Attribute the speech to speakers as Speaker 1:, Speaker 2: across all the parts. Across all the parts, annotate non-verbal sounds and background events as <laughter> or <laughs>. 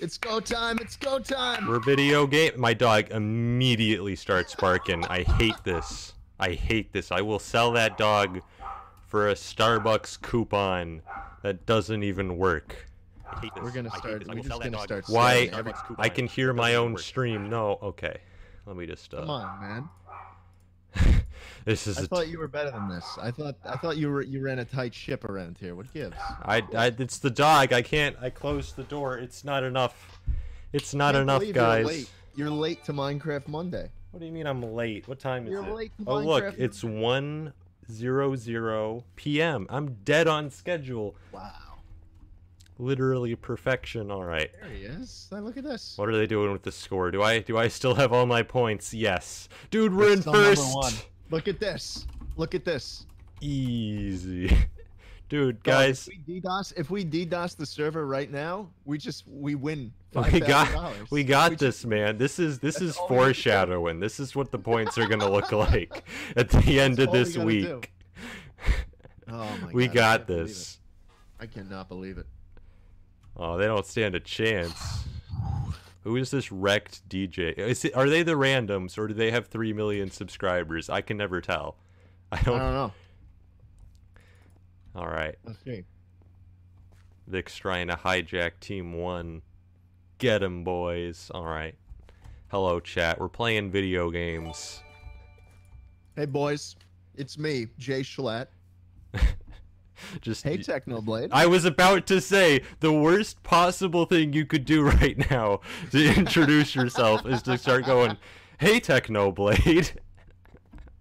Speaker 1: It's go time. It's go time.
Speaker 2: We're video game. My dog immediately starts barking. I hate this. I hate this. I will sell that dog for a Starbucks coupon that doesn't even work. I hate this.
Speaker 1: We're gonna
Speaker 2: I hate
Speaker 1: start-
Speaker 2: this. I
Speaker 1: we're
Speaker 2: will
Speaker 1: just
Speaker 2: sell that
Speaker 1: gonna
Speaker 2: dog
Speaker 1: start
Speaker 2: for a
Speaker 1: selling
Speaker 2: Starbucks
Speaker 1: every-
Speaker 2: coupon
Speaker 1: I
Speaker 2: that
Speaker 3: I can hear my
Speaker 2: doesn't
Speaker 3: own
Speaker 2: work.
Speaker 3: stream. No, okay.
Speaker 2: Let me just.
Speaker 1: Come
Speaker 2: Uh,
Speaker 1: on, man.
Speaker 2: this is.
Speaker 1: I
Speaker 2: a t-
Speaker 1: thought you were better than this. I thought I thought you were you ran a tight ship around here. What gives?
Speaker 2: I, I. It's the dog. I can't. I closed the door. It's not enough. It's not
Speaker 1: Can't
Speaker 2: enough,
Speaker 1: believe
Speaker 2: guys.
Speaker 1: You're late. You're late to Minecraft Monday.
Speaker 2: What do you mean I'm late? What time is
Speaker 1: You're
Speaker 2: it?
Speaker 1: late to
Speaker 2: oh
Speaker 1: Minecraft.
Speaker 2: look, it's 1:00 p.m. I'm dead on schedule.
Speaker 1: Wow.
Speaker 2: Literally perfection. All right.
Speaker 1: There he is. Now look at this.
Speaker 2: What are they doing with the score? Do I do I still have all my points? Yes. Dude, we're
Speaker 1: We're
Speaker 2: in
Speaker 1: still number
Speaker 2: first.
Speaker 1: one. Look at this. Look at this.
Speaker 2: Easy. <laughs> Dude, guys,
Speaker 1: if we DDoS if we DDoS the server right now, we just we win.
Speaker 2: <laughs> we got
Speaker 1: $5,000.
Speaker 2: we got
Speaker 1: Which-
Speaker 2: this, man. This is this is
Speaker 1: all we gotta do.
Speaker 2: foreshadowing. This is what the points are going to look like at the end
Speaker 1: That's
Speaker 2: of
Speaker 1: all we
Speaker 2: this
Speaker 1: gotta
Speaker 2: week.
Speaker 1: do. Oh my
Speaker 2: we
Speaker 1: God, I
Speaker 2: got
Speaker 1: can't believe it.
Speaker 2: this.
Speaker 1: I cannot believe it.
Speaker 2: Oh, they don't stand a chance. Who is this wrecked DJ? Is it, are they the randoms or do they have 3 million subscribers? I can never tell. I
Speaker 1: I
Speaker 2: don't.
Speaker 1: don't know.
Speaker 2: All right.
Speaker 1: Let's see.
Speaker 2: Vic's trying to hijack Team 1. Get 'em, boys. All right. Hello, chat. We're playing video games.
Speaker 1: Hey boys, it's me, Jay Schlatt.
Speaker 2: Just
Speaker 1: Hey Technoblade.
Speaker 2: I was about to say the worst possible thing you could do <laughs> right now to introduce yourself is to start going, "Hey, Technoblade." <laughs>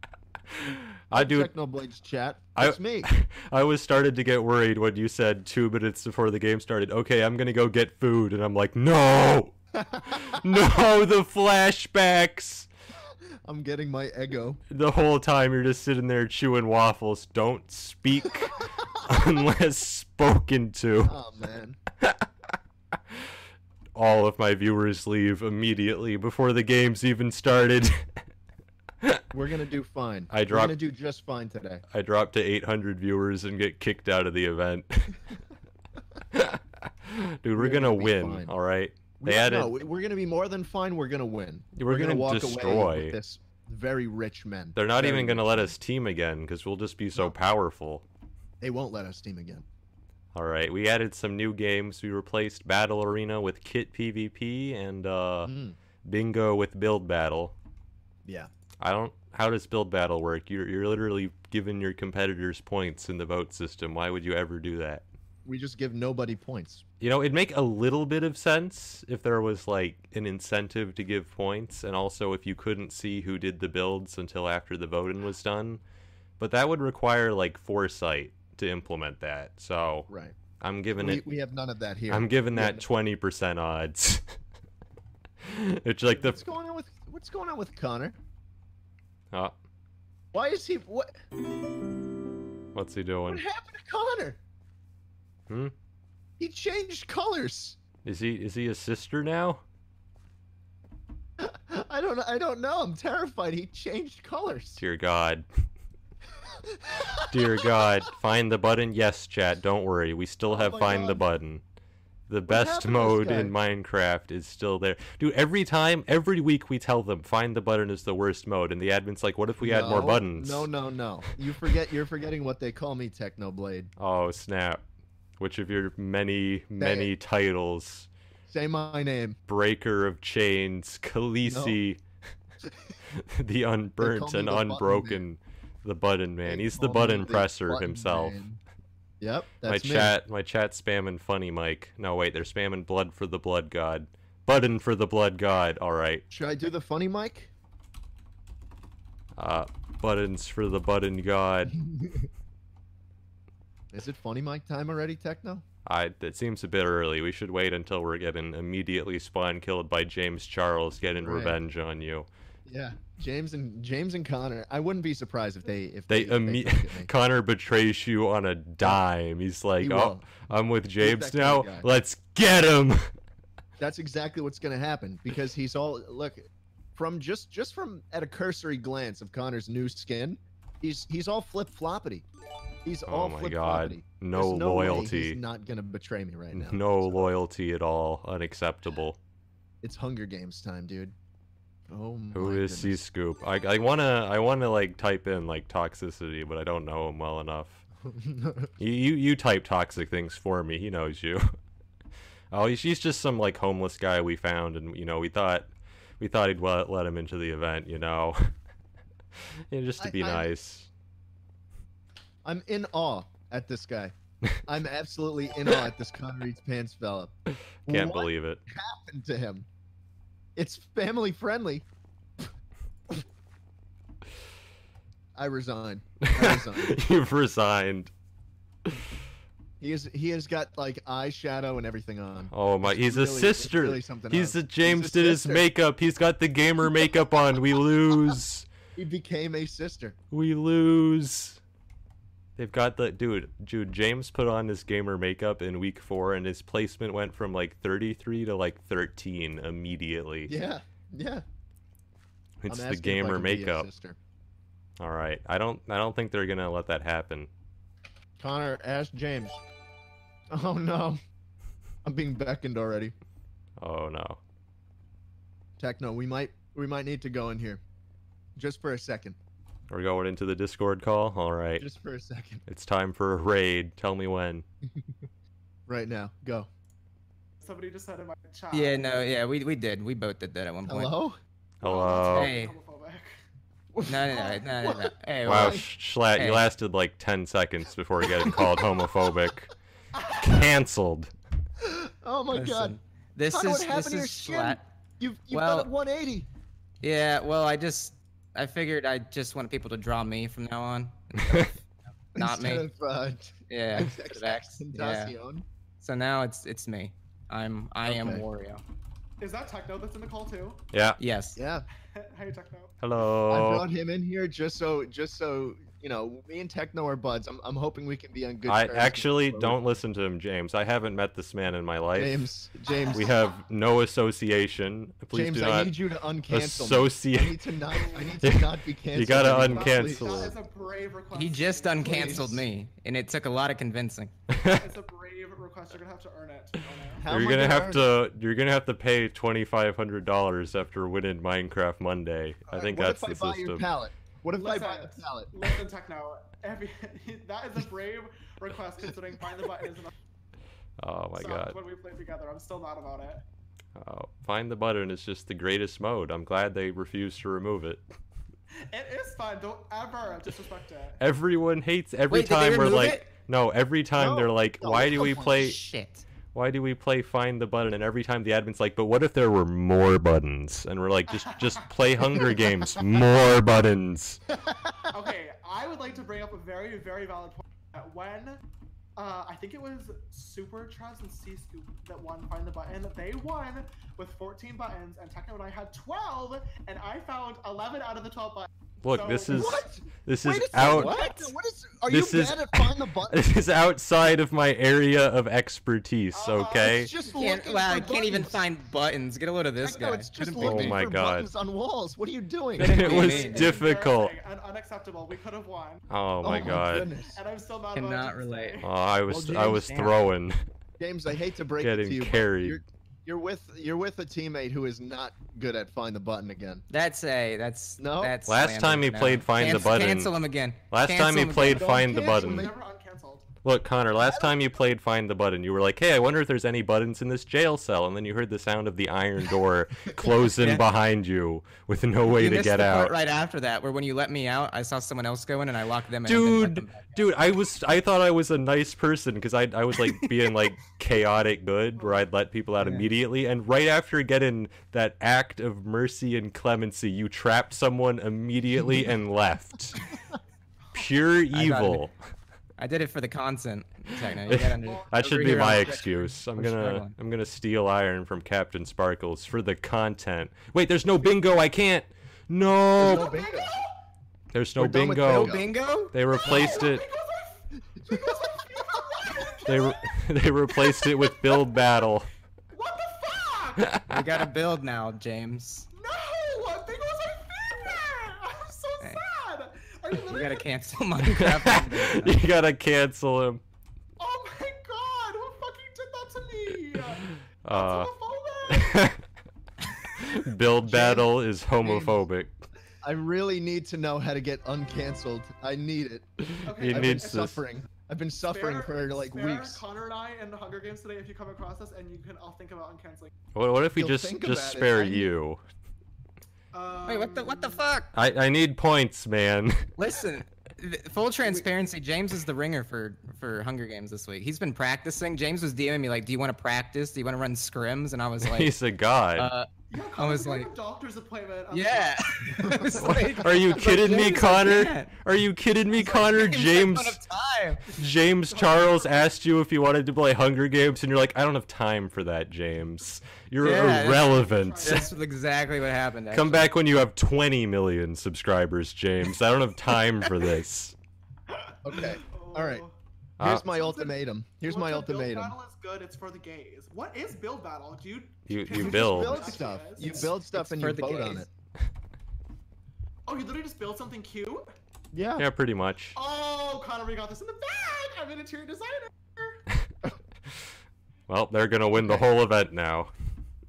Speaker 2: I do.
Speaker 1: Technoblade's chat.
Speaker 2: I-
Speaker 1: It's
Speaker 2: <laughs>
Speaker 1: me.
Speaker 2: I was started to get worried when you said two minutes before the game started. Okay, I'm gonna go get food, and I'm like, no, <laughs> no, the flashbacks.
Speaker 1: I'm getting my ego.
Speaker 2: The whole time you're just sitting there chewing waffles. Don't speak unless spoken to.
Speaker 1: Oh man.
Speaker 2: all of my viewers leave immediately before the game's even started.
Speaker 1: We're gonna do fine.
Speaker 2: I
Speaker 1: We're
Speaker 2: dropped-
Speaker 1: gonna do just fine today.
Speaker 2: I drop to 800 viewers and get kicked out of the event. <laughs> Dude, we're
Speaker 1: We're
Speaker 2: gonna
Speaker 1: gonna be
Speaker 2: win,
Speaker 1: fine.
Speaker 2: all right? They
Speaker 1: We-
Speaker 2: added.
Speaker 1: No, we- we're gonna be more than fine. We're gonna win.
Speaker 2: We're
Speaker 1: gonna,
Speaker 2: gonna
Speaker 1: walk away
Speaker 2: destroy.
Speaker 1: with this very rich men.
Speaker 2: They're not
Speaker 1: Very
Speaker 2: even gonna
Speaker 1: rich
Speaker 2: let
Speaker 1: men.
Speaker 2: us team again because we'll just be so
Speaker 1: <laughs> No.
Speaker 2: powerful.
Speaker 1: They won't let us team again.
Speaker 2: All right, we added some new games. We replaced Battle Arena with Kit PvP and uh,
Speaker 1: Mm,
Speaker 2: Bingo with Build Battle.
Speaker 1: yeah.
Speaker 2: I don't. How does Build Battle work? You're you're literally giving your competitors points in the vote system. Why would you ever do that?
Speaker 1: We just give nobody points.
Speaker 2: You know, it'd make a little bit of sense if there was like an incentive to give points, and also if you couldn't see who did the builds until after the voting was done. But that would require like foresight to implement that. So
Speaker 1: Right.
Speaker 2: I'm giving
Speaker 1: We,
Speaker 2: it.
Speaker 1: we have none of that here.
Speaker 2: I'm giving
Speaker 1: we have
Speaker 2: that twenty percent odds. <laughs> it's like the.
Speaker 1: What's going on with What's going on with Connor?
Speaker 2: Oh,
Speaker 1: Why is he? What
Speaker 2: what's he
Speaker 1: What
Speaker 2: doing?
Speaker 1: happened to Connor?
Speaker 2: Hmm?
Speaker 1: He changed colors.
Speaker 2: Is he is he a sister now?
Speaker 1: <laughs> I don't. I don't know. I'm terrified. He changed colors.
Speaker 2: Dear God. Dear God, find the button. Yes, chat, don't worry. We still have
Speaker 1: Oh my
Speaker 2: find the
Speaker 1: God.
Speaker 2: button. The
Speaker 1: happened
Speaker 2: best
Speaker 1: to this
Speaker 2: mode
Speaker 1: guy?
Speaker 2: in Minecraft is still there. Dude, every time, every week we tell them find the button is the worst mode, and the admin's like, what if <laughs> we add more
Speaker 1: No,
Speaker 2: buttons?
Speaker 1: No, no, no. You forget. You're forgetting what they call me, Technoblade.
Speaker 2: Oh, snap. Which of your many, many titles?
Speaker 1: Say my name.
Speaker 2: Breaker of Chains, Khaleesi, <laughs> the Unburnt
Speaker 1: me
Speaker 2: and
Speaker 1: the button man.
Speaker 2: Unbroken, the button man.
Speaker 1: They
Speaker 2: He's
Speaker 1: call
Speaker 2: the
Speaker 1: me
Speaker 2: button presser
Speaker 1: button
Speaker 2: himself.
Speaker 1: man. Yep, that's
Speaker 2: my
Speaker 1: me.
Speaker 2: chat, my chat spamming funny Mike. No, wait, they're spamming blood for the blood god. Button for the blood god. All right.
Speaker 1: Should I do the funny
Speaker 2: <laughs>
Speaker 1: mic?
Speaker 2: Uh, buttons for the button god.
Speaker 1: <laughs> Is it funny mic time already, Techno?
Speaker 2: I. That seems a bit early. We should wait until we're getting immediately spawn killed by James Charles, getting
Speaker 1: Right.
Speaker 2: revenge on you.
Speaker 1: Yeah, James and James and Connor. I wouldn't be surprised if they if
Speaker 2: They
Speaker 1: they, if
Speaker 2: imme- <laughs>
Speaker 1: look at me.
Speaker 2: Connor betrays you on a dime. He's like,
Speaker 1: He
Speaker 2: oh,
Speaker 1: will.
Speaker 2: I'm with
Speaker 1: that
Speaker 2: James
Speaker 1: kind
Speaker 2: now.
Speaker 1: of guy.
Speaker 2: Let's get him. <laughs>
Speaker 1: That's exactly what's going to happen because he's all look from just just from at a cursory glance of Connor's new skin, he's he's all flip floppity. He's
Speaker 2: Oh
Speaker 1: all
Speaker 2: my
Speaker 1: flip
Speaker 2: God.
Speaker 1: floppy.
Speaker 2: No
Speaker 1: There's no way
Speaker 2: loyalty.
Speaker 1: he's not gonna betray me right now.
Speaker 2: no
Speaker 1: So,
Speaker 2: loyalty at all. Unacceptable.
Speaker 1: It's Hunger Games time, dude. Oh my.
Speaker 2: Who is C
Speaker 1: goodness.
Speaker 2: Scoop? I, I wanna I wanna like type in like toxicity, but I don't know him well enough. You you, you type toxic things for me. He knows you. <laughs> oh, he's, he's just some like homeless guy we found, and you know we thought we thought he'd let, let him into the event. You know, <laughs> you know, just to
Speaker 1: I-
Speaker 2: be
Speaker 1: I-
Speaker 2: nice.
Speaker 1: <laughs> I'm in awe at this guy. I'm absolutely in awe at this Conrad's pants fella.
Speaker 2: <laughs> Can't
Speaker 1: What
Speaker 2: believe it.
Speaker 1: happened to him? It's family friendly. I resign. I resigned.
Speaker 2: <laughs> You've resigned.
Speaker 1: He is he has got like eye shadow and everything on.
Speaker 2: Oh my,
Speaker 1: It's
Speaker 2: he's
Speaker 1: really-
Speaker 2: a
Speaker 1: it's
Speaker 2: sister.
Speaker 1: really something
Speaker 2: he's
Speaker 1: else.
Speaker 2: a James
Speaker 1: He's a
Speaker 2: did his
Speaker 1: sister.
Speaker 2: makeup. He's got the gamer makeup on. We lose.
Speaker 1: He became a sister.
Speaker 2: We lose. They've got the dude, dude. James put on his gamer makeup in week four, and his placement went from like 33 to like 13 immediately.
Speaker 1: Yeah. Yeah.
Speaker 2: it's
Speaker 1: I'm asking
Speaker 2: the
Speaker 1: if I
Speaker 2: gamer
Speaker 1: can be his
Speaker 2: makeup.
Speaker 1: Sister.
Speaker 2: All right, I don't, I don't think they're gonna let that happen.
Speaker 1: Connor, ask James. Oh no. I'm being beckoned already.
Speaker 2: Oh no.
Speaker 1: Techno, we might we might need to go in here. Just for a second.
Speaker 2: We're going into the Discord call. All right,
Speaker 1: Just for a second.
Speaker 2: it's time for a raid. Tell me when.
Speaker 1: Right now. Go.
Speaker 3: Somebody just said in my chat.
Speaker 4: Yeah, no, yeah, we we did. We both did that at one point.
Speaker 1: Hello? Oh,
Speaker 2: Hello.
Speaker 4: Hey. No, no, no, no,
Speaker 1: <laughs>
Speaker 4: no, no. Hey,
Speaker 2: Wow,
Speaker 4: well,
Speaker 2: Sh- Schlatt,
Speaker 4: Hey.
Speaker 2: you lasted like 10 seconds before getting called
Speaker 1: <laughs>
Speaker 2: homophobic. Canceled.
Speaker 1: Oh my god.
Speaker 4: listen. This
Speaker 1: Connor, what
Speaker 4: is
Speaker 1: happened
Speaker 4: this
Speaker 1: to your
Speaker 4: is
Speaker 1: shin?
Speaker 4: flat.
Speaker 1: You've you've
Speaker 4: well-
Speaker 1: done a 180.
Speaker 4: Yeah, well, I just I figured I just wanted people to draw me from now on. Not me.
Speaker 1: Instead Of, uh, <laughs>
Speaker 4: Yeah.
Speaker 1: XX
Speaker 4: yeah.
Speaker 1: Tentacion.
Speaker 4: So now it's it's me. I'm I am
Speaker 1: Okay.
Speaker 4: Wario.
Speaker 3: Is that Techno that's in the call too? <laughs>
Speaker 2: Yeah.
Speaker 4: Yes.
Speaker 1: Yeah.
Speaker 3: hey Techno.
Speaker 1: I
Speaker 2: Hello.
Speaker 1: brought him in here just so just so you know, me and Techno are buds. I'm I'm hoping we can be on good
Speaker 2: I
Speaker 1: terms.
Speaker 2: actually
Speaker 1: moving
Speaker 2: don't
Speaker 1: forward.
Speaker 2: listen to him, James. I haven't met this man in my life. <laughs>
Speaker 1: James James
Speaker 2: We have no association. Please
Speaker 1: James,
Speaker 2: do
Speaker 1: I
Speaker 2: not
Speaker 1: need you to uncancel. me.
Speaker 2: associate.
Speaker 1: I need to not. I need
Speaker 2: <laughs>
Speaker 1: to not be canceled.
Speaker 2: You gotta
Speaker 1: anymore,
Speaker 2: uncancel
Speaker 1: please.
Speaker 3: That
Speaker 2: it.
Speaker 3: is a brave request.
Speaker 4: He just
Speaker 3: James.
Speaker 4: uncanceled
Speaker 1: Please.
Speaker 4: me, and it took a lot of convincing.
Speaker 2: <laughs>
Speaker 3: It's a brave request. You're gonna have to earn
Speaker 4: <laughs>
Speaker 3: it.
Speaker 1: How
Speaker 2: you're
Speaker 1: am I
Speaker 2: gonna have
Speaker 1: earn-
Speaker 2: to. You're gonna have to pay twenty five hundred dollars after winning Minecraft Monday. I
Speaker 1: Alright,
Speaker 2: think
Speaker 1: what
Speaker 2: that's
Speaker 1: if
Speaker 2: the
Speaker 1: I buy Your
Speaker 2: system.
Speaker 1: pallet? What if I buy
Speaker 3: Listen.
Speaker 1: the pallet?
Speaker 3: Listen, Techno. Every, <laughs> that is a brave request considering Find the Button
Speaker 2: <laughs>
Speaker 3: is an
Speaker 2: Oh my
Speaker 3: sucked
Speaker 2: god.
Speaker 3: when we played together. I'm still mad about it.
Speaker 2: Oh, find the button is just the greatest mode. I'm glad they refused to remove it.
Speaker 3: It is fun. Don't ever disrespect it.
Speaker 2: Everyone hates every
Speaker 4: Wait, did they
Speaker 2: time we're
Speaker 4: remove
Speaker 2: like
Speaker 4: it?
Speaker 2: no, every time
Speaker 1: No,
Speaker 2: they're like
Speaker 1: no,
Speaker 2: why do
Speaker 1: come
Speaker 2: we
Speaker 1: on,
Speaker 2: play
Speaker 4: Shit.
Speaker 2: why do we play find the button and every time the admin's like but what if there were more buttons and we're like just
Speaker 1: <laughs>
Speaker 2: just play Hunger Games more buttons.
Speaker 3: okay, I would like to bring up a very, very valid point. That when uh, I think it was Super Travs and C Scoop that won Find the Button, they won with 14 buttons, and Techno and I had 12, and I found 11 out of the 12 buttons.
Speaker 2: Look,
Speaker 3: So-
Speaker 2: this is
Speaker 1: What?
Speaker 2: this
Speaker 1: Wait
Speaker 2: is
Speaker 1: a second,
Speaker 2: out
Speaker 1: What? What is? Are
Speaker 2: This
Speaker 1: you
Speaker 2: is-
Speaker 1: mad at find the button?
Speaker 2: <laughs> this is outside of my area of expertise,
Speaker 1: Oh,
Speaker 3: Uh-huh.
Speaker 2: <laughs> okay?
Speaker 1: It's just
Speaker 4: Can't-
Speaker 1: looking
Speaker 4: wow,
Speaker 1: for
Speaker 4: I can't even
Speaker 1: buttons.
Speaker 4: find buttons. Get a load of this
Speaker 1: I know,
Speaker 4: guy.
Speaker 1: It's just
Speaker 4: Couldn't believe
Speaker 1: looking
Speaker 2: Oh my
Speaker 1: for
Speaker 2: God.
Speaker 1: buttons on walls. What are you doing?
Speaker 4: <laughs>
Speaker 2: <laughs>
Speaker 4: Couldn't
Speaker 2: It
Speaker 4: be
Speaker 2: was
Speaker 1: <laughs>
Speaker 4: me.
Speaker 2: difficult.
Speaker 3: embarrassing and unacceptable. We could have won,
Speaker 2: Oh my god.
Speaker 1: goodness.
Speaker 3: and I'm still mad about
Speaker 4: Cannot
Speaker 3: it.
Speaker 4: relate.
Speaker 2: Oh, I was
Speaker 1: Well,
Speaker 2: I
Speaker 1: James,
Speaker 2: was
Speaker 4: damn.
Speaker 2: throwing <laughs>
Speaker 1: James, I hate to break it to
Speaker 2: getting
Speaker 1: you. but
Speaker 2: carried.
Speaker 1: You're, you're with you're with a teammate who is not good at find the button again.
Speaker 4: That's a that's
Speaker 1: No.
Speaker 4: That's
Speaker 2: Last
Speaker 4: slander.
Speaker 2: time he
Speaker 4: No.
Speaker 2: played Find the
Speaker 4: Cancel-
Speaker 2: Button-
Speaker 4: Cancel him again.
Speaker 2: Last
Speaker 4: Cancel
Speaker 2: time he
Speaker 4: him again.
Speaker 2: played
Speaker 1: Don't
Speaker 2: Find the
Speaker 1: cancel
Speaker 3: We
Speaker 2: Button.
Speaker 1: me.
Speaker 3: never uncancelled.
Speaker 2: Look, Connor, last time you played Find the Button, you were like, hey, I wonder if there's any buttons in this jail cell. And then you heard the sound of the iron door closing
Speaker 4: <laughs> Yeah.
Speaker 2: behind you with no way
Speaker 4: You
Speaker 2: to
Speaker 4: missed
Speaker 2: get
Speaker 4: the
Speaker 2: out.
Speaker 4: Part right after that, where when you let me out, I saw someone else go in and I locked them in. and didn't let
Speaker 2: Dude,
Speaker 4: them back.
Speaker 2: dude, I was I thought I was a nice person because I I was like being like chaotic good where I'd let people out
Speaker 4: Yeah.
Speaker 2: immediately and right after getting that act of mercy and clemency, you trapped someone
Speaker 4: <laughs>
Speaker 2: immediately and left. Pure
Speaker 4: gotta
Speaker 2: evil.
Speaker 4: I did it for the content. Techno. You
Speaker 2: <laughs>
Speaker 4: gotta under-
Speaker 2: That
Speaker 4: over
Speaker 2: should be
Speaker 4: here
Speaker 2: my
Speaker 4: I'm-
Speaker 2: excuse. I'm
Speaker 4: I'm
Speaker 2: gonna
Speaker 4: struggling.
Speaker 2: I'm gonna steal iron from Captain Sparkles for the content. Wait, there's no bingo. I can't.
Speaker 1: There's no
Speaker 2: <laughs> No,
Speaker 1: bingo.
Speaker 2: there's no
Speaker 1: We're done with
Speaker 2: bingo.
Speaker 4: Oh, bingo?
Speaker 2: They replaced it.
Speaker 3: <laughs>
Speaker 2: They re- <laughs> they replaced it with build battle.
Speaker 3: What the
Speaker 2: <laughs>
Speaker 3: fuck?
Speaker 4: We gotta build now, James.
Speaker 3: No! Big was my favorite! I'm so
Speaker 4: Hey.
Speaker 3: sad! I Are you
Speaker 4: We
Speaker 3: literally-
Speaker 4: gotta cancel <laughs>
Speaker 2: <laughs>
Speaker 4: Minecraft.
Speaker 2: you gotta cancel him.
Speaker 3: Oh my god! Who fucking did that to me?
Speaker 4: <laughs>
Speaker 2: Uh, <laughs>
Speaker 3: That's homophobic.
Speaker 2: build battle is homophobic.
Speaker 1: I really need to know how to get uncancelled. I need it.
Speaker 2: He
Speaker 3: Okay,
Speaker 1: I've
Speaker 3: I
Speaker 1: been
Speaker 2: needs this.
Speaker 1: suffering. I've been suffering
Speaker 3: spare-
Speaker 1: for like
Speaker 3: spare
Speaker 1: weeks.
Speaker 3: Connor and I in the Hunger Games today. If you come across us, and you can, I'll think about uncanceling.
Speaker 2: What, what if we
Speaker 1: You'll
Speaker 2: just
Speaker 1: think
Speaker 2: just
Speaker 1: about it,
Speaker 2: spare
Speaker 1: I need-
Speaker 2: you?
Speaker 3: Um,
Speaker 4: Wait, what the what the fuck?
Speaker 2: I I need points, man. <laughs>
Speaker 4: Listen, th- full transparency. James is the ringer for for Hunger Games this week. He's been practicing. James was DMing me like, "Do you want to practice? Do you want to run scrims?" And
Speaker 2: <laughs>
Speaker 4: I was like,
Speaker 2: He's a god.
Speaker 4: uh,
Speaker 3: Yeah,
Speaker 4: I
Speaker 3: Connor,
Speaker 4: was
Speaker 3: we have
Speaker 4: like-
Speaker 3: a doctor's appointment. I'm
Speaker 4: "Yeah." <laughs> I
Speaker 2: <laughs>
Speaker 4: was like-
Speaker 2: Are you
Speaker 4: I was
Speaker 2: kidding
Speaker 4: like,
Speaker 2: me,
Speaker 4: "James, I
Speaker 2: Connor?
Speaker 4: can't."
Speaker 2: Are you kidding me,
Speaker 4: He's like,
Speaker 1: <laughs>
Speaker 4: <laughs>
Speaker 2: Connor?
Speaker 4: I don't
Speaker 2: James
Speaker 4: have time.
Speaker 2: James Charles asked you if you wanted to play Hunger Games, and you're like, I don't have time for that, James. You're
Speaker 4: Yeah, that's-
Speaker 2: irrelevant.
Speaker 4: That's exactly what happened.
Speaker 2: Come
Speaker 4: Actually.
Speaker 2: back when you have 20 million subscribers, James. I don't have time
Speaker 1: <laughs>
Speaker 2: for this.
Speaker 1: Okay.
Speaker 3: Oh.
Speaker 1: All right.
Speaker 2: Uh,
Speaker 1: Here's my ultimatum. Here's
Speaker 3: Well,
Speaker 1: my
Speaker 3: the build
Speaker 1: ultimatum.
Speaker 3: Battle is good. It's for the gays. What is build battle? Do you
Speaker 2: You-
Speaker 3: can
Speaker 2: you
Speaker 3: we just
Speaker 2: build.
Speaker 1: Build
Speaker 3: that
Speaker 1: stuff.
Speaker 3: shit?
Speaker 1: You build stuff
Speaker 4: it's
Speaker 1: and
Speaker 4: for
Speaker 1: you
Speaker 4: the
Speaker 1: vote on
Speaker 4: gays.
Speaker 1: it.
Speaker 3: Oh, you literally just build something cute.
Speaker 1: Yeah.
Speaker 2: yeah,
Speaker 1: <laughs>
Speaker 2: pretty much.
Speaker 3: Oh, Connor, we got this in the bag. I'm an interior designer.
Speaker 2: Well, they're gonna win the whole event now.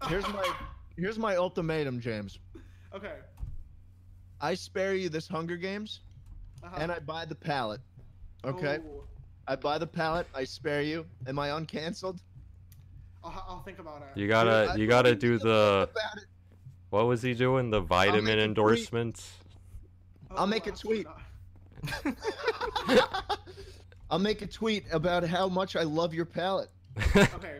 Speaker 1: Here's my here's my ultimatum, James.
Speaker 3: Okay.
Speaker 1: I spare you this Hunger Games
Speaker 3: Uh-huh.
Speaker 1: and I buy the palette. Okay?
Speaker 3: Ooh.
Speaker 1: I buy the palette, I spare you. Am I uncancelled?
Speaker 3: I'll, I'll think about it.
Speaker 2: You
Speaker 1: Dude, I
Speaker 2: gotta, you gotta
Speaker 1: fucking
Speaker 2: do
Speaker 1: think
Speaker 2: the.
Speaker 1: about it.
Speaker 2: What was he doing? The
Speaker 1: making
Speaker 2: vitamin
Speaker 1: three-
Speaker 2: endorsements.
Speaker 1: I'll make a tweet. <laughs> I'll make a tweet about how much I love your palette.
Speaker 3: okay.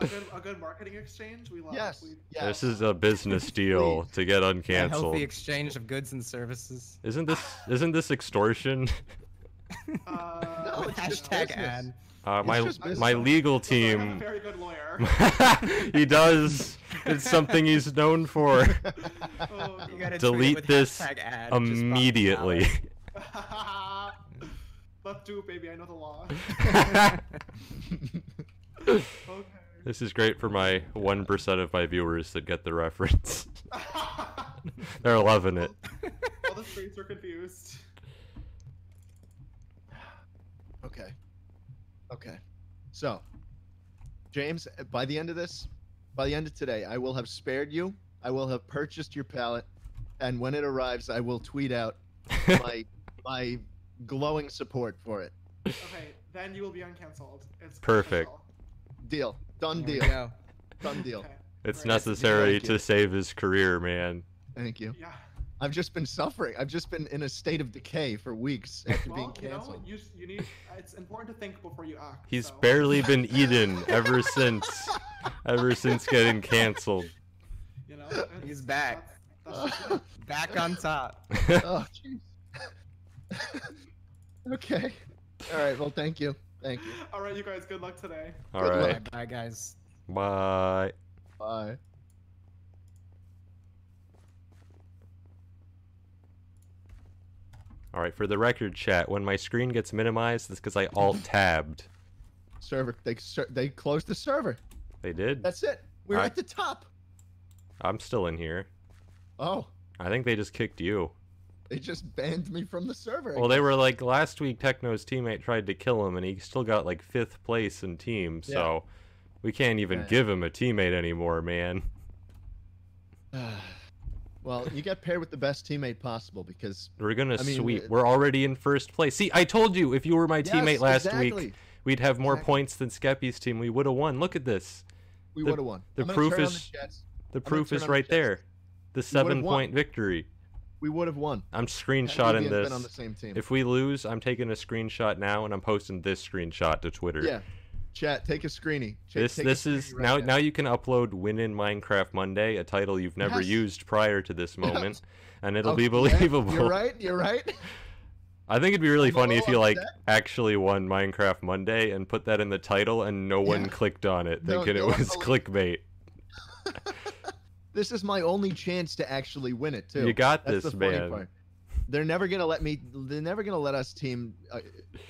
Speaker 3: A good, a good marketing exchange. We love.
Speaker 1: Yes.
Speaker 3: We,
Speaker 1: Yes.
Speaker 2: This is a business
Speaker 1: <laughs>
Speaker 2: deal to get
Speaker 4: A healthy
Speaker 2: uncanceled.
Speaker 4: exchange of goods and services.
Speaker 2: Isn't this isn't this extortion? <laughs>
Speaker 3: Uh,
Speaker 1: <laughs> No,
Speaker 4: With
Speaker 1: it's just
Speaker 4: hashtag
Speaker 1: business.
Speaker 4: ad.
Speaker 2: Uh,
Speaker 1: It's
Speaker 2: my
Speaker 1: just business.
Speaker 2: my legal
Speaker 3: I feel like I'm a
Speaker 2: team.
Speaker 3: very good
Speaker 2: <laughs>
Speaker 3: lawyer.
Speaker 2: he does. It's something he's
Speaker 1: <laughs>
Speaker 2: known for.
Speaker 3: Oh,
Speaker 4: You
Speaker 3: God.
Speaker 4: gotta tweet it
Speaker 2: Delete
Speaker 4: with
Speaker 2: this
Speaker 4: hashtag ad, just pop it out.
Speaker 2: Immediately.
Speaker 3: <laughs> Left do, baby. I know
Speaker 2: <laughs>
Speaker 3: the law. Okay. <laughs>
Speaker 2: this is great for my one percent of my viewers that get the reference. <laughs>
Speaker 3: All
Speaker 2: They're loving it.
Speaker 3: the streets are confused.
Speaker 1: Okay. Okay. So, James, by the end of this, by the end of today, I will have spared you. I will have purchased your palette, and when it arrives, I will tweet out my my glowing support for it.
Speaker 3: Okay, then you will be uncancelled. It's
Speaker 2: Perfect.
Speaker 3: official.
Speaker 1: Deal. Done
Speaker 4: There we
Speaker 1: deal.
Speaker 4: go.
Speaker 1: Done deal.
Speaker 3: Okay.
Speaker 2: It's
Speaker 3: Right. That's
Speaker 2: necessary
Speaker 1: thank
Speaker 2: to
Speaker 1: you.
Speaker 2: save his career, man.
Speaker 1: Thank you.
Speaker 3: Yeah.
Speaker 1: I've just been suffering. I've just been in a state of decay for weeks after being
Speaker 3: Well, you know,
Speaker 1: <laughs> canceled.
Speaker 3: you, s- you need. It's important to think before you act.
Speaker 2: He's
Speaker 3: so.
Speaker 2: barely
Speaker 1: <laughs>
Speaker 2: been eaten ever since ever since getting canceled.
Speaker 3: You
Speaker 1: <laughs>
Speaker 3: know.
Speaker 4: He's
Speaker 3: it's-
Speaker 4: back.
Speaker 3: that's- that's just it.
Speaker 4: Back on top.
Speaker 1: oh, jeez. <laughs> okay. All right. Well, thank you. Thank you.
Speaker 3: All right, you guys. Good luck today.
Speaker 2: All
Speaker 1: Good
Speaker 2: right.
Speaker 1: luck.
Speaker 4: Bye, guys.
Speaker 2: Bye.
Speaker 1: Bye.
Speaker 2: All right, for the record chat, when my screen gets minimized, it's cuz I alt tabbed.
Speaker 1: Server. They ser- they closed the server.
Speaker 2: They did.
Speaker 1: That's it. We're
Speaker 2: Alright.
Speaker 1: at the top.
Speaker 2: I'm still in here.
Speaker 1: Oh,
Speaker 2: I think they just kicked you.
Speaker 1: they just banned me from the server.
Speaker 2: Well, they were like last week. Techno's teammate tried to kill him, and he still got like fifth place in team.
Speaker 1: Yeah.
Speaker 2: So we can't even
Speaker 1: Yeah.
Speaker 2: give him a teammate anymore, man.
Speaker 1: <sighs> well, you got paired with the best teammate possible because
Speaker 2: We're gonna
Speaker 1: I mean,
Speaker 2: sweep.
Speaker 1: uh,
Speaker 2: We're already in first place. See, I told you if you were my teammate
Speaker 1: Yes,
Speaker 2: last
Speaker 1: exactly.
Speaker 2: week, we'd have more
Speaker 1: Exactly.
Speaker 2: points than Skeppy's team. We would have won. Look at this.
Speaker 1: we
Speaker 2: The-
Speaker 1: would have won.
Speaker 2: the
Speaker 1: I'm gonna
Speaker 2: proof
Speaker 1: turn on
Speaker 2: is-
Speaker 1: the chats.
Speaker 2: The
Speaker 1: gonna
Speaker 2: proof
Speaker 1: turn
Speaker 2: is
Speaker 1: on the
Speaker 2: right
Speaker 1: chest.
Speaker 2: there. The
Speaker 1: would've
Speaker 2: seven point victory.
Speaker 1: we would have won.
Speaker 2: I'm
Speaker 1: Had
Speaker 2: screenshotting
Speaker 1: Vivian
Speaker 2: this.
Speaker 1: Been on the same team.
Speaker 2: If we lose, I'm taking a screenshot now and I'm posting this screenshot to Twitter.
Speaker 1: yeah, chat, take a screeny. Ch-
Speaker 2: This
Speaker 1: take a
Speaker 2: this
Speaker 1: screeny
Speaker 2: is
Speaker 1: right
Speaker 2: now now you can upload Win in Minecraft Monday, a title you've never
Speaker 1: Yes.
Speaker 2: used prior to this moment, and it'll be
Speaker 1: Okay,
Speaker 2: believable.
Speaker 1: You're right.
Speaker 2: <laughs>
Speaker 1: You're right.
Speaker 2: I think it'd be really
Speaker 1: I'm a
Speaker 2: funny if
Speaker 1: little
Speaker 2: you like
Speaker 1: upset.
Speaker 2: actually won Minecraft Monday and put that in the title and no one
Speaker 1: Yeah.
Speaker 2: clicked on it
Speaker 1: No,
Speaker 2: thinking
Speaker 1: no
Speaker 2: it
Speaker 1: one
Speaker 2: was
Speaker 1: believed-
Speaker 2: clickbait.
Speaker 1: This is my only chance to actually win it too.
Speaker 2: You got
Speaker 1: That's
Speaker 2: this,
Speaker 1: the funny
Speaker 2: man.
Speaker 1: part. They're never gonna let me. They're never gonna let us team uh,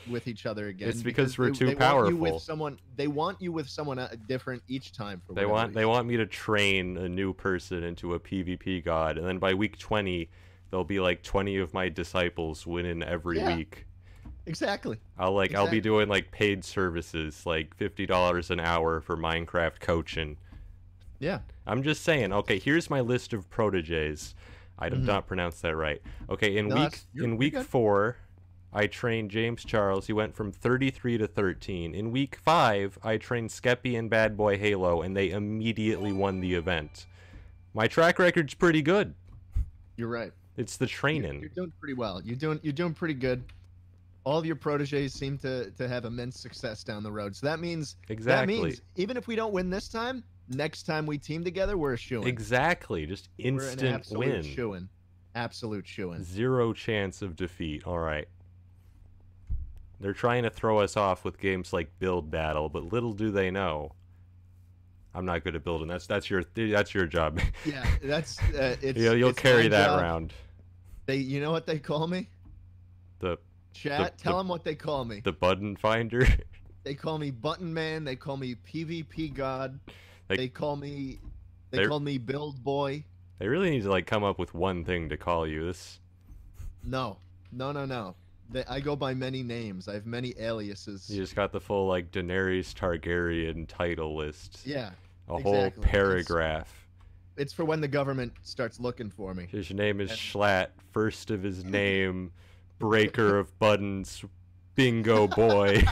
Speaker 1: with each other again.
Speaker 2: It's because we're too
Speaker 1: they, they Want you
Speaker 2: powerful.
Speaker 1: with someone, they want you with someone uh, different each time. For
Speaker 2: They
Speaker 1: whatever
Speaker 2: want they
Speaker 1: reason.
Speaker 2: want me to train a new person into a PvP god and then by week 20 there'll be like 20 of my disciples winning every
Speaker 1: Yeah.
Speaker 2: week.
Speaker 1: Exactly.
Speaker 2: I'll like I'll be
Speaker 1: Exactly.
Speaker 2: doing like paid services, like fifty dollars an hour for Minecraft coaching.
Speaker 1: Yeah.
Speaker 2: I'm just saying. Okay, here's my list of proteges. I did
Speaker 1: Mhm.
Speaker 2: not pronounce that right. Okay, in
Speaker 1: No,
Speaker 2: week
Speaker 1: that's- you're-
Speaker 2: in
Speaker 1: you're
Speaker 2: week
Speaker 1: good.
Speaker 2: four, I trained James Charles. He went from 33 to 13. In week five, I trained Skeppy and Bad Boy Halo, and they immediately won the event. My track record's pretty good.
Speaker 1: You're right.
Speaker 2: It's the
Speaker 1: You're,
Speaker 2: training.
Speaker 1: you're doing pretty well. You're doing you're doing pretty good. All of your proteges seem to to have immense success down the road. So that means
Speaker 2: Exactly.
Speaker 1: that means even if we don't win this time, next time we team together, we're a shoo-in.
Speaker 2: exactly. Just
Speaker 1: We're an
Speaker 2: instant
Speaker 1: absolute
Speaker 2: win.
Speaker 1: shoo-in. Absolute shoo-in.
Speaker 2: Zero chance of defeat. All right. They're trying to throw us off with games like Build Battle, but little do they know. I'm not good at building. That's that's your that's your job. <laughs>
Speaker 1: Yeah, that's uh, it's.
Speaker 2: you'll you'll
Speaker 1: it's
Speaker 2: carry
Speaker 1: my
Speaker 2: that
Speaker 1: job.
Speaker 2: round.
Speaker 1: They, you know what they call me?
Speaker 2: The
Speaker 1: Chat.
Speaker 2: the-
Speaker 1: tell them what they call me.
Speaker 2: the button finder. <laughs>
Speaker 1: They call me Button Man. They call me PvP God.
Speaker 2: Like-
Speaker 1: they call me. They
Speaker 2: They're-
Speaker 1: call me Build Boy.
Speaker 2: they really need to like come up with one thing to call you. This
Speaker 1: No, no, no, no. They, I go by many names. I have many aliases.
Speaker 2: you just got the full like Daenerys Targaryen title list.
Speaker 1: Yeah,
Speaker 2: a whole
Speaker 1: exactly. It's-
Speaker 2: paragraph.
Speaker 1: it's for when the government starts looking for me.
Speaker 2: His name is
Speaker 1: And-
Speaker 2: Schlatt, first of his name, breaker of buttons,
Speaker 1: <laughs>
Speaker 2: bingo boy,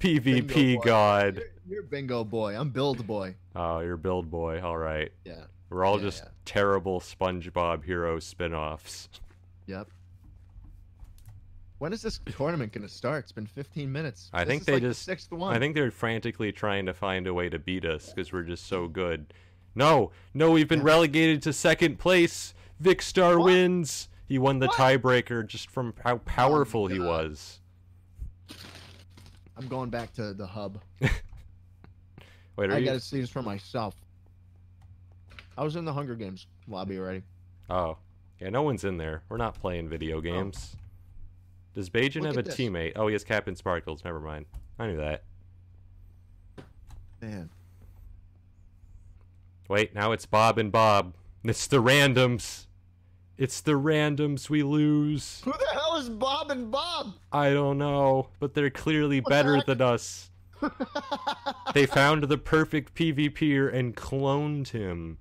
Speaker 2: PvP
Speaker 1: Bingo boy.
Speaker 2: god.
Speaker 1: You're, you're Bingo Boy. I'm Build Boy.
Speaker 2: Oh, you're build boy. All right.
Speaker 1: Yeah.
Speaker 2: We're all
Speaker 1: Yeah,
Speaker 2: just
Speaker 1: yeah.
Speaker 2: terrible SpongeBob hero spin-offs.
Speaker 1: Yep. When is this tournament gonna start? It's been 15 minutes.
Speaker 2: I
Speaker 1: This
Speaker 2: think
Speaker 1: is
Speaker 2: they
Speaker 1: like the
Speaker 2: just-
Speaker 1: sixth one.
Speaker 2: I think they're frantically trying to find a way to beat us because we're just so good. No, no, we've been
Speaker 1: Yeah.
Speaker 2: relegated to second place. Vic Star
Speaker 1: What?
Speaker 2: wins. He won the
Speaker 1: What? Oh
Speaker 2: tiebreaker just from how powerful he
Speaker 1: God.
Speaker 2: was.
Speaker 1: I'm going back to the hub.
Speaker 2: Wait, are
Speaker 1: I
Speaker 2: you?
Speaker 1: gotta see this for myself. I was in the Hunger Games lobby already.
Speaker 2: Oh. Yeah, no one's in there. We're not playing video games. Does Bajan
Speaker 1: Oh. Look
Speaker 2: have a
Speaker 1: at this.
Speaker 2: teammate? Oh, he has Captain Sparkles. Never mind. I knew that.
Speaker 1: Man,
Speaker 2: Wait, now it's Bob and Bob. It's the randoms. It's the randoms we lose.
Speaker 1: who the hell is Bob and Bob? <laughs>
Speaker 2: I don't know, but they're clearly
Speaker 1: the
Speaker 2: better
Speaker 1: heck?
Speaker 2: than us. They found the perfect PvPer and cloned him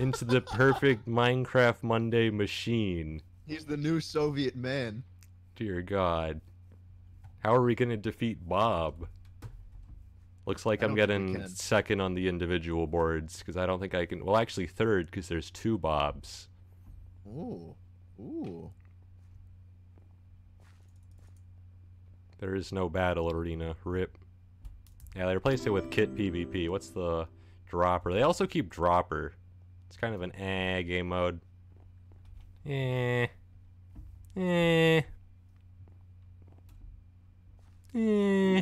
Speaker 2: into the perfect Minecraft Monday machine.
Speaker 1: He's the new Soviet man.
Speaker 2: Dear God. How are we going to defeat Bob? Looks like
Speaker 1: I
Speaker 2: I'm
Speaker 1: don't think we
Speaker 2: getting
Speaker 1: can.
Speaker 2: second on the individual boards because I don't think I can. Well, actually, third because there's two Bobs.
Speaker 1: Ooh, ooh.
Speaker 2: There is no battle arena. Rip. Yeah, they replaced it with kit PvP. What's the dropper? They also keep dropper. It's kind of an eh game mode. Eh. Eh. Eh.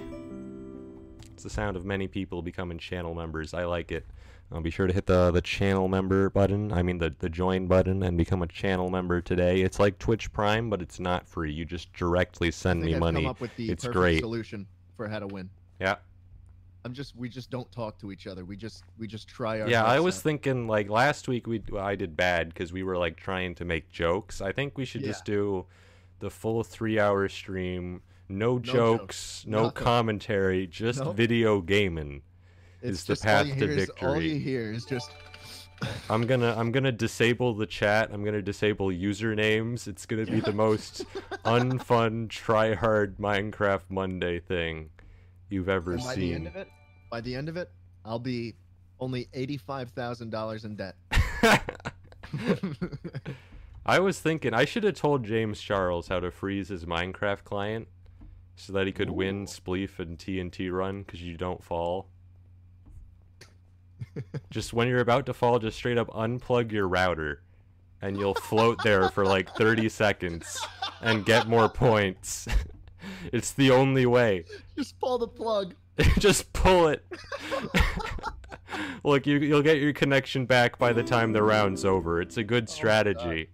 Speaker 2: It's the sound of many people becoming channel members. I like it. Uh, be sure to hit the, the channel member button, I mean the, the join button, and become a channel member today. It's like Twitch Prime, but it's not free. You just directly
Speaker 1: I
Speaker 2: send
Speaker 1: think
Speaker 2: me
Speaker 1: I've
Speaker 2: money.
Speaker 1: come up with the
Speaker 2: It's
Speaker 1: perfect
Speaker 2: great.
Speaker 1: solution for how to win.
Speaker 2: Yeah.
Speaker 1: I'm just we just don't talk to each other. We just we just try our
Speaker 2: Yeah, I
Speaker 1: hearts
Speaker 2: was
Speaker 1: out.
Speaker 2: thinking like last week we well, I did bad because we were like trying to make jokes. I think we should
Speaker 1: Yeah.
Speaker 2: just do the full three-hour stream, no,
Speaker 1: jokes,
Speaker 2: jokes, no
Speaker 1: nothing.
Speaker 2: commentary, just
Speaker 1: Nope.
Speaker 2: video gaming.
Speaker 1: it's
Speaker 2: is the
Speaker 1: just all
Speaker 2: path
Speaker 1: you
Speaker 2: to
Speaker 1: hear is- All
Speaker 2: victory.
Speaker 1: you hear is just
Speaker 2: I'm gonna I'm gonna disable the chat. I'm gonna disable usernames. It's gonna be
Speaker 1: <laughs>
Speaker 2: the most unfun, try-hard Minecraft Monday thing you've ever
Speaker 1: and by the end
Speaker 2: seen.
Speaker 1: of it, by the end of it, I'll be only eighty-five thousand dollars in debt. <laughs>
Speaker 2: <laughs> I was thinking I should have told James Charles how to freeze his Minecraft client so that he could win
Speaker 1: Ooh.
Speaker 2: Spleef and TNT run because you don't fall. just when you're about to fall, just straight up unplug your router and you'll float there for like 30 seconds and get more points. <laughs> it's the only way.
Speaker 1: just pull the plug.
Speaker 2: <laughs> just pull it. Look, you, you'll get your connection back by the time the round's over. It's a good strategy.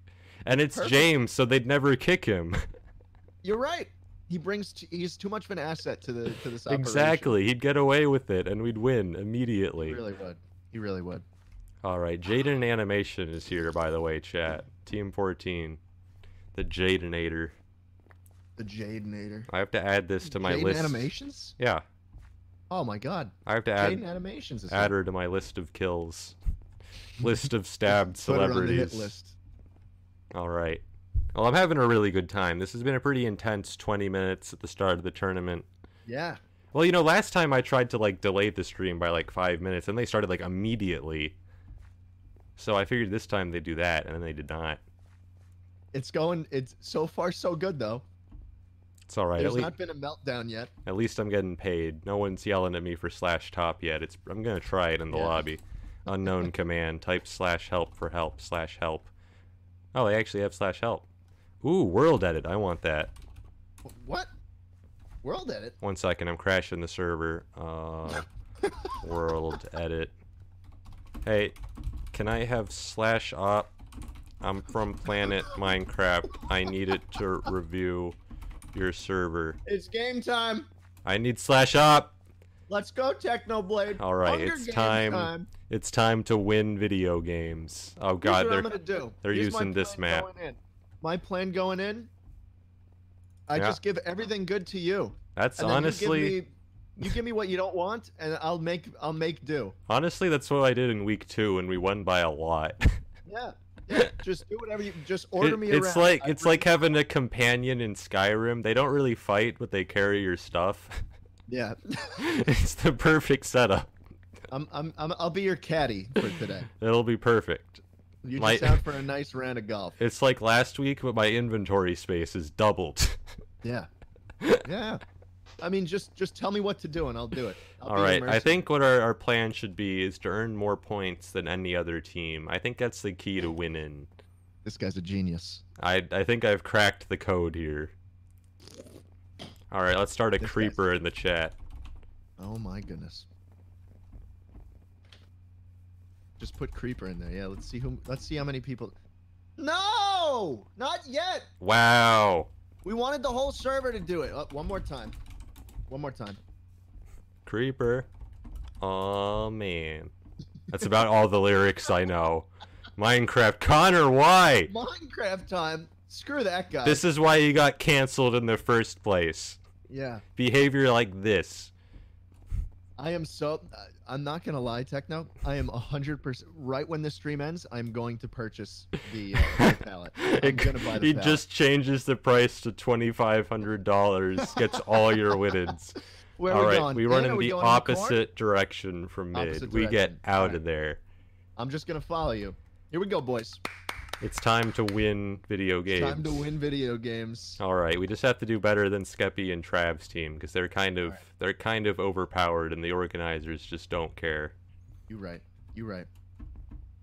Speaker 2: and it's
Speaker 1: Oh, Perfect.
Speaker 2: James, so they'd never kick him. <laughs>
Speaker 1: You're right. He brings t- he's too much of an asset to the to this operation.
Speaker 2: exactly. He'd get away with it, and we'd win
Speaker 1: He
Speaker 2: immediately.
Speaker 1: really would. He really would.
Speaker 2: All right, Jaden Animation is here, by the way, chat. Team 14. The Jadenator.
Speaker 1: The Jadenator.
Speaker 2: I have to add this to my
Speaker 1: Jaden
Speaker 2: list.
Speaker 1: Animations?
Speaker 2: Yeah,
Speaker 1: Oh my god.
Speaker 2: I have to
Speaker 1: Jaden
Speaker 2: add
Speaker 1: Animations is
Speaker 2: add
Speaker 1: here.
Speaker 2: her to my list of kills. <laughs> list of stabbed
Speaker 1: Put her on the hit
Speaker 2: celebrities.
Speaker 1: list.
Speaker 2: All right. Well, I'm having a really good time. This has been a pretty intense 20 minutes at the start of the tournament.
Speaker 1: Yeah.
Speaker 2: Well, you know, last time I tried to like delay the stream by like five minutes, and they started like immediately. So I figured this time they'd do that, and then they did not.
Speaker 1: It's going it's so far so good though.
Speaker 2: It's all right. At,
Speaker 1: There's
Speaker 2: lea-
Speaker 1: not been a meltdown yet.
Speaker 2: at least I'm getting paid. No one's yelling at me for slash top yet. It's I'm gonna try it in the
Speaker 1: Yeah.
Speaker 2: lobby.
Speaker 1: <laughs>
Speaker 2: Unknown command. Type slash help for help slash help. Oh, they actually have slash help. Ooh, world edit. I want that.
Speaker 1: Wh- What? World edit.
Speaker 2: One second, I'm crashing the server. Uh, world edit. Hey, can I have slash op? I'm from planet Minecraft. I need it to review your server.
Speaker 1: It's game time.
Speaker 2: I need slash op.
Speaker 1: Let's go, Technoblade.
Speaker 2: All right,
Speaker 1: Hunger
Speaker 2: it's
Speaker 1: Games
Speaker 2: time.
Speaker 1: time.
Speaker 2: It's time to win video games. Oh
Speaker 1: Here's
Speaker 2: god,
Speaker 1: what I'm
Speaker 2: they're
Speaker 1: gonna do.
Speaker 2: they're
Speaker 1: Here's my
Speaker 2: using this
Speaker 1: plan
Speaker 2: map.
Speaker 1: going in. My plan going in. I
Speaker 2: Yeah.
Speaker 1: just give everything good to you.
Speaker 2: that's
Speaker 1: and then
Speaker 2: honestly
Speaker 1: you give, me, you give me what you don't want, and I'll make I'll make do.
Speaker 2: honestly that's what I did in week two and we won by a lot. <laughs>
Speaker 1: Yeah, yeah. just do whatever you just order
Speaker 2: It-
Speaker 1: me
Speaker 2: it's
Speaker 1: around.
Speaker 2: like
Speaker 1: I
Speaker 2: it's
Speaker 1: bring-
Speaker 2: like having a companion in Skyrim. They don't really fight, but they carry your stuff. <laughs>
Speaker 1: yeah.
Speaker 2: it's the perfect setup.
Speaker 1: I'm, I'm I'm I'll be your caddy for today.
Speaker 2: It'll be perfect.
Speaker 1: You
Speaker 2: My-
Speaker 1: just out for a nice round of golf.
Speaker 2: It's like last week, but my inventory space is doubled. <laughs>
Speaker 1: Yeah, yeah. I mean, just just tell me what to do, and I'll do it. I'll
Speaker 2: <laughs> All
Speaker 1: be your
Speaker 2: right. I
Speaker 1: mercy.
Speaker 2: think what our, our plan should be is to earn more points than any other team. I think that's the key to winning.
Speaker 1: this guy's a genius.
Speaker 2: I I think I've cracked the code here. All right, let's start a
Speaker 1: This guy's-
Speaker 2: creeper in the chat.
Speaker 1: Oh my goodness. Just put creeper in there. Yeah, let's see who. Let's see how many people. No, not yet.
Speaker 2: Wow.
Speaker 1: We wanted the whole server to do it. Oh, one more time. One more time.
Speaker 2: Creeper. Oh man. That's about all the lyrics I know. Minecraft Connor, why?
Speaker 1: Minecraft time. Screw that guy.
Speaker 2: This is why you got canceled in the first place.
Speaker 1: yeah.
Speaker 2: Behavior like this.
Speaker 1: I am so. I- I'm not gonna lie, Techno. I am hundred percent. Right when this stream ends, I'm going to purchase the, uh, the
Speaker 2: <laughs>
Speaker 1: pallet. I'm
Speaker 2: It-
Speaker 1: gonna buy the
Speaker 2: he
Speaker 1: pallet.
Speaker 2: just changes the price to twenty five hundred dollars, gets all your winnings.
Speaker 1: <laughs> Where
Speaker 2: all
Speaker 1: we
Speaker 2: right,
Speaker 1: going?
Speaker 2: we
Speaker 1: In?
Speaker 2: run
Speaker 1: Are
Speaker 2: in
Speaker 1: we
Speaker 2: the
Speaker 1: going in the corn?
Speaker 2: opposite direction from mid.
Speaker 1: Opposite
Speaker 2: we get
Speaker 1: direction.
Speaker 2: out
Speaker 1: Alright.
Speaker 2: of there.
Speaker 1: I'm just gonna follow you. Here we go, boys.
Speaker 2: It's time to win video games.
Speaker 1: Time to win video games.
Speaker 2: All right, we just have to do better than Skeppy and Trav's team because they're kind of
Speaker 1: All right.
Speaker 2: they're kind of overpowered and the organizers just don't care.
Speaker 1: You right. You right.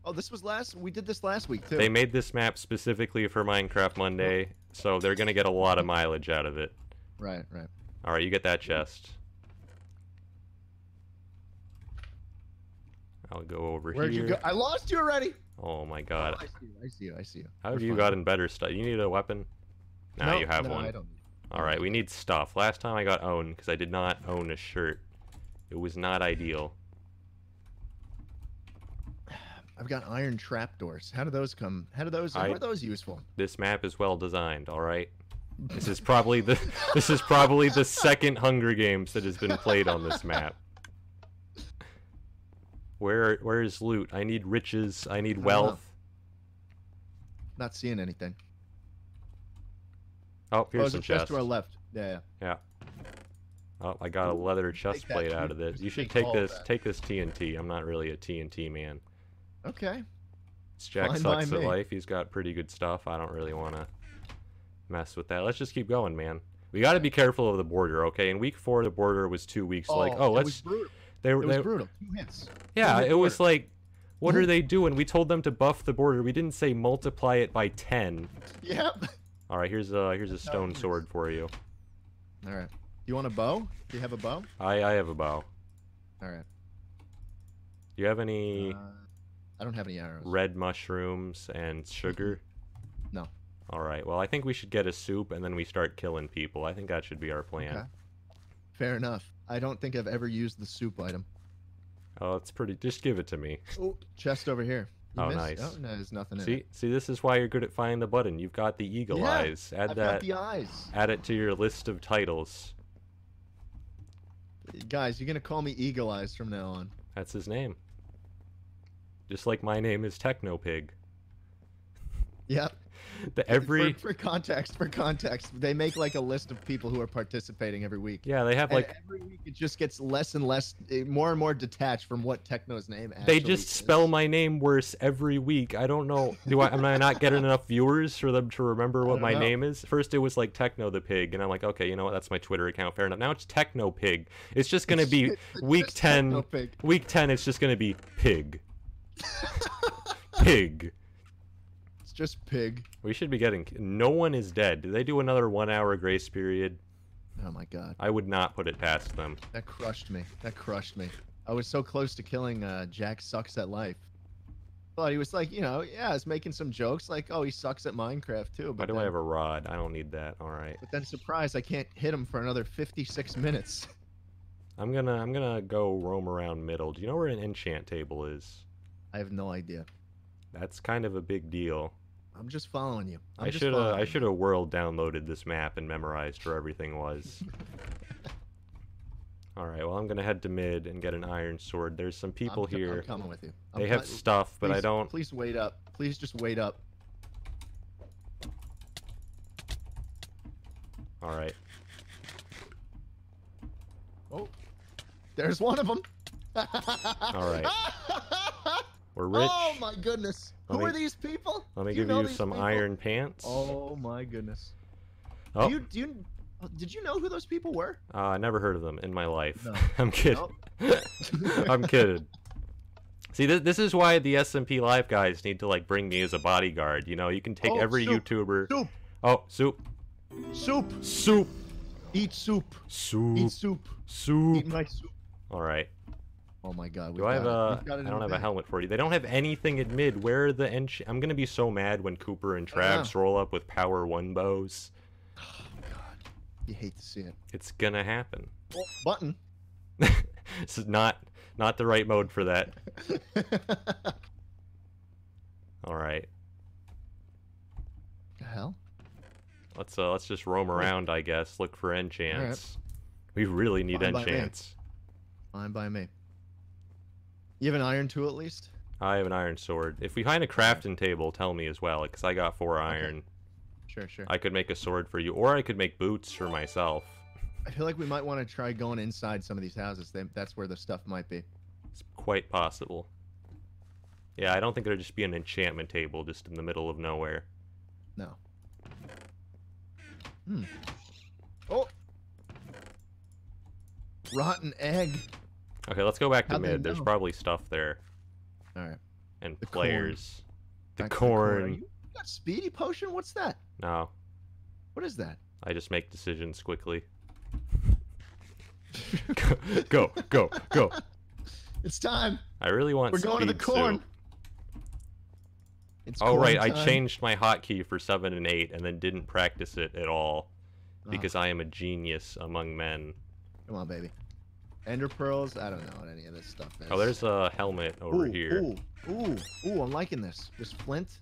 Speaker 1: Oh, this was last. We did this last week too.
Speaker 2: They made this map specifically for Minecraft Monday, so they're gonna get a lot of mileage out of it.
Speaker 1: right. Right.
Speaker 2: All right, you get that chest. I'll go over
Speaker 1: Where'd
Speaker 2: here.
Speaker 1: you go? I lost you already.
Speaker 2: Oh my god,
Speaker 1: Oh, I see you. I see you. I see you.
Speaker 2: how
Speaker 1: We're
Speaker 2: have you
Speaker 1: fine.
Speaker 2: gotten better stuff? You need a weapon? Now
Speaker 1: No,
Speaker 2: you have
Speaker 1: no,
Speaker 2: one.
Speaker 1: I don't. need
Speaker 2: All right, we need stuff. Last time I got owned because I did not own a shirt. It was not ideal.
Speaker 1: it. I've got iron trapdoors. How do those come? How do those?
Speaker 2: I-
Speaker 1: How are those useful?
Speaker 2: This map is well designed, all right. This is probably the <laughs> this is probably the second Hunger Games that has been played on this map. Where where is loot? I need riches. I need
Speaker 1: don't know.
Speaker 2: wealth.
Speaker 1: <laughs> Not seeing anything.
Speaker 2: Oh,
Speaker 1: oh,
Speaker 2: here's
Speaker 1: there's a
Speaker 2: some
Speaker 1: chest
Speaker 2: chests.
Speaker 1: to our left. Yeah. yeah.
Speaker 2: Oh, I got a leather chest
Speaker 1: that.
Speaker 2: plate out
Speaker 1: You
Speaker 2: of this.
Speaker 1: just
Speaker 2: You should
Speaker 1: take
Speaker 2: take
Speaker 1: all of
Speaker 2: this.
Speaker 1: that.
Speaker 2: Take this TNT. I'm not really a TNT man.
Speaker 1: Okay.
Speaker 2: This Jack
Speaker 1: Fine by
Speaker 2: sucks at
Speaker 1: me.
Speaker 2: life. He's got pretty good stuff. I don't really want to mess with that. Let's just keep going, man. We got to be careful of the border, okay? In week four, the border was two weeks. like, oh,
Speaker 1: it
Speaker 2: let's
Speaker 1: was brutal.
Speaker 2: they
Speaker 1: It
Speaker 2: were
Speaker 1: was
Speaker 2: they,
Speaker 1: brutal. Two hits. <laughs>
Speaker 2: Yeah,
Speaker 1: During
Speaker 2: it
Speaker 1: the
Speaker 2: was
Speaker 1: border.
Speaker 2: like, what are they doing? We told them to buff the border. We didn't say multiply it by ten.
Speaker 1: Yep.
Speaker 2: All right, here's a here's a
Speaker 1: how it
Speaker 2: stone
Speaker 1: works.
Speaker 2: sword for you.
Speaker 1: All right. You want a bow? Do you have a bow?
Speaker 2: I I have a bow.
Speaker 1: All right.
Speaker 2: Do you have any
Speaker 1: Uh, I don't have any arrows.
Speaker 2: red mushrooms and sugar?
Speaker 1: No.
Speaker 2: All right. Well, I think we should get a soup and then we start killing people. I think that should be our plan.
Speaker 1: Okay. Fair enough. I don't think I've ever used the soup item.
Speaker 2: Oh, it's pretty. Just give it to me.
Speaker 1: Oh, chest over here. You
Speaker 2: Oh,
Speaker 1: missed?
Speaker 2: nice.
Speaker 1: Oh, no, there's nothing in
Speaker 2: See,
Speaker 1: it.
Speaker 2: see, this is why you're good at finding the button. You've got the eagle
Speaker 1: Yeah,
Speaker 2: eyes. Add
Speaker 1: I've got
Speaker 2: that.
Speaker 1: the eyes.
Speaker 2: Add it to your list of titles.
Speaker 1: Guys, you're gonna call me Eagle Eyes from now on.
Speaker 2: That's his name. Just like my name is Techno Pig.
Speaker 1: Yep.
Speaker 2: The <laughs> every
Speaker 1: for, for context, for context, they make like a list of people who are participating every week.
Speaker 2: yeah, they have
Speaker 1: And
Speaker 2: like
Speaker 1: every week, it just gets less and less, eh, more and more detached from what Techno's name.
Speaker 2: they
Speaker 1: actually
Speaker 2: just
Speaker 1: is.
Speaker 2: spell my name worse every week. I don't know. Do I am I not getting enough viewers for them to remember what
Speaker 1: don't
Speaker 2: my
Speaker 1: know.
Speaker 2: name is? First it was like Techno the Pig, and I'm like, okay, you know what? That's my Twitter account. Fair enough. Now it's Techno Pig. It's just gonna be
Speaker 1: <laughs> It's
Speaker 2: week
Speaker 1: just
Speaker 2: 10
Speaker 1: Techno Pig.
Speaker 2: week ten. It's just gonna be pig. pig.
Speaker 1: It's just pig.
Speaker 2: We should be getting. No one is dead. Do they do another one hour grace period?
Speaker 1: Oh my god,
Speaker 2: I would not put it past them.
Speaker 1: that crushed me. That crushed me. I was so close to killing uh, Jack. Sucks at life. Thought he was like, you know, yeah, it's making some jokes like, oh, he sucks at Minecraft too.
Speaker 2: Why
Speaker 1: But
Speaker 2: do
Speaker 1: then,
Speaker 2: I have a rod? I don't need that. All right.
Speaker 1: But then, surprise, I can't hit him for another 56 minutes. <laughs>
Speaker 2: I'm gonna I'm gonna go roam around middle. Do you know where an enchant table is?
Speaker 1: I have no idea.
Speaker 2: That's kind of a big deal.
Speaker 1: I'm just following you. I'm
Speaker 2: I
Speaker 1: just um,
Speaker 2: should have
Speaker 1: following
Speaker 2: I
Speaker 1: you.
Speaker 2: should have world downloaded this map and memorized where everything
Speaker 1: <laughs>
Speaker 2: was. All right. Well, I'm gonna head to mid and get an iron sword. There's some
Speaker 1: I'm
Speaker 2: people
Speaker 1: co- I'm
Speaker 2: here.
Speaker 1: coming with you. I'm
Speaker 2: They have
Speaker 1: co-
Speaker 2: stuff, but I
Speaker 1: please-
Speaker 2: don't.
Speaker 1: Please wait up. Please just wait up.
Speaker 2: All right.
Speaker 1: Oh, there's one
Speaker 2: <laughs>
Speaker 1: of them. All <laughs>
Speaker 2: right. We're rich.
Speaker 1: Oh my goodness.
Speaker 2: Let
Speaker 1: Who
Speaker 2: me-
Speaker 1: are these people?
Speaker 2: Let me
Speaker 1: Do you
Speaker 2: give
Speaker 1: know
Speaker 2: you,
Speaker 1: these
Speaker 2: some
Speaker 1: people?
Speaker 2: iron pants.
Speaker 1: Oh my goodness.
Speaker 2: Oh.
Speaker 1: Do you do you oh, did you know who those people were?
Speaker 2: Uh, I never heard of them in my life.
Speaker 1: No.
Speaker 2: <laughs> I'm kidding. <laughs> I'm kidding. See, this, this is why the SMP Live guys need to like bring me as a bodyguard. You know, you can take
Speaker 1: Oh,
Speaker 2: every
Speaker 1: soup,
Speaker 2: YouTuber.
Speaker 1: Soup.
Speaker 2: Oh, soup,
Speaker 1: Soup.
Speaker 2: soup,
Speaker 1: Eat soup.
Speaker 2: soup,
Speaker 1: Eat soup. Eat
Speaker 2: soup.
Speaker 1: my soup.
Speaker 2: All right.
Speaker 1: Oh my god.
Speaker 2: Do
Speaker 1: we've
Speaker 2: I have
Speaker 1: got it.
Speaker 2: a?
Speaker 1: We've
Speaker 2: I
Speaker 1: got it in
Speaker 2: don't
Speaker 1: the
Speaker 2: have a
Speaker 1: bag.
Speaker 2: helmet for you. They don't have anything at mid. Where are the ench? I'm gonna be so mad when Cooper and
Speaker 1: I know.
Speaker 2: Travs roll up with power one bows.
Speaker 1: Oh god. You hate to see it.
Speaker 2: It's gonna happen.
Speaker 1: Oh, button.
Speaker 2: This is not not the right mode for that.
Speaker 1: <laughs> the
Speaker 2: All right.
Speaker 1: hell?
Speaker 2: Let's uh let's just roam around, I guess. Look for enchants. We really need
Speaker 1: Fine by me.
Speaker 2: enchants.
Speaker 1: Fine by me. You have an iron tool at least?
Speaker 2: I have an iron sword. If we find a crafting table, tell me as well, because I got four iron.
Speaker 1: Sure, sure.
Speaker 2: I could make a sword for you, or I could make boots for myself.
Speaker 1: I feel like we might want to try going inside some of these houses. They, that's where the stuff might be.
Speaker 2: It's quite possible. Yeah, I don't think there'd just be an enchantment table just in the middle of nowhere.
Speaker 1: No. Hmm. Oh! Rotten egg!
Speaker 2: Okay, let's go back to
Speaker 1: How'd they
Speaker 2: mid. There's
Speaker 1: know?
Speaker 2: probably stuff there
Speaker 1: Alright.
Speaker 2: and
Speaker 1: The corn.
Speaker 2: players. The
Speaker 1: back to
Speaker 2: corn.
Speaker 1: Are You you got speedy potion? What's that?
Speaker 2: No,
Speaker 1: What is that? <laughs>
Speaker 2: I just make decisions quickly. go, go, go, go.
Speaker 1: It's time!
Speaker 2: I really want
Speaker 1: We're going to the
Speaker 2: speed
Speaker 1: corn!
Speaker 2: soup.
Speaker 1: It's
Speaker 2: Oh
Speaker 1: corn
Speaker 2: right, I
Speaker 1: time.
Speaker 2: changed my hotkey for 7 and 8 and then didn't practice it at all
Speaker 1: Ah,
Speaker 2: because I am a genius among men.
Speaker 1: come on, baby. Ender pearls? I don't know what any of this stuff is.
Speaker 2: Oh, there's a helmet over
Speaker 1: ooh,
Speaker 2: here.
Speaker 1: Ooh, ooh, ooh, I'm liking this. This flint.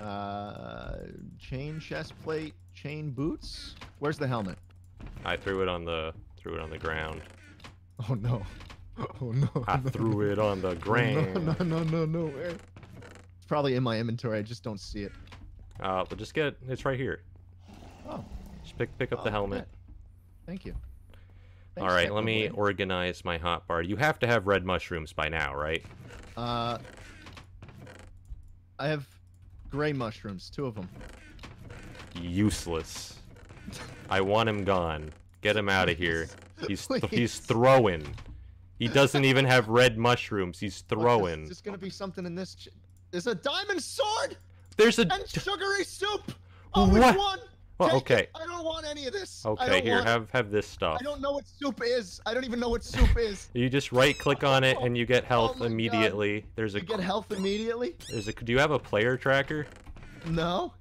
Speaker 1: Uh, chain chest plate, chain boots. Where's the helmet? <laughs>
Speaker 2: I threw it on the threw it on the ground.
Speaker 1: Oh no. <laughs> Oh no.
Speaker 2: I threw it on the
Speaker 1: <laughs>
Speaker 2: ground.
Speaker 1: No, no, no, no, no. Where? It's probably in my inventory. I just don't see it.
Speaker 2: Uh, but just get it. It's right here.
Speaker 1: Oh.
Speaker 2: Just pick pick up
Speaker 1: oh,
Speaker 2: the helmet.
Speaker 1: good. Thank you.
Speaker 2: All
Speaker 1: Thanks,
Speaker 2: right,
Speaker 1: Techno
Speaker 2: let me
Speaker 1: Blade.
Speaker 2: organize my hot bar. You have to have red mushrooms by now, right?
Speaker 1: Uh, I have gray mushrooms, two of them.
Speaker 2: Useless. I want him gone. Get him out of here. He's th-
Speaker 1: Please.
Speaker 2: he's throwing. He doesn't even have red mushrooms. He's
Speaker 1: Is
Speaker 2: throwing.
Speaker 1: this gonna be something in this? Ch- There's a diamond sword.
Speaker 2: There's a. <laughs>
Speaker 1: and sugary soup. Oh, which
Speaker 2: What?
Speaker 1: one?
Speaker 2: Well,
Speaker 1: Take
Speaker 2: okay.
Speaker 1: it. I don't want any of this. I
Speaker 2: Okay,
Speaker 1: don't
Speaker 2: here,
Speaker 1: want it.
Speaker 2: have have this stuff.
Speaker 1: I don't know what soup is. I don't even know what soup
Speaker 2: <laughs>
Speaker 1: is.
Speaker 2: You just right click on it and you get health
Speaker 1: Oh my God.
Speaker 2: immediately. There's a
Speaker 1: You get health immediately?
Speaker 2: there's a. Do you have a player tracker?
Speaker 1: No.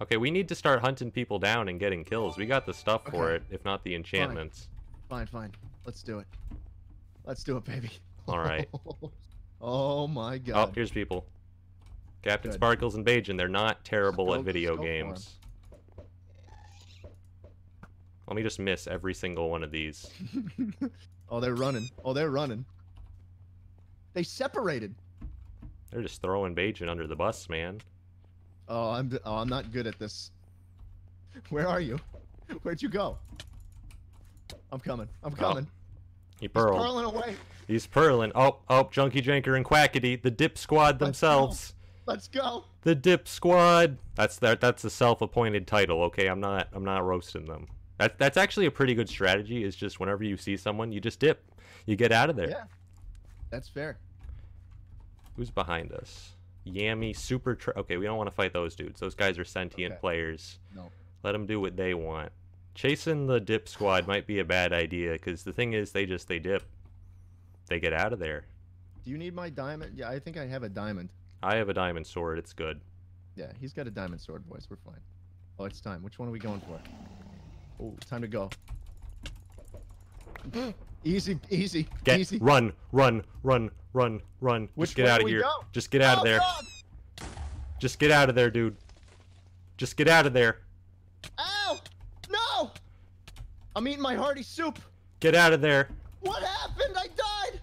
Speaker 2: Okay, we need to start hunting people down and getting kills. We got the stuff for it,
Speaker 1: Okay.
Speaker 2: if not the enchantments.
Speaker 1: Fine, fine. Let's do it. Let's do it, baby.
Speaker 2: All right.
Speaker 1: <laughs> Oh my
Speaker 2: Oh,
Speaker 1: god.
Speaker 2: here's people. Captain
Speaker 1: Good.
Speaker 2: Sparkles and Bajan, they're not terrible
Speaker 1: go-
Speaker 2: at
Speaker 1: just
Speaker 2: video
Speaker 1: go for 'em.
Speaker 2: games. Let me just miss every single one of these.
Speaker 1: <laughs> oh, they're running. Oh, they're running. They separated.
Speaker 2: They're just throwing Bajan under the bus, man.
Speaker 1: Oh, I'm oh, I'm not good at this. Where are you? Where'd you go? I'm coming.
Speaker 2: Oh,
Speaker 1: I'm coming.
Speaker 2: He
Speaker 1: He's
Speaker 2: purled.
Speaker 1: curling away.
Speaker 2: He's purling. Oh, oh, Junkie Janker and Quackity, the Dip Squad
Speaker 1: go.
Speaker 2: themselves.
Speaker 1: Let's go.
Speaker 2: The Dip Squad. That's their, That's a self-appointed title. Okay, I'm not. I'm not roasting them. That, that's actually a pretty good strategy. Is just whenever you see someone, you just dip. You get out of there.
Speaker 1: Yeah. That's fair.
Speaker 2: Who's behind us? Yami, Super. Tr- okay, we don't want to fight those dudes. Those guys are sentient
Speaker 1: Okay.
Speaker 2: players.
Speaker 1: No.
Speaker 2: Let them do what they want. Chasing the dip squad might be a bad idea because the thing is, they just they dip. They get out of there.
Speaker 1: Do you need my diamond? Yeah, I think I have a diamond.
Speaker 2: I have a diamond sword. It's good.
Speaker 1: Yeah, he's got a diamond sword, boys. We're fine. Oh, it's time. Which one are we going for? Oh, time to
Speaker 2: <gasps>
Speaker 1: go. easy, easy,
Speaker 2: Get
Speaker 1: easy.
Speaker 2: run, run, run, run, run.
Speaker 1: Which
Speaker 2: just get
Speaker 1: way
Speaker 2: out
Speaker 1: do
Speaker 2: of
Speaker 1: we
Speaker 2: here.
Speaker 1: go?
Speaker 2: Just get out
Speaker 1: Oh,
Speaker 2: of there.
Speaker 1: God!
Speaker 2: Just get out of there, dude. Just get out of there.
Speaker 1: Ow! No! I'm eating my hearty soup.
Speaker 2: Get out of there.
Speaker 1: What happened? I died.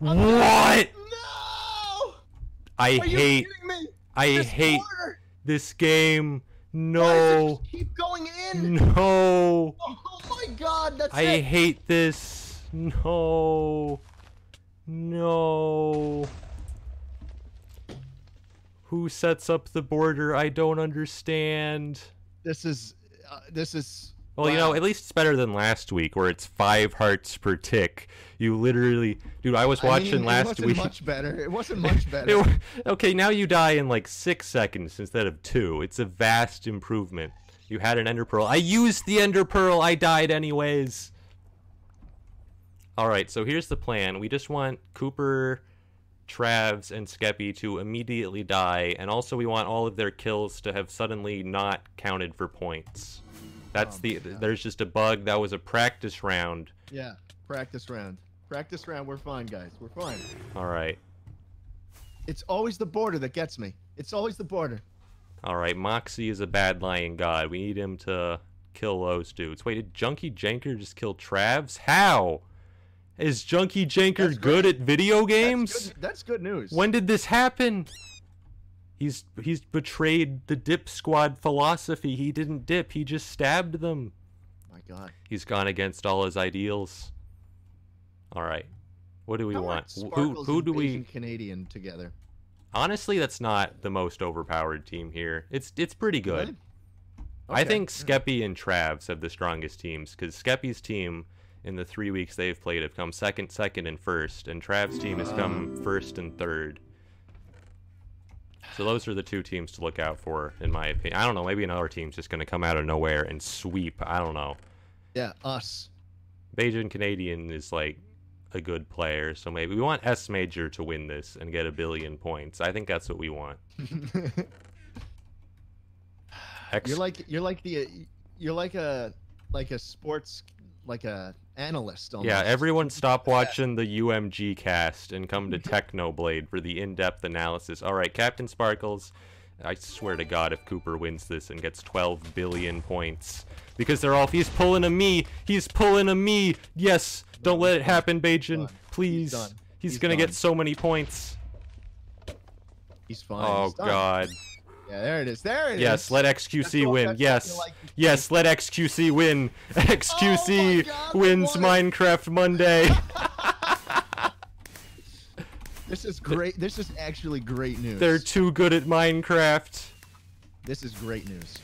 Speaker 2: What?
Speaker 1: No!
Speaker 2: I
Speaker 1: Are you
Speaker 2: hate.
Speaker 1: kidding me?
Speaker 2: I
Speaker 1: This
Speaker 2: hate
Speaker 1: border!
Speaker 2: this game.
Speaker 1: Why does it
Speaker 2: No.
Speaker 1: just keep going in.
Speaker 2: No.
Speaker 1: Oh my God! That's
Speaker 2: I
Speaker 1: it.
Speaker 2: hate this. No. No. Who sets up the border? I don't understand.
Speaker 1: This is. Uh, this is.
Speaker 2: Well, you know,
Speaker 1: Wow.
Speaker 2: at least it's better than last week where it's five hearts per tick. You literally, dude, I was
Speaker 1: I
Speaker 2: watching
Speaker 1: mean, it
Speaker 2: last
Speaker 1: wasn't
Speaker 2: week.
Speaker 1: Much better. It
Speaker 2: <laughs>
Speaker 1: wasn't much better.
Speaker 2: It wa- okay, now you die in like six seconds instead of two. It's a vast improvement. You had an Ender Pearl. I used the Ender Pearl. I died anyways. All right, so here's the plan. We just want Cooper, Travs, and Skeppy to immediately die, and also we want all of their kills to have suddenly not counted for points. That's
Speaker 1: Oh
Speaker 2: the.
Speaker 1: my God.
Speaker 2: There's just a bug. That was a practice round.
Speaker 1: Yeah, practice round. Practice round. We're fine, guys. We're fine.
Speaker 2: All right.
Speaker 1: It's always the border that gets me. It's always the border.
Speaker 2: All right, Moxie is a bad lion god. We need him to kill those dudes. Wait, did Junkie Janker just kill Travs? How? Is Junkie Janker
Speaker 1: That's
Speaker 2: good at video
Speaker 1: That's
Speaker 2: games?
Speaker 1: good- That's good, news.
Speaker 2: When did this happen? He's he's betrayed the dip squad philosophy. He didn't dip. He just stabbed them.
Speaker 1: My God.
Speaker 2: He's gone against all his ideals. All right. What do we
Speaker 1: How are
Speaker 2: want? Wh- Who
Speaker 1: Sparkles
Speaker 2: who
Speaker 1: and
Speaker 2: do we
Speaker 1: Bajan Canadian together?
Speaker 2: Honestly, that's not the most overpowered team here. It's it's pretty good.
Speaker 1: Really?
Speaker 2: I
Speaker 1: Okay. Hmm.
Speaker 2: think Skeppy and Travs have the strongest teams because Skeppy's team in the three weeks they've played have come second, second, and first, and Trav's team has come
Speaker 1: Ah.
Speaker 2: first and third. So those are the two teams to look out for, in my opinion. I don't know. Maybe another team's just going to come out of nowhere and sweep. I don't know.
Speaker 1: Yeah, us. <laughs>
Speaker 2: Bajan Canadian is like a good player, so maybe we want S Major to win this and get a billion points. I think that's what we want. X
Speaker 1: you're like you're like the uh, you're like a like a sports like a analyst. Almost.
Speaker 2: Yeah, everyone stop watching the UMG cast
Speaker 1: <laughs>
Speaker 2: and come to Technoblade for the in-depth analysis. All right, Captain Sparkles, I swear to God, if Cooper wins this and gets 12 billion points, because they're all he's pulling a me, he's pulling a me. Yes, don't let it happen,
Speaker 1: done.
Speaker 2: Bajan.
Speaker 1: He's
Speaker 2: Please,
Speaker 1: done.
Speaker 2: he's
Speaker 1: He's
Speaker 2: gonna get
Speaker 1: done.
Speaker 2: so many points.
Speaker 1: He's fine.
Speaker 2: Oh
Speaker 1: He's done.
Speaker 2: God.
Speaker 1: Yeah, there it is. There it is.
Speaker 2: Yes, let
Speaker 1: That's what
Speaker 2: XQC
Speaker 1: I'm
Speaker 2: win.
Speaker 1: talking
Speaker 2: Yes.
Speaker 1: like- Oh
Speaker 2: Yes, let XQC win. XQC
Speaker 1: God, we
Speaker 2: wins
Speaker 1: won <laughs>
Speaker 2: Minecraft Monday.
Speaker 1: This is great. This is actually great news.
Speaker 2: They're too good at Minecraft.
Speaker 1: this is great news.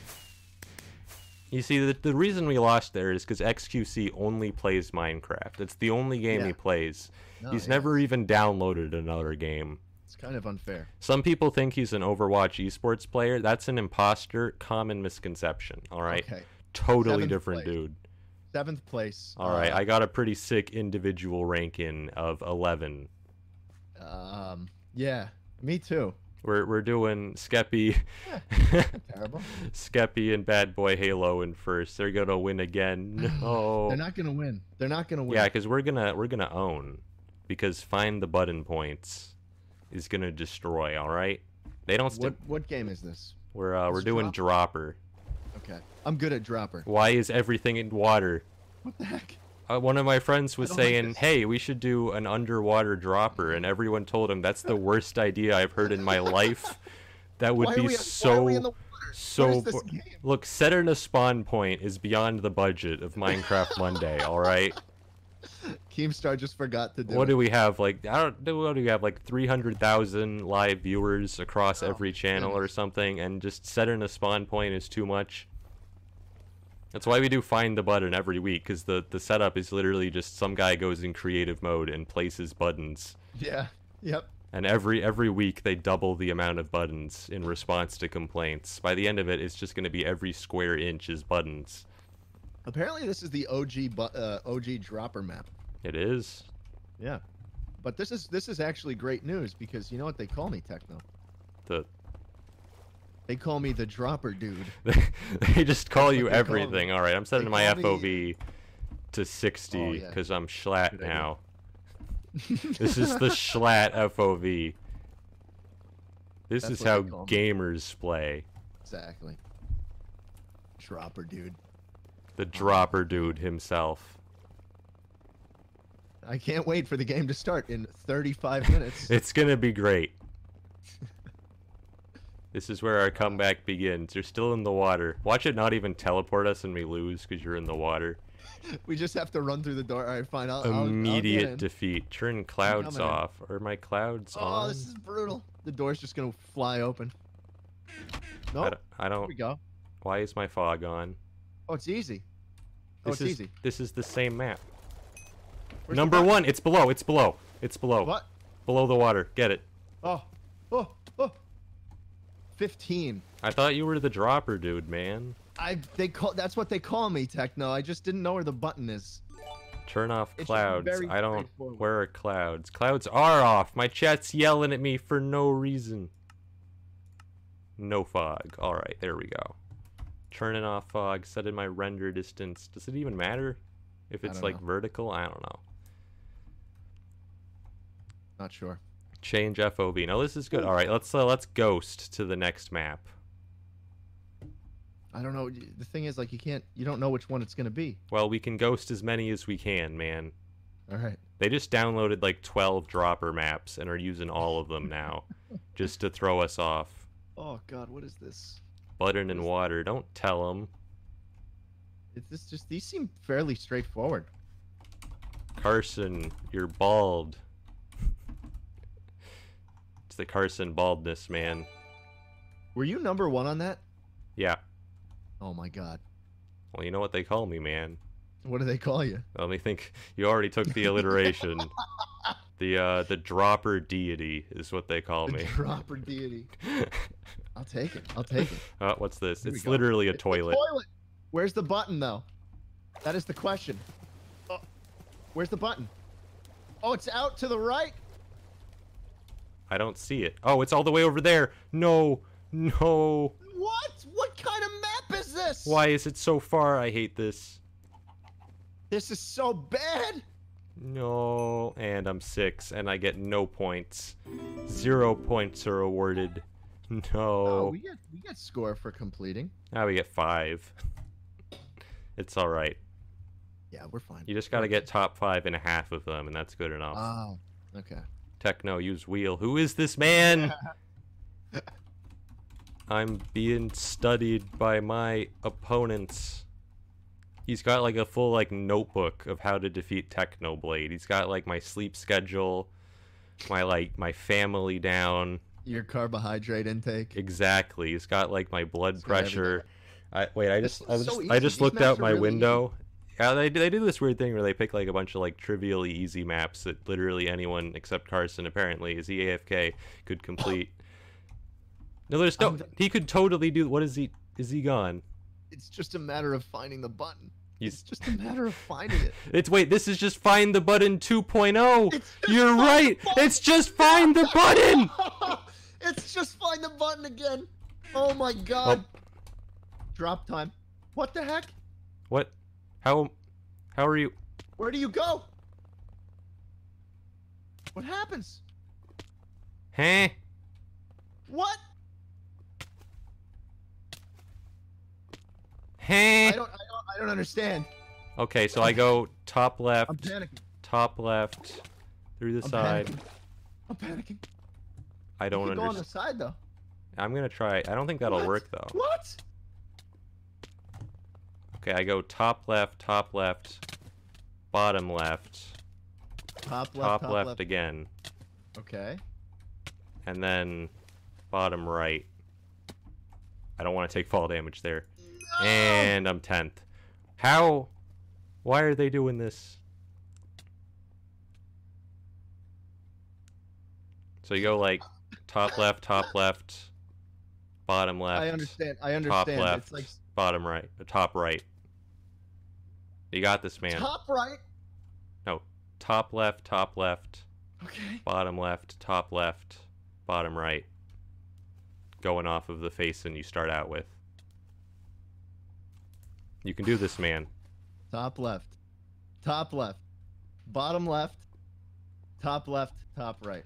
Speaker 2: You see, the, the reason we lost there is because XQC only plays Minecraft. It's the only game he
Speaker 1: Yeah.
Speaker 2: plays.
Speaker 1: No,
Speaker 2: he's
Speaker 1: yeah,
Speaker 2: never e even downloaded another game.
Speaker 1: It's kind of unfair.
Speaker 2: Some people think he's an Overwatch esports player. That's an imposter, common misconception. All right,
Speaker 1: Okay.
Speaker 2: totally
Speaker 1: Seventh
Speaker 2: different
Speaker 1: place.
Speaker 2: dude.
Speaker 1: Seventh place.
Speaker 2: All right,
Speaker 1: uh,
Speaker 2: I got a pretty sick individual ranking of 11.
Speaker 1: Um. Yeah. Me too.
Speaker 2: We're we're doing Skeppy,
Speaker 1: Terrible.
Speaker 2: <laughs> Skeppy and Bad Boy Halo in first. They're gonna win again. No.
Speaker 1: <laughs>
Speaker 2: Oh.
Speaker 1: They're not gonna win. They're not gonna win.
Speaker 2: Yeah, because we're gonna we're gonna own. because find the button points is gonna destroy. All right, they don't. St-
Speaker 1: What what game is this?
Speaker 2: we're uh, we're
Speaker 1: What's
Speaker 2: doing dropper.
Speaker 1: Okay, I'm good at dropper.
Speaker 2: Why is everything in water?
Speaker 1: What the heck?
Speaker 2: Uh, one of my friends
Speaker 1: I
Speaker 2: was
Speaker 1: don't like
Speaker 2: saying,
Speaker 1: this.
Speaker 2: "Hey, we should do an underwater dropper," and everyone told him that's the worst idea I've heard in my life. That would
Speaker 1: why
Speaker 2: be
Speaker 1: are we,
Speaker 2: so
Speaker 1: Why are we in the water?
Speaker 2: so
Speaker 1: Where's this
Speaker 2: bo-
Speaker 1: game?
Speaker 2: look setting a spawn point is beyond the budget of minecraft monday all right
Speaker 1: Keemstar just forgot to do
Speaker 2: what
Speaker 1: it.
Speaker 2: do we have like i don't know what do we have like 300000 live viewers across
Speaker 1: Oh,
Speaker 2: every channel or something and just setting a spawn point is too much that's why we do find the button every week because the, the setup is literally just some guy goes in creative mode and places buttons
Speaker 1: Yeah. Yep.
Speaker 2: and every every week they double the amount of buttons in response to complaints by the end of it it's just going to be every square inch is buttons
Speaker 1: Apparently, this is the OG bu- uh, OG dropper map.
Speaker 2: It is.
Speaker 1: Yeah. But this is this is actually great news because you know what they call me, Techno.
Speaker 2: The
Speaker 1: They call me the dropper dude.
Speaker 2: they just call
Speaker 1: what
Speaker 2: you
Speaker 1: they call
Speaker 2: everything.
Speaker 1: me.
Speaker 2: All right, I'm setting
Speaker 1: They
Speaker 2: my
Speaker 1: call me- Oh,
Speaker 2: FOV to 60
Speaker 1: yeah.
Speaker 2: because I'm schlatt
Speaker 1: Good idea. <laughs>
Speaker 2: now. <laughs> This is the schlatt FOV. This
Speaker 1: That's
Speaker 2: is
Speaker 1: what they
Speaker 2: how
Speaker 1: call me.
Speaker 2: gamers play.
Speaker 1: <laughs> exactly. Dropper dude.
Speaker 2: The dropper dude himself.
Speaker 1: I can't wait for the game to start in 35
Speaker 2: <laughs>
Speaker 1: minutes.
Speaker 2: It's gonna
Speaker 1: <laughs>
Speaker 2: be great. this is where our comeback begins. You're still in the water. Watch it not even teleport us and we lose because you're in the water.
Speaker 1: we just have to run through the door. All right, fine. Uh, I'll, I'll- I'll get
Speaker 2: Immediate
Speaker 1: in.
Speaker 2: defeat. Turn clouds
Speaker 1: coming in.
Speaker 2: off. Are my clouds
Speaker 1: Oh,
Speaker 2: on?
Speaker 1: this is brutal. The door's just gonna fly open. No,
Speaker 2: I
Speaker 1: nope,
Speaker 2: don't. I
Speaker 1: here
Speaker 2: don't
Speaker 1: we go.
Speaker 2: why is my fog on?
Speaker 1: Oh, it's easy. Oh, it's
Speaker 2: This is
Speaker 1: easy.
Speaker 2: this is the same map.
Speaker 1: Where's the
Speaker 2: Number
Speaker 1: button?
Speaker 2: one. It's below. It's below. It's below.
Speaker 1: What?
Speaker 2: Below the water. Get it.
Speaker 1: Oh, oh, oh. 15.
Speaker 2: I thought you were the dropper, dude, man.
Speaker 1: I they call that's what they call me, Techno. I just didn't know where the button is.
Speaker 2: Turn off
Speaker 1: It's just
Speaker 2: clouds.
Speaker 1: very
Speaker 2: I don't.
Speaker 1: straightforward.
Speaker 2: Where are clouds? Clouds are off. My chat's yelling at me for no reason. No fog. All right, there we go. Turning off fog. Setting my render distance. Does it even matter if
Speaker 1: I
Speaker 2: it's
Speaker 1: don't
Speaker 2: like
Speaker 1: know.
Speaker 2: vertical? I don't know.
Speaker 1: Not sure.
Speaker 2: Change FOV. No, this is good. All right, let's uh, let's ghost to the next map.
Speaker 1: I don't know. The thing is, like, you can't, you don't know which one it's gonna be.
Speaker 2: Well, we can ghost as many as we can, man.
Speaker 1: All right.
Speaker 2: They just downloaded like 12 dropper maps and are using all of them now just to throw us off.
Speaker 1: Oh God, what is this?
Speaker 2: Button and water. Don't tell them.
Speaker 1: It's this just these seem fairly straightforward.
Speaker 2: Carson, you're bald. <laughs> It's the Carson baldness, man.
Speaker 1: Were you number one on that?
Speaker 2: Yeah.
Speaker 1: Oh my God.
Speaker 2: Well, you know what they call me, man.
Speaker 1: What do they call you?
Speaker 2: Let me think. You already took the alliteration. the uh the dropper deity is what they call
Speaker 1: The
Speaker 2: me.
Speaker 1: dropper deity.
Speaker 2: <laughs>
Speaker 1: I'll take it. I'll take it.
Speaker 2: uh, what's this?
Speaker 1: Here we
Speaker 2: It's
Speaker 1: go.
Speaker 2: literally a
Speaker 1: It's the
Speaker 2: toilet.
Speaker 1: toilet. Where's the button though? That is the question. Oh, where's the button? Oh, it's out to the right.
Speaker 2: I don't see it. Oh, it's all the way over there. No, no.
Speaker 1: What? What kind of map is this?
Speaker 2: Why is it so far? I hate this.
Speaker 1: This is so bad.
Speaker 2: No. And I'm six, and I get no points. Zero points are awarded. No.
Speaker 1: Oh, we got we got score for completing.
Speaker 2: now we get five. <laughs> it's all right.
Speaker 1: Yeah, we're fine.
Speaker 2: You just got to get top five and a half of them, and that's good enough.
Speaker 1: Oh, okay.
Speaker 2: Techno, use wheel. Who is this man? I'm being studied by my opponents. He's got like a full like notebook of how to defeat Technoblade. He's got like my sleep schedule, my like my family down
Speaker 1: Your carbohydrate intake.
Speaker 2: exactly. He's got like my blood
Speaker 1: He's got everything.
Speaker 2: pressure. I wait. I
Speaker 1: This
Speaker 2: just I
Speaker 1: is
Speaker 2: just,
Speaker 1: so
Speaker 2: I
Speaker 1: easy.
Speaker 2: just
Speaker 1: These
Speaker 2: looked
Speaker 1: maps
Speaker 2: out
Speaker 1: are
Speaker 2: my
Speaker 1: really
Speaker 2: window. Yeah, they they do this weird thing where they pick like a bunch of like trivially easy maps that literally anyone except Carson apparently is E he AFK could complete. no, there's no.
Speaker 1: I'm-
Speaker 2: He could totally do. What is he? Is he gone?
Speaker 1: It's just a matter of finding the button.
Speaker 2: He's.
Speaker 1: It's just a matter of finding
Speaker 2: <laughs>
Speaker 1: it.
Speaker 2: It's wait. This is just find the button 2.0.
Speaker 1: It's
Speaker 2: You're right. It's just find the button.
Speaker 1: <laughs> it's just find the button again. Oh my god.
Speaker 2: Oh.
Speaker 1: Drop time. What the heck?
Speaker 2: What? How? How are you?
Speaker 1: Where do you go? What happens?
Speaker 2: Huh?
Speaker 1: What? I don't. I
Speaker 2: Huh?
Speaker 1: don't. I don't understand.
Speaker 2: Okay, so I go top left,
Speaker 1: I'm panicking.
Speaker 2: top left, through the
Speaker 1: I'm
Speaker 2: side.
Speaker 1: panicking. I'm panicking.
Speaker 2: I don't
Speaker 1: you can go on the
Speaker 2: understand.
Speaker 1: side though.
Speaker 2: I'm gonna try. I don't think that'll
Speaker 1: What?
Speaker 2: work though.
Speaker 1: What?
Speaker 2: Okay, I go top left, top left, bottom left,
Speaker 1: Top left.
Speaker 2: top left again,
Speaker 1: Okay.
Speaker 2: and then bottom right. I don't want to take fall damage there. And I'm 10th. How? Why are they doing this? So you go like top left, top left, bottom left.
Speaker 1: I understand. I
Speaker 2: Top
Speaker 1: understand.
Speaker 2: left,
Speaker 1: It's like
Speaker 2: bottom right, uh, top right. You got this, man. Top,
Speaker 1: top right.
Speaker 2: left, top left,
Speaker 1: Okay.
Speaker 2: bottom left, top left, bottom right. Going off of the facing you start out with. You can do this, man.
Speaker 1: Top left. Top left. Bottom left. Top left. Top right.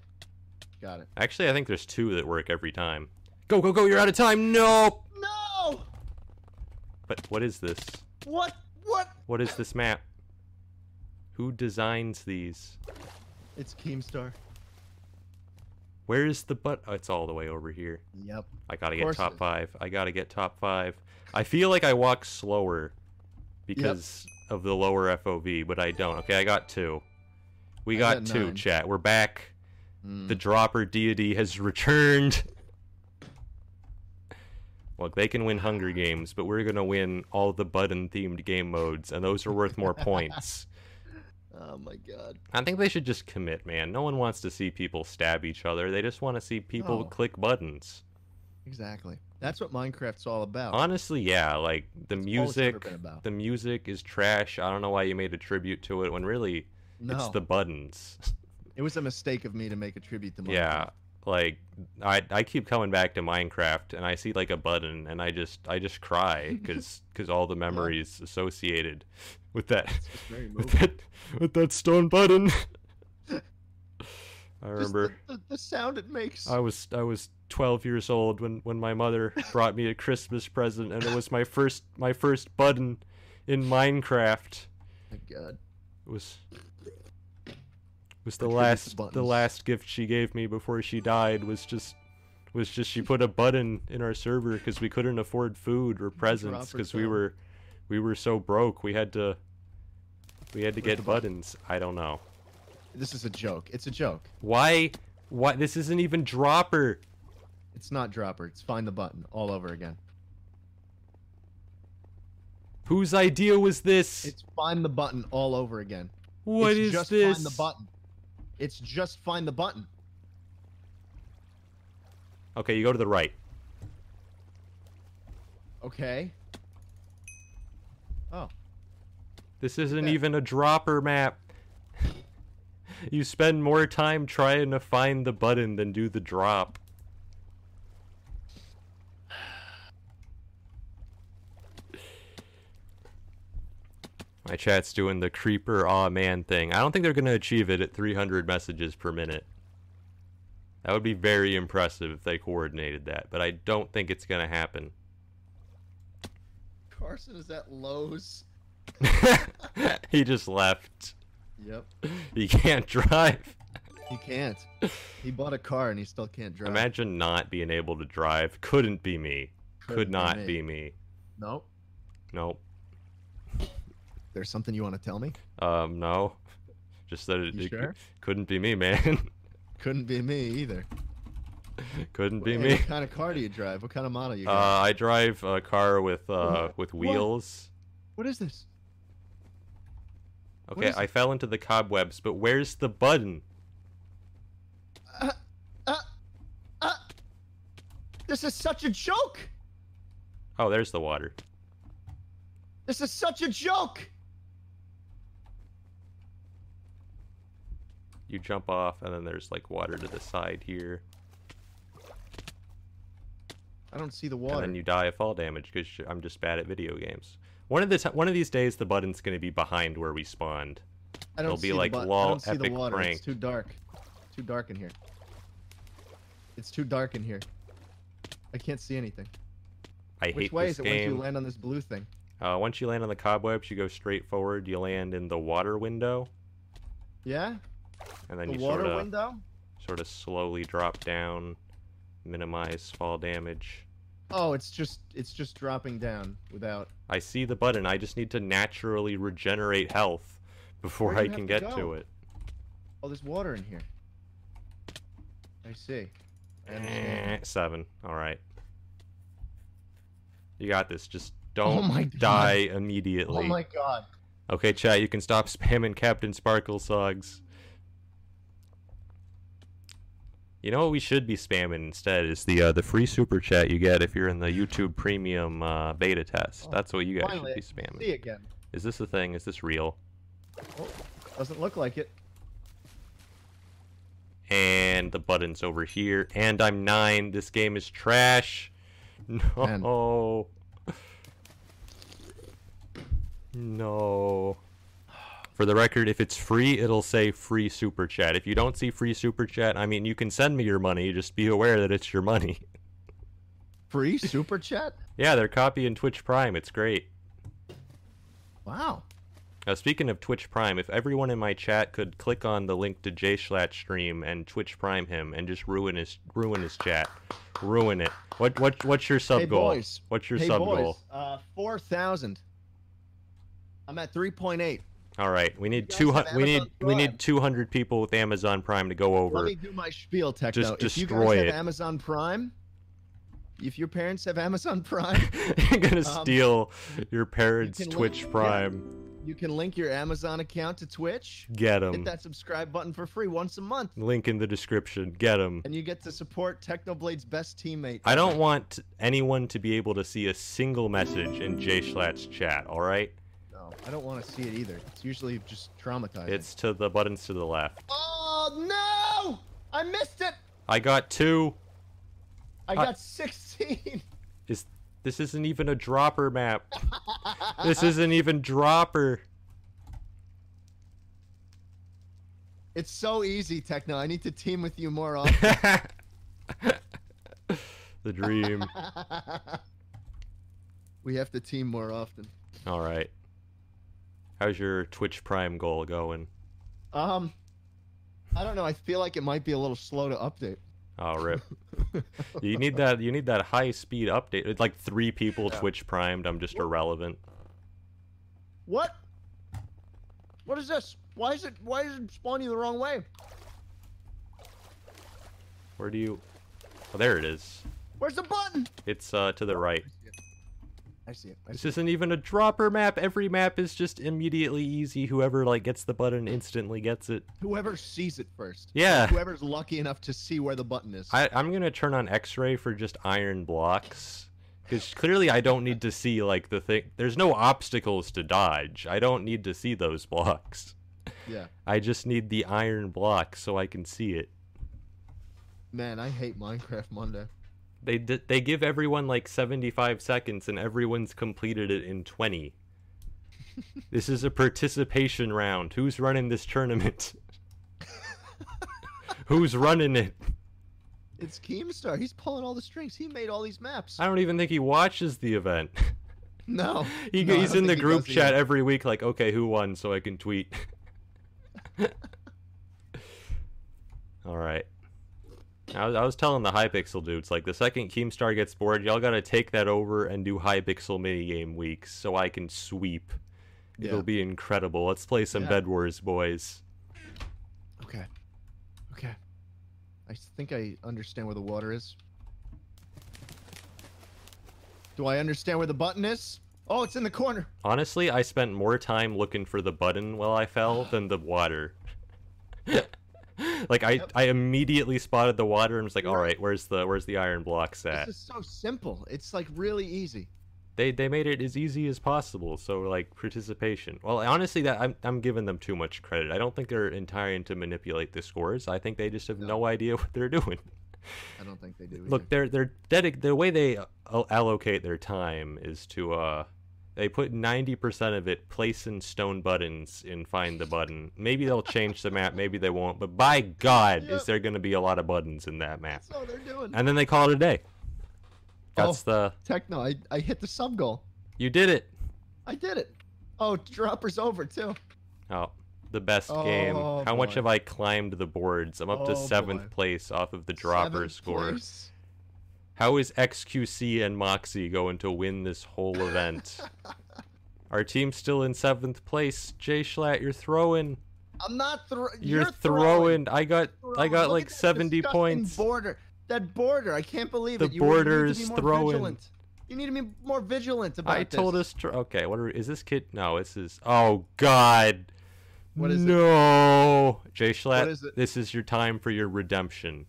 Speaker 1: Got it.
Speaker 2: Actually, I think there's two that work every time. Go, go, go! You're out of time. No.
Speaker 1: No.
Speaker 2: But what is this?
Speaker 1: What? What?
Speaker 2: What is this map? Who designs these?
Speaker 1: It's Keemstar.
Speaker 2: Where is the butt? Oh, it's all the way over here.
Speaker 1: Yep.
Speaker 2: I gotta get
Speaker 1: course
Speaker 2: top
Speaker 1: it is.
Speaker 2: five. I gotta get top five. I feel like I walk slower because of the lower FOV, but I don't. Okay, I got two. We
Speaker 1: I
Speaker 2: got,
Speaker 1: got
Speaker 2: two,
Speaker 1: nine.
Speaker 2: chat. We're back.
Speaker 1: Mm.
Speaker 2: The dropper deity has returned. Look, they can win Hunger Games, but we're gonna win all the button themed game modes, and those are worth
Speaker 1: <laughs>
Speaker 2: more points.
Speaker 1: Oh my god.
Speaker 2: I think they should just commit, man. No one wants to see people stab each other. They just want to see people
Speaker 1: No.
Speaker 2: click buttons.
Speaker 1: Exactly. That's what Minecraft's all about.
Speaker 2: Honestly, yeah, like the
Speaker 1: That's all it's ever
Speaker 2: music,
Speaker 1: been about.
Speaker 2: the music is trash. I don't know why you made a tribute to it when really
Speaker 1: no,
Speaker 2: it's the buttons.
Speaker 1: it was a mistake of me to make a tribute to Minecraft.
Speaker 2: yeah, like I I keep coming back to Minecraft and I see like a button and I just I
Speaker 1: <laughs>
Speaker 2: just cry because all the memories associated with that
Speaker 1: It's just very
Speaker 2: <laughs> with
Speaker 1: moving.
Speaker 2: that with that
Speaker 1: <laughs>
Speaker 2: stone button. I
Speaker 1: Just
Speaker 2: remember.
Speaker 1: the, the, the sound it makes.
Speaker 2: I was I was 12 years old when when my mother <laughs> brought me a Christmas present and it was my first my first button in Minecraft.
Speaker 1: my god.
Speaker 2: It was was the
Speaker 1: Attributes to
Speaker 2: last the
Speaker 1: buttons.
Speaker 2: last gift she gave me before she died was just was just she put a button in our server because we couldn't afford food or presents
Speaker 1: Dropper
Speaker 2: because we
Speaker 1: down.
Speaker 2: were we were so broke we had to we had to
Speaker 1: Where's the
Speaker 2: get
Speaker 1: button?
Speaker 2: buttons. I don't know.
Speaker 1: This is a joke. It's a joke.
Speaker 2: Why why this isn't even dropper.
Speaker 1: It's not dropper. It's find the button all over again.
Speaker 2: Whose idea was this?
Speaker 1: It's find the button all over again.
Speaker 2: What
Speaker 1: it's
Speaker 2: is
Speaker 1: just
Speaker 2: this?
Speaker 1: Find the button. It's just find the button.
Speaker 2: Okay, you go to the right.
Speaker 1: Okay. Oh.
Speaker 2: This isn't
Speaker 1: Yeah.
Speaker 2: even a dropper map. <laughs> you spend more time trying to find the button than do the drop. <sighs> My chat's doing the creeper aw man thing. I don't think they're going to achieve it at 300 messages per minute. That would be very impressive if they coordinated that, but I don't think it's going to happen.
Speaker 1: Carson is at Lowe's.
Speaker 2: <laughs> he just left.
Speaker 1: Yep.
Speaker 2: He can't drive.
Speaker 1: He can't. He bought a car and he still can't drive.
Speaker 2: Imagine not being able to drive. Couldn't be me. Could
Speaker 1: Couldn't
Speaker 2: not be me.
Speaker 1: Nope.
Speaker 2: Nope.
Speaker 1: There's something you want to tell me?
Speaker 2: Um, no. <laughs> Just that it,
Speaker 1: You
Speaker 2: it cou-
Speaker 1: sure?
Speaker 2: couldn't be me, man. <laughs>
Speaker 1: Couldn't be me either.
Speaker 2: couldn't be
Speaker 1: Hey,
Speaker 2: me.
Speaker 1: What kind of car do you drive? What kind of model you
Speaker 2: Uh,
Speaker 1: got?
Speaker 2: I drive a car with uh
Speaker 1: What?
Speaker 2: with
Speaker 1: What?
Speaker 2: wheels.
Speaker 1: what is this? What
Speaker 2: Okay,
Speaker 1: is
Speaker 2: I fell into the cobwebs, but where's the button?
Speaker 1: Uh, uh, uh, this is such a joke.
Speaker 2: Oh, there's the water.
Speaker 1: This is such a joke.
Speaker 2: You jump off, and then there's like water to the side here,
Speaker 1: I don't see the water.
Speaker 2: and then you die of fall damage because I'm just bad at video games. One of the ti- one of these days, the button's gonna be behind where we spawned.
Speaker 1: I don't
Speaker 2: it'll
Speaker 1: see
Speaker 2: be
Speaker 1: the
Speaker 2: like,
Speaker 1: bu- I
Speaker 2: "Lol,
Speaker 1: don't see the
Speaker 2: epic
Speaker 1: water.
Speaker 2: prank."
Speaker 1: It's too dark. too dark in here. It's too dark in here. I can't see anything.
Speaker 2: I
Speaker 1: Which
Speaker 2: hate
Speaker 1: way is
Speaker 2: this
Speaker 1: it once
Speaker 2: game.
Speaker 1: you land on this blue thing?
Speaker 2: uh, once you land on the cobwebs, you go straight forward. You land in the water window,
Speaker 1: Yeah?
Speaker 2: and then
Speaker 1: the
Speaker 2: you
Speaker 1: water
Speaker 2: sort of
Speaker 1: window?
Speaker 2: sort of slowly drop down, minimize fall damage.
Speaker 1: Oh, it's just it's just dropping down without
Speaker 2: I see the button. I just need to naturally regenerate health before
Speaker 1: Where do
Speaker 2: I
Speaker 1: you
Speaker 2: can
Speaker 1: have
Speaker 2: get
Speaker 1: to go?
Speaker 2: to it.
Speaker 1: Oh, there's water in here. I see. I
Speaker 2: Eh,
Speaker 1: understand.
Speaker 2: Seven. All right. You got this. Just
Speaker 1: Oh
Speaker 2: don't
Speaker 1: my God.
Speaker 2: die
Speaker 1: Oh
Speaker 2: immediately.
Speaker 1: my god.
Speaker 2: Okay, chat, you can stop <laughs> spamming Captain Sparkle Sogs. You know what we should be spamming instead is the uh, the free super chat you get if you're in the YouTube Premium uh, beta test.
Speaker 1: Oh,
Speaker 2: That's what you guys
Speaker 1: Finally, I
Speaker 2: should be
Speaker 1: can
Speaker 2: spamming.
Speaker 1: see again.
Speaker 2: Is this a thing? Is this real?
Speaker 1: Doesn't look like it.
Speaker 2: And the button's over here. And I'm nine. This game is trash. No. No. For the record, if it's free, it'll say free super chat. If you don't see free super chat, I mean, you can send me your money. Just be aware that it's your money. <laughs>
Speaker 1: Free super chat?
Speaker 2: Yeah, they're copying Twitch Prime. It's great.
Speaker 1: Wow.
Speaker 2: Now, speaking of Twitch Prime, if everyone in my chat could click on the link to Jay Schlatt's stream and Twitch Prime him and just ruin his ruin his chat, ruin it. What what what's your sub
Speaker 1: Hey,
Speaker 2: goal?
Speaker 1: boys.
Speaker 2: What's your
Speaker 1: hey
Speaker 2: sub
Speaker 1: boys,
Speaker 2: goal?
Speaker 1: uh 4000. I'm at 3.8.
Speaker 2: All right, we need
Speaker 1: guys
Speaker 2: two
Speaker 1: have
Speaker 2: hundred. We need
Speaker 1: Amazon
Speaker 2: we
Speaker 1: Prime.
Speaker 2: need two hundred people with Amazon Prime to go
Speaker 1: Let
Speaker 2: over.
Speaker 1: me do my spiel techno.
Speaker 2: Just
Speaker 1: if you guys
Speaker 2: destroy
Speaker 1: have
Speaker 2: it.
Speaker 1: Amazon Prime, if your parents have Amazon <laughs> Prime,
Speaker 2: <laughs> You're gonna
Speaker 1: Um,
Speaker 2: steal your parents'
Speaker 1: can link-
Speaker 2: Twitch
Speaker 1: yeah.
Speaker 2: Prime.
Speaker 1: you can link your Amazon account to Twitch.
Speaker 2: Get 'em. Get
Speaker 1: Hit
Speaker 2: them.
Speaker 1: that subscribe button for free once a month.
Speaker 2: Link in the description. Get them.
Speaker 1: And you get to support Technoblade's best teammate.
Speaker 2: I don't want anyone to be able to see a single message in Jay Schlatt's chat. All right,
Speaker 1: No, I don't want to see it either. It's usually just traumatizing.
Speaker 2: it's to the buttons to the left.
Speaker 1: Oh no! I missed it.
Speaker 2: I got two.
Speaker 1: I
Speaker 2: I-
Speaker 1: got 16.
Speaker 2: Is this isn't even a dropper map? This isn't even dropper.
Speaker 1: <laughs>
Speaker 2: <laughs>
Speaker 1: It's so easy, Techno. I need to team with you more often. <laughs>
Speaker 2: the dream.
Speaker 1: we have to team more often.
Speaker 2: All right. How's your Twitch Prime goal going?
Speaker 1: Um, I don't know. I feel like it might be a little slow to update.
Speaker 2: Oh,
Speaker 1: <laughs>
Speaker 2: rip. you need that. You need that high speed update. It's like three people
Speaker 1: Yeah.
Speaker 2: Twitch primed. I'm just irrelevant.
Speaker 1: What? What is this? Why is it? Why is it spawning the wrong way?
Speaker 2: Where do you? Oh, there it is.
Speaker 1: Where's the button?
Speaker 2: It's uh to the right.
Speaker 1: I see it. I Oh,
Speaker 2: This
Speaker 1: see it.
Speaker 2: isn't even a dropper map. Every map is just immediately easy. Whoever like gets the button instantly gets it.
Speaker 1: Whoever sees it first.
Speaker 2: Yeah.
Speaker 1: Whoever's lucky enough to see where the button is.
Speaker 2: I, I'm gonna turn on X-ray for just iron blocks, because clearly I don't need to see like the thing. There's no obstacles to dodge. I don't need to see those blocks.
Speaker 1: yeah.
Speaker 2: I just need the iron block so I can see it.
Speaker 1: Man, I hate Minecraft Monday.
Speaker 2: They d- they give everyone like 75 seconds, and everyone's completed it in 20. this is a participation round. Who's running this tournament? Who's running it?
Speaker 1: It's Keemstar. He's pulling all the strings. He made all these maps.
Speaker 2: I don't even think he watches the event. <laughs>
Speaker 1: No.
Speaker 2: He,
Speaker 1: No, I
Speaker 2: he's
Speaker 1: don't
Speaker 2: in the
Speaker 1: think he
Speaker 2: group
Speaker 1: does
Speaker 2: chat
Speaker 1: either.
Speaker 2: every week, like, okay, who won, so I can tweet. <laughs> All right. I was, I was telling the Hypixel dudes, like, the second Keemstar gets bored, y'all gotta take that over and do Hypixel minigame weeks so I can sweep.
Speaker 1: Yeah.
Speaker 2: It'll be incredible. Let's play some
Speaker 1: Yeah.
Speaker 2: Bed Wars, boys.
Speaker 1: Okay. Okay. I think I understand where the water is. Do I understand where the button is? Oh, it's in the corner.
Speaker 2: Honestly, I spent more time looking for the button while I fell than
Speaker 1: <laughs>
Speaker 2: the water. like I,
Speaker 1: Yep.
Speaker 2: I immediately spotted the water and was like,
Speaker 1: You're
Speaker 2: all right, where's the where's the iron blocks at?
Speaker 1: This is so simple. It's like really easy.
Speaker 2: They they made it as easy as possible. So like participation. Well, honestly, that I'm I'm giving them too much credit. I don't think they're intending to manipulate the scores. I think they just have
Speaker 1: No.
Speaker 2: no, idea <laughs> what they're doing.
Speaker 1: I don't think they do.
Speaker 2: Look,
Speaker 1: either.
Speaker 2: they're they're dedic- the way they uh, allocate their time is to uh They put 90% of it place in stone buttons in find the button. Maybe they'll change the map, maybe they won't, but by God,
Speaker 1: Yep.
Speaker 2: is there going to be a lot of buttons in that map.
Speaker 1: That's all they're doing.
Speaker 2: And then they call it a day. That's the.
Speaker 1: Techno, I, I hit the sub goal.
Speaker 2: You did it.
Speaker 1: I did it. Oh, dropper's over too.
Speaker 2: Oh, the best game.
Speaker 1: Oh,
Speaker 2: How much
Speaker 1: boy.
Speaker 2: have I climbed the boards? I'm up to
Speaker 1: Oh,
Speaker 2: seventh
Speaker 1: boy.
Speaker 2: place off of the dropper
Speaker 1: Seventh
Speaker 2: score.
Speaker 1: place.
Speaker 2: How is XQC and Moxie going to win this whole
Speaker 1: <laughs>
Speaker 2: event? Our team's still in seventh place. Jay Schlatt, you're throwing.
Speaker 1: I'm not throw-
Speaker 2: You're,
Speaker 1: you're
Speaker 2: throwing. I got. I
Speaker 1: throwing.
Speaker 2: got
Speaker 1: Look
Speaker 2: like
Speaker 1: at that
Speaker 2: 70
Speaker 1: disgusting
Speaker 2: points.
Speaker 1: Border. That border. I can't believe
Speaker 2: The
Speaker 1: it. You were- you need to
Speaker 2: border's
Speaker 1: be more
Speaker 2: throwing.
Speaker 1: vigilant. You need to be more vigilant about
Speaker 2: I
Speaker 1: this.
Speaker 2: told us. Tr- okay, what are, is this kid? No, this is. Oh God.
Speaker 1: What is it?
Speaker 2: no. Jay Schlatt,
Speaker 1: is it?
Speaker 2: this is your time for your redemption.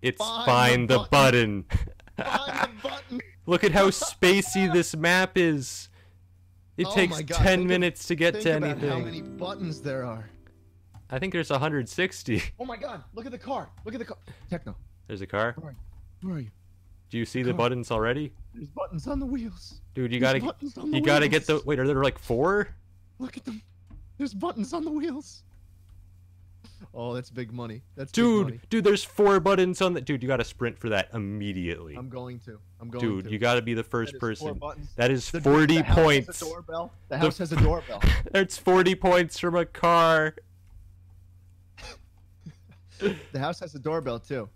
Speaker 2: It's
Speaker 1: Find the
Speaker 2: find the button. <laughs>
Speaker 1: Find the button.
Speaker 2: Look at
Speaker 1: <laughs>
Speaker 2: how spacey this map is. It
Speaker 1: Oh
Speaker 2: takes
Speaker 1: my God,
Speaker 2: 10
Speaker 1: think of-
Speaker 2: minutes to get
Speaker 1: Think
Speaker 2: to
Speaker 1: about
Speaker 2: anything.
Speaker 1: how many buttons there are.
Speaker 2: I think there's 160.
Speaker 1: Oh my god, look at the car. Look at the car. Techno,
Speaker 2: <laughs> There's a car.
Speaker 1: where are you?
Speaker 2: Do you see the
Speaker 1: Car.
Speaker 2: buttons already?
Speaker 1: There's buttons on the wheels.
Speaker 2: Dude, you
Speaker 1: There's
Speaker 2: gotta
Speaker 1: buttons on the
Speaker 2: you gotta get the
Speaker 1: wheels.
Speaker 2: wait, are there like four?
Speaker 1: Look at them. There's buttons on the wheels. Oh, that's big money. That's big
Speaker 2: Dude,
Speaker 1: money.
Speaker 2: dude, there's four buttons on the dude, you gotta sprint for that immediately.
Speaker 1: I'm going to. I'm going
Speaker 2: Dude,
Speaker 1: to.
Speaker 2: you gotta be the
Speaker 1: That is
Speaker 2: first
Speaker 1: four
Speaker 2: person.
Speaker 1: buttons.
Speaker 2: That is
Speaker 1: The-
Speaker 2: 40
Speaker 1: the house has a
Speaker 2: points.
Speaker 1: doorbell. The house has a doorbell.
Speaker 2: <laughs> That's 40 points from a car.
Speaker 1: the house has a doorbell too.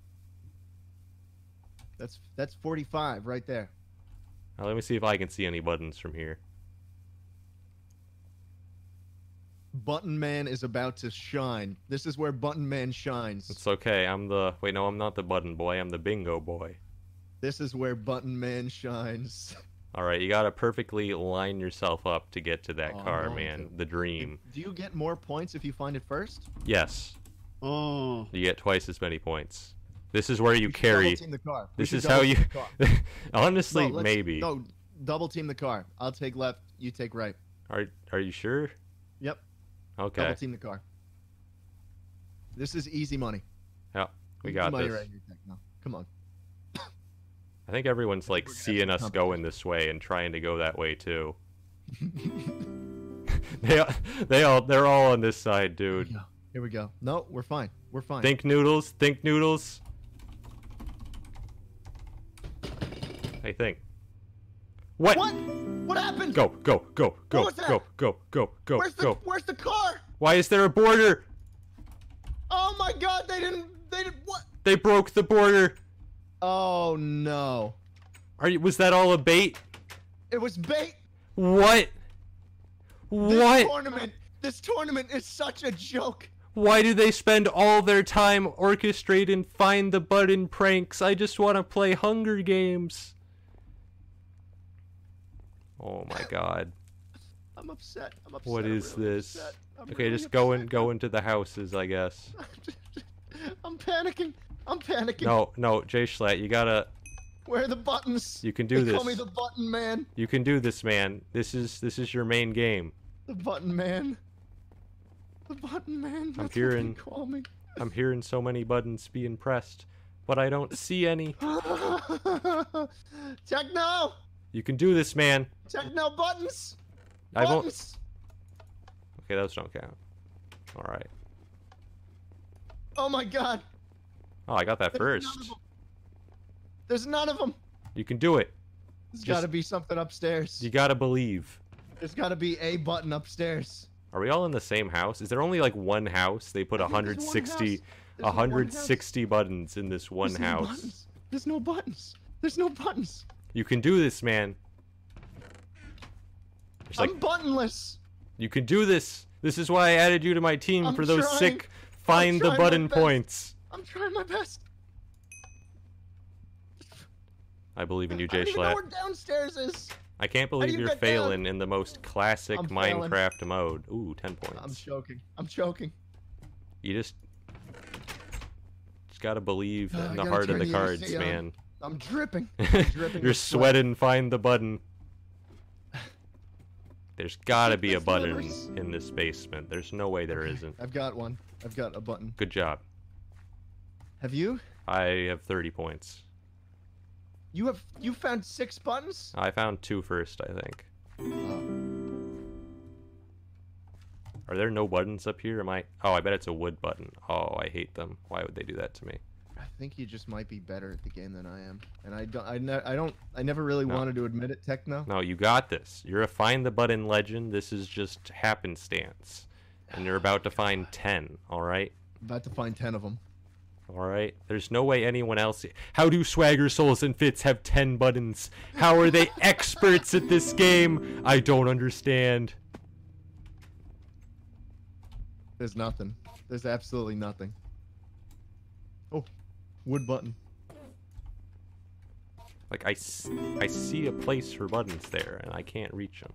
Speaker 1: That's that's 45 right there.
Speaker 2: Now, let me see if I can see any buttons from here.
Speaker 1: Button Man is about to shine. This is where Button Man shines.
Speaker 2: It's okay. I'm the wait, no, I'm not the button boy. I'm the bingo boy.
Speaker 1: This is where Button Man shines.
Speaker 2: All right, you gotta perfectly line yourself up to get to that
Speaker 1: Oh, I'm
Speaker 2: car,
Speaker 1: going
Speaker 2: man.
Speaker 1: to.
Speaker 2: The dream.
Speaker 1: <laughs> Do you get more points if you find it first?
Speaker 2: Yes,
Speaker 3: Oh.
Speaker 2: you get twice as many points. This is where you
Speaker 1: We should
Speaker 2: carry.
Speaker 1: double team the car. We
Speaker 2: This
Speaker 1: should
Speaker 2: is how
Speaker 1: double
Speaker 2: you.
Speaker 1: team the
Speaker 2: <laughs>
Speaker 1: car.
Speaker 2: Honestly,
Speaker 1: No, let's-
Speaker 2: maybe.
Speaker 1: No, double team the car. I'll take left. You take right.
Speaker 2: Are Are you sure?
Speaker 1: Yep.
Speaker 2: Okay,
Speaker 1: Double team the car. This is easy money.
Speaker 2: we
Speaker 1: Easy
Speaker 2: got
Speaker 1: money
Speaker 2: this.
Speaker 1: right here, Techno. Come on.
Speaker 2: I think everyone's
Speaker 1: we're
Speaker 2: like
Speaker 1: gonna have
Speaker 2: seeing
Speaker 1: some
Speaker 2: us going this way and trying to go that
Speaker 1: <laughs>
Speaker 2: way too. they all- they all they're all on this side,
Speaker 1: Here we
Speaker 2: dude.
Speaker 1: go. Here we go. No, we're fine. We're fine.
Speaker 2: Think noodles. Think noodles. Hey, think. What?
Speaker 1: what? What happened?
Speaker 2: Go, go, go, go,
Speaker 1: was that?
Speaker 2: go, go, go, go,
Speaker 1: Where's the
Speaker 2: go.
Speaker 1: Where's the car?
Speaker 2: Why is there a border?
Speaker 1: Oh my God! They didn't. They didn't. What?
Speaker 2: They broke the border.
Speaker 1: Oh no!
Speaker 2: Are you? Was that all a bait?
Speaker 1: It was bait.
Speaker 2: What?
Speaker 1: This
Speaker 2: What?
Speaker 1: tournament. This tournament is such a joke.
Speaker 2: Why do they spend all their time orchestrating find the button pranks? I just want to play Hunger Games. Oh my god.
Speaker 1: I'm upset. I'm upset.
Speaker 2: What
Speaker 1: I'm
Speaker 2: is
Speaker 1: really
Speaker 2: this?
Speaker 1: upset. I'm
Speaker 2: Okay,
Speaker 1: really
Speaker 2: just go
Speaker 1: <laughs>
Speaker 2: in,
Speaker 1: upset.
Speaker 2: go into the houses, I guess.
Speaker 1: I'm panicking. I'm panicking.
Speaker 2: No, no, Jay Schlatt, you gotta,
Speaker 1: Where are the buttons?
Speaker 2: you can do
Speaker 1: they
Speaker 2: this.
Speaker 1: Call me the button man.
Speaker 2: You can do this, man. This is this is your main game.
Speaker 1: The button man. The button man. That's what they
Speaker 2: hearing-
Speaker 1: Call me. <laughs>
Speaker 2: I'm hearing so many buttons being pressed, but I don't see any.
Speaker 1: Techno.
Speaker 2: You can do this, man.
Speaker 1: Techno buttons.
Speaker 2: I won't.
Speaker 1: Buttons!
Speaker 2: Okay, those don't count. All right.
Speaker 1: Oh my god.
Speaker 2: Oh, I got that
Speaker 1: There's
Speaker 2: first.
Speaker 1: none of 'em. There's none of them.
Speaker 2: You can do it.
Speaker 1: There's
Speaker 2: Just-
Speaker 1: got to be something upstairs.
Speaker 2: You gotta believe.
Speaker 1: There's got to be a button upstairs.
Speaker 2: Are we all in the same house? Is there only like one house? They put
Speaker 1: I think there's one
Speaker 2: 160,
Speaker 1: house. There's one house.
Speaker 2: 160 buttons in this one
Speaker 1: There's no
Speaker 2: house.
Speaker 1: buttons. There's no buttons. There's no buttons.
Speaker 2: You can do this, man. It's like
Speaker 1: I'm buttonless.
Speaker 2: you can do this. This is why I added you to my team
Speaker 1: I'm
Speaker 2: for those
Speaker 1: trying.
Speaker 2: sick find the
Speaker 1: trying my
Speaker 2: button
Speaker 1: best.
Speaker 2: points.
Speaker 1: I'm trying my best.
Speaker 2: I believe in you,
Speaker 1: I
Speaker 2: Jay
Speaker 1: don't even know
Speaker 2: Schlatt.
Speaker 1: where downstairs is.
Speaker 2: I can't believe
Speaker 1: you
Speaker 2: you're
Speaker 1: get down?
Speaker 2: failing in the most classic
Speaker 1: I'm failing.
Speaker 2: Minecraft mode. Ooh, 10
Speaker 1: I'm
Speaker 2: points.
Speaker 1: choking. I'm choking.
Speaker 2: You just just gotta believe
Speaker 1: Uh, I
Speaker 2: in the
Speaker 1: gotta
Speaker 2: heart of
Speaker 1: turn
Speaker 2: the
Speaker 1: the
Speaker 2: cards,
Speaker 1: AC on.
Speaker 2: man.
Speaker 1: I'm dripping.
Speaker 2: <laughs>
Speaker 1: dripping
Speaker 2: You're
Speaker 1: with sweat.
Speaker 2: sweating, find the button.
Speaker 1: <laughs>
Speaker 2: There's gotta be a
Speaker 1: Goodness
Speaker 2: button
Speaker 1: livers.
Speaker 2: in this basement. There's no way there isn't.
Speaker 1: I've got one. I've got a button.
Speaker 2: Good job.
Speaker 1: Have you?
Speaker 2: I have 30 points.
Speaker 1: You have you found six buttons?
Speaker 2: I found two first, I think. Are there no buttons up here? Am I? Oh, I bet it's a wood button. Oh, I hate them. Why would they do that to me?
Speaker 1: I think you just might be better at the game than I am, and I don't. I, ne- I don't. I never really
Speaker 2: No.
Speaker 1: wanted to admit it, Techno.
Speaker 2: No, you got this. You're a find the button legend. This is just happenstance, and you're about to find ten. All right,
Speaker 1: About to find ten of them.
Speaker 2: all right. There's no way anyone else. How do Swagger Souls and Fitz have ten buttons? How
Speaker 1: <laughs>
Speaker 2: are they experts at this game? I don't understand.
Speaker 1: There's nothing. There's absolutely nothing. Oh, wood button.
Speaker 2: Like I, s- I see a place for buttons there, and I can't reach them.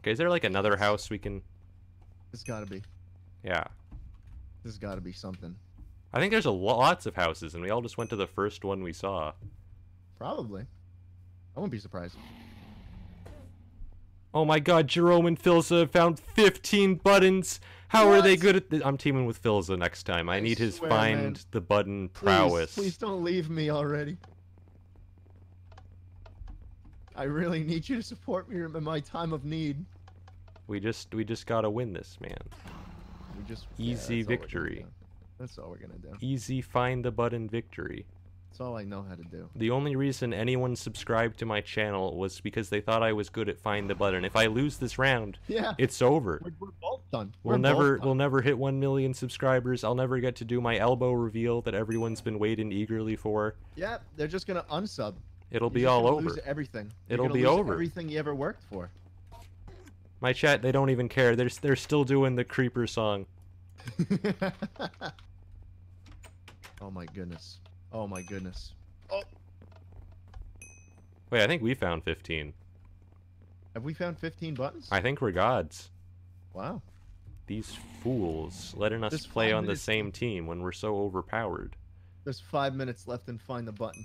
Speaker 2: Okay, is there like another house we can?
Speaker 1: There's gotta be.
Speaker 2: Yeah,
Speaker 1: There's gotta be something.
Speaker 2: I think there's a lo- lots of houses, and we all just went to the first one we saw.
Speaker 1: Probably. I wouldn't be surprised.
Speaker 2: Oh my God, Jerome and Filza found 15 buttons. How are they
Speaker 1: What?
Speaker 2: good at this? I'm teaming with Filza next time. I,
Speaker 1: I
Speaker 2: need his
Speaker 1: swear,
Speaker 2: find
Speaker 1: man.
Speaker 2: the button
Speaker 1: Please,
Speaker 2: prowess.
Speaker 1: Please don't leave me already. I really need you to support me in my time of need.
Speaker 2: We just we just gotta win this, man.
Speaker 1: We just that's all we're
Speaker 2: Easy
Speaker 1: gonna
Speaker 2: victory.
Speaker 1: do. That's all we're gonna do.
Speaker 2: Easy find the button victory.
Speaker 1: That's all I know how to do. <laughs>
Speaker 2: The only reason anyone subscribed to my channel was because they thought I was good at find the button. If I lose this round,
Speaker 1: Yeah,
Speaker 2: it's over.
Speaker 1: we're, we're both done.
Speaker 2: We'll
Speaker 1: We're both
Speaker 2: never
Speaker 1: done.
Speaker 2: we'll never hit 1 million subscribers. I'll never get to do my elbow reveal that everyone's been waiting eagerly for.
Speaker 1: Yeah, they're just gonna unsub.
Speaker 2: It'll
Speaker 1: You're
Speaker 2: be
Speaker 1: just
Speaker 2: all
Speaker 1: gonna
Speaker 2: over.
Speaker 1: Lose everything. You're
Speaker 2: It'll
Speaker 1: gonna
Speaker 2: be
Speaker 1: lose
Speaker 2: over.
Speaker 1: Everything you ever worked for. <laughs>
Speaker 2: My chat, they don't even care. They're they're still doing the creeper song.
Speaker 1: oh my goodness. Oh my goodness.
Speaker 2: Wait, I think we found 15.
Speaker 1: Have we found 15 buttons?
Speaker 2: I think we're gods.
Speaker 1: Wow.
Speaker 2: These fools letting us
Speaker 1: This
Speaker 2: play
Speaker 1: five
Speaker 2: on the
Speaker 1: minutes-
Speaker 2: same team when we're so overpowered.
Speaker 1: There's five minutes left and find the button.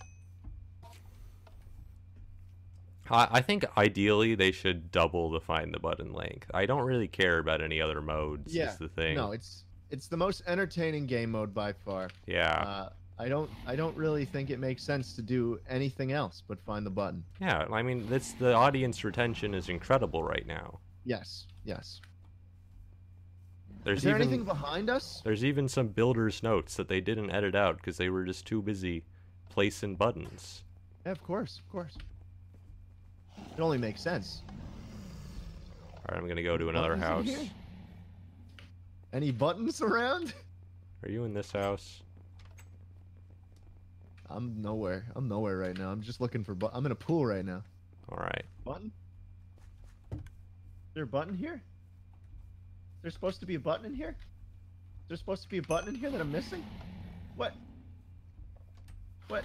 Speaker 2: I, I think ideally they should double the find the button length. I don't really care about any other modes.
Speaker 1: Yeah,
Speaker 2: is the thing.
Speaker 1: No, it's it's the most entertaining game mode by far.
Speaker 2: yeah,
Speaker 1: Uh, I don't I don't really think it makes sense to do anything else but find the button.
Speaker 2: yeah. I mean, that's the audience retention is incredible right now.
Speaker 1: Yes, yes.
Speaker 2: There's
Speaker 1: Is there
Speaker 2: even
Speaker 1: anything behind us?
Speaker 2: there's even some builders notes that they didn't edit out because they were just too busy placing buttons.
Speaker 1: Yeah, of course, of course. It only makes sense.
Speaker 2: All right, I'm gonna go to another
Speaker 1: Buttons
Speaker 2: house.
Speaker 1: in here? Any buttons around? <laughs>
Speaker 2: Are you in this house?
Speaker 1: I'm nowhere. I'm nowhere right now. I'm just looking for. Bu- I'm in a pool right now.
Speaker 2: All right.
Speaker 1: Button? Is there a button here? There's supposed to be a button in here? There's supposed to be a button in here that I'm missing? What? What?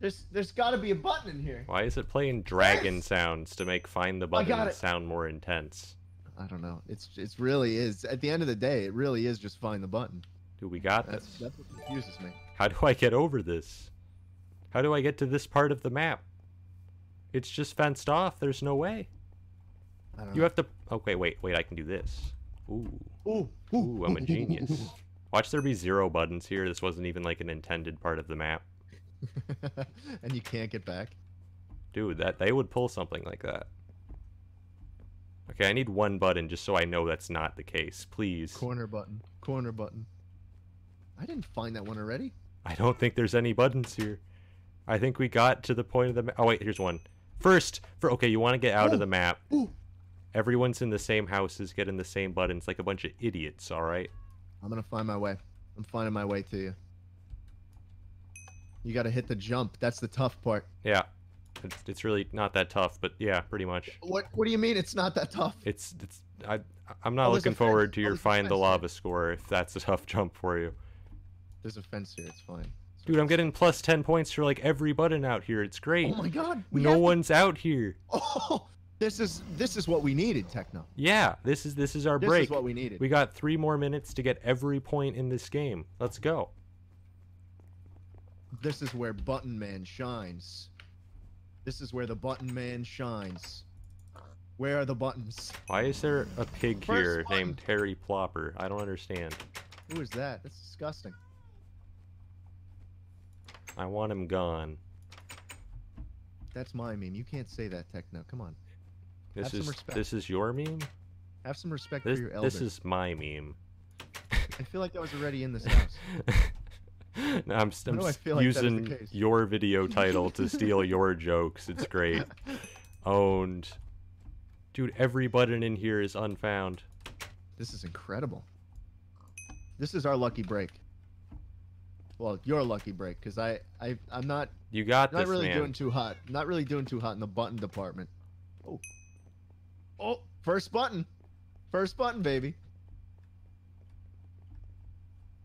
Speaker 1: There's there's gotta be a button in here.
Speaker 2: Why is it playing dragon sounds to make find the
Speaker 1: got
Speaker 2: button
Speaker 1: it.
Speaker 2: sound more intense?
Speaker 1: I don't know. It's it's really is. At the end of the day, it really is just find the button.
Speaker 2: Dude, we got
Speaker 1: That's
Speaker 2: this.
Speaker 1: that's what confuses me.
Speaker 2: How do I get over this? How do I get to this part of the map? It's just fenced off. There's no way.
Speaker 1: I don't
Speaker 2: You
Speaker 1: know.
Speaker 2: have to. Oh wait, wait, wait. I can do this. Ooh,
Speaker 1: Ooh,
Speaker 2: ooh. I'm
Speaker 1: <laughs>
Speaker 2: a genius. Watch there be zero buttons here. This wasn't even like an intended part of the map.
Speaker 1: and you can't get back.
Speaker 2: Dude, that they would pull something like that. Okay, I need one button just so I know that's not the case. Please.
Speaker 1: Corner button. Corner button. I didn't find that one already.
Speaker 2: I don't think there's any buttons here. I think we got to the point of the. Ma- oh wait, here's one. First, for okay, you want to get out of the map.
Speaker 1: Ooh.
Speaker 2: Everyone's in the same houses, getting the same buttons, like a bunch of idiots. All right.
Speaker 1: I'm gonna find my way. I'm finding my way to you. You gotta hit the jump. That's the tough part.
Speaker 2: Yeah. It's, it's really not that tough, but yeah, pretty much.
Speaker 1: What What do you mean it's not that tough?
Speaker 2: It's it's I I'm not
Speaker 1: Oh, there's a
Speaker 2: looking forward
Speaker 1: fence.
Speaker 2: to
Speaker 1: Oh,
Speaker 2: your
Speaker 1: there's a
Speaker 2: find the
Speaker 1: fence.
Speaker 2: lava score if that's a <laughs> tough jump for you.
Speaker 1: There's a fence here. It's fine. It's
Speaker 2: Dude, I'm
Speaker 1: fine.
Speaker 2: getting plus 10 points for like every button out here. It's great.
Speaker 1: Oh my god. we
Speaker 2: no
Speaker 1: have to-
Speaker 2: one's out here.
Speaker 1: <laughs> Oh, this is this is what we needed, Techno.
Speaker 2: Yeah, this is this is our
Speaker 1: This
Speaker 2: break.
Speaker 1: is what we needed.
Speaker 2: We got three more minutes to get every point in this game. Let's go.
Speaker 1: This is where Button Man shines. This is where the Button Man shines. Where are the buttons?
Speaker 2: Why is there a pig
Speaker 1: First
Speaker 2: here
Speaker 1: one.
Speaker 2: named Terry Plopper? I don't understand.
Speaker 1: Who is that? That's disgusting.
Speaker 2: I want him gone.
Speaker 1: That's my meme. You can't say that, Techno. Come on. Have
Speaker 2: This
Speaker 1: some
Speaker 2: is
Speaker 1: respect.
Speaker 2: this is your meme.
Speaker 1: Have some respect
Speaker 2: This
Speaker 1: for your elders.
Speaker 2: this is my meme. <laughs>
Speaker 1: I feel like that was already in this house.
Speaker 2: No, I'm, st-
Speaker 1: Why
Speaker 2: I'm
Speaker 1: do I
Speaker 2: s-
Speaker 1: feel like that is the
Speaker 2: using
Speaker 1: case? <laughs>
Speaker 2: your video title to steal your jokes. It's great. Owned. Dude, every button in here is unfound.
Speaker 1: This is incredible. This is our lucky break. Well, your lucky break, because I, I, I'm not,
Speaker 2: You got
Speaker 1: not
Speaker 2: this,
Speaker 1: really
Speaker 2: man.
Speaker 1: doing too hot. Not really doing too hot in the button department. Oh, oh, first button, first button, baby.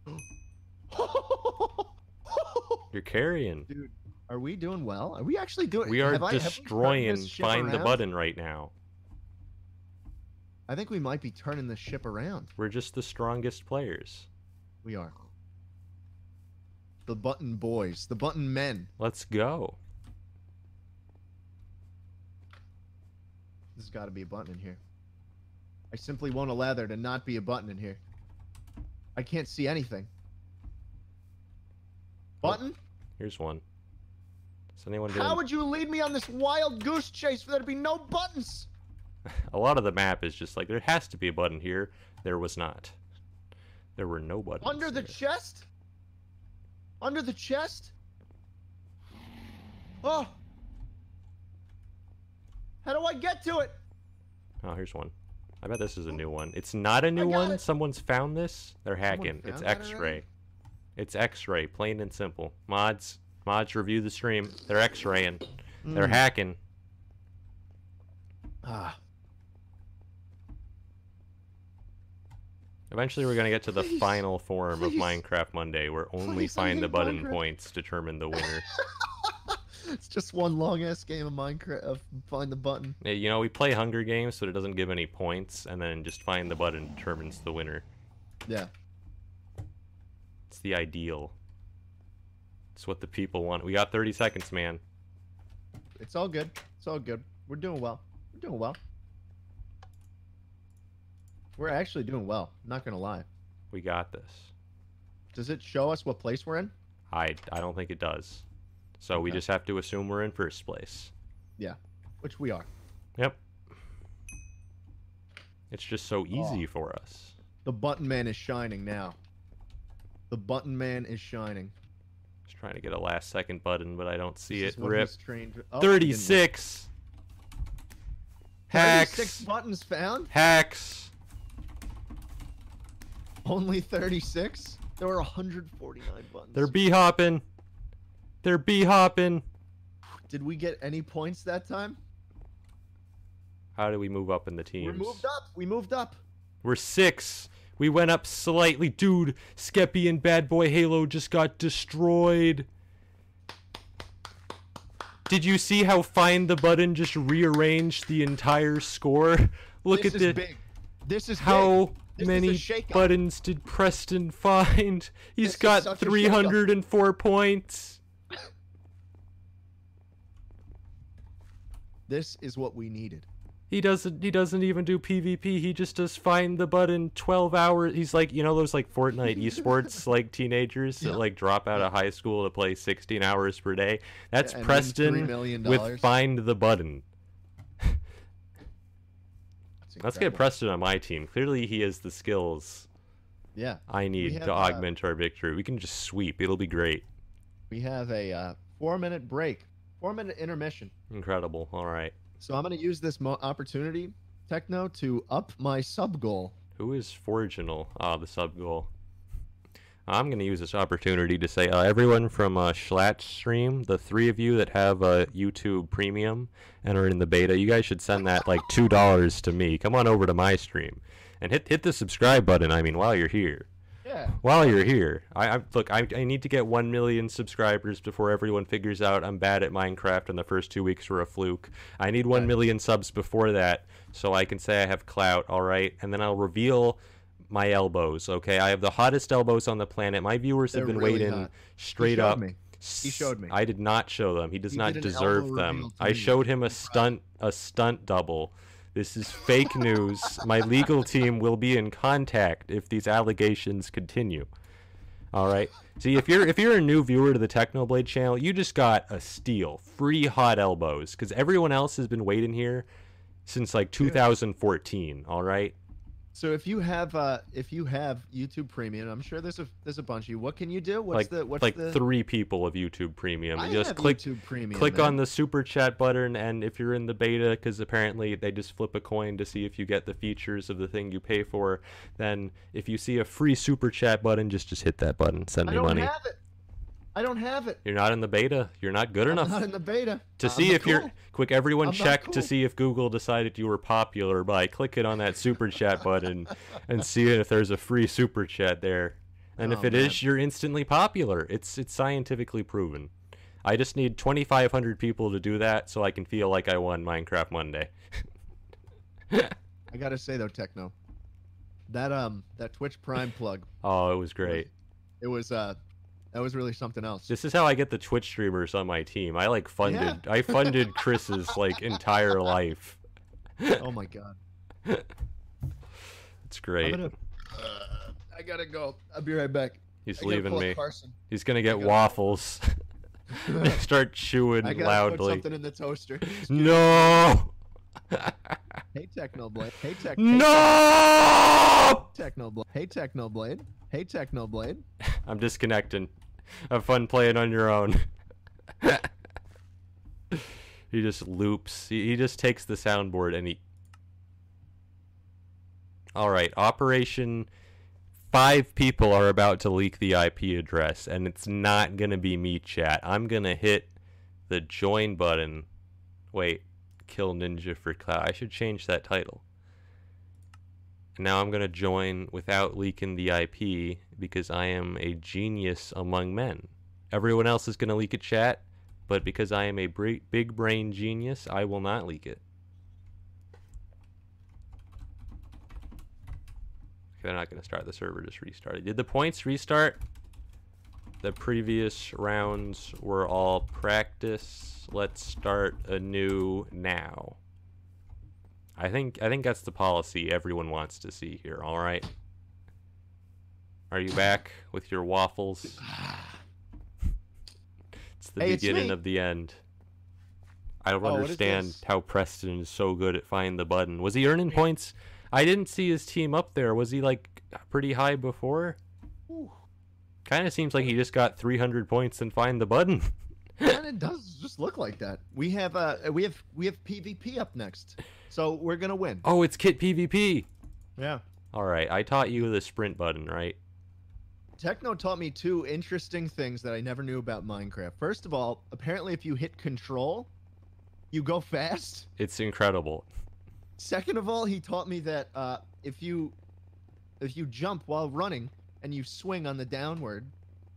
Speaker 1: <gasps> <laughs>
Speaker 2: You're carrying.
Speaker 1: Are we doing well? Are we actually doing?
Speaker 2: We are
Speaker 1: have I- have we turned
Speaker 2: destroying
Speaker 1: this ship
Speaker 2: find the
Speaker 1: around?
Speaker 2: button right now.
Speaker 1: I think we might be turning this ship around.
Speaker 2: We're just the strongest players.
Speaker 1: We are. The button boys, the button men.
Speaker 2: Let's go.
Speaker 1: There's got to be a button in here. I simply won't allow there to not be a button in here. I can't see anything.
Speaker 2: Oh,
Speaker 1: Button?
Speaker 2: Here's one. Is anyone doing?
Speaker 1: How would you lead me on this wild goose chase for there to be no buttons?
Speaker 2: A lot of the map is just like there has to be a button here. There was not. There were no buttons.
Speaker 1: Under the
Speaker 2: there.
Speaker 1: chest? Under the chest? Oh! How do I get to it?
Speaker 2: Oh, here's one. I bet this is a new one. It's not a new
Speaker 1: Oh. got
Speaker 2: one.
Speaker 1: it.
Speaker 2: Someone's found this. They're hacking.
Speaker 1: found
Speaker 2: It's
Speaker 1: that already?
Speaker 2: X ray. It's X ray, plain and simple. Mods, mods review the stream. They're X raying. They're
Speaker 1: Mm.
Speaker 2: hacking.
Speaker 1: Ah, <laughs>
Speaker 2: Eventually, we're gonna get to the
Speaker 1: Please.
Speaker 2: final form
Speaker 1: Please.
Speaker 2: of Minecraft Monday, where only
Speaker 1: Please, I
Speaker 2: find the
Speaker 1: hate
Speaker 2: button
Speaker 1: Minecraft.
Speaker 2: points determine the winner.
Speaker 1: it's just one long ass game of Minecraft. Of find the button.
Speaker 2: Yeah, Eh, you know, we play Hunger Games, so it doesn't give any points, and then just find the button determines the winner.
Speaker 1: Yeah.
Speaker 2: It's the ideal. It's what the people want. We got 30 seconds, man.
Speaker 1: It's all good. It's all good. We're doing well. We're doing well. We're actually doing well. Not gonna lie.
Speaker 2: We got this.
Speaker 1: Does it show us what place we're in?
Speaker 2: I I don't think it does. So we
Speaker 1: Okay.
Speaker 2: just have to assume we're in first place.
Speaker 1: Which we are.
Speaker 2: Yep. It's just so easy for us.
Speaker 1: The button man is shining now. The button man is shining.
Speaker 2: Just trying to get a last second button, but I don't see
Speaker 1: This is
Speaker 2: it.
Speaker 1: when
Speaker 2: Rip.
Speaker 1: he's trained- oh, he didn't rip.
Speaker 2: 36.
Speaker 1: 36
Speaker 2: Hacks.
Speaker 1: buttons found?
Speaker 2: Hacks.
Speaker 1: Only 36? There were 149 buttons.
Speaker 2: They're bee hopping. They're bee hopping.
Speaker 1: Did we get any points that time?
Speaker 2: How do we move up in the teams?
Speaker 1: We moved up. We moved up.
Speaker 2: We're six. We went up slightly. Dude, Skeppy and Bad Boy Halo just got destroyed. Did you see how Find the Button just rearranged the entire score? Look
Speaker 1: this
Speaker 2: at
Speaker 1: is
Speaker 2: the
Speaker 1: big. This is big.
Speaker 2: how
Speaker 1: This is a
Speaker 2: many
Speaker 1: shakeup.
Speaker 2: buttons did Preston find?
Speaker 1: This
Speaker 2: <laughs> He's
Speaker 1: is
Speaker 2: got
Speaker 1: such a shakeup.
Speaker 2: 304 points.
Speaker 1: This is what we needed.
Speaker 2: He doesn't he doesn't even do PvP. He just does find the button 12 hours. He's like, you know those like Fortnite
Speaker 1: <laughs>
Speaker 2: esports like teenagers
Speaker 1: Yeah.
Speaker 2: that like drop out of high school to play 16 hours per day. That's
Speaker 1: And win $3
Speaker 2: Preston
Speaker 1: million.
Speaker 2: with find the button.
Speaker 1: It's
Speaker 2: Let's get
Speaker 1: incredible.
Speaker 2: Preston on my team. Clearly he has the skills
Speaker 1: Yeah,
Speaker 2: I need
Speaker 1: have,
Speaker 2: to
Speaker 1: uh,
Speaker 2: augment our victory. We can just sweep. It'll be great.
Speaker 1: we have a uh, four-minute break, four-minute intermission.
Speaker 2: Incredible. All right.
Speaker 1: So I'm going to use this mo- opportunity, Techno, to up my sub goal.
Speaker 2: Who is Forginal? Ah, the sub goal. I'm going to use this opportunity to say, uh, everyone from uh, Schlatt's stream, the three of you that have uh, YouTube Premium and are in the beta, you guys should send that like two dollars to me. Come on over to my stream and hit hit the subscribe button. I mean, while you're here,
Speaker 1: Yeah,
Speaker 2: while you're here, I, I look, I, I need to get one million subscribers before everyone figures out I'm bad at Minecraft and the first two weeks were a fluke. I need one
Speaker 1: Right.
Speaker 2: million subs before that so I can say I have clout. All right, and then I'll reveal my elbows. Okay, I have the hottest elbows on the planet. My viewers have
Speaker 1: They're
Speaker 2: been
Speaker 1: really
Speaker 2: waiting
Speaker 1: hot.
Speaker 2: straight
Speaker 1: showed
Speaker 2: up.
Speaker 1: me. He showed me.
Speaker 2: I did not show them. He does
Speaker 1: He
Speaker 2: not
Speaker 1: did an
Speaker 2: deserve
Speaker 1: elbow reveal
Speaker 2: them.
Speaker 1: to
Speaker 2: I
Speaker 1: me.
Speaker 2: showed him a stunt a stunt double. This is
Speaker 1: <laughs>
Speaker 2: fake news. My legal team will be in contact if these allegations continue. All right. See, if you're if you're a new viewer to the Technoblade channel, you just got a steal, free hot elbows, because everyone else has been waiting here since like 2014. All right.
Speaker 1: So if you have uh if you have YouTube Premium, I'm sure there's a there's a bunch of you. What can you do? What's
Speaker 2: like
Speaker 1: the what's
Speaker 2: like
Speaker 1: the
Speaker 2: three people of YouTube Premium.
Speaker 1: I
Speaker 2: You just
Speaker 1: have
Speaker 2: click
Speaker 1: YouTube Premium.
Speaker 2: click
Speaker 1: man.
Speaker 2: on the super chat button, and if you're in the beta, because apparently they just flip a coin to see if you get the features of the thing you pay for, then if you see a free super chat button, just just hit that button. Send
Speaker 1: I
Speaker 2: me
Speaker 1: don't
Speaker 2: money.
Speaker 1: have it. I don't have it.
Speaker 2: You're not in the beta. You're not good
Speaker 1: I'm
Speaker 2: enough.
Speaker 1: not in the beta.
Speaker 2: to
Speaker 1: I'm
Speaker 2: see
Speaker 1: not
Speaker 2: if you're
Speaker 1: cool.
Speaker 2: quick everyone
Speaker 1: I'm not
Speaker 2: check to
Speaker 1: cool.
Speaker 2: see if google decided you were popular by clicking on that super chat button and seeing if there's a free super chat there and if
Speaker 1: Oh,
Speaker 2: it
Speaker 1: man.
Speaker 2: you're instantly popular it's it's scientifically proven i just need 2500 people to do that so i can feel like i won minecraft monday
Speaker 1: I gotta say though, Techno, that um that Twitch Prime plug,
Speaker 2: oh it was <laughs> great
Speaker 1: it was uh that was really something else.
Speaker 2: this is how i get the twitch streamers on my team i like funded i funded chris's like entire life
Speaker 1: oh my god.
Speaker 2: it's
Speaker 1: I'm
Speaker 2: great
Speaker 1: gonna, uh, I gotta go. I'll be right back.
Speaker 2: he's
Speaker 1: I gotta
Speaker 2: leaving
Speaker 1: pull up
Speaker 2: me
Speaker 1: Carson.
Speaker 2: He's gonna get
Speaker 1: gotta- <laughs>
Speaker 2: waffles. Start chewing
Speaker 1: I gotta put
Speaker 2: loudly.
Speaker 1: something in the toaster.
Speaker 2: No!
Speaker 1: Hey Technoblade.
Speaker 2: <laughs>
Speaker 1: Hey Tech.
Speaker 2: no!
Speaker 1: Hey Technoblade. Hey Technoblade. Hey Technoblade.
Speaker 2: <laughs> I'm disconnecting. Have fun playing on your own. <laughs> he just loops. He, he just takes the soundboard and he. All right, Operation. Five people are about to leak the IP address, and it's not gonna be me, chat. I'm gonna hit the join button. Wait, kill Ninja for Cloud. I should change that title. And now I'm going to join without leaking the IP because I am a genius among men. Everyone else is going to leak a chat, but because I am a br- big brain genius, I will not leak it. Okay, They're not going to start. The server just restarted. Did the points restart? The previous rounds were all practice. Let's start anew now. I think I think that's the policy everyone wants to see here. All right. Are you back with your
Speaker 1: <sighs>
Speaker 2: waffles? It's the
Speaker 1: Hey, it's
Speaker 2: beginning
Speaker 1: me.
Speaker 2: of the end. I don't
Speaker 1: Oh, what is
Speaker 2: understand
Speaker 1: this?
Speaker 2: how Preston is so good at find the button. Was he earning points? I didn't see his team up there. Was he like pretty high before?
Speaker 1: Ooh,
Speaker 2: Kind of seems like he just got 300 points and find the button. <laughs>
Speaker 1: and it does just look like that. We have uh we have we have PvP up next, so we're gonna win.
Speaker 2: Oh, it's kit PvP.
Speaker 1: Yeah.
Speaker 2: All right, I taught you the sprint button, right?
Speaker 1: Techno taught me two interesting things that I never knew about Minecraft. First of all, apparently if you hit control, you go fast.
Speaker 2: It's incredible.
Speaker 1: Second of all, he taught me that uh, if you if you jump while running and you swing on the downward,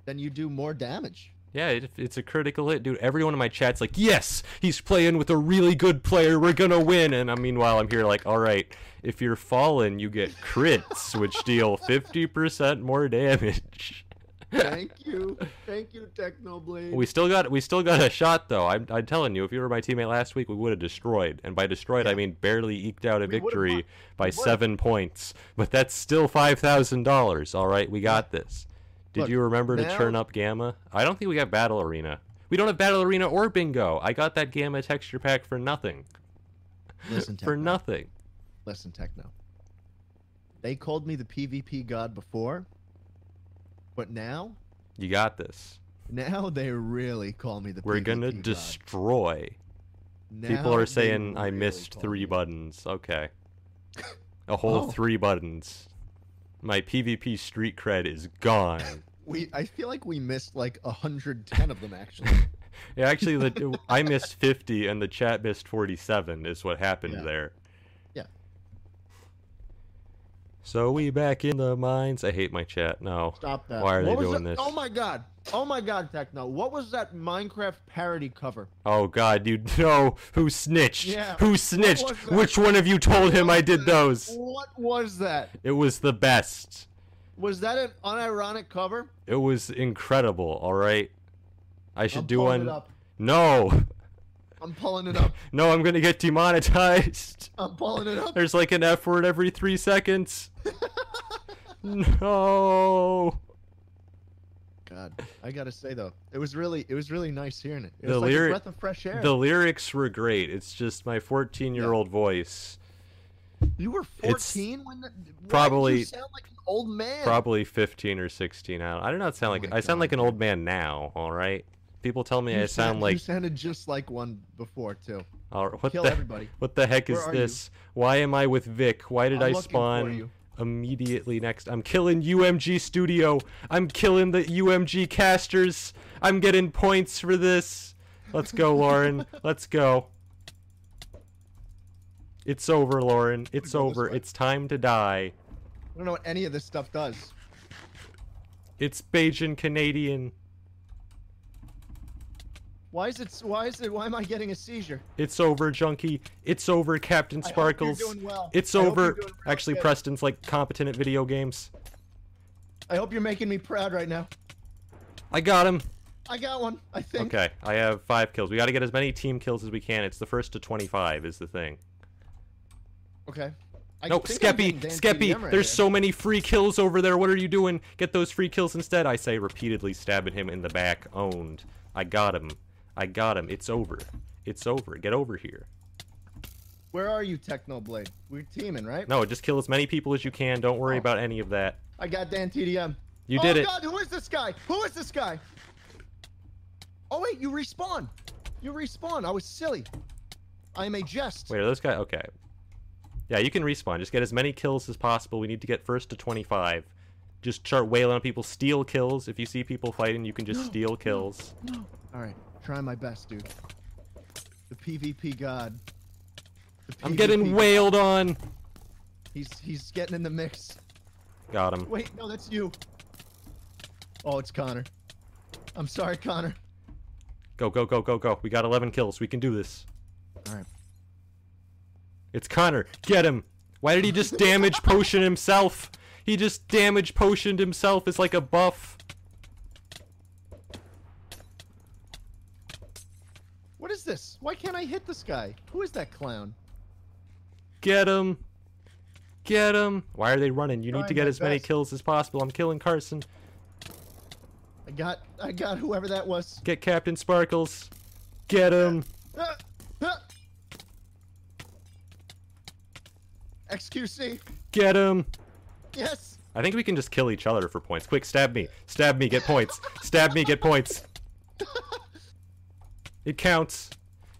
Speaker 1: then you do more <laughs> damage.
Speaker 2: Yeah, it, it's a critical hit, dude. Everyone in my chat's like, "Yes, he's playing with a really good player. We're gonna win." And I meanwhile, I'm here like, "All right, if you're fallen, you get crits, which deal 50% more damage." <laughs>
Speaker 1: Thank you, thank you, Technoblade.
Speaker 2: We still got we still got a shot though. I'm, I'm telling you, if you were my teammate last week, we would have destroyed. And by destroyed, I
Speaker 1: Yeah.
Speaker 2: mean barely eked out a
Speaker 1: We would've won.
Speaker 2: victory by
Speaker 1: would've.
Speaker 2: seven points. But that's still five thousand dollars. All right, we got this. Did
Speaker 1: Look,
Speaker 2: you remember to
Speaker 1: now-
Speaker 2: turn up gamma? I don't think we got battle arena. We don't have battle arena or bingo. I got that gamma texture pack for nothing.
Speaker 1: listen,
Speaker 2: For
Speaker 1: Techno.
Speaker 2: nothing.
Speaker 1: listen, Techno. They called me the PvP god before, but now,
Speaker 2: You got this.
Speaker 1: now they really call me the.
Speaker 2: We're
Speaker 1: PvP
Speaker 2: gonna
Speaker 1: god.
Speaker 2: destroy. People
Speaker 1: Now
Speaker 2: are
Speaker 1: they
Speaker 2: saying I
Speaker 1: really
Speaker 2: missed
Speaker 1: call
Speaker 2: three
Speaker 1: me.
Speaker 2: buttons.
Speaker 1: <laughs>
Speaker 2: Okay. A whole
Speaker 1: Oh.
Speaker 2: three buttons. My PvP street cred is
Speaker 1: <laughs>
Speaker 2: gone.
Speaker 1: We, I feel like we missed like hundred ten of them actually.
Speaker 2: yeah, actually, the, I missed 50 and the chat missed 47 is what happened
Speaker 1: Yeah.
Speaker 2: there.
Speaker 1: Yeah.
Speaker 2: So we back in the mines. I hate my chat. No.
Speaker 1: Stop that.
Speaker 2: Why are
Speaker 1: What
Speaker 2: they
Speaker 1: was
Speaker 2: doing
Speaker 1: that-
Speaker 2: this?
Speaker 1: Oh my god. Oh my god, Techno. What was that Minecraft parody cover?
Speaker 2: Oh God, you <laughs> know who snitched?
Speaker 1: Yeah,
Speaker 2: Who snitched?
Speaker 1: was that?
Speaker 2: Which one of you told him I
Speaker 1: <laughs>
Speaker 2: did those?
Speaker 1: What was that?
Speaker 2: It was the best.
Speaker 1: Was that an unironic cover?
Speaker 2: It was incredible. All right. I should
Speaker 1: I'm
Speaker 2: do
Speaker 1: pulling it
Speaker 2: one.
Speaker 1: up.
Speaker 2: No. <laughs>
Speaker 1: I'm pulling it up.
Speaker 2: No, I'm gonna get demonetized. <laughs>
Speaker 1: I'm pulling it up.
Speaker 2: There's like an F
Speaker 1: <laughs>
Speaker 2: word every three seconds. no.
Speaker 1: God, I gotta say though, it was really, it was really nice hearing it. It
Speaker 2: The
Speaker 1: was like
Speaker 2: lyric-
Speaker 1: a breath of fresh air.
Speaker 2: The lyrics were great. It's just my 14 year old voice,
Speaker 1: you were
Speaker 2: it's
Speaker 1: 14 when the, Why did
Speaker 2: probably-
Speaker 1: you sound like an old man.
Speaker 2: probably 15 or 16. I, don't- I do not sound
Speaker 1: Oh
Speaker 2: like
Speaker 1: my
Speaker 2: I sound
Speaker 1: God,
Speaker 2: like an
Speaker 1: dude.
Speaker 2: old man now. All right, people tell me
Speaker 1: You
Speaker 2: I sound like
Speaker 1: you sounded just like one before too.
Speaker 2: all right, what
Speaker 1: Kill
Speaker 2: the
Speaker 1: everybody.
Speaker 2: what the heck
Speaker 1: Where
Speaker 2: is
Speaker 1: are you?
Speaker 2: this? Why am I with Vic? Why
Speaker 1: I'm
Speaker 2: did I
Speaker 1: looking for
Speaker 2: spawn
Speaker 1: you.
Speaker 2: immediately next? I'm killing UMG Studio. I'm killing the UMG casters. I'm getting points for this. Let's go, Lauren. Let's go. It's over, Lauren. It's
Speaker 1: go this
Speaker 2: over.
Speaker 1: way.
Speaker 2: It's time to
Speaker 1: I
Speaker 2: die.
Speaker 1: don't know what any of this stuff does.
Speaker 2: It's Bajan Canadian.
Speaker 1: Why is it? Why is it? Why am I getting a seizure?
Speaker 2: It's over, Junkie. It's over, Captain
Speaker 1: I hope you're
Speaker 2: Sparkles.
Speaker 1: doing well.
Speaker 2: It's
Speaker 1: I hope you're
Speaker 2: over.
Speaker 1: doing real
Speaker 2: Actually,
Speaker 1: good.
Speaker 2: Preston's like competent at video games.
Speaker 1: I hope you're making me proud right now.
Speaker 2: I got him.
Speaker 1: I got one. I think.
Speaker 2: Okay, I have five kills. We got to get as many team kills as we can. It's the first to 25 is the thing.
Speaker 1: Okay. I
Speaker 2: no,
Speaker 1: think I'm
Speaker 2: Skeppy,
Speaker 1: getting Dan
Speaker 2: Skeppy,
Speaker 1: TDM right
Speaker 2: there's
Speaker 1: here.
Speaker 2: so many free kills over there. What are you doing? Get those free kills instead. I say repeatedly, stabbing him in the back. Owned. I got him. I got him. It's over. It's over. Get over here.
Speaker 1: Where are you, Technoblade? We're teaming, right?
Speaker 2: No, just kill as many people as you can. Don't worry
Speaker 1: Oh.
Speaker 2: about any of that.
Speaker 1: I got Dan TDM.
Speaker 2: You
Speaker 1: oh,
Speaker 2: did it.
Speaker 1: God, who is this guy? Who is this guy? Oh wait, you respawn. You respawn. I was silly. I am a jest.
Speaker 2: Wait, are those guys? Okay. Yeah, you can respawn. Just get as many kills as possible. We need to get first to 25. Just start wailing on people. Steal kills. If you see people fighting, you can
Speaker 1: <gasps>
Speaker 2: just
Speaker 1: No,
Speaker 2: steal kills.
Speaker 1: No. <gasps> All right, trying my best, dude. The PvP god. The
Speaker 2: I'm
Speaker 1: PvP
Speaker 2: getting
Speaker 1: god.
Speaker 2: wailed on.
Speaker 1: He's he's getting in the mix.
Speaker 2: Got him.
Speaker 1: Wait, no, that's you. Oh, it's Connor. I'm sorry, Connor.
Speaker 2: Go, go, go, go, go. We got 11 kills. We can do this.
Speaker 1: All right.
Speaker 2: It's Connor. Get him. Why did he just damage potion himself? He just damage potioned himself as like a buff.
Speaker 1: What is this? Why can't I hit this guy? Who is that clown?
Speaker 2: Get him. Get him. Why are they running? You need
Speaker 1: Trying
Speaker 2: to get
Speaker 1: my
Speaker 2: as many
Speaker 1: best.
Speaker 2: kills as possible. I'm killing Carson.
Speaker 1: I got I got whoever that was.
Speaker 2: Get Captain Sparkles. Get him.
Speaker 1: Ah! Ah! XQC.
Speaker 2: Get him.
Speaker 1: Yes.
Speaker 2: I think we can just kill each other for points. Quick, stab me. Stab me, get points. Stab me, get points. It counts.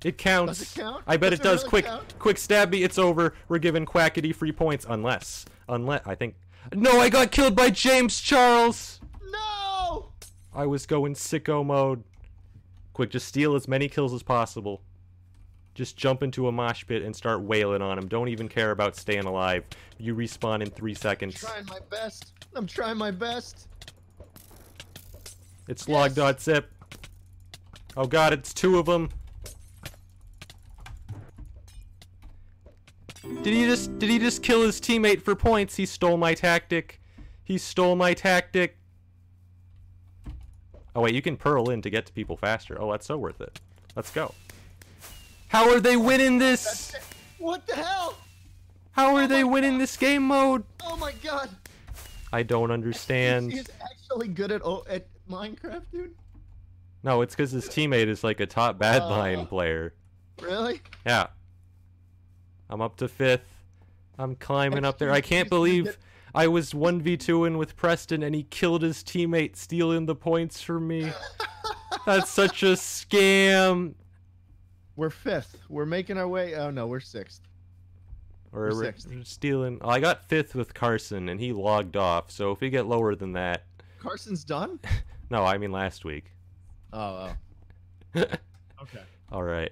Speaker 2: It counts.
Speaker 1: Does it count?
Speaker 2: I bet
Speaker 1: Does
Speaker 2: it
Speaker 1: it
Speaker 2: does.
Speaker 1: really
Speaker 2: quick,
Speaker 1: count?
Speaker 2: quick, stab me. It's over. We're giving Quackity free points unless, unless I think. No, I got killed by James Charles.
Speaker 1: No.
Speaker 2: I was going sicko mode. Quick, just steal as many kills as possible. Just jump into a mosh pit and start wailing on him. Don't even care about staying alive. You respawn in three seconds.
Speaker 1: Trying my best. I'm trying my best.
Speaker 2: It's
Speaker 1: Yes.
Speaker 2: log.zip. Oh god, it's two of them. Did he just did he just kill his teammate for points? He stole my tactic. He stole my tactic. Oh wait, you can pearl in to get to people faster. Oh, that's so worth it. Let's go. How are they winning this?
Speaker 1: What the hell?
Speaker 2: How are they winning this game mode?
Speaker 1: Oh my god.
Speaker 2: I don't
Speaker 1: He
Speaker 2: understand.
Speaker 1: is actually good at oh, at Minecraft, dude.
Speaker 2: No, it's because his teammate is like a top bad
Speaker 1: Uh.
Speaker 2: line player.
Speaker 1: Really?
Speaker 2: Yeah. I'm up to fifth. I'm climbing up there. I can't
Speaker 1: Excuse me,
Speaker 2: believe
Speaker 1: get-
Speaker 2: I was 1v2ing with Preston and he killed his teammate, stealing the points
Speaker 1: <laughs>
Speaker 2: from me. That's such a scam.
Speaker 1: We're fifth. We're making our way. Oh no, we're sixth.
Speaker 2: Or
Speaker 1: Or
Speaker 2: we're
Speaker 1: sixth.
Speaker 2: we're stealing. I got fifth with Carson and he logged off. So if we get lower than that.
Speaker 1: Carson's done.
Speaker 2: No, I mean last week.
Speaker 1: Oh. okay.
Speaker 2: All right.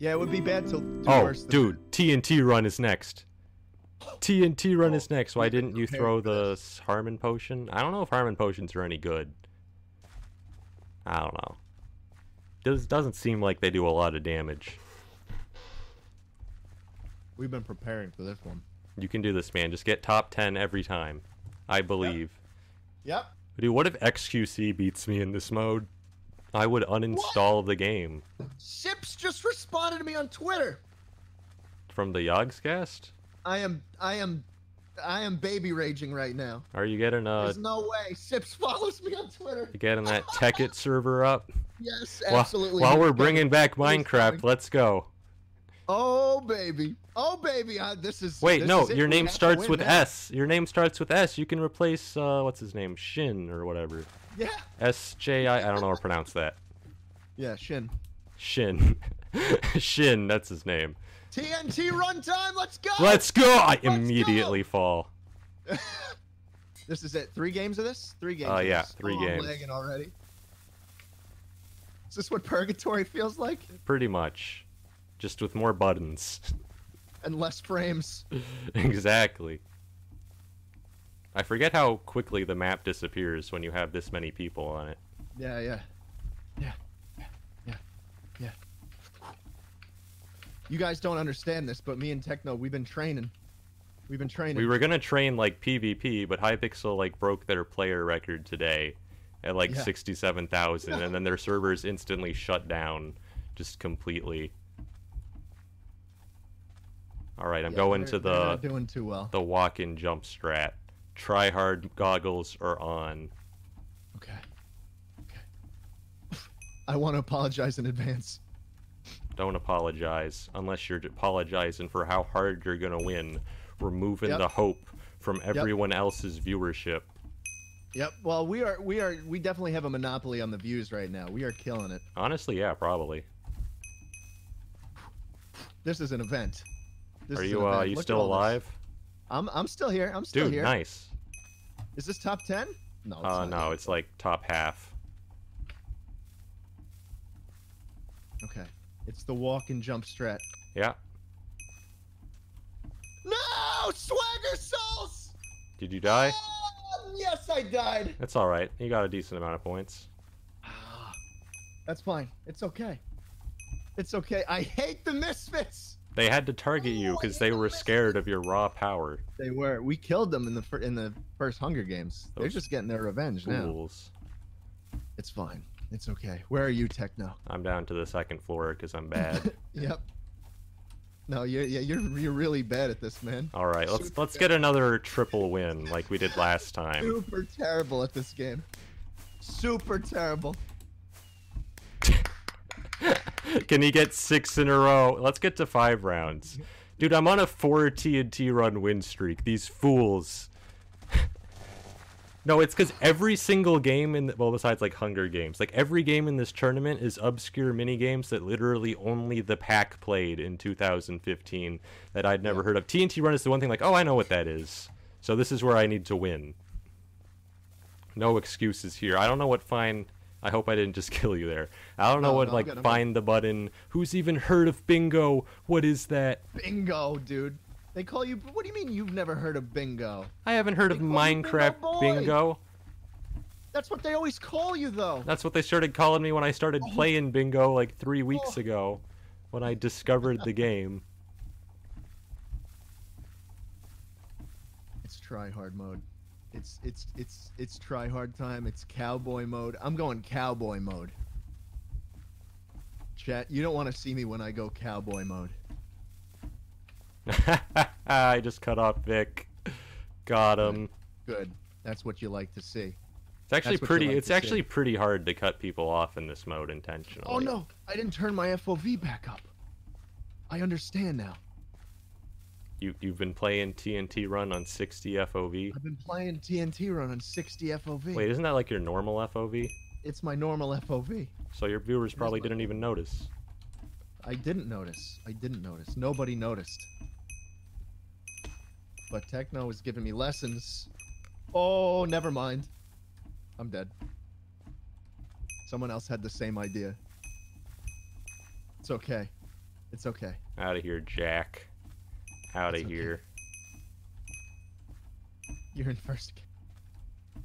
Speaker 1: Yeah, it would be bad to. to
Speaker 2: Oh,
Speaker 1: worse than
Speaker 2: dude, TNT run is next. TNT run
Speaker 1: Oh,
Speaker 2: is next. Why
Speaker 1: we've been
Speaker 2: didn't you
Speaker 1: prepared
Speaker 2: throw
Speaker 1: for
Speaker 2: the s- Harmon potion? I don't know if Harmon potions are any good. I don't know. Does doesn't seem like they do a lot of damage.
Speaker 1: that. We've been preparing for this one.
Speaker 2: You can do this, man. Just get top ten every time. I believe.
Speaker 1: Yep.
Speaker 2: Dude, what if XQC beats me in this mode? I would uninstall the game
Speaker 1: Sips just responded to me on Twitter.
Speaker 2: from the Yogscast.
Speaker 1: I am. I am. I am baby raging right now.
Speaker 2: Are you getting uh
Speaker 1: There's no way. Sips follows me on Twitter.
Speaker 2: you getting that Tekkit server up?
Speaker 1: Yes,
Speaker 2: While-
Speaker 1: absolutely.
Speaker 2: While
Speaker 1: Here
Speaker 2: we're
Speaker 1: we go.
Speaker 2: bringing back
Speaker 1: Here's
Speaker 2: Minecraft,
Speaker 1: coming.
Speaker 2: let's go.
Speaker 1: Oh baby. Oh baby. I, this is.
Speaker 2: Wait,
Speaker 1: this
Speaker 2: no,
Speaker 1: is it.
Speaker 2: your
Speaker 1: We
Speaker 2: name
Speaker 1: have to
Speaker 2: starts
Speaker 1: win
Speaker 2: with
Speaker 1: now.
Speaker 2: S. Your name starts with S. You can replace uh what's his name? Shin or whatever.
Speaker 1: Yeah.
Speaker 2: S J I I don't know how to pronounce that.
Speaker 1: Yeah. Shin.
Speaker 2: Shin. <laughs> Shin, that's his name.
Speaker 1: TNT runtime. Let's go.
Speaker 2: Let's go! I
Speaker 1: go!
Speaker 2: immediately fall.
Speaker 1: This is it. Three games of this? Three games.
Speaker 2: Uh,
Speaker 1: of
Speaker 2: yeah,
Speaker 1: this.
Speaker 2: three
Speaker 1: oh,
Speaker 2: games.
Speaker 1: I'm lagging already. Is this what purgatory feels like?
Speaker 2: Pretty much. Just with more buttons. <laughs>
Speaker 1: And less frames.
Speaker 2: exactly. I forget how quickly the map disappears when you have this many people on it.
Speaker 1: Yeah, yeah, yeah, yeah, yeah. You guys don't understand this, but me and Techno, we've been training. We've been training.
Speaker 2: We were gonna train like PvP, but Hypixel like broke their player record today at like
Speaker 1: Yeah.
Speaker 2: sixty-seven thousand, and then their servers instantly shut down, just completely. All right, I'm
Speaker 1: Yeah,
Speaker 2: going
Speaker 1: they're-
Speaker 2: to
Speaker 1: they're
Speaker 2: the
Speaker 1: not doing too well.
Speaker 2: the walk-in jump strat. Try hard goggles are on.
Speaker 1: Okay. Okay. <laughs> I want to apologize in advance.
Speaker 2: Don't apologize unless you're apologizing for how hard you're gonna win, removing
Speaker 1: Yep.
Speaker 2: the hope from everyone else's viewership.
Speaker 1: Yep. Well, we are we are we definitely have a monopoly on the views right now. We are killing it.
Speaker 2: Honestly, yeah, probably.
Speaker 1: This is an event. This
Speaker 2: are
Speaker 1: is
Speaker 2: you
Speaker 1: an
Speaker 2: uh,
Speaker 1: event.
Speaker 2: you
Speaker 1: Look at
Speaker 2: still
Speaker 1: all this.
Speaker 2: alive?
Speaker 1: I'm I'm still here. I'm still
Speaker 2: Dude,
Speaker 1: here. Is
Speaker 2: nice.
Speaker 1: this top ten? No. It's
Speaker 2: Uh,
Speaker 1: not.
Speaker 2: no, it's like top half.
Speaker 1: Okay. It's the walk and jump strat.
Speaker 2: Yeah.
Speaker 1: No, Swagger Souls.
Speaker 2: Did you die?
Speaker 1: Oh, yes, I died.
Speaker 2: That's all right. You got a decent amount of points.
Speaker 1: Ah, <sighs> That's fine. It's okay. It's okay. I hate the misfits.
Speaker 2: They had to target
Speaker 1: Oh,
Speaker 2: you
Speaker 1: I
Speaker 2: because
Speaker 1: hate
Speaker 2: they
Speaker 1: the
Speaker 2: were scared of your raw power.
Speaker 1: They were. We killed them in the fir- in the first Hunger Games. They're
Speaker 2: Those
Speaker 1: just getting their revenge now.
Speaker 2: Fools.
Speaker 1: It's fine. It's okay. Where are you, Techno?
Speaker 2: I'm down to the second floor because I'm bad.
Speaker 1: <laughs> Yep. No, you're yeah, you're you're really bad at this, man.
Speaker 2: all right, let's
Speaker 1: Super
Speaker 2: let's get another triple win like we did
Speaker 1: <laughs>
Speaker 2: last time. <laughs>
Speaker 1: Super terrible at this game. Super terrible.
Speaker 2: Can he get six in a row? Let's get to five rounds. Dude, I'm on a four TNT run win streak. These fools. no, it's because every single game in the, well, besides like Hunger Games, like every game in this tournament is obscure mini games that literally only the pack played in 2015 that I'd never heard of. TNT run is the one thing like, oh, I know what that is. So this is where I need to win. No excuses here. I don't know what fine. I hope I didn't just <laughs> kill you there. I don't know
Speaker 1: No,
Speaker 2: what
Speaker 1: no, I'm
Speaker 2: like
Speaker 1: good, I'm good.
Speaker 2: find the button. Who's even heard of bingo? What is that?
Speaker 1: Bingo, dude. They call you. What do you mean you've never heard of bingo?
Speaker 2: I haven't heard of
Speaker 1: They call you Bingo
Speaker 2: Minecraft
Speaker 1: Boy.
Speaker 2: Bingo.
Speaker 1: That's what they always call you, though.
Speaker 2: That's what they started calling me when I started playing Bingo like three weeks
Speaker 1: Oh.
Speaker 2: ago when I discovered the game. <laughs>
Speaker 1: It's try hard mode. It's it's it's it's try hard time. It's cowboy mode. I'm going cowboy mode. Chat, you don't want to see me when I go cowboy mode.
Speaker 2: I just cut off Vic. Got him.
Speaker 1: Good. That's what you like to see.
Speaker 2: It's actually
Speaker 1: That's what you
Speaker 2: pretty
Speaker 1: like
Speaker 2: it's
Speaker 1: to see.
Speaker 2: actually pretty hard to cut people off in this mode intentionally.
Speaker 1: Oh no, I didn't turn my FOV back up. I understand now.
Speaker 2: You you've been playing TNT run on 60 FOV.
Speaker 1: I've been playing TNT run on 60 FOV.
Speaker 2: Wait, isn't that like your normal FOV?
Speaker 1: It's my normal FOV.
Speaker 2: So your viewers probably
Speaker 1: my
Speaker 2: didn't even notice.
Speaker 1: I didn't notice. I didn't notice. Nobody noticed. But Techno was giving me lessons. Oh, never mind. I'm dead. Someone else had the same idea. It's okay. It's okay.
Speaker 2: Out of here, Jack. Out
Speaker 1: That's
Speaker 2: of
Speaker 1: okay.
Speaker 2: here.
Speaker 1: You're in first. again.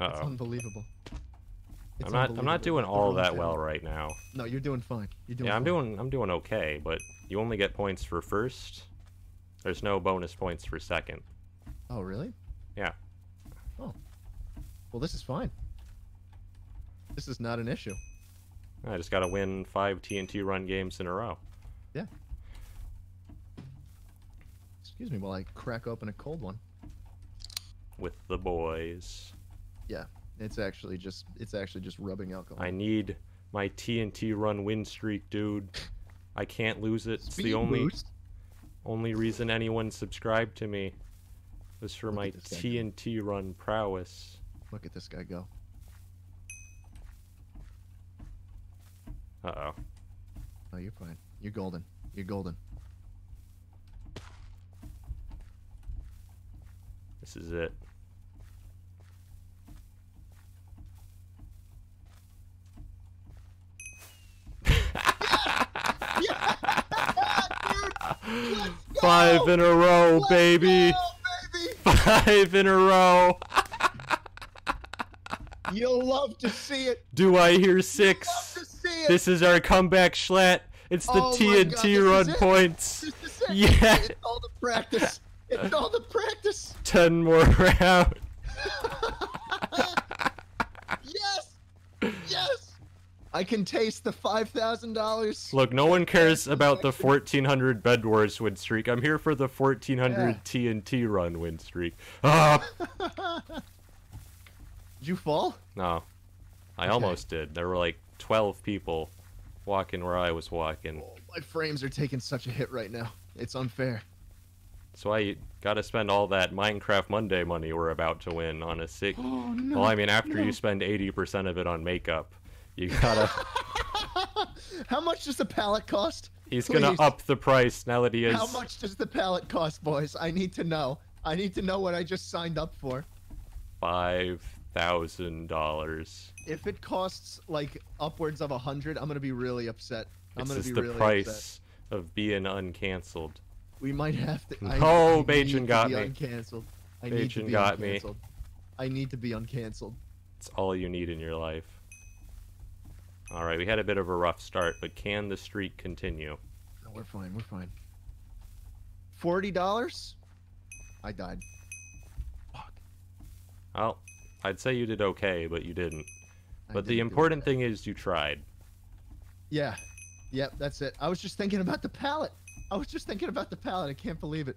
Speaker 1: It's
Speaker 2: Uh-oh.
Speaker 1: unbelievable. It's
Speaker 2: Oh. I'm not I'm not
Speaker 1: unbelievable.
Speaker 2: doing
Speaker 1: The
Speaker 2: all
Speaker 1: room
Speaker 2: that
Speaker 1: down.
Speaker 2: well right now.
Speaker 1: No, you're doing fine. You're doing
Speaker 2: Yeah, I'm
Speaker 1: fine.
Speaker 2: doing I'm doing okay, but you only get points for first. There's no bonus points for second.
Speaker 1: Oh, really?
Speaker 2: Yeah.
Speaker 1: Oh. Well, this is fine. This is not an issue.
Speaker 2: I just got to win 5 TNT run games in a row.
Speaker 1: Excuse me while I crack open a cold one.
Speaker 2: with the boys.
Speaker 1: It's actually just it's actually just rubbing alcohol.
Speaker 2: I need my TNT run win streak, dude. I can't lose it. It's
Speaker 1: Speed
Speaker 2: the only
Speaker 1: boost?
Speaker 2: only reason anyone subscribed to me was for
Speaker 1: Look
Speaker 2: my
Speaker 1: at this guy go.
Speaker 2: TNT run prowess.
Speaker 1: Look at this guy go.
Speaker 2: Uh oh.
Speaker 1: Oh, you're fine. You're golden. You're golden.
Speaker 2: This
Speaker 1: <laughs>
Speaker 2: is it. Five in a row, baby.
Speaker 1: baby!
Speaker 2: <laughs> Five in a row.
Speaker 1: You'll love to see it.
Speaker 2: Do I hear six?
Speaker 1: Love to see it.
Speaker 2: This is our comeback, Schlatt. It's the
Speaker 1: Oh my God, this
Speaker 2: TNT
Speaker 1: is
Speaker 2: run
Speaker 1: it.
Speaker 2: points.
Speaker 1: This is it.
Speaker 2: Yeah.
Speaker 1: It's all the practice. It's all the practice.
Speaker 2: Ten more <laughs> rounds.
Speaker 1: Yes. Yes. I can taste the five thousand dollars.
Speaker 2: Look, no one cares about the 1400 Bed Wars win streak. I'm here for the 1400 TNT run win streak. Ah,
Speaker 1: Did you fall?
Speaker 2: no. I
Speaker 1: Okay.
Speaker 2: almost did. There were like 12 people walking where I was walking.
Speaker 1: Oh, my frames are taking such a hit right now. It's <laughs> unfair.
Speaker 2: So I got to spend all that Minecraft Monday money we're about to win on a sick.
Speaker 1: <gasps> Oh no.
Speaker 2: Well, I mean, after you spend 80% of it on makeup, you
Speaker 1: <laughs>
Speaker 2: gotta.
Speaker 1: How much does the pallet cost?
Speaker 2: He's gonna
Speaker 1: Please.
Speaker 2: up the price now that he is.
Speaker 1: How much does the pallet cost, boys? I need to know. I need to know what I just signed up for.
Speaker 2: Five thousand dollars.
Speaker 1: If it costs like upwards of a hundred, I'm gonna be really upset. I'm
Speaker 2: It's
Speaker 1: gonna
Speaker 2: just
Speaker 1: be
Speaker 2: the
Speaker 1: really
Speaker 2: price
Speaker 1: upset.
Speaker 2: of being uncancelled.
Speaker 1: We might have to. I,
Speaker 2: No,
Speaker 1: I
Speaker 2: Bajan
Speaker 1: need to
Speaker 2: got
Speaker 1: be
Speaker 2: me.
Speaker 1: Uncanceled. I need to
Speaker 2: Bajan
Speaker 1: be
Speaker 2: got me.
Speaker 1: uncanceled. I need to be uncanceled.
Speaker 2: It's all you need in your life. All right, we had a bit of a rough start, but can the streak continue?
Speaker 1: No, we're fine. We're fine. Forty dollars. I died. Fuck.
Speaker 2: Well, I'd say you did okay, but you didn't.
Speaker 1: I
Speaker 2: But the
Speaker 1: didn't do
Speaker 2: important
Speaker 1: that.
Speaker 2: thing is you tried.
Speaker 1: Yeah. Yep. That's it. I was just thinking about the pallet. I was just thinking about the pallet. I can't believe it.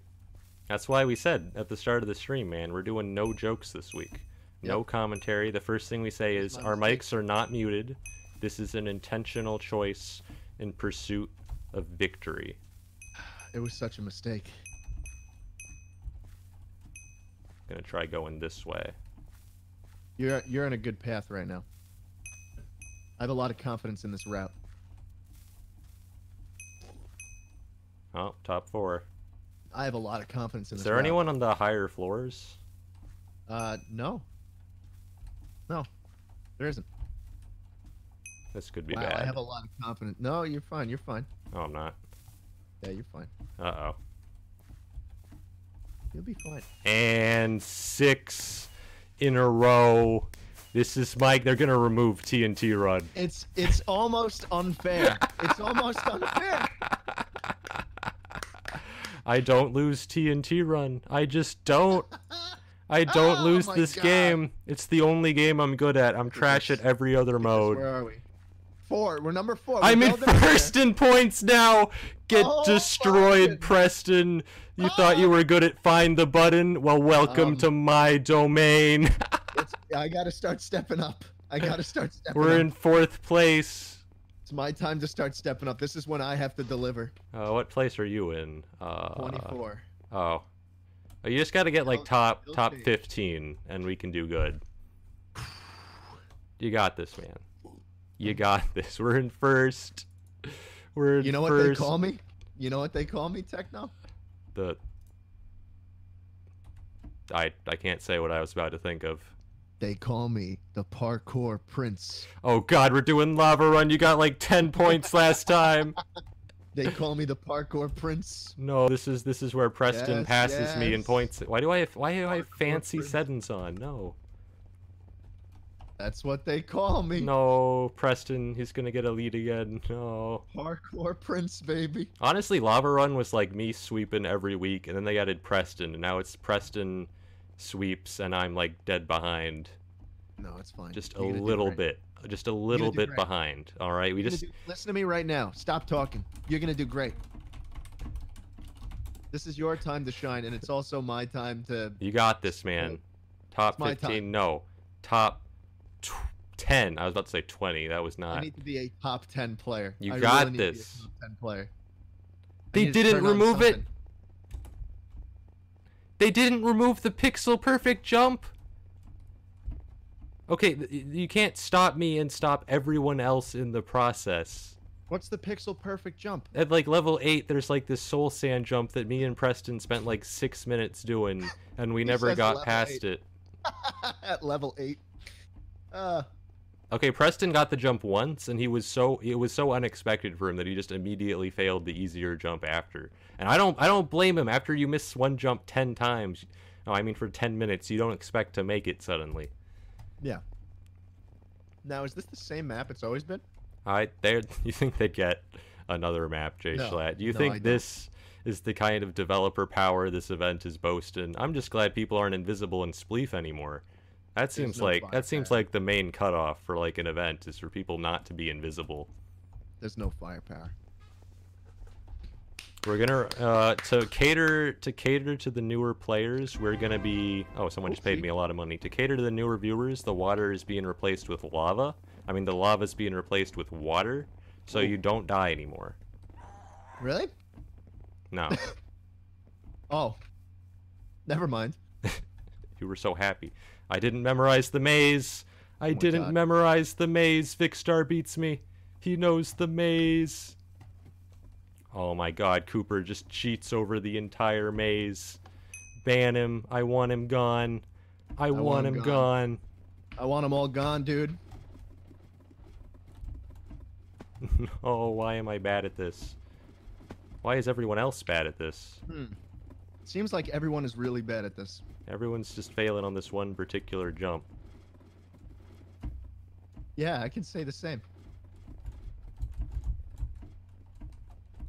Speaker 2: That's why we said at the start of the stream, man, we're doing no jokes this week. No commentary. The first thing we say
Speaker 1: That's
Speaker 2: is
Speaker 1: my
Speaker 2: our mics are not muted. This is an intentional choice in pursuit of victory.
Speaker 1: It was such a mistake.
Speaker 2: Gonna try going this way.
Speaker 1: You're you're on a good path right now. I have a lot of confidence in this route.
Speaker 2: Oh, top four.
Speaker 1: I have a lot of confidence in
Speaker 2: Is
Speaker 1: this.
Speaker 2: there
Speaker 1: route.
Speaker 2: anyone on the higher floors?
Speaker 1: Uh, no. No, there isn't.
Speaker 2: This could be
Speaker 1: wow,
Speaker 2: bad.
Speaker 1: I have a lot of confidence. No, you're fine. You're fine.
Speaker 2: Oh, I'm not.
Speaker 1: Yeah, you're fine.
Speaker 2: Uh oh.
Speaker 1: You'll be fine.
Speaker 2: and six in a row. This is Mike. They're gonna remove TNT Run.
Speaker 1: It's it's almost
Speaker 2: <laughs>
Speaker 1: unfair. it's almost unfair.
Speaker 2: I don't lose TNT Run. I
Speaker 1: <laughs>
Speaker 2: just don't. I don't
Speaker 1: Oh
Speaker 2: lose
Speaker 1: my
Speaker 2: this
Speaker 1: God.
Speaker 2: game. It's the only game I'm good at. I'm trash at
Speaker 1: this.
Speaker 2: every other
Speaker 1: Where
Speaker 2: mode.
Speaker 1: are we? Four. We're number four. We're
Speaker 2: I'm in
Speaker 1: building up there.
Speaker 2: first in points now. Get
Speaker 1: Oh my
Speaker 2: destroyed,
Speaker 1: goodness. Ah.
Speaker 2: Preston. You thought you were good at find the button. Well, welcome
Speaker 1: Um,
Speaker 2: to my domain.
Speaker 1: It's, I gotta start stepping up. <laughs> I gotta start stepping
Speaker 2: we're
Speaker 1: up.
Speaker 2: in fourth place.
Speaker 1: It's my time to start stepping up. This is when I have to deliver.
Speaker 2: Uh, what place are you in? Uh,
Speaker 1: Twenty-four.
Speaker 2: Oh. Oh, You just got to get like
Speaker 1: It'll-
Speaker 2: top
Speaker 1: it'll
Speaker 2: top
Speaker 1: change.
Speaker 2: 15 and we can do good. You got this, man. You got this. We're in first. We're in
Speaker 1: you know what
Speaker 2: first.
Speaker 1: they call me? You know what they call me? Techno.
Speaker 2: the I I can't say what I was about to think of.
Speaker 1: They call me the parkour prince.
Speaker 2: Oh god, we're doing lava run. You got like 10 points last time.
Speaker 1: They call me the parkour prince.
Speaker 2: No, this is this is where Preston
Speaker 1: Yes,
Speaker 2: passes me and
Speaker 1: yes.
Speaker 2: points. Why do I have, why do I have
Speaker 1: Hardcore
Speaker 2: fancy
Speaker 1: prison.
Speaker 2: settings on? No.
Speaker 1: That's what they call me.
Speaker 2: No, Preston, he's going to get a lead again. No.
Speaker 1: Parkour prince, baby.
Speaker 2: Honestly, Lava Run was like me sweeping every week, and then they added Preston, and now it's Preston sweeps, and I'm like dead behind.
Speaker 1: No, it's fine.
Speaker 2: Just a
Speaker 1: You're gonna do
Speaker 2: little
Speaker 1: great.
Speaker 2: bit. uh, Just a little
Speaker 1: do
Speaker 2: bit
Speaker 1: great.
Speaker 2: behind. All right, we
Speaker 1: You're gonna
Speaker 2: just.
Speaker 1: do- listen to me right now. Stop talking. You're gonna do great. This is your time to shine, and it's also my time to.
Speaker 2: You got this, man. Top
Speaker 1: It's my
Speaker 2: 15.
Speaker 1: time.
Speaker 2: No. Top tw- 10. I was about to say 20. That was
Speaker 1: I
Speaker 2: not.
Speaker 1: need to be a top ten player.
Speaker 2: You
Speaker 1: I
Speaker 2: got
Speaker 1: really need to be a
Speaker 2: this.
Speaker 1: top ten player. I
Speaker 2: They
Speaker 1: need to
Speaker 2: didn't
Speaker 1: turn on
Speaker 2: remove it.
Speaker 1: something.
Speaker 2: They didn't remove the pixel perfect jump. Okay, th- you can't stop me and stop everyone else in the process.
Speaker 1: What's the pixel perfect jump?
Speaker 2: At like level 8, there's like this soul sand jump that me and Preston spent like 6 minutes doing and we
Speaker 1: He
Speaker 2: never
Speaker 1: says
Speaker 2: got
Speaker 1: level
Speaker 2: past
Speaker 1: eight.
Speaker 2: it.
Speaker 1: <laughs> At level eight. Uh,
Speaker 2: Okay, Preston got the jump once, and he was so it was so unexpected for him that he just immediately failed the easier jump after. And I don't I don't blame him. After you miss one jump ten times, no, I mean for ten minutes, you don't expect to make it suddenly.
Speaker 1: now is this the same map it's always been?
Speaker 2: All right, there. <laughs> You think they'd get another map, Jay
Speaker 1: No,
Speaker 2: Schlatt? Do you
Speaker 1: no, I
Speaker 2: think
Speaker 1: don't.
Speaker 2: this is the kind of developer power this event is boasting? I'm just glad people aren't invisible in Spleef anymore. That seems
Speaker 1: no
Speaker 2: like that
Speaker 1: bonfire.
Speaker 2: seems like the main cutoff for like an event is for people not to be invisible.
Speaker 1: There's no firepower.
Speaker 2: We're gonna uh, to cater to cater to the newer players. We're gonna be oh, someone just paid
Speaker 1: Oopsie.
Speaker 2: me a lot of money to cater to the newer viewers. The water is being replaced with lava. I mean, the lava is being replaced with water, so you don't die anymore.
Speaker 1: Really?
Speaker 2: No,
Speaker 1: Oh. Never mind.
Speaker 2: you were so happy. I didn't memorize the maze. I
Speaker 1: my
Speaker 2: didn't
Speaker 1: God.
Speaker 2: memorize the maze. Vic Star beats me. He knows the maze. Oh my God, Cooper just cheats over the entire maze. Ban him. I want him gone. I, want, him gone.
Speaker 1: I want them all gone, dude.
Speaker 2: <laughs> oh, why am I bad at this? Why is everyone else bad at this?
Speaker 1: Hmm. Seems like everyone is really bad at this.
Speaker 2: Everyone's just failing on this one particular jump.
Speaker 1: Yeah, I can say the same.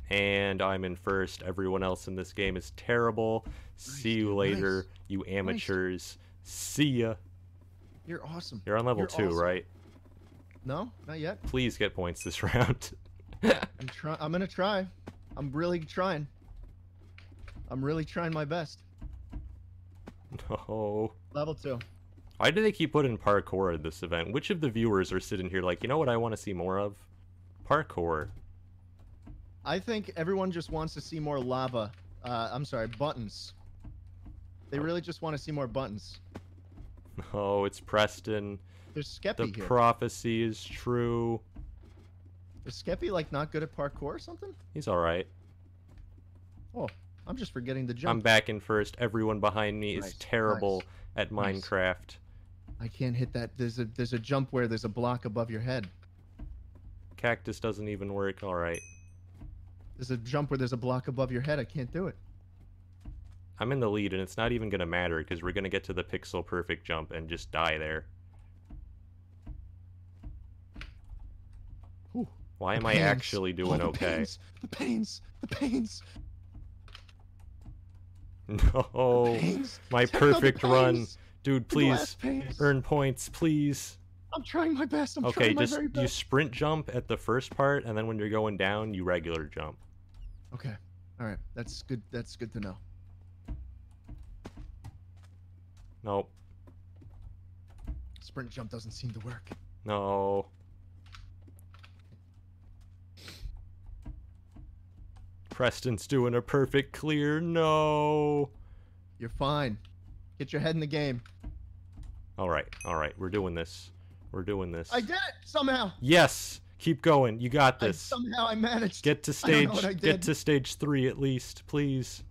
Speaker 2: and I'm in first. Everyone else in this game is terrible. See
Speaker 1: Nice,
Speaker 2: you
Speaker 1: dude,
Speaker 2: later,
Speaker 1: nice.
Speaker 2: you amateurs. See ya.
Speaker 1: You're awesome.
Speaker 2: You're on level
Speaker 1: You're
Speaker 2: two,
Speaker 1: awesome.
Speaker 2: right?
Speaker 1: No, not yet.
Speaker 2: Please get points this <laughs> round.
Speaker 1: I'm trying. I'm gonna try. I'm really trying. I'm really trying my best.
Speaker 2: no.
Speaker 1: Level two.
Speaker 2: Why do they keep putting parkour in this event? Which of the viewers are sitting here like, you know what I want to see more of? Parkour. <laughs>
Speaker 1: I think everyone just wants to see more lava. Uh, I'm sorry, buttons. They really just want to see more buttons.
Speaker 2: Oh, it's Preston.
Speaker 1: There's Skeppy
Speaker 2: The
Speaker 1: here.
Speaker 2: prophecy is true.
Speaker 1: Is Skeppy like not good at parkour or something?
Speaker 2: He's all right.
Speaker 1: Oh, I'm just forgetting the
Speaker 2: I'm
Speaker 1: jump.
Speaker 2: back in first. Everyone behind me
Speaker 1: Nice,
Speaker 2: is terrible
Speaker 1: nice,
Speaker 2: at
Speaker 1: nice.
Speaker 2: Minecraft.
Speaker 1: I can't hit that. There's a there's a jump where there's a block above your head.
Speaker 2: Cactus doesn't even work. All right.
Speaker 1: There's a jump where there's a block above your head. I can't do it.
Speaker 2: I'm in the lead, and it's not even gonna matter because we're gonna get to the pixel perfect jump and just die there.
Speaker 1: Whew.
Speaker 2: Why
Speaker 1: The
Speaker 2: am I
Speaker 1: pains.
Speaker 2: actually doing
Speaker 1: Oh, the
Speaker 2: okay?
Speaker 1: Pains, the pains. The pains. the
Speaker 2: <laughs> No,
Speaker 1: pains.
Speaker 2: Oh, my
Speaker 1: Check out the
Speaker 2: perfect run,
Speaker 1: pains,
Speaker 2: dude.
Speaker 1: the glass
Speaker 2: Please
Speaker 1: pains.
Speaker 2: earn points, please.
Speaker 1: I'm trying my best. I'm
Speaker 2: Okay,
Speaker 1: trying
Speaker 2: just
Speaker 1: my very
Speaker 2: you
Speaker 1: best.
Speaker 2: sprint jump at the first part, and then when you're going down, you regular jump.
Speaker 1: Okay. All right. That's good. That's good to know.
Speaker 2: Nope,
Speaker 1: Sprint jump doesn't seem to work.
Speaker 2: no. Preston's doing a perfect clear. No.
Speaker 1: You're fine. Get your head in the game.
Speaker 2: All right, all right. We're doing this. We're doing this.
Speaker 1: I did it somehow.
Speaker 2: Yes, keep going. You got
Speaker 1: I,
Speaker 2: this.
Speaker 1: somehow I managed.
Speaker 2: Get to
Speaker 1: I don't
Speaker 2: stage.
Speaker 1: know what I
Speaker 2: Get
Speaker 1: did.
Speaker 2: to stage three at least, please.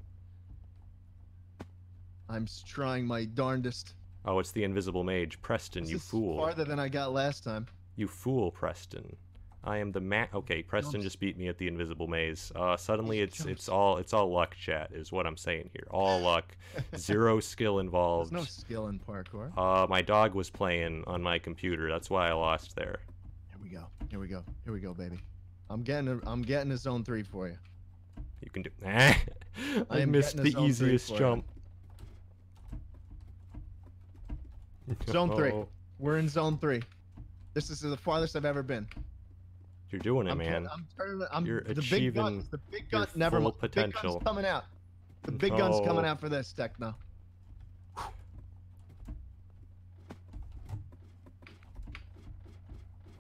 Speaker 1: I'm s- trying my darndest.
Speaker 2: Oh, it's the invisible mage, Preston.
Speaker 1: This
Speaker 2: you
Speaker 1: is
Speaker 2: fool.
Speaker 1: Farther than I got last time.
Speaker 2: You fool, Preston. I am the ma. Okay, Preston
Speaker 1: Jumps.
Speaker 2: just beat me at the invisible maze. Uh, suddenly, it's it's
Speaker 1: jumps.
Speaker 2: all it's all luck, chat, is what I'm saying here.
Speaker 1: <laughs>
Speaker 2: All luck, zero skill
Speaker 1: There's
Speaker 2: involved.
Speaker 1: no skill in parkour.
Speaker 2: Uh, my dog was playing on my computer. That's why I lost there.
Speaker 1: Here we go. Here we go. Here we go, baby. I'm getting a, I'm getting a zone three for you.
Speaker 2: You can do. <laughs> I,
Speaker 1: am
Speaker 2: missed
Speaker 1: getting a
Speaker 2: the
Speaker 1: zone three
Speaker 2: easiest
Speaker 1: for you.
Speaker 2: jump.
Speaker 1: <laughs> Zone
Speaker 2: <laughs>
Speaker 1: three.
Speaker 2: No.
Speaker 1: We're in zone three. This is the farthest I've ever been.
Speaker 2: You're doing it,
Speaker 1: I'm, uh,
Speaker 2: man.
Speaker 1: I'm turning. I'm
Speaker 2: You're
Speaker 1: the big
Speaker 2: achieving
Speaker 1: guns. The big gun.
Speaker 2: your
Speaker 1: Never
Speaker 2: full
Speaker 1: mind. The big gun's
Speaker 2: potential. Oh.
Speaker 1: coming out. The big gun's coming
Speaker 2: No.
Speaker 1: out for this, Techno.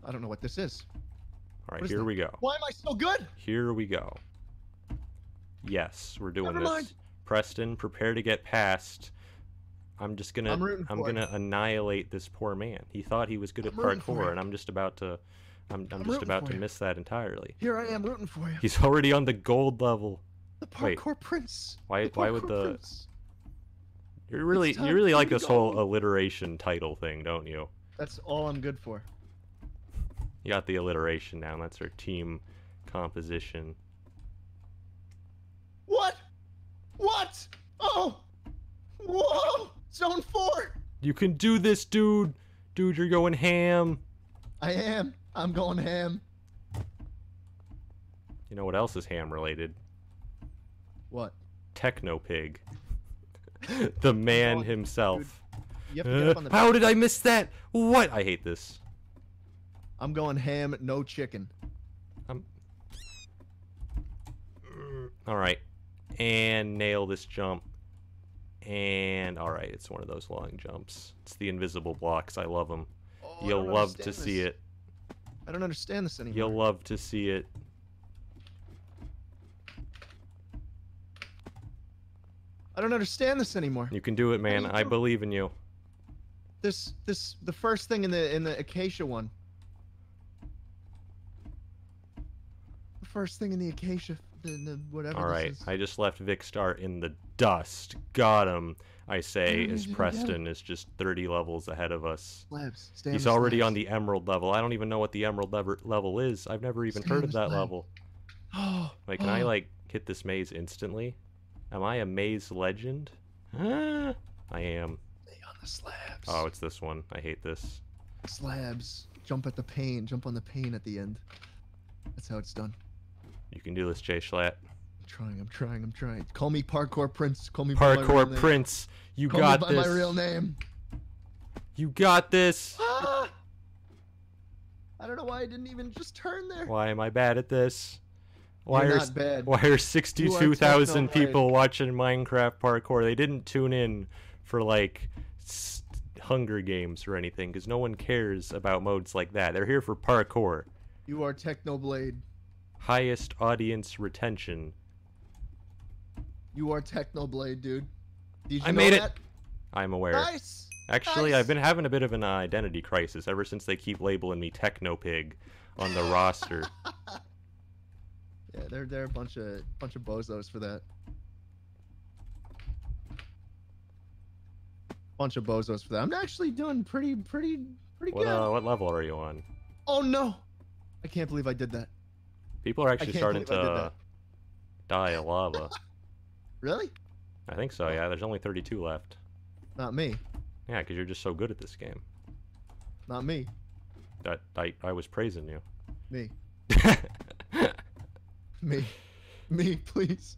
Speaker 1: I don't know what this is.
Speaker 2: All right,
Speaker 1: What is
Speaker 2: here
Speaker 1: that?
Speaker 2: we go.
Speaker 1: Why am I so good?
Speaker 2: Here we go. Yes, we're doing
Speaker 1: Never
Speaker 2: this.
Speaker 1: mind.
Speaker 2: Preston, prepare to get past. I'm just gonna.
Speaker 1: I'm rooting for it.
Speaker 2: gonna annihilate this poor man. He thought he was good at
Speaker 1: I'm rooting for
Speaker 2: parkour,
Speaker 1: it.
Speaker 2: and I'm just about to. I'm, I'm,
Speaker 1: I'm
Speaker 2: just
Speaker 1: rooting
Speaker 2: about
Speaker 1: for
Speaker 2: to
Speaker 1: you.
Speaker 2: miss that entirely.
Speaker 1: Here I am rooting for you.
Speaker 2: He's already on the gold level.
Speaker 1: The
Speaker 2: wait.
Speaker 1: parkour prince.
Speaker 2: Why?
Speaker 1: <laughs> The
Speaker 2: Why would
Speaker 1: parkour
Speaker 2: the?
Speaker 1: prince.
Speaker 2: You really,
Speaker 1: time
Speaker 2: you really
Speaker 1: for
Speaker 2: like
Speaker 1: me to
Speaker 2: this whole
Speaker 1: go.
Speaker 2: alliteration title thing, don't you?
Speaker 1: That's all I'm good for.
Speaker 2: You got the alliteration down. That's our team composition.
Speaker 1: What? What? Oh! Whoa! Zone four!
Speaker 2: You can do this, dude. Dude, you're going ham.
Speaker 1: I am. I'm going ham.
Speaker 2: You know what else is ham related?
Speaker 1: What?
Speaker 2: Techno Pig. <laughs> the man
Speaker 1: Dude.
Speaker 2: himself.
Speaker 1: You have to get up
Speaker 2: Uh,
Speaker 1: on
Speaker 2: <laughs>
Speaker 1: the
Speaker 2: how did I miss that? What? I hate this.
Speaker 1: I'm going ham, no chicken.
Speaker 2: All right. And nail this jump. And all right, it's one of those long jumps. It's the invisible blocks. I love them.
Speaker 1: Oh, I
Speaker 2: You'll
Speaker 1: don't
Speaker 2: love to
Speaker 1: understand
Speaker 2: see
Speaker 1: this.
Speaker 2: it.
Speaker 1: I don't understand this anymore.
Speaker 2: You'll love to see it.
Speaker 1: I don't understand this anymore.
Speaker 2: You can do it, man.
Speaker 1: you
Speaker 2: I
Speaker 1: do-
Speaker 2: believe in you.
Speaker 1: This this the first thing in the in the acacia one. The first thing in the acacia the, the whatever
Speaker 2: All
Speaker 1: this
Speaker 2: right.
Speaker 1: is.
Speaker 2: I just left Vic Star in the dust. Got him. I say
Speaker 1: Yeah,
Speaker 2: as
Speaker 1: yeah, yeah.
Speaker 2: Preston is just 30 levels ahead of us.
Speaker 1: Slabs. Stay
Speaker 2: He's
Speaker 1: the
Speaker 2: already on
Speaker 1: slabs.
Speaker 2: the emerald level. I don't even know what the emerald lever- level is. I've never even
Speaker 1: Stay
Speaker 2: heard
Speaker 1: on
Speaker 2: of
Speaker 1: the
Speaker 2: that
Speaker 1: slab.
Speaker 2: level.
Speaker 1: <gasps> Oh.
Speaker 2: Wait, can I
Speaker 1: oh.
Speaker 2: like hit this maze instantly? Am I a maze legend? Huh? I am.
Speaker 1: Stay on the slabs.
Speaker 2: Oh, it's this one. I hate this.
Speaker 1: slabs. Jump at the pain. Jump on the pain at the end. That's how it's done.
Speaker 2: You can do this, Jay Schlatt.
Speaker 1: I'm trying. I'm trying. I'm trying. Call me parkour prince. Call me by my real
Speaker 2: Parkour
Speaker 1: name.
Speaker 2: Prince, you
Speaker 1: Call
Speaker 2: got
Speaker 1: me by
Speaker 2: this.
Speaker 1: my real name.
Speaker 2: You
Speaker 1: <gasps>
Speaker 2: got this. <laughs>
Speaker 1: Ah! I don't know why I didn't even just turn there.
Speaker 2: Why am I bad at this? Why
Speaker 1: You're
Speaker 2: are
Speaker 1: not bad.
Speaker 2: why are 62,000
Speaker 1: techno-minded.
Speaker 2: people watching Minecraft parkour? They didn't tune in for like s- Hunger Games or anything cuz no one cares about modes like that. They're here for parkour.
Speaker 1: You are Technoblade.
Speaker 2: Highest audience retention.
Speaker 1: You are Technoblade, dude. Did you
Speaker 2: I
Speaker 1: know
Speaker 2: made it.
Speaker 1: that?
Speaker 2: I'm aware.
Speaker 1: Nice.
Speaker 2: Actually,
Speaker 1: nice.
Speaker 2: I've been having a bit of an identity crisis ever since they keep labeling me Techno Pig on
Speaker 1: <laughs>
Speaker 2: the roster.
Speaker 1: Yeah, they're they're a bunch of bunch of bozos for that. Bunch of bozos for that. I'm actually doing pretty pretty pretty
Speaker 2: What
Speaker 1: good.
Speaker 2: uh, what level are you on?
Speaker 1: Oh no! I can't believe I did that.
Speaker 2: People are actually
Speaker 1: can't
Speaker 2: starting
Speaker 1: believe I did
Speaker 2: to
Speaker 1: that.
Speaker 2: die of lava.
Speaker 1: Really?
Speaker 2: I think so. Yeah, there's only 32 left.
Speaker 1: Not me.
Speaker 2: Yeah, because you're just so good at this game.
Speaker 1: Not me.
Speaker 2: That I, I was praising you. <laughs>
Speaker 1: Me. Me. Me, please.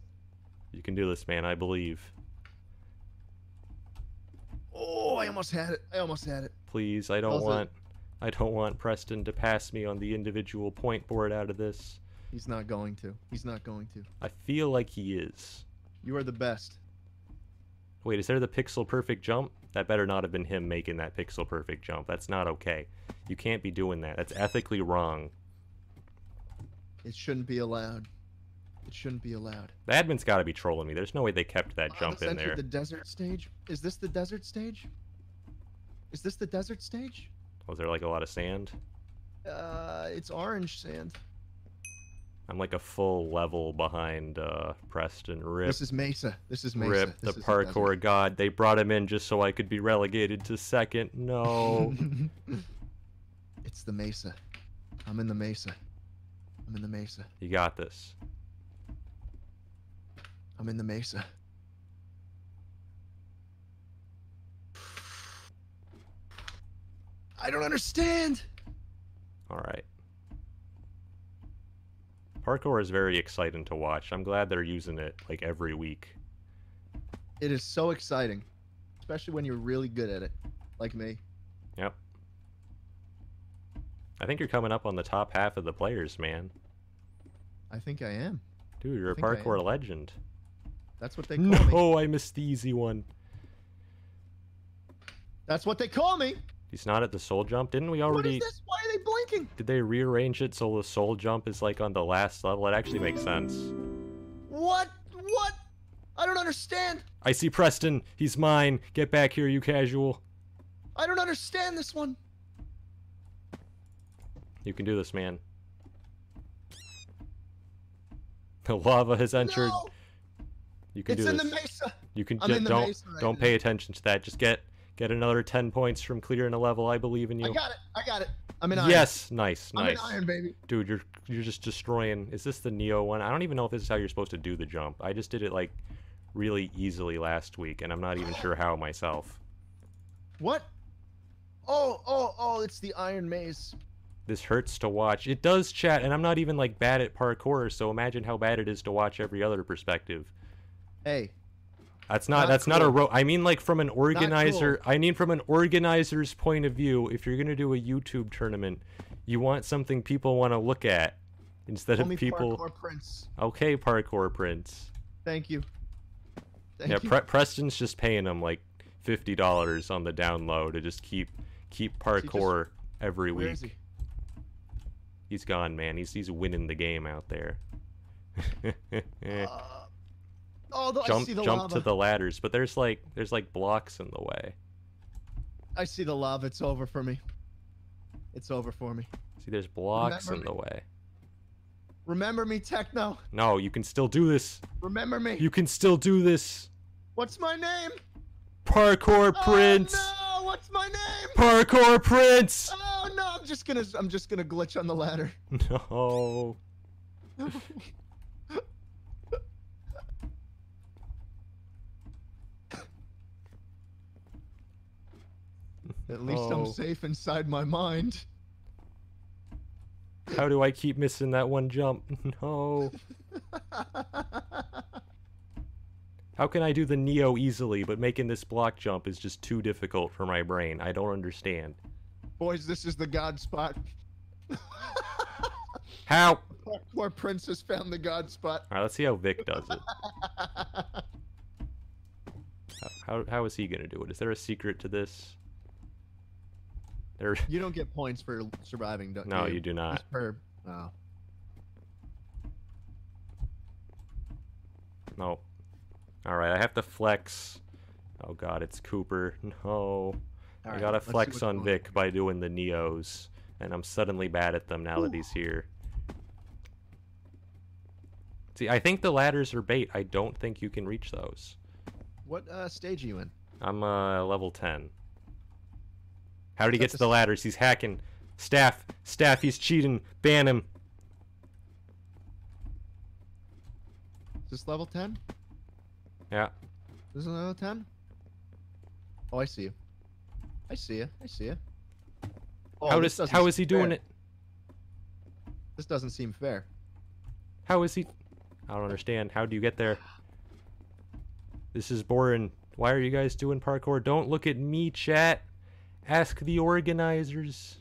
Speaker 2: you can do this, man. I believe.
Speaker 1: Oh, I almost had it. I almost had it.
Speaker 2: Please, I don't
Speaker 1: Also-
Speaker 2: want I don't want Preston to pass me on the individual point board out of this.
Speaker 1: He's not going to. He's not going to.
Speaker 2: I feel like he is.
Speaker 1: You are the best.
Speaker 2: Wait, is there the pixel perfect jump? That better not have been him making that pixel perfect jump. That's not okay. You can't be doing that. That's ethically wrong.
Speaker 1: It shouldn't be allowed. It shouldn't be allowed.
Speaker 2: The admin's got to be trolling me. There's no way they kept that
Speaker 1: Wow,
Speaker 2: jump
Speaker 1: Oh, this
Speaker 2: in
Speaker 1: entered
Speaker 2: there.
Speaker 1: The desert stage. Is this the desert stage? Is this the desert stage?
Speaker 2: Was there like a lot of sand?
Speaker 1: Uh, it's orange sand.
Speaker 2: I'm like a full level behind uh, Preston. Rip,
Speaker 1: This is Mesa. This is Mesa.
Speaker 2: rip, the
Speaker 1: This is
Speaker 2: parkour god. They brought him in just so I could be relegated to second. No.
Speaker 1: desert. <laughs> it's the Mesa. I'm in the Mesa. I'm in the Mesa.
Speaker 2: you got this.
Speaker 1: I'm in the mesa. I don't understand.
Speaker 2: All right. Parkour is very exciting to watch. I'm glad they're using it like every week.
Speaker 1: It is so exciting, especially when you're really good at it, like me.
Speaker 2: Yep. I think you're coming up on the top half of the players, man.
Speaker 1: I think I am.
Speaker 2: Dude, you're a
Speaker 1: think I
Speaker 2: parkour
Speaker 1: am.
Speaker 2: legend.
Speaker 1: That's what they call me.
Speaker 2: No, I missed the easy one.
Speaker 1: That's what they call me.
Speaker 2: He's not at the soul jump. Didn't we
Speaker 1: What is
Speaker 2: already?
Speaker 1: this? Why are they blinking?
Speaker 2: Did they rearrange it so the soul jump is like on the last level? It actually makes sense.
Speaker 1: What? What? I don't understand.
Speaker 2: I see Preston. He's mine. Get back here, you casual.
Speaker 1: I don't understand this one.
Speaker 2: You can do this, man. The lava has entered.
Speaker 1: No,
Speaker 2: you can
Speaker 1: it's
Speaker 2: do
Speaker 1: in
Speaker 2: this.
Speaker 1: the mesa.
Speaker 2: you can
Speaker 1: I'm
Speaker 2: ju-
Speaker 1: in the
Speaker 2: don't
Speaker 1: mesa right
Speaker 2: don't
Speaker 1: now.
Speaker 2: pay attention to that. Just get get another ten points from clearing a level. I believe in you.
Speaker 1: I got it. I got it. I'm in iron.
Speaker 2: yes, nice,
Speaker 1: I'm
Speaker 2: nice,
Speaker 1: in iron, baby.
Speaker 2: dude. You're you're just destroying. Is this the Neo one? I don't even know if this is how you're supposed to do the jump. I just did it like really easily last week, and I'm not even sure how myself.
Speaker 1: What? Oh, oh, oh! It's the iron maze.
Speaker 2: This hurts to watch. It does, chat, and I'm not even like bad at parkour. So imagine how bad it is to watch every other perspective.
Speaker 1: Hey,
Speaker 2: That's not,
Speaker 1: Not
Speaker 2: that's not a
Speaker 1: cool.
Speaker 2: row. I mean, like from an organizer. I mean, from an organizer's point of view. If you're gonna do a YouTube tournament, you want something people want to look at instead
Speaker 1: call
Speaker 2: of
Speaker 1: me
Speaker 2: people.
Speaker 1: Parkour Prince.
Speaker 2: Okay, parkour prints.
Speaker 1: Thank you. Thank
Speaker 2: yeah,
Speaker 1: you.
Speaker 2: Pre- Preston's just paying him like fifty dollars on the down low to just keep keep
Speaker 1: just-
Speaker 2: parkour every
Speaker 1: Where
Speaker 2: week.
Speaker 1: is he?
Speaker 2: He's gone, man. He's he's winning the game
Speaker 1: <laughs>
Speaker 2: out there.
Speaker 1: Uh, oh, the, I
Speaker 2: jump
Speaker 1: see the
Speaker 2: jump
Speaker 1: lava.
Speaker 2: to the ladders, but there's like there's like blocks in the way.
Speaker 1: I see the lava. It's over for me. It's over for me.
Speaker 2: See, there's blocks in
Speaker 1: Remember
Speaker 2: the way.
Speaker 1: Remember me, Techno.
Speaker 2: No, you can still do this.
Speaker 1: Remember me.
Speaker 2: You can still do this.
Speaker 1: What's my name?
Speaker 2: Parkour Prince.
Speaker 1: Oh, no, what's my name?
Speaker 2: Parkour Prince. <laughs>
Speaker 1: Oh no, I'm just gonna I'm just gonna glitch on the ladder.
Speaker 2: No.
Speaker 1: At least I'm
Speaker 2: Oh.
Speaker 1: safe inside my mind.
Speaker 2: How do I keep missing that one jump? <laughs> No. How can I do the Neo easily, but making this block jump is just too difficult for my brain? I don't understand.
Speaker 1: <laughs> Boys, this is the god spot. <laughs>
Speaker 2: How?
Speaker 1: Poor princess found the god spot. <laughs>
Speaker 2: All right, let's see how Vic does it. How, how is he gonna do it? Is there a secret to this? There. <laughs>
Speaker 1: you don't get points for surviving, don't
Speaker 2: No,
Speaker 1: you?
Speaker 2: you do not.
Speaker 1: Just per- oh.
Speaker 2: No. All right, I have to flex. Oh God, it's Cooper. No,
Speaker 1: All
Speaker 2: I
Speaker 1: right,
Speaker 2: gotta
Speaker 1: let's see
Speaker 2: flex
Speaker 1: what's
Speaker 2: on
Speaker 1: going
Speaker 2: Vic by doing the Neos, and I'm suddenly bad at them now that he's here. See, I think the ladders are bait. I don't think you can reach those.
Speaker 1: What uh, stage are you in?
Speaker 2: I'm uh, level 10. How did he
Speaker 1: that
Speaker 2: get to
Speaker 1: the
Speaker 2: the
Speaker 1: s-
Speaker 2: ladders? He's hacking. Staff, staff, he's cheating. Ban him.
Speaker 1: Is this level 10?
Speaker 2: Yeah.
Speaker 1: This is level 10? Oh, I see you. I see you. I see you. Oh,
Speaker 2: how
Speaker 1: this
Speaker 2: does
Speaker 1: doesn't
Speaker 2: how is he
Speaker 1: seem
Speaker 2: doing
Speaker 1: fair.
Speaker 2: it?
Speaker 1: This doesn't seem fair.
Speaker 2: How is he? I don't understand. How do you get there? This is boring. Why are you guys doing parkour? Don't look at me, chat. Ask the organizers.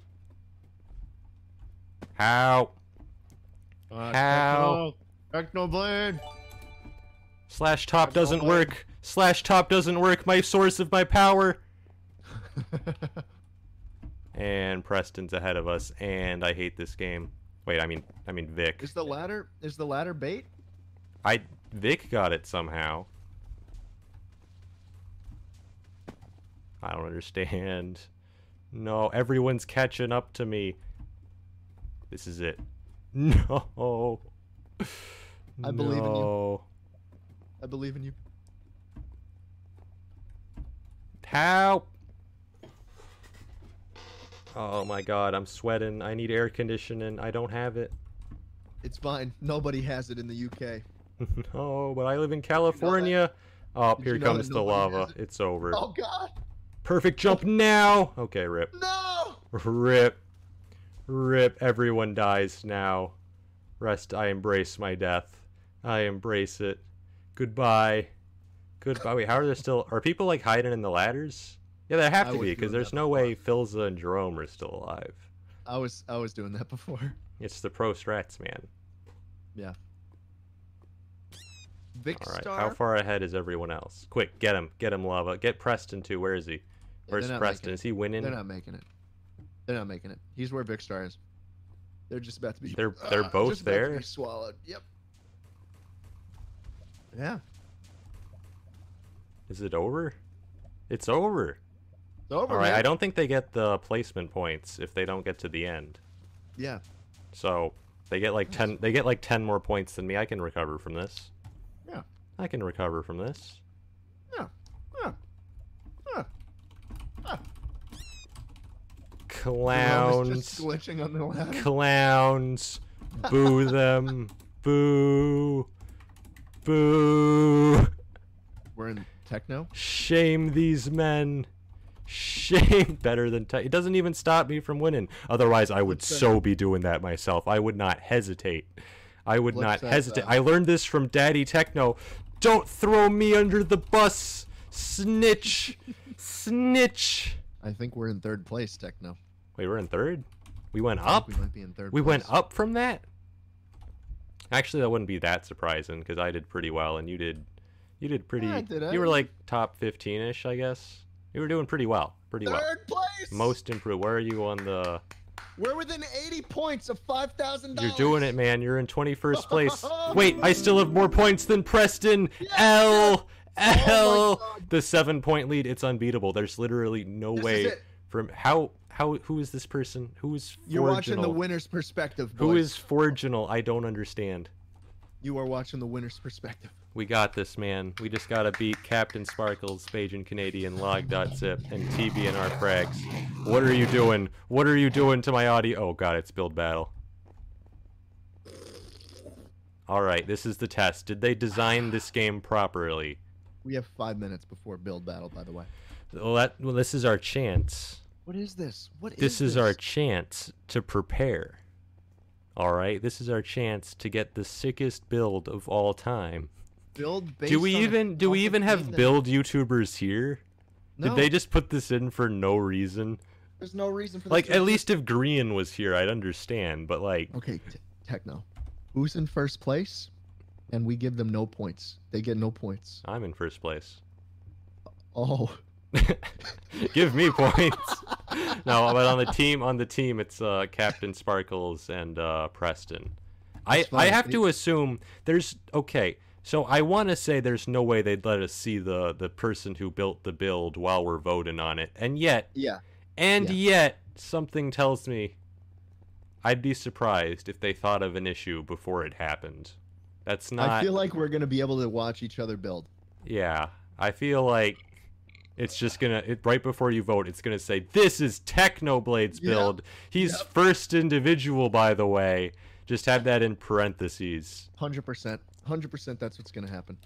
Speaker 2: How?
Speaker 1: Uh,
Speaker 2: How?
Speaker 1: Techno Technoblade!
Speaker 2: Slash top
Speaker 1: I've got
Speaker 2: doesn't
Speaker 1: one.
Speaker 2: work. Slash top doesn't work. My source of my power. and Preston's ahead of us, and I hate this game. Wait, I mean, I mean Vic.
Speaker 1: <laughs> is the ladder is the ladder bait?
Speaker 2: I Vic got it somehow. I don't understand. <laughs> No, everyone's catching up to me. This is it. <laughs> No.
Speaker 1: I believe in you.
Speaker 2: No.
Speaker 1: I believe in you.
Speaker 2: How? Oh my god, I'm sweating. I need air conditioning. I don't have it. <laughs>
Speaker 1: It's fine. Nobody has it in the UK.
Speaker 2: no, but I live in California. Oh,
Speaker 1: Did
Speaker 2: here
Speaker 1: you know
Speaker 2: comes
Speaker 1: that
Speaker 2: the
Speaker 1: nobody
Speaker 2: lava.
Speaker 1: has it?
Speaker 2: It's over.
Speaker 1: Oh God!
Speaker 2: Perfect jump now. Okay, rip.
Speaker 1: No!
Speaker 2: Rip. Rip. Everyone dies now. Rest. I embrace my death. I embrace it. Goodbye. Goodbye. Wait, how are there still. Are people like hiding in the ladders? Yeah, there have
Speaker 1: I
Speaker 2: to be
Speaker 1: was
Speaker 2: because
Speaker 1: doing
Speaker 2: there's
Speaker 1: that
Speaker 2: no way Filza and Jerome are still alive.
Speaker 1: I was I was doing that <laughs> before.
Speaker 2: It's the pro strats, man.
Speaker 1: Yeah. Vic
Speaker 2: All right.
Speaker 1: Star.
Speaker 2: How far ahead is everyone else? Quick, get him. Get him, Lava. Get Preston too. Where is he?
Speaker 1: Yeah,
Speaker 2: Where's
Speaker 1: they're not
Speaker 2: Preston?
Speaker 1: making
Speaker 2: Is he winning?
Speaker 1: it. They're not making it. They're not making it. He's where Vic Star is. They're just about to be. <laughs>
Speaker 2: They're- they're
Speaker 1: Ah,
Speaker 2: both
Speaker 1: just about to
Speaker 2: there?
Speaker 1: be swallowed. Yep. Yeah.
Speaker 2: Is it over? It's over.
Speaker 1: It's over.
Speaker 2: All right.
Speaker 1: man.
Speaker 2: I don't think they get the placement points if they don't get to the end.
Speaker 1: Yeah.
Speaker 2: So they get like ten. They get like ten more points than me. I can recover from this.
Speaker 1: Yeah.
Speaker 2: I can recover from this.
Speaker 1: Huh. Rome is
Speaker 2: Clowns.
Speaker 1: Just glitching
Speaker 2: <laughs>
Speaker 1: on the ladder.
Speaker 2: Clowns. Boo them. Boo. Boo.
Speaker 1: We're in techno.
Speaker 2: Shame these men. Shame <laughs> better than t- it doesn't even stop me from winning. Otherwise, I would
Speaker 1: Let's, uh,
Speaker 2: so be doing that myself. I would not hesitate. I would
Speaker 1: Let's,
Speaker 2: not
Speaker 1: uh,
Speaker 2: hesitate. I learned this from Daddy Techno. Don't throw me under the bus.
Speaker 1: <laughs>
Speaker 2: Snitch. Snitch.
Speaker 1: I think we're in third place. Techno.
Speaker 2: Wait, we're in third. We went
Speaker 1: I think
Speaker 2: up.
Speaker 1: We might be in third.
Speaker 2: We
Speaker 1: place.
Speaker 2: went up from that. Actually, that wouldn't be that surprising because I did pretty well and you did, you did pretty.
Speaker 1: I did, I
Speaker 2: You were
Speaker 1: was-
Speaker 2: like top fifteen-ish, I guess. You were doing pretty well, pretty
Speaker 1: Third
Speaker 2: well.
Speaker 1: place.
Speaker 2: Most improved. Where are you on the?
Speaker 1: We're within 80 points of five thousand
Speaker 2: You're
Speaker 1: dollars.
Speaker 2: doing it, man. You're in twenty-first place.
Speaker 1: <laughs>
Speaker 2: Wait, I still have more points than Preston.
Speaker 1: Yes,
Speaker 2: L
Speaker 1: yes. Oh
Speaker 2: L.
Speaker 1: my God.
Speaker 2: the seven-point lead. It's unbeatable. There's literally no
Speaker 1: This is
Speaker 2: way
Speaker 1: it.
Speaker 2: from how how who is this person? Who is
Speaker 1: You're watching the
Speaker 2: Forginal?
Speaker 1: winner's perspective. Boys.
Speaker 2: Who is Forginal? I don't understand.
Speaker 1: You are watching the winner's perspective. <laughs>
Speaker 2: We got this, man. We just gotta beat Captain Sparkles, Bajan Canadian, Log.zip, and TB and our frags. What are you doing? What are you doing to my audio? Oh god, it's build battle. Alright, this is the test. Did they design this game properly?
Speaker 1: We have five minutes before build battle. By the way.
Speaker 2: Well, that, well this is our chance.
Speaker 1: What is this? What is
Speaker 2: this is our chance to prepare. All right, this is our chance to get the sickest build of all time.
Speaker 1: build? Based
Speaker 2: do we
Speaker 1: on a
Speaker 2: even do we
Speaker 1: public
Speaker 2: even
Speaker 1: game
Speaker 2: have
Speaker 1: that-
Speaker 2: build YouTubers here?
Speaker 1: No,
Speaker 2: Did they just put this in for no reason?
Speaker 1: There's no reason for. this
Speaker 2: Like
Speaker 1: to
Speaker 2: at
Speaker 1: exist.
Speaker 2: least if Green was here, I'd understand. But like,
Speaker 1: Okay, t- techno. Who's in first place? And we give them no points. They get no points.
Speaker 2: I'm in first place. <laughs>
Speaker 1: Oh, <laughs>
Speaker 2: Give me points. <laughs> no, but on the team, on the team, it's uh, Captain Sparkles and uh, Preston. I
Speaker 1: That's
Speaker 2: I
Speaker 1: fine.
Speaker 2: have to assume there's okay. So I want to say there's no way they'd let us see the the person who built the build while we're voting on it, and yet,
Speaker 1: yeah.
Speaker 2: and yet, something tells me I'd be surprised if they thought of an issue before it happened. That's not.
Speaker 1: I feel like we're gonna be able to watch each other build.
Speaker 2: Yeah, I feel like it's just gonna it, right before you vote, it's gonna say this is Technoblade's
Speaker 1: Yep,
Speaker 2: build. He's
Speaker 1: yep.
Speaker 2: first individual, by the way. Just have that in parentheses.
Speaker 1: Hundred percent. Hundred percent. That's what's gonna happen.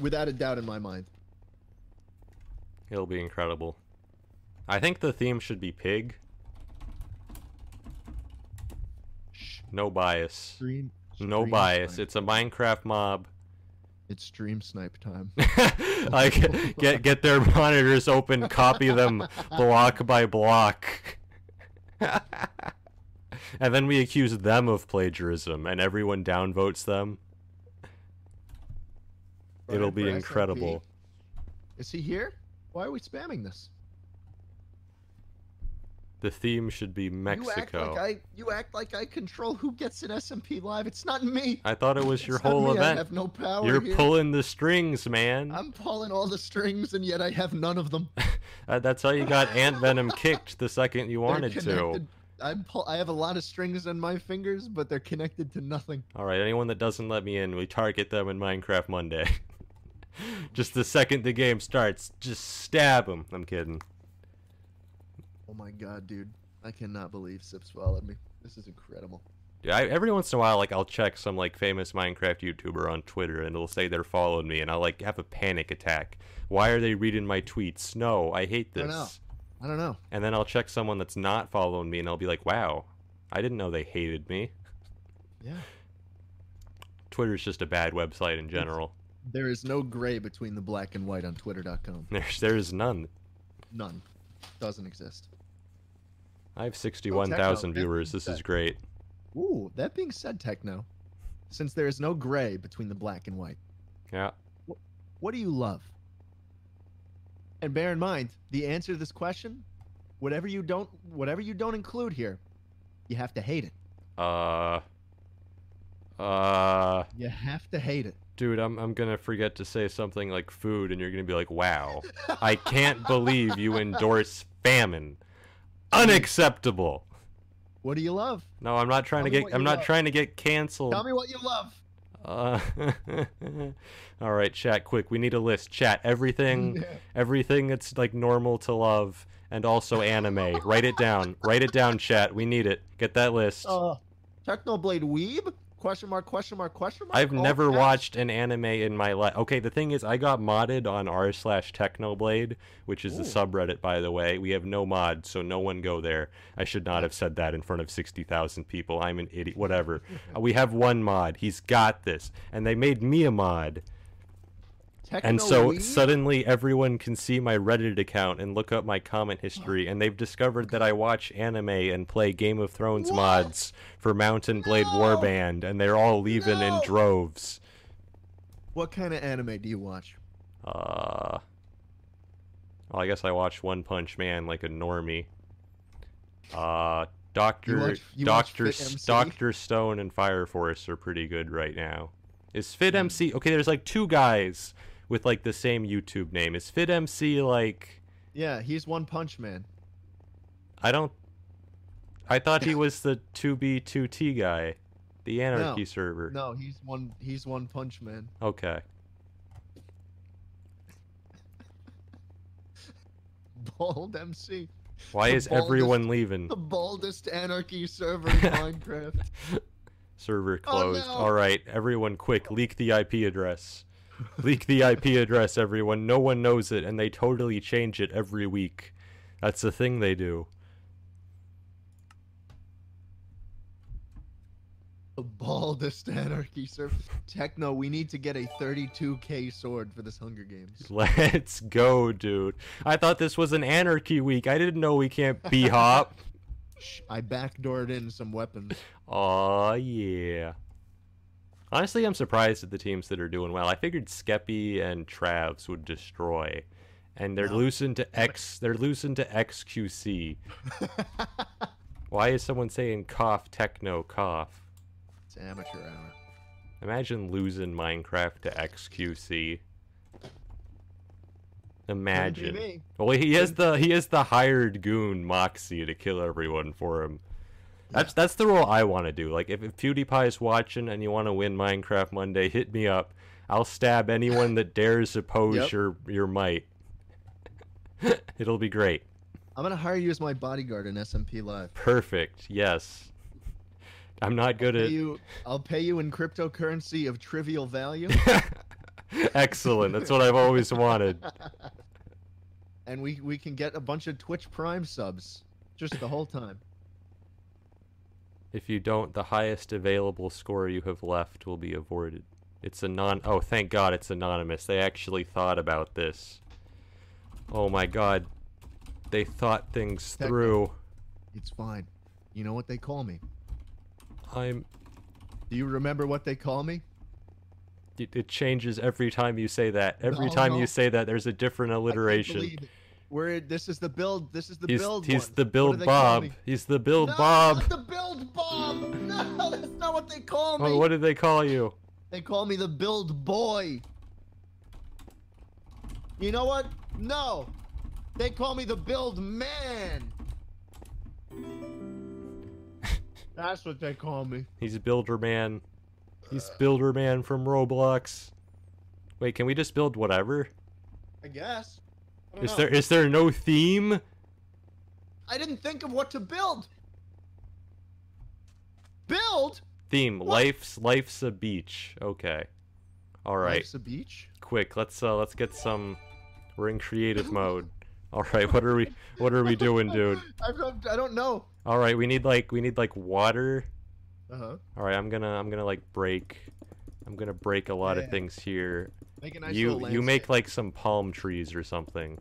Speaker 1: Without a doubt in my mind.
Speaker 2: It'll be incredible. I think the theme should be pig.
Speaker 1: Shh.
Speaker 2: No bias.
Speaker 1: Stream.
Speaker 2: No
Speaker 1: stream
Speaker 2: bias.
Speaker 1: snipe.
Speaker 2: It's a Minecraft mob.
Speaker 1: It's stream snipe time.
Speaker 2: <laughs> like get get their monitors open, copy them block by block. <laughs> and then we accuse them of plagiarism and everyone downvotes them. It'll
Speaker 1: Brian
Speaker 2: be
Speaker 1: for SMP.
Speaker 2: incredible.
Speaker 1: Is he here? Why are we spamming this?
Speaker 2: The theme should be
Speaker 1: You act like
Speaker 2: Mexico.
Speaker 1: I. You act like I control who gets an SMP live. It's not me.
Speaker 2: I thought it was your
Speaker 1: It's not
Speaker 2: whole
Speaker 1: me. I
Speaker 2: event.
Speaker 1: have no power.
Speaker 2: You're
Speaker 1: here.
Speaker 2: pulling the strings, man.
Speaker 1: I'm pulling all the strings, and yet I have none of them.
Speaker 2: Uh, that's how you got Ant Venom kicked the second
Speaker 1: <laughs>
Speaker 2: you
Speaker 1: They're
Speaker 2: wanted to.
Speaker 1: connected- I'm pull. I have a lot of strings on my fingers, but they're connected to nothing.
Speaker 2: All right, anyone that doesn't let me in, we target them in Minecraft Monday. <laughs> just the second the game starts, just stab them. I'm kidding.
Speaker 1: Oh my god, dude! I cannot believe Sips followed me. This is incredible.
Speaker 2: Dude, I, every once in a while, like I'll check some like famous Minecraft YouTuber on Twitter, and it'll say they're following me, and I'll like have a panic attack. Why are they reading my tweets? No, I hate
Speaker 1: I
Speaker 2: this.
Speaker 1: know. I don't know.
Speaker 2: And then I'll check someone that's not following me, and I'll be like, wow, I didn't know they hated me.
Speaker 1: Yeah.
Speaker 2: Twitter's just a bad website in general. <laughs>
Speaker 1: There is no gray between the black and white on Twitter.com.
Speaker 2: There's there's none.
Speaker 1: None. Doesn't exist.
Speaker 2: I
Speaker 1: Oh,
Speaker 2: have sixty-one thousand
Speaker 1: Techno,
Speaker 2: viewers. This is great.
Speaker 1: Ooh. That being said, Techno, since there is no gray between the black and white,
Speaker 2: Yeah.
Speaker 1: What do you love? And bear in mind, the answer to this question, whatever you don't whatever you don't include here, you have to hate it.
Speaker 2: Uh. Uh.
Speaker 1: You have to hate it.
Speaker 2: Dude, I'm I'm gonna forget to say something like food, and you're gonna be like, "Wow, I
Speaker 1: <laughs>
Speaker 2: can't believe you endorse famine. Unacceptable."
Speaker 1: What do you love?
Speaker 2: No, I'm not trying
Speaker 1: Tell
Speaker 2: to
Speaker 1: me
Speaker 2: get.
Speaker 1: what
Speaker 2: I'm
Speaker 1: you
Speaker 2: not
Speaker 1: love.
Speaker 2: trying to get canceled.
Speaker 1: Tell me what you love.
Speaker 2: Uh, <laughs> all right, chat, quick. We need a list. Chat everything, everything that's like normal to love, and also anime. Write it down. Write it down, chat. We need it. Get that list.
Speaker 1: <laughs> Uh, Technoblade Weeb? Question mark, question mark, question mark.
Speaker 2: I've
Speaker 1: All
Speaker 2: never
Speaker 1: caps?
Speaker 2: watched an anime in my life. Okay, the thing is, I got modded on r slash Technoblade, which is the
Speaker 1: Ooh.
Speaker 2: subreddit, by the way. We have no mod, so no one go there. I should not have said that in front of sixty thousand people. I'm an
Speaker 1: <laughs>
Speaker 2: idiot. Whatever. Uh, we have one mod. He's got this, and they made me a mod. And so
Speaker 1: Technoweeb?
Speaker 2: suddenly everyone can see my Reddit account and look up my comment history, and they've discovered that I watch anime and play Game of Thrones
Speaker 1: What?
Speaker 2: mods for Mountain Blade
Speaker 1: No!
Speaker 2: Warband, and they're all leaving
Speaker 1: No!
Speaker 2: in droves.
Speaker 1: What kind of anime do you watch?
Speaker 2: Uh, well, I guess I watched One Punch Man like a normie. Uh, Doctor
Speaker 1: watch- you watch
Speaker 2: Doctor
Speaker 1: Fit MC?
Speaker 2: Doctor Stone and Fire Force are pretty good right now. Is Fit
Speaker 1: Hmm.
Speaker 2: MC okay? There's like two guys with like the same YouTube name. Is Fit MC like
Speaker 1: Yeah, he's One Punch Man.
Speaker 2: I don't. I
Speaker 1: <laughs>
Speaker 2: thought he was the two B two T guy, the Anarchy server.
Speaker 1: No, he's one he's One Punch Man. <laughs>
Speaker 2: Okay.
Speaker 1: Bald MC.
Speaker 2: Why
Speaker 1: The
Speaker 2: is
Speaker 1: baldest-
Speaker 2: everyone
Speaker 1: <laughs>
Speaker 2: leaving?
Speaker 1: The baldest anarchy server in Minecraft.
Speaker 2: Server
Speaker 1: Oh,
Speaker 2: closed.
Speaker 1: no.
Speaker 2: All right, everyone, quick, leak the IP address. leak the
Speaker 1: <laughs>
Speaker 2: IP address, everyone. No one knows it, and they totally change it every week. That's the thing they do. <laughs>
Speaker 1: The baldest anarchy server. Techno, we need to get a 32k sword for this Hunger Games.
Speaker 2: Let's go, dude. I thought this was an anarchy week. I didn't know we can't be hop.
Speaker 1: Shh, I backdoored in some weapons.
Speaker 2: Aw, yeah. Honestly, I'm surprised at the teams that are doing well. I figured Skeppy and Travs would destroy, and they're
Speaker 1: No.
Speaker 2: losing to X. They're losing to XQC. Why is someone saying cough techno cough?
Speaker 1: it's amateur hour.
Speaker 2: Imagine losing Minecraft to XQC.
Speaker 1: Wouldn't be
Speaker 2: Imagine.
Speaker 1: me.
Speaker 2: Well, he is the he is the hired goon Moxie to kill everyone for him. That's that's the role I want to do. Like if, if PewDiePie is watching and you want to win Minecraft Monday, hit me up. I'll stab anyone that dares oppose
Speaker 1: Yep.
Speaker 2: your your might. <laughs> It'll be great.
Speaker 1: I'm gonna hire you as my bodyguard in SMP Live.
Speaker 2: Perfect. Yes. I'm not good
Speaker 1: Pay
Speaker 2: at
Speaker 1: you, I'll pay you in cryptocurrency of trivial value, <laughs>
Speaker 2: <laughs> Excellent. That's what I've always wanted.
Speaker 1: and we we can get a bunch of Twitch Prime subs just the whole time.
Speaker 2: If you don't, the highest available score you have left will be avoided. It's a non. Oh, thank God it's anonymous. They actually thought about this. Oh my God. They thought things
Speaker 1: Techno.
Speaker 2: through.
Speaker 1: It's fine. You know what they call me?
Speaker 2: I'm.
Speaker 1: Do you remember what they call me?
Speaker 2: It, it changes every time you say that. Every
Speaker 1: No,
Speaker 2: time
Speaker 1: no.
Speaker 2: you say that, there's a different
Speaker 1: I can't
Speaker 2: alliteration.
Speaker 1: believe it. We're this is the build. This is the
Speaker 2: He's
Speaker 1: build. one.
Speaker 2: he's the
Speaker 1: What do
Speaker 2: build
Speaker 1: they call
Speaker 2: Bob.
Speaker 1: me?
Speaker 2: He's the build
Speaker 1: No,
Speaker 2: Bob.
Speaker 1: not the build Bob. No, <laughs> that's not what they call me.
Speaker 2: Oh, what did they call you?
Speaker 1: They call me the build boy. You know what? No. They call me the build
Speaker 2: <laughs>
Speaker 1: man. That's what they call me.
Speaker 2: He's Builder Man.
Speaker 1: Uh,
Speaker 2: He's Builder Man from Roblox. Wait, can we just build whatever?
Speaker 1: I guess. I don't
Speaker 2: Is
Speaker 1: know.
Speaker 2: there is there no theme?
Speaker 1: I didn't think of what to build. Build?
Speaker 2: Theme.
Speaker 1: What?
Speaker 2: Life's life's a beach. Okay. All right.
Speaker 1: Life's a beach.
Speaker 2: Quick. Let's uh let's get some. We're
Speaker 1: <laughs>
Speaker 2: in creative mode. All right. What are we What are we doing, dude?
Speaker 1: I don't, I don't know.
Speaker 2: All right. We need like we need like water.
Speaker 1: Uh huh.
Speaker 2: All right. I'm gonna I'm gonna like break. I'm gonna break a lot
Speaker 1: Yeah.
Speaker 2: of things here.
Speaker 1: Make a nice little
Speaker 2: you you
Speaker 1: landscape.
Speaker 2: make like some palm trees or something.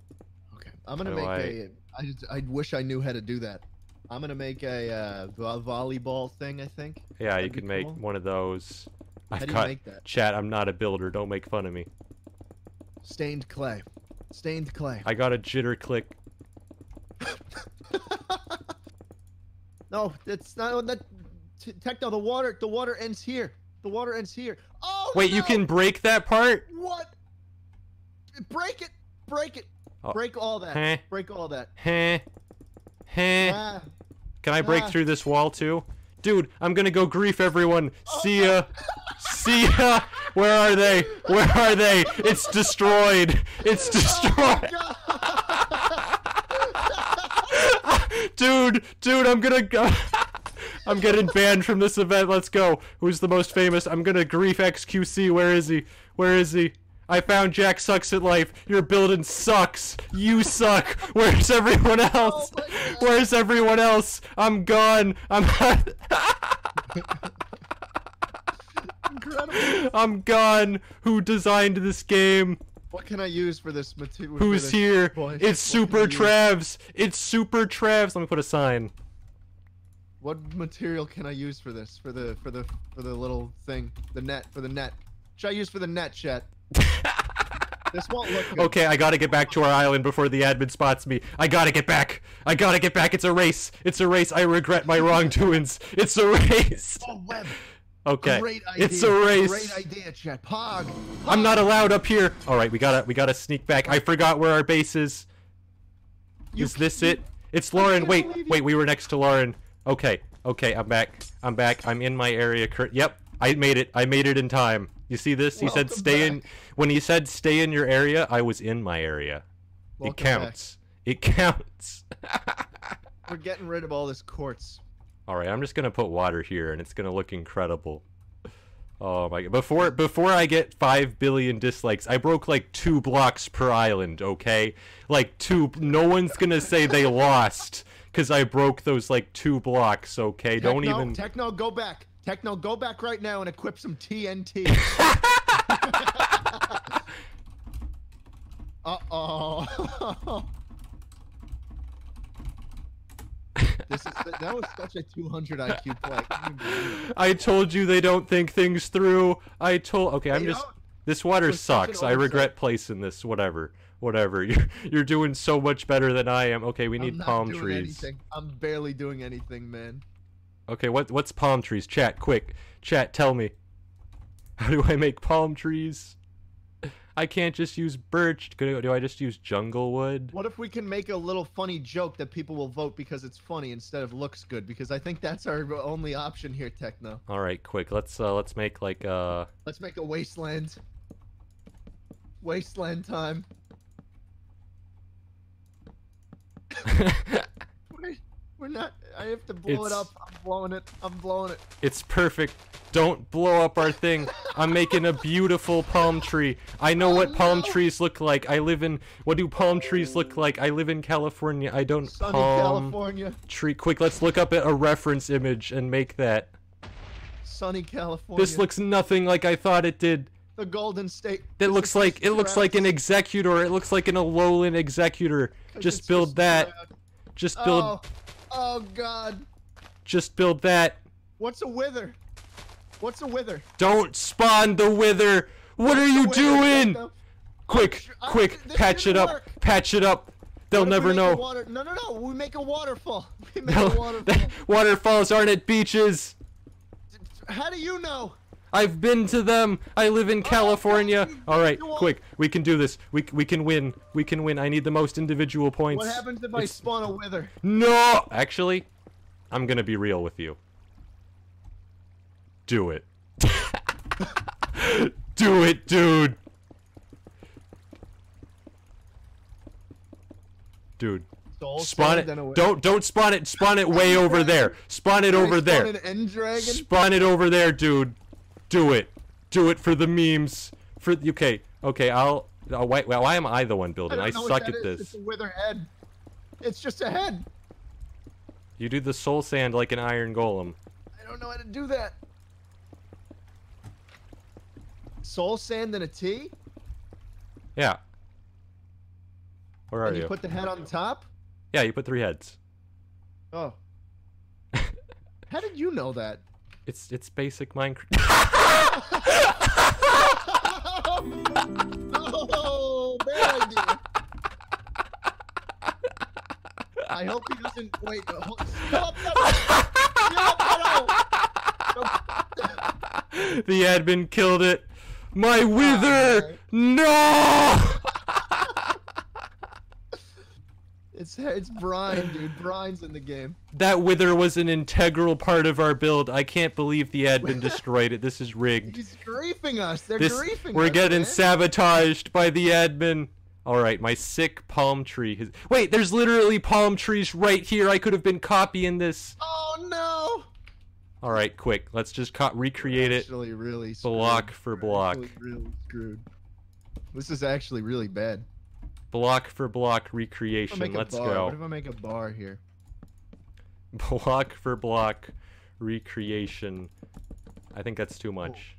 Speaker 1: Okay, I'm gonna
Speaker 2: How do
Speaker 1: make
Speaker 2: I-
Speaker 1: a. I just, I wish I knew how to do that. I'm gonna make a uh, vo- volleyball thing. I think.
Speaker 2: Yeah, you
Speaker 1: That'd be
Speaker 2: could make
Speaker 1: cool.
Speaker 2: one of those.
Speaker 1: How
Speaker 2: I've
Speaker 1: do you
Speaker 2: got
Speaker 1: make that?
Speaker 2: chat. I'm not a builder. Don't make fun of me.
Speaker 1: Stained clay. Stained clay.
Speaker 2: I got a jitter click.
Speaker 1: <laughs> No, that's not oh, that. T- Tecto, the water. The water ends here. The water ends here. Oh.
Speaker 2: Wait, you
Speaker 1: no!
Speaker 2: can break that part?
Speaker 1: What? Break it. Break it.
Speaker 2: Oh.
Speaker 1: Break all that.
Speaker 2: Heh.
Speaker 1: Break all that.
Speaker 2: Heh. Heh.
Speaker 1: Ah.
Speaker 2: <laughs> Can I break
Speaker 1: ah.
Speaker 2: through this wall too? Dude, I'm gonna go grief everyone. See ya. See ya. Where are they? Where are they? It's destroyed. It's
Speaker 1: Oh
Speaker 2: destroyed. dude, dude, I'm gonna go. <laughs> I'm getting banned from this event. Let's go. Who's the most famous? I'm gonna grief XQC. Where is he? Where is he? I found Jack sucks at life. Your building sucks. You suck. <laughs> Where's everyone else?
Speaker 1: Oh my God.
Speaker 2: Where's everyone else? I'm gone. I'm
Speaker 1: <laughs>
Speaker 2: <laughs>
Speaker 1: Incredible.
Speaker 2: I'm gone. Who designed this game?
Speaker 1: What can I use for this material?
Speaker 2: Who's here?
Speaker 1: Boy, what
Speaker 2: It's
Speaker 1: can I
Speaker 2: Super
Speaker 1: use?
Speaker 2: Travs. It's Super Travs. Let me put a sign.
Speaker 1: What material can I use for this? For the for the for the little thing, the net for the net. Should I use for the net,
Speaker 2: <laughs>
Speaker 1: chat? this won't look good.
Speaker 2: Okay, I gotta get back to our island before the admin spots me. I gotta get back. I gotta get back. It's a race. It's a race. I regret my wrongdoings. It's
Speaker 1: <laughs>
Speaker 2: a race.
Speaker 1: Oh, web.
Speaker 2: Okay.
Speaker 1: Great idea.
Speaker 2: It's a race.
Speaker 1: Great idea, chat. Pog.
Speaker 2: I'm not allowed up here. All right, we gotta we gotta sneak back. I forgot where our base is.
Speaker 1: You
Speaker 2: is this it? It's
Speaker 1: can't
Speaker 2: Lauren. Wait,
Speaker 1: believe you-
Speaker 2: wait. We were next to Lauren. Okay, okay. I'm back. I'm back. I'm in my area. Cur- yep. I made it. I made it in time. You see this? He said
Speaker 1: Welcome
Speaker 2: stay in. When he said stay in your area, I was in my area.
Speaker 1: Welcome
Speaker 2: it counts. It <laughs> counts.
Speaker 1: back. We're getting rid of all this quartz.
Speaker 2: All right, I'm just gonna put water here, and it's gonna look incredible. Oh my god! Before before I get five billion dislikes, I broke like two blocks per island. Okay, like two. No one's gonna
Speaker 1: <laughs>
Speaker 2: say they lost because I broke those like two blocks. Okay, don't
Speaker 1: Techno,
Speaker 2: even.
Speaker 1: Techno, go back. Techno, go back right now and equip some <laughs>
Speaker 2: <laughs>
Speaker 1: TNT. uh oh. <laughs> this is that was such a 200 IQ play. Can you believe it?
Speaker 2: <laughs> I told you they don't think things through. I told. Okay, I'm
Speaker 1: They
Speaker 2: just.
Speaker 1: don't.
Speaker 2: This water
Speaker 1: It's such an
Speaker 2: sucks. I
Speaker 1: oversight.
Speaker 2: regret placing this. Whatever. Whatever. <laughs> You're you're doing so much better than I am. Okay, we
Speaker 1: I'm
Speaker 2: need
Speaker 1: not
Speaker 2: palm
Speaker 1: doing
Speaker 2: trees.
Speaker 1: Anything. I'm barely doing anything, man.
Speaker 2: Okay, what what's palm trees? Chat, quick. Chat, tell me. How do I make palm trees? I can't just use birch. Do do I just use jungle wood?
Speaker 1: What if we can make a little funny joke that people will vote because it's funny instead of looks good? Because I think that's our only option here, Techno.
Speaker 2: All right, quick. Let's uh let's make like uh <laughs>
Speaker 1: Let's make a wasteland. Wasteland time. We're, we're not. I have to blow
Speaker 2: It's-
Speaker 1: it up. I'm blowing it. I'm blowing it.
Speaker 2: It's perfect. Don't blow up our thing. I'm making a beautiful palm tree. I know what palm
Speaker 1: no.
Speaker 2: trees look like. I live in what do palm trees look like? I live in California. I don't
Speaker 1: Sunny
Speaker 2: palm
Speaker 1: California.
Speaker 2: tree. Quick, let's look up at a reference image and make that.
Speaker 1: Sunny California.
Speaker 2: This looks nothing like I thought it did.
Speaker 1: The Golden State.
Speaker 2: That
Speaker 1: This
Speaker 2: looks
Speaker 1: is
Speaker 2: like
Speaker 1: just
Speaker 2: it looks like an
Speaker 1: grass.
Speaker 2: executor. It looks like an Alolan executor.
Speaker 1: It's
Speaker 2: Just build that.
Speaker 1: grass.
Speaker 2: Just build.
Speaker 1: Oh. oh God.
Speaker 2: Just build that.
Speaker 1: What's a wither? What's a wither?
Speaker 2: Don't spawn the wither. What are you
Speaker 1: Wither, get
Speaker 2: doing?
Speaker 1: the-
Speaker 2: Quick,
Speaker 1: I'm-
Speaker 2: quick,
Speaker 1: this
Speaker 2: patch it
Speaker 1: didn't
Speaker 2: up.
Speaker 1: work.
Speaker 2: Patch it up. They'll
Speaker 1: What if we
Speaker 2: never
Speaker 1: make a
Speaker 2: know.
Speaker 1: water- No, no, no. We make a waterfall. <laughs> We make a
Speaker 2: <laughs> They'll-
Speaker 1: waterfall.
Speaker 2: Waterfalls aren't at beaches.
Speaker 1: How do you know?
Speaker 2: I've been to them. I live in California.
Speaker 1: Oh, you-
Speaker 2: All right,
Speaker 1: you are-
Speaker 2: quick. We can do this. We we can win. We can win. I need the most individual points.
Speaker 1: What happens if I
Speaker 2: It's-
Speaker 1: spawn a wither?
Speaker 2: No! Actually, I'm gonna be real with you. Do it. <laughs> Do it, dude! Dude.
Speaker 1: Soul
Speaker 2: Spawn
Speaker 1: sand and a
Speaker 2: it.
Speaker 1: wither.
Speaker 2: Don't don't spawn it. Spawn it way over there. Spawn it
Speaker 1: Can I
Speaker 2: over
Speaker 1: spawn
Speaker 2: there.
Speaker 1: An end dragon.
Speaker 2: Spawn it over there, dude. Do it. Do it for the memes. For okay, okay. I'll. Oh, why, why am I the one
Speaker 1: I
Speaker 2: building?
Speaker 1: don't
Speaker 2: I
Speaker 1: know what
Speaker 2: suck
Speaker 1: that
Speaker 2: at
Speaker 1: is.
Speaker 2: this.
Speaker 1: It's a wither head. It's just a head.
Speaker 2: You do the soul sand like an iron golem.
Speaker 1: I don't know how to do that. Soul sand and a T.
Speaker 2: Yeah. Where are
Speaker 1: And
Speaker 2: you?
Speaker 1: you put the head on top.
Speaker 2: <laughs> yeah, you put three heads. <laughs>
Speaker 1: Oh. how did you know that? <laughs>
Speaker 2: It's it's basic Minecraft.
Speaker 1: oh, bad idea. I hope he doesn't. Wait, no, stop that! Stop
Speaker 2: <laughs>
Speaker 1: that!
Speaker 2: <laughs> the admin killed it. My
Speaker 1: Ah,
Speaker 2: wither. No. <laughs>
Speaker 1: It's it's Brine, dude. Brine's in the game.
Speaker 2: That wither was an integral part of our build. I can't believe
Speaker 1: <laughs>
Speaker 2: the admin destroyed it. This is rigged.
Speaker 1: He's griefing us. They're
Speaker 2: This
Speaker 1: griefing
Speaker 2: we're
Speaker 1: us.
Speaker 2: getting
Speaker 1: man.
Speaker 2: sabotaged by the admin. All right, my sick palm tree. Has... Wait, there's literally palm trees right here. I could have been copying this.
Speaker 1: Oh no!
Speaker 2: All right, quick. Let's just co- recreate it
Speaker 1: Actually, really screwed.
Speaker 2: block for block.
Speaker 1: Actually really screwed. This is actually really bad.
Speaker 2: Block for
Speaker 1: What
Speaker 2: block
Speaker 1: if I
Speaker 2: recreation.
Speaker 1: make a
Speaker 2: Let's
Speaker 1: bar? What
Speaker 2: go. <laughs>
Speaker 1: if I make a bar here?
Speaker 2: Block for block recreation. I think that's too much.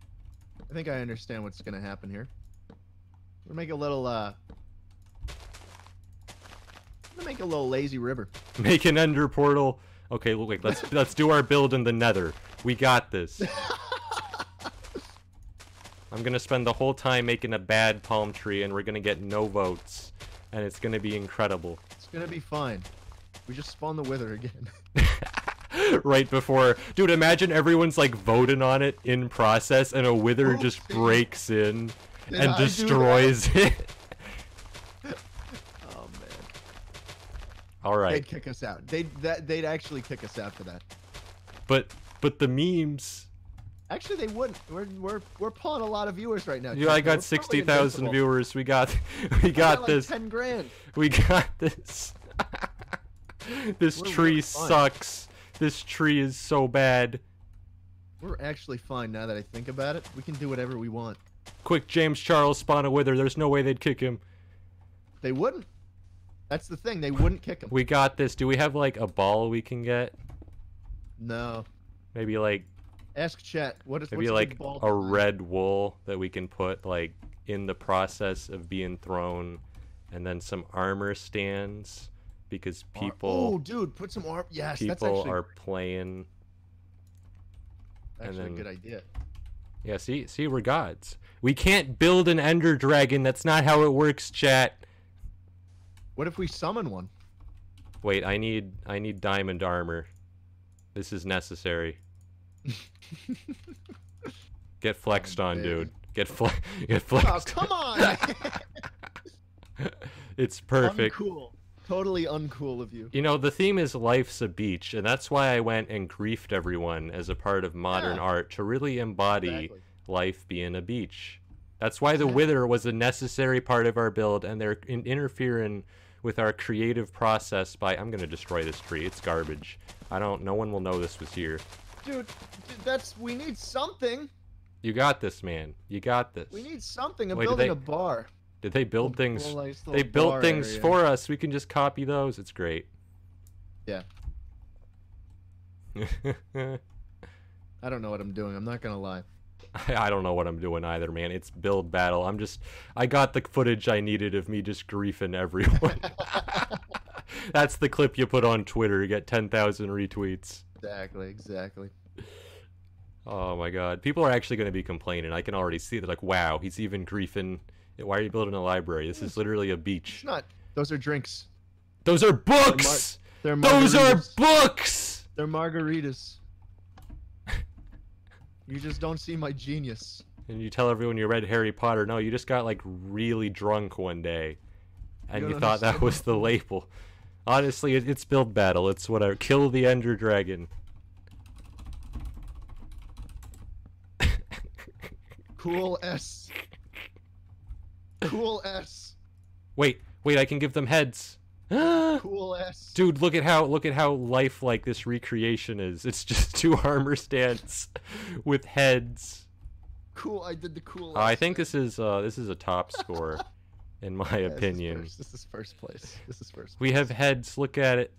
Speaker 1: I think I understand what's gonna happen here. We're gonna make a little uh I'm gonna make a little lazy river.
Speaker 2: <laughs> Make an under portal. Okay, well, wait. Let's let's do our build in the Nether. We
Speaker 1: <laughs>
Speaker 2: got this. I'm gonna spend the whole time making a bad palm tree, and we're gonna get no votes, and it's gonna be incredible. <gasps>
Speaker 1: It's gonna be fine. We just spawn the wither again. <laughs>
Speaker 2: right before, dude. Imagine everyone's like voting on it in process, and a wither
Speaker 1: Oh,
Speaker 2: just
Speaker 1: damn.
Speaker 2: breaks in
Speaker 1: Did
Speaker 2: and
Speaker 1: I do that?
Speaker 2: destroys <laughs> it.
Speaker 1: Oh man.
Speaker 2: All right.
Speaker 1: They'd kick us out. They'd that they'd actually kick us out for that.
Speaker 2: But but the memes.
Speaker 1: Actually they wouldn't. We're we're we're pulling a lot of viewers right now.
Speaker 2: You,
Speaker 1: Techno.
Speaker 2: I
Speaker 1: We're
Speaker 2: got
Speaker 1: probably
Speaker 2: sixty thousand
Speaker 1: invincible.
Speaker 2: viewers. We got <laughs> we
Speaker 1: I
Speaker 2: got
Speaker 1: like
Speaker 2: this.
Speaker 1: ten grand.
Speaker 2: We got this. <laughs> this
Speaker 1: We're really
Speaker 2: tree
Speaker 1: fun.
Speaker 2: sucks. This tree is so bad.
Speaker 1: We're actually fine now that I think about it. We can do whatever we want.
Speaker 2: Quick, James Charles spawn a wither. There's no way they'd kick him.
Speaker 1: They wouldn't. That's the thing. They wouldn't kick him.
Speaker 2: We got this. Do we have like a ball we can get?
Speaker 1: No.
Speaker 2: Maybe like
Speaker 1: Ask chat. What is
Speaker 2: maybe
Speaker 1: what's a
Speaker 2: like
Speaker 1: good ball
Speaker 2: a
Speaker 1: design?
Speaker 2: red wool that we can put like in the process of being thrown, and then some armor stands because
Speaker 1: Ar- Oh,
Speaker 2: people
Speaker 1: dude, put some arm. Yes, that's
Speaker 2: people
Speaker 1: actually,
Speaker 2: are playing. and
Speaker 1: actually
Speaker 2: then-
Speaker 1: a good idea.
Speaker 2: Yeah, see, see, we're gods. We can't build an Ender Dragon. That's not how it works, chat.
Speaker 1: What if we summon
Speaker 2: <laughs>
Speaker 1: one?
Speaker 2: Wait, I need, I need diamond armor. This is
Speaker 1: <laughs>
Speaker 2: necessary. Get flexed on,
Speaker 1: baby.
Speaker 2: dude. Get fle- <laughs> get
Speaker 1: Oh,
Speaker 2: flexed.
Speaker 1: come on!
Speaker 2: it's <laughs> perfect.
Speaker 1: Uncool. Totally uncool of you.
Speaker 2: You know, the theme is life's a beach, and that's why I went and griefed everyone as a part of modern
Speaker 1: Yeah.
Speaker 2: art to really embody
Speaker 1: Exactly.
Speaker 2: life being a beach. That's why the
Speaker 1: Yeah.
Speaker 2: wither was a necessary part of our build, and they're in- interfering with our creative process by I'm gonna destroy this tree. It's garbage. I don't. No one will know this was here.
Speaker 1: Dude, dude, that's we need something.
Speaker 2: You got this, man. You got this.
Speaker 1: We need something. I'm
Speaker 2: Wait, do
Speaker 1: building
Speaker 2: they-
Speaker 1: a bar.
Speaker 2: Did they build
Speaker 1: Little-
Speaker 2: things?
Speaker 1: little nice
Speaker 2: They
Speaker 1: little
Speaker 2: built
Speaker 1: bar
Speaker 2: things
Speaker 1: area.
Speaker 2: for us. We can just copy those. It's great. <laughs>
Speaker 1: Yeah.
Speaker 2: I
Speaker 1: I don't know what I'm doing. I'm not gonna lie.
Speaker 2: <laughs> I don't know what I'm doing either, man. It's build battle. I'm just I got the footage I needed of me just griefing everyone. <laughs> That's the clip you put on Twitter. You get 10,000 retweets.
Speaker 1: Exactly. Exactly.
Speaker 2: Oh my god. People are actually going to be complaining. I can already see they're like, "Wow, he's even griefing. Why are you building a library? This is literally a
Speaker 1: It's
Speaker 2: beach."
Speaker 1: not. Those are drinks.
Speaker 2: Those are books.
Speaker 1: They're
Speaker 2: Those are
Speaker 1: margaritas.
Speaker 2: books.
Speaker 1: They're margaritas. you just don't see my genius.
Speaker 2: and you tell everyone you read Harry Potter. No, you just got like really drunk one day, and
Speaker 1: You
Speaker 2: you,
Speaker 1: don't
Speaker 2: thought that
Speaker 1: understand.
Speaker 2: was the label. Honestly, it, it's build battle. It's whatever. Kill the Ender Dragon.
Speaker 1: Cool S. Cool S.
Speaker 2: Wait, wait, I can give them heads. <gasps> Dude,
Speaker 1: Cool S.
Speaker 2: look at how look at how lifelike this recreation is. It's just two <laughs> armor stands with heads.
Speaker 1: Cool. I did the cool.
Speaker 2: Uh, I
Speaker 1: S
Speaker 2: think
Speaker 1: thing.
Speaker 2: this is uh, this is a top score,
Speaker 1: <laughs>
Speaker 2: in my
Speaker 1: Yeah, this is
Speaker 2: opinion.
Speaker 1: first- This is first place. This is first.
Speaker 2: We have heads. Look at it.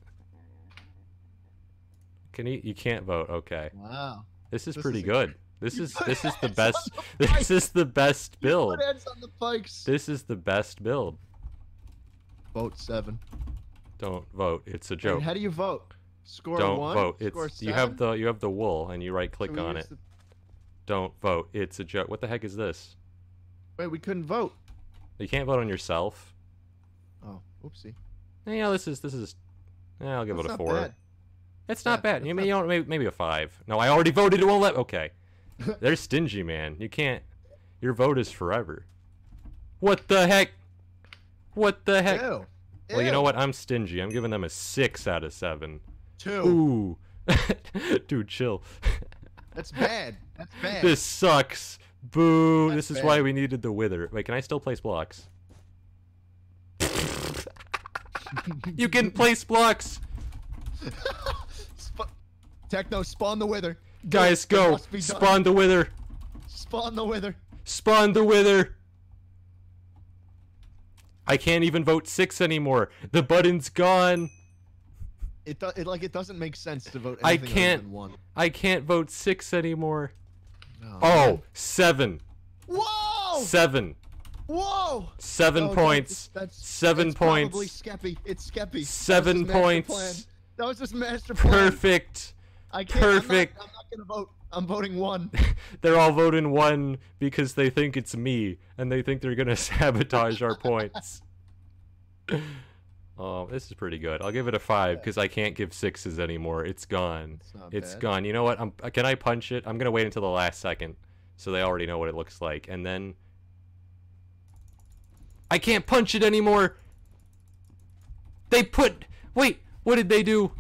Speaker 2: Can you? You can't vote. Okay.
Speaker 1: Wow.
Speaker 2: This is
Speaker 1: This
Speaker 2: pretty
Speaker 1: is
Speaker 2: good. This
Speaker 1: You
Speaker 2: is
Speaker 1: put
Speaker 2: this is
Speaker 1: <laughs>
Speaker 2: the
Speaker 1: heads
Speaker 2: best.
Speaker 1: on the
Speaker 2: <laughs> This
Speaker 1: pike.
Speaker 2: is the best build.
Speaker 1: Put heads on the pikes.
Speaker 2: This is the best build.
Speaker 1: Vote seven.
Speaker 2: Don't vote. It's a
Speaker 1: Dude,
Speaker 2: joke.
Speaker 1: how do you vote? Score
Speaker 2: Don't
Speaker 1: one.
Speaker 2: vote.
Speaker 1: score
Speaker 2: It's you have
Speaker 1: seven?
Speaker 2: the you have the wool and you right
Speaker 1: So
Speaker 2: click
Speaker 1: we
Speaker 2: on
Speaker 1: use
Speaker 2: it.
Speaker 1: the-
Speaker 2: Don't vote. It's a joke. What the heck is this?
Speaker 1: wait, we couldn't vote.
Speaker 2: You can't vote on yourself.
Speaker 1: Oh, oopsie.
Speaker 2: Yeah, you know, this is this is. eh, I'll give
Speaker 1: That's
Speaker 2: it a
Speaker 1: not
Speaker 2: four.
Speaker 1: bad.
Speaker 2: It's
Speaker 1: Yeah,
Speaker 2: not bad.
Speaker 1: that's
Speaker 2: You
Speaker 1: not
Speaker 2: may, you know, maybe, maybe a five. No, I already voted. It won't let.
Speaker 1: <laughs>
Speaker 2: Okay, they're stingy, man. You can't. Your vote is forever. What the heck? What the heck?
Speaker 1: Ew.
Speaker 2: Well, you
Speaker 1: Ew.
Speaker 2: know what? I'm stingy. I'm giving them a six out of seven.
Speaker 1: Two.
Speaker 2: Ooh, <laughs> dude, chill.
Speaker 1: That's bad.
Speaker 2: <laughs>
Speaker 1: That's bad.
Speaker 2: This sucks. Boo.
Speaker 1: That's
Speaker 2: this is
Speaker 1: bad.
Speaker 2: why we needed the wither. Wait, can I still place blocks? you can
Speaker 1: Mm-hmm.
Speaker 2: place blocks.
Speaker 1: <laughs> Sp- Techno, spawn the wither.
Speaker 2: Guys,
Speaker 1: It
Speaker 2: go.
Speaker 1: must be done.
Speaker 2: Spawn the wither.
Speaker 1: Spawn the wither.
Speaker 2: Spawn the wither. I can't even vote six anymore. The button's gone.
Speaker 1: It, do- it like it doesn't make sense to vote.
Speaker 2: I
Speaker 1: anything other
Speaker 2: can't-
Speaker 1: than one.
Speaker 2: I can't vote six anymore.
Speaker 1: No.
Speaker 2: Oh, seven.
Speaker 1: Whoa!
Speaker 2: Seven.
Speaker 1: Whoa!
Speaker 2: Seven
Speaker 1: Oh, no,
Speaker 2: points.
Speaker 1: that's-
Speaker 2: Seven
Speaker 1: that's
Speaker 2: points.
Speaker 1: Probably Skeppy. It's Skeppy. That was
Speaker 2: Seven
Speaker 1: his master
Speaker 2: points.
Speaker 1: plan. That was his master plan.
Speaker 2: Perfect.
Speaker 1: I can't, I'm not-
Speaker 2: perfect.
Speaker 1: I'm not, gonna vote. I'm voting
Speaker 2: <laughs>
Speaker 1: one.
Speaker 2: They're all voting one because they think it's me and they think they're going to <laughs> sabotage our
Speaker 1: <laughs>
Speaker 2: points. Oh, this is pretty good. I'll give it a five because I can't give sixes anymore. It's gone.
Speaker 1: It's not
Speaker 2: It's
Speaker 1: bad.
Speaker 2: gone. You know what? I'm, uh, can I punch it? I'm gonna wait until the last second, so they already know what it looks like, and then I can't punch it anymore. They put. Wait, what did they do?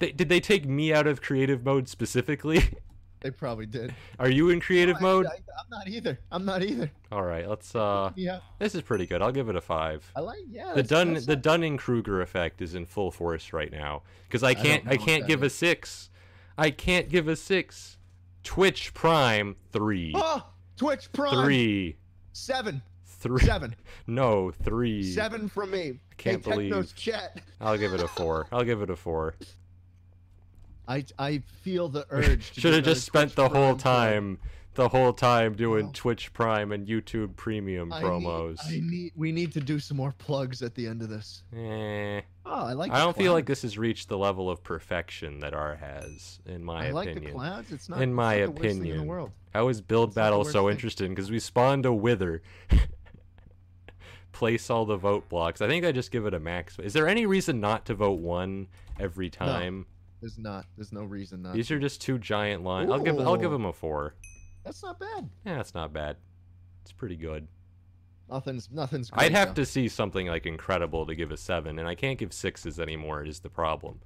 Speaker 2: They, did they take me out of creative mode specifically? <laughs>
Speaker 1: They probably did.
Speaker 2: Are you in creative mode?
Speaker 1: I, am not either. I'm not either.
Speaker 2: All right, let's. Uh,
Speaker 1: Yeah.
Speaker 2: this is pretty good. I'll give it a five.
Speaker 1: I like. Yeah.
Speaker 2: the
Speaker 1: that's-
Speaker 2: Dun
Speaker 1: that's
Speaker 2: the
Speaker 1: not-
Speaker 2: Dunning Kruger effect is in full force right now because I
Speaker 1: don't
Speaker 2: can't
Speaker 1: know
Speaker 2: I,
Speaker 1: what
Speaker 2: can't
Speaker 1: that
Speaker 2: give a six, I can't give a six. Twitch Prime three
Speaker 1: Oh, Twitch Prime.
Speaker 2: three
Speaker 1: Seven.
Speaker 2: three
Speaker 1: Seven.
Speaker 2: <laughs> no three.
Speaker 1: Seven from me.
Speaker 2: can't
Speaker 1: hey, Technos
Speaker 2: believe-
Speaker 1: chat.
Speaker 2: I'll give it a four. I'll give it
Speaker 1: <laughs>
Speaker 2: a four.
Speaker 1: I I feel
Speaker 2: <laughs>
Speaker 1: the urge. to do
Speaker 2: Should have
Speaker 1: another
Speaker 2: just spent
Speaker 1: Twitch
Speaker 2: the whole
Speaker 1: Prime promo.
Speaker 2: time the whole time doing
Speaker 1: Well.
Speaker 2: Twitch Prime and YouTube Premium
Speaker 1: I need-
Speaker 2: promos.
Speaker 1: I need. We need to do some more plugs at the end of this.
Speaker 2: Eh,
Speaker 1: Oh, I like.
Speaker 2: I
Speaker 1: the
Speaker 2: don't feel like
Speaker 1: clouds.
Speaker 2: this has reached the level of perfection that R has, in my
Speaker 1: I like
Speaker 2: opinion.
Speaker 1: the clouds. It's not.
Speaker 2: In
Speaker 1: it's
Speaker 2: my
Speaker 1: not the worst thing in the
Speaker 2: opinion.
Speaker 1: world.
Speaker 2: How is build
Speaker 1: It's not the
Speaker 2: battle
Speaker 1: worst
Speaker 2: so
Speaker 1: thing.
Speaker 2: interesting? Because we spawned a wither. <laughs> Place all the vote blocks. I think I just give it a max. Is there any reason not to vote one every time?
Speaker 1: There's not. There's no reason not.
Speaker 2: These are just two giant lines. I'll give I'll give
Speaker 1: Ooh.
Speaker 2: them a four.
Speaker 1: That's not bad.
Speaker 2: Yeah, that's not bad. It's pretty good.
Speaker 1: Nothing's nothing's. Great,
Speaker 2: I'd have
Speaker 1: though.
Speaker 2: to see something like incredible to give a seven, and I can't give sixes anymore. Is the problem?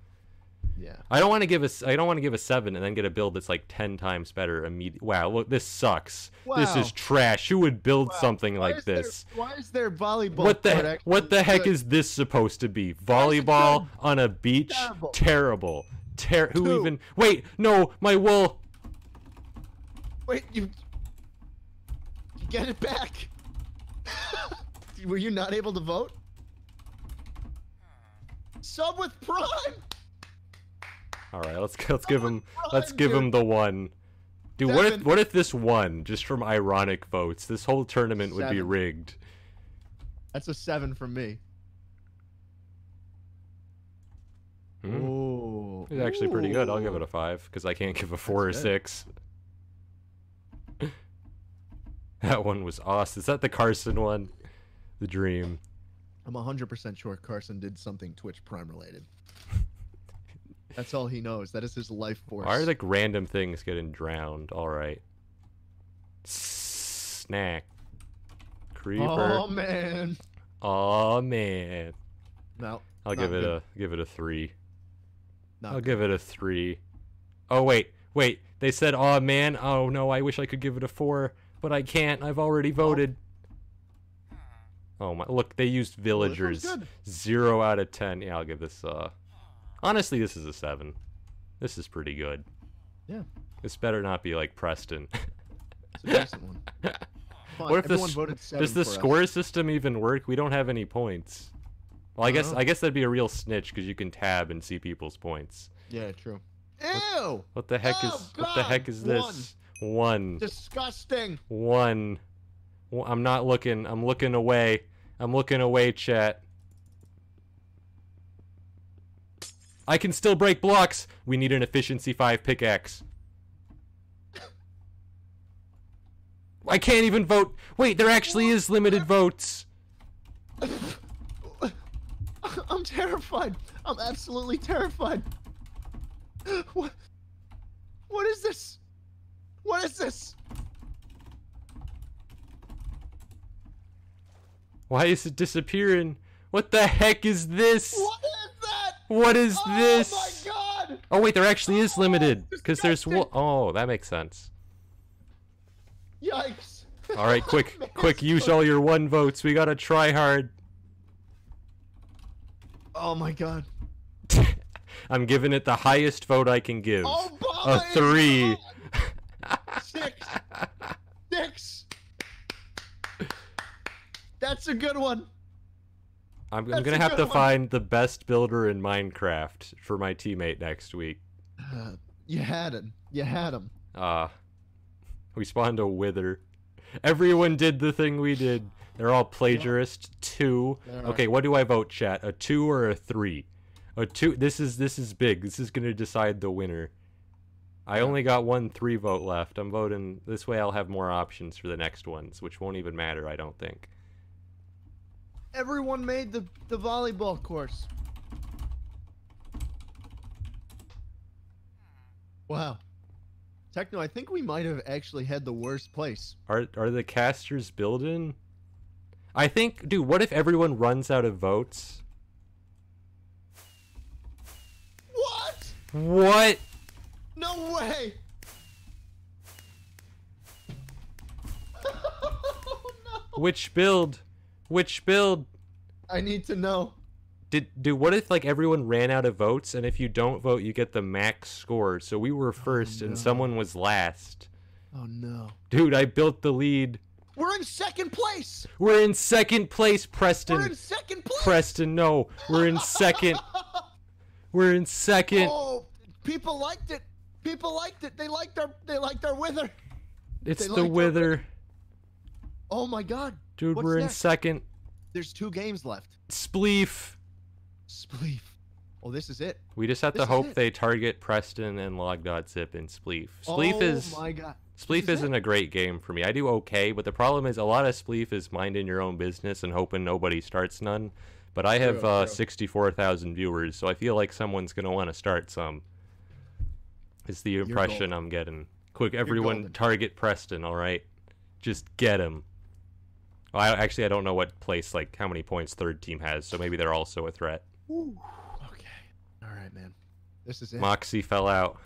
Speaker 1: Yeah.
Speaker 2: I don't want to give a s- I don't want to give a seven and then get a build that's like ten times better. Immediate. Wow, look, this sucks. This
Speaker 1: Wow.
Speaker 2: is trash. Who would build
Speaker 1: Wow.
Speaker 2: something
Speaker 1: Why
Speaker 2: like
Speaker 1: is there-
Speaker 2: this?
Speaker 1: why is there volleyball?
Speaker 2: What the
Speaker 1: court
Speaker 2: he-
Speaker 1: actually
Speaker 2: what the heck
Speaker 1: good?
Speaker 2: is this supposed to
Speaker 1: is
Speaker 2: be?
Speaker 1: it
Speaker 2: Volleyball
Speaker 1: good?
Speaker 2: on a beach?
Speaker 1: Terrible.
Speaker 2: Terrible. Ter- who
Speaker 1: Two.
Speaker 2: even? Wait, no, my wool.
Speaker 1: Wait, you. You get it back. <laughs> Were you not able to vote? Sub with Prime.
Speaker 2: All right, let's let's give him
Speaker 1: Prime,
Speaker 2: let's give him
Speaker 1: dude.
Speaker 2: the one. Dude, what if
Speaker 1: Seven.
Speaker 2: what if this won just from ironic votes? This whole tournament would be
Speaker 1: Seven.
Speaker 2: rigged.
Speaker 1: That's a seven from me.
Speaker 2: Hmm?
Speaker 1: Ooh.
Speaker 2: It's actually pretty good. I'll give it
Speaker 1: Ooh.
Speaker 2: a five because I can't give a four
Speaker 1: That's
Speaker 2: or
Speaker 1: good.
Speaker 2: six. <laughs> that one was awesome. Is that the Carson one? The dream.
Speaker 1: I'm 100% sure Carson did something Twitch Prime
Speaker 2: <laughs>
Speaker 1: related. That's all he knows. That is his life force.
Speaker 2: Why are like random things getting drowned? All right. Snack.
Speaker 1: oh
Speaker 2: Creeper.
Speaker 1: man.
Speaker 2: Oh man.
Speaker 1: No.
Speaker 2: I'll
Speaker 1: Not
Speaker 2: give it
Speaker 1: good.
Speaker 2: a give it a three.
Speaker 1: Not
Speaker 2: I'll
Speaker 1: good.
Speaker 2: give it a three. Oh wait, wait. They said oh man. Oh no, I wish I could give it a four, but I can't. I've already voted. Oh my look, they used
Speaker 1: hmm. Well, this one's
Speaker 2: villagers.
Speaker 1: good.
Speaker 2: Zero out of ten. Yeah, I'll give this uh honestly this is a seven. This is pretty good.
Speaker 1: Yeah.
Speaker 2: This better not be like Preston. <laughs>
Speaker 1: It's a decent one. Come on,
Speaker 2: What if the
Speaker 1: everyone
Speaker 2: s-
Speaker 1: voted seven
Speaker 2: Does the
Speaker 1: for us.
Speaker 2: score system even work? We don't have any points. Well, I
Speaker 1: I don't
Speaker 2: guess
Speaker 1: know.
Speaker 2: I guess that'd be a real snitch because you can tab and see people's points.
Speaker 1: Yeah, true. Ew!
Speaker 2: What the heck
Speaker 1: Oh,
Speaker 2: is what the
Speaker 1: God,
Speaker 2: heck is
Speaker 1: one.
Speaker 2: this? One,
Speaker 1: Disgusting.
Speaker 2: one. Wh- I'm not looking. I'm looking away. I'm looking away, chat. I can still break blocks. We need an efficiency five pickaxe. I can't even vote. Wait, there actually is limited votes.
Speaker 1: <laughs> I'm terrified. I'm absolutely terrified. What? What is this? What is this?
Speaker 2: Why is it disappearing? What the heck is this?
Speaker 1: What is that?
Speaker 2: what is
Speaker 1: oh
Speaker 2: this?
Speaker 1: my god!
Speaker 2: Oh wait, there actually is limited because there's one
Speaker 1: disgusting.
Speaker 2: oh that makes sense.
Speaker 1: Yikes!
Speaker 2: All
Speaker 1: <laughs>
Speaker 2: right, quick,
Speaker 1: Man,
Speaker 2: quick,
Speaker 1: it's
Speaker 2: use
Speaker 1: so-
Speaker 2: all your one votes. We gotta try hard. <laughs>
Speaker 1: Oh my god!
Speaker 2: I'm giving it the highest vote I can give.
Speaker 1: Obama
Speaker 2: a
Speaker 1: is
Speaker 2: three.
Speaker 1: gone! Oh Six. Six. That's a good one.
Speaker 2: <laughs> I'm, I'm
Speaker 1: That's
Speaker 2: gonna
Speaker 1: a
Speaker 2: have
Speaker 1: good
Speaker 2: to
Speaker 1: one.
Speaker 2: find the best builder in Minecraft for my teammate next week.
Speaker 1: Uh, you had him. You had him.
Speaker 2: Uh we spawned a wither. Everyone did the thing we did. They're all plagiarist. Two.
Speaker 1: They're all-
Speaker 2: Okay, what do I vote, chat? A two or a three? A two. This is this is big. This is gonna decide the winner. I only got one three vote left. I'm voting this way. I'll have more options for the next ones, which won't even matter. I don't think.
Speaker 1: Everyone made the, the volleyball course. Wow. Techno, I think we might have actually had the worst place.
Speaker 2: Are are the casters building? I think, dude. What if everyone runs out of votes?
Speaker 1: What?
Speaker 2: What?
Speaker 1: No way! <laughs> oh, no.
Speaker 2: Which build? Which build?
Speaker 1: I need to know.
Speaker 2: Did do what if like everyone ran out of votes and if you don't vote you get the max score? So we were first
Speaker 1: Oh, no.
Speaker 2: and someone was last.
Speaker 1: Oh no.
Speaker 2: Dude, I built the lead.
Speaker 1: We're in second place!
Speaker 2: We're in second place, Preston.
Speaker 1: We're in second place!
Speaker 2: Preston, no. We're
Speaker 1: <laughs>
Speaker 2: in second. We're in second.
Speaker 1: Oh, people liked it. People liked it. They liked our they liked our wither.
Speaker 2: it's
Speaker 1: they
Speaker 2: the
Speaker 1: liked our
Speaker 2: wither.
Speaker 1: Oh my god.
Speaker 2: Dude,
Speaker 1: What's
Speaker 2: we're in
Speaker 1: next?
Speaker 2: second.
Speaker 1: There's two games left.
Speaker 2: Spleef.
Speaker 1: Spleef. Oh, this is it.
Speaker 2: We just have to
Speaker 1: This is
Speaker 2: hope
Speaker 1: it.
Speaker 2: they target Preston and log.zip and Spleef. Spleef
Speaker 1: oh
Speaker 2: is
Speaker 1: my god.
Speaker 2: Spleef
Speaker 1: This is
Speaker 2: isn't a great game for me. I do okay, but the problem is a lot of Spleef is minding your own business and hoping nobody starts none. But I have
Speaker 1: True,
Speaker 2: uh,
Speaker 1: true.
Speaker 2: 64,000 viewers, so I feel like someone's going to want to start some. Is the impression I'm getting. Quick, everyone
Speaker 1: golden.
Speaker 2: target Preston, all right? Just get him. Well, I, actually, I don't know what place, like how many points third team has, so maybe they're also a threat.
Speaker 1: Ooh. Okay. All right, man. This is it.
Speaker 2: Moxie fell out.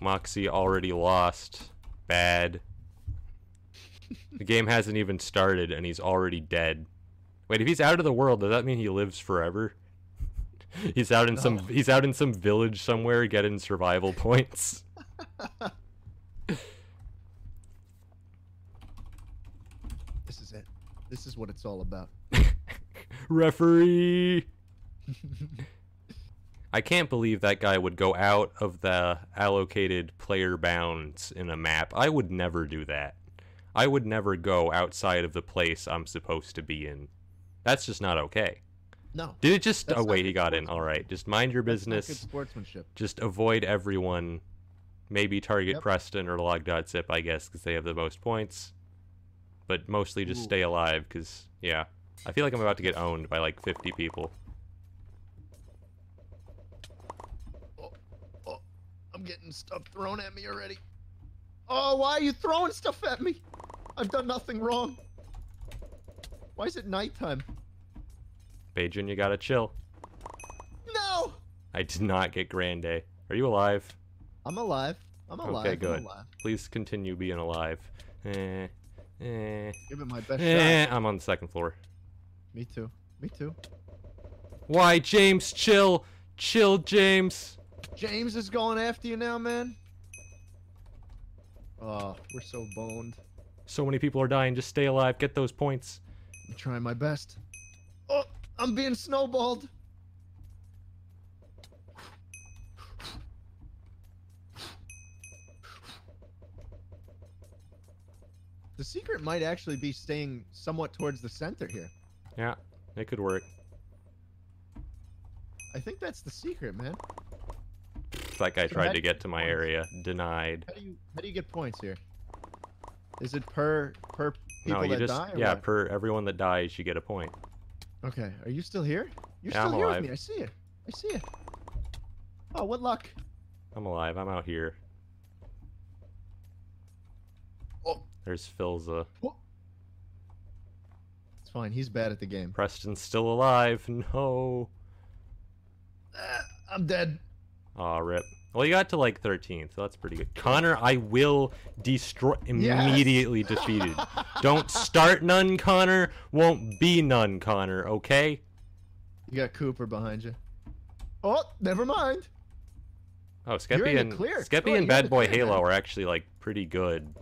Speaker 2: Moxie already lost. Bad. The game hasn't even started and he's already dead. Wait, if he's out of the world, does that mean he lives forever? <laughs> He's out in some
Speaker 1: No.
Speaker 2: he's out in some village somewhere getting survival <laughs> points.
Speaker 1: This is it. This is what it's all about.
Speaker 2: Referee. I can't believe that guy would go out of the allocated player bounds in a map. I would never do that. I would never go outside of the place I'm supposed to be in. That's just not okay.
Speaker 1: No.
Speaker 2: Did it just
Speaker 1: That's
Speaker 2: Oh
Speaker 1: not
Speaker 2: wait,
Speaker 1: good
Speaker 2: he got in.
Speaker 1: sportsmanship.
Speaker 2: All right. Just mind your
Speaker 1: That's not Good
Speaker 2: business.
Speaker 1: sportsmanship.
Speaker 2: Just avoid everyone. Maybe target
Speaker 1: Yep.
Speaker 2: Preston or log.zip, I guess, cuz they have the most points. But mostly just
Speaker 1: Ooh.
Speaker 2: stay alive cuz yeah. I feel like I'm about to get owned by like 50 people.
Speaker 1: I'm getting stuff thrown at me already. Oh, why are you throwing stuff at me? I've done nothing wrong. Why is it nighttime?
Speaker 2: Bajin, you gotta chill.
Speaker 1: No.
Speaker 2: I did not get Grande. Are you alive?
Speaker 1: I'm alive. I'm
Speaker 2: Okay,
Speaker 1: alive.
Speaker 2: good.
Speaker 1: I'm alive.
Speaker 2: Please continue being alive. Eh, eh,
Speaker 1: Give it my best
Speaker 2: eh,
Speaker 1: shot.
Speaker 2: I'm on the second floor.
Speaker 1: Me too. Me too.
Speaker 2: Why, James, chill! Chill, James!
Speaker 1: James is going after you now, man. Oh, we're so boned.
Speaker 2: So many people are dying. Just stay alive. Get those points.
Speaker 1: I'm trying my best. Oh, I'm being snowballed. The secret might actually be staying somewhat towards the center here.
Speaker 2: Yeah, it could work.
Speaker 1: I think that's the secret, man.
Speaker 2: That guy
Speaker 1: So
Speaker 2: tried
Speaker 1: how
Speaker 2: to
Speaker 1: do you
Speaker 2: get to my
Speaker 1: points?
Speaker 2: area. Denied.
Speaker 1: How do you how do you get points here? Is it per per people
Speaker 2: No, you
Speaker 1: that
Speaker 2: just
Speaker 1: die? or
Speaker 2: yeah.
Speaker 1: what?
Speaker 2: Per everyone that dies, you get a point.
Speaker 1: okay. Are you still here? You're
Speaker 2: Yeah,
Speaker 1: still
Speaker 2: I'm
Speaker 1: here
Speaker 2: alive.
Speaker 1: with me. I see you. I see you. Oh, what luck!
Speaker 2: I'm alive. I'm out here.
Speaker 1: Oh.
Speaker 2: There's Philza.
Speaker 1: It's fine. He's bad at the game.
Speaker 2: Preston's still alive. No.
Speaker 1: Ah, I'm dead.
Speaker 2: Aw, rip. Well, you got to like 13th, so that's pretty good. Connor, I will destroy.
Speaker 1: Yes!
Speaker 2: Immediately
Speaker 1: <laughs>
Speaker 2: defeated. Don't start none, Connor. Won't be none, Connor, okay?
Speaker 1: You got Cooper behind you. Oh, never mind.
Speaker 2: Oh,
Speaker 1: You're in
Speaker 2: Skeppy
Speaker 1: the
Speaker 2: and
Speaker 1: clear.
Speaker 2: Skeppy
Speaker 1: You're- you're in
Speaker 2: and Bad
Speaker 1: the
Speaker 2: Boy
Speaker 1: clear,
Speaker 2: Halo
Speaker 1: man.
Speaker 2: are actually like pretty good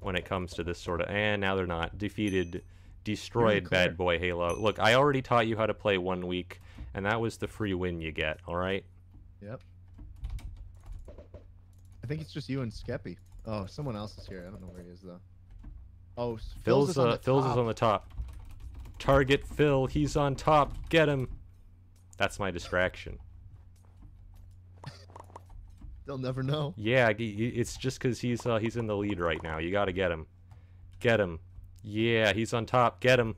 Speaker 2: when it comes to this sort of. And now they're not defeated, destroyed
Speaker 1: clear.
Speaker 2: Bad Boy Halo. Look, I already taught you how to play one week, and that was the free win you get. All right.
Speaker 1: Yep. I think it's just you and Skeppy. Oh, someone else is here. I don't know where he is though. Oh, s-
Speaker 2: Phil's
Speaker 1: is on
Speaker 2: uh,
Speaker 1: the
Speaker 2: Phil's
Speaker 1: top.
Speaker 2: is on the top. Target Phil. He's on top. Get him. That's my distraction.
Speaker 1: They'll never know.
Speaker 2: Yeah, g- y- it's just because he's uh, he's in the lead right now. You got to get him. Get him. Yeah, he's on top. Get him.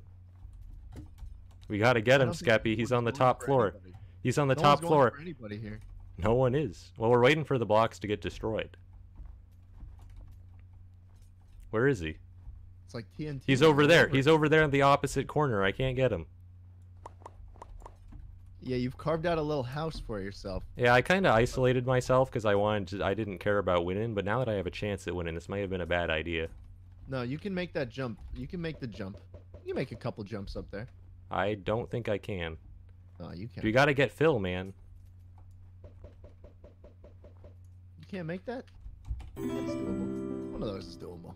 Speaker 2: We got to get
Speaker 1: I
Speaker 2: him,
Speaker 1: don't think
Speaker 2: Skeppy. He's
Speaker 1: anyone's
Speaker 2: on the
Speaker 1: going
Speaker 2: top
Speaker 1: for
Speaker 2: floor.
Speaker 1: anybody.
Speaker 2: He's on the
Speaker 1: No one's
Speaker 2: top
Speaker 1: going
Speaker 2: floor.
Speaker 1: for anybody here.
Speaker 2: No one is. Well, we're waiting for the blocks to get destroyed. Where is he?
Speaker 1: It's like TNT.
Speaker 2: He's
Speaker 1: all
Speaker 2: over there. He's over there in the opposite corner. I can't get him.
Speaker 1: Yeah, you've carved out a little house for yourself.
Speaker 2: Yeah, I kind of isolated myself because I wanted to, I didn't care about winning, but now that I have a chance at winning, this might have been a bad idea.
Speaker 1: No, you can make that jump. You can make the jump. You can make a couple jumps up there.
Speaker 2: I don't think I can.
Speaker 1: No, you can't.
Speaker 2: We got to get Phil, man.
Speaker 1: You can't make that. That's doable. One of those is doable.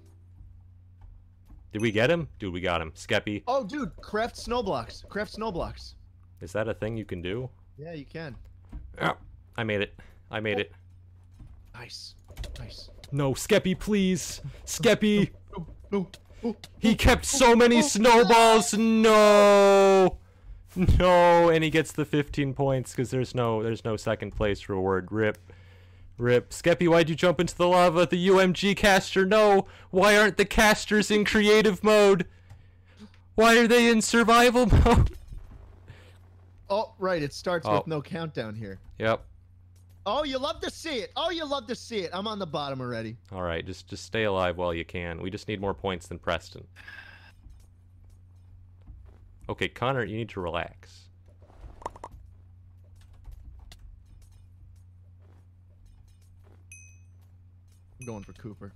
Speaker 2: Did we get him? Dude, we got him. Skeppy,
Speaker 1: Oh, dude, craft snow blocks. Craft snow blocks.
Speaker 2: is that a thing you can do?
Speaker 1: Yeah, you can.
Speaker 2: Ah, I made it. I made it.
Speaker 1: Nice, nice.
Speaker 2: No, Skeppy, please. Skeppy.
Speaker 1: No, no. Oh,
Speaker 2: He kept so many snowballs. No. No, and he gets the 15 points cuz there's no there's no second place reward. Rip. Rip. Skeppy, why'd you jump into the lava? The UMG caster. No. Why aren't the casters in creative mode? Why are they in survival <laughs> mode?
Speaker 1: oh, right. It starts
Speaker 2: Oh.
Speaker 1: with no countdown here.
Speaker 2: Yep.
Speaker 1: Oh, you love to see it. Oh, you love to see it. I'm on the bottom already.
Speaker 2: All right, just just stay alive while you can. We just need more points than Preston. Okay, Connor, you need to relax.
Speaker 1: I'm going for Cooper.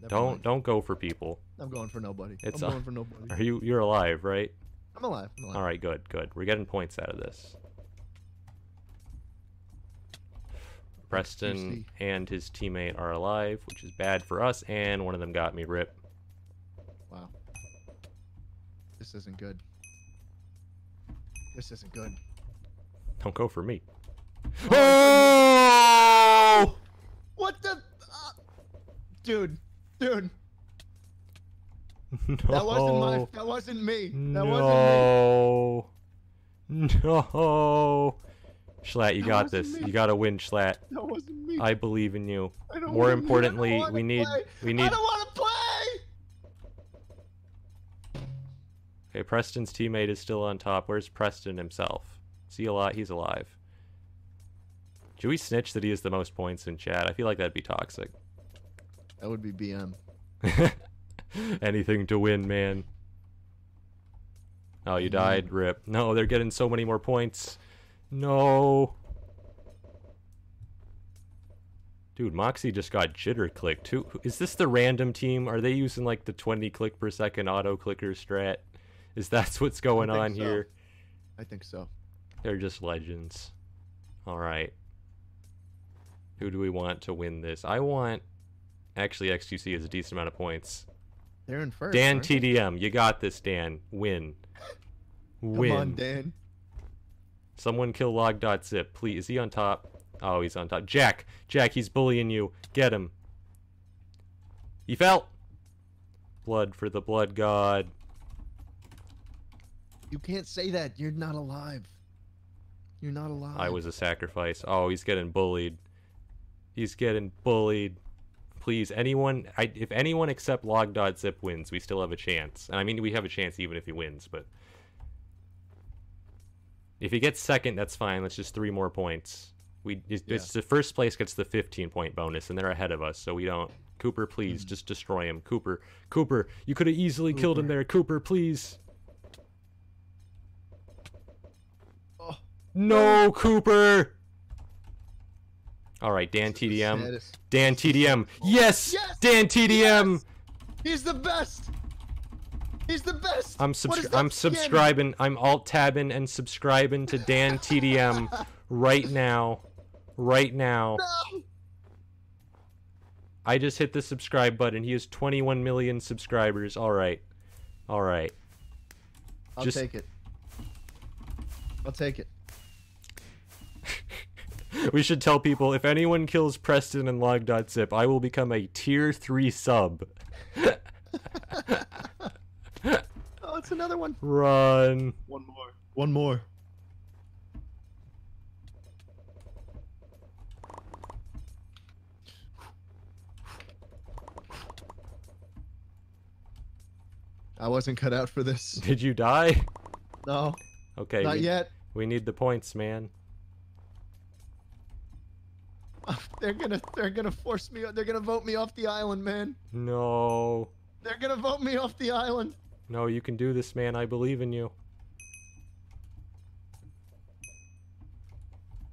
Speaker 1: Never
Speaker 2: Don't
Speaker 1: mind.
Speaker 2: don't go for people.
Speaker 1: I'm going for nobody.
Speaker 2: It's
Speaker 1: I'm
Speaker 2: a-
Speaker 1: going for nobody.
Speaker 2: Are you you're alive, right?
Speaker 1: I'm alive. I'm alive.
Speaker 2: All right, good, good. We're getting points out of this. Preston
Speaker 1: see.
Speaker 2: and his teammate are alive, which is bad for us, and one of them got me rip.
Speaker 1: Wow. This isn't good. This isn't good.
Speaker 2: Don't go for me.
Speaker 1: Oh! What the? Uh, dude, dude,
Speaker 2: <laughs> no.
Speaker 1: that wasn't
Speaker 2: <laughs>
Speaker 1: my. That wasn't me. That wasn't me.
Speaker 2: Oh. no. No. Schlatt, you
Speaker 1: That
Speaker 2: got
Speaker 1: wasn't
Speaker 2: this.
Speaker 1: me.
Speaker 2: You got to win, Schlatt.
Speaker 1: That wasn't me.
Speaker 2: I believe in you.
Speaker 1: I don't
Speaker 2: More
Speaker 1: wanna- I don't
Speaker 2: importantly,
Speaker 1: wanna
Speaker 2: we need
Speaker 1: play.
Speaker 2: we
Speaker 1: I
Speaker 2: need
Speaker 1: don't want to play.
Speaker 2: Okay, Preston's teammate is still on top. Where's Preston himself? Is he alive? He's alive. Should we snitch that he has the most points in chat? I feel like that'd be toxic.
Speaker 1: That would be BM.
Speaker 2: <laughs> Anything to win, man. Oh, you died.
Speaker 1: Mm.
Speaker 2: Rip. No, they're getting so many more points. No. Dude, Moxie just got jitter clicked. Who is this the random team? Are they using like the 20 click per second auto clicker strat? Is that's what's going
Speaker 1: think
Speaker 2: on
Speaker 1: so.
Speaker 2: here?
Speaker 1: I think so.
Speaker 2: They're just legends. All right. Who do we want to win this? I want. Actually, XQC has a decent amount of points.
Speaker 1: They're in first.
Speaker 2: Dan
Speaker 1: aren't they?
Speaker 2: TDM, you got this, Dan. Win. Win.
Speaker 1: Come on, Dan.
Speaker 2: Someone kill log.zip, please. Is he on top? Oh, he's on top. Jack! Jack, he's bullying you. Get him. He fell! Blood for the blood god.
Speaker 1: You can't say that. You're not alive. You're not alive.
Speaker 2: I was a sacrifice. Oh, he's getting bullied. He's getting bullied. Please, anyone, I, if anyone except Log.zip wins, we still have a chance. And I mean, we have a chance even if he wins, but if he gets second, that's fine. That's just three more points. We it's,
Speaker 1: Yeah.
Speaker 2: it's the first place gets the 15 point bonus, and they're ahead of us, so we don't. Cooper, please, just destroy him. Cooper, Cooper, you could have easily killed him there. Cooper, please.
Speaker 1: Oh.
Speaker 2: No, Cooper. All right, Dan
Speaker 1: This is the
Speaker 2: TDM.
Speaker 1: saddest-
Speaker 2: Dan TDM. Yes,
Speaker 1: Yes!
Speaker 2: Dan TDM.
Speaker 1: He's the best. He's the best.
Speaker 2: I'm
Speaker 1: What is
Speaker 2: subscri-
Speaker 1: that
Speaker 2: I'm
Speaker 1: skin?
Speaker 2: subscribing. I'm alt tabbing and subscribing to Dan
Speaker 1: <laughs>
Speaker 2: TDM right now. Right now.
Speaker 1: No!
Speaker 2: I just hit the subscribe button. He has 21 million subscribers. All right. All right.
Speaker 1: I'll
Speaker 2: Just-
Speaker 1: take it. I'll take it.
Speaker 2: We should tell people if anyone kills Preston and log.zip, I will become a tier 3 sub.
Speaker 1: Oh, it's another one.
Speaker 2: Run.
Speaker 1: One more. One more. I wasn't cut out for this.
Speaker 2: Did you die?
Speaker 1: No,
Speaker 2: Okay.
Speaker 1: not
Speaker 2: we,
Speaker 1: yet. <laughs>
Speaker 2: we need the points, man.
Speaker 1: They're gonna, they're gonna force me. They're gonna vote me off the island, man.
Speaker 2: No.
Speaker 1: They're gonna vote me off the island.
Speaker 2: No, you can do this, man. I believe in you.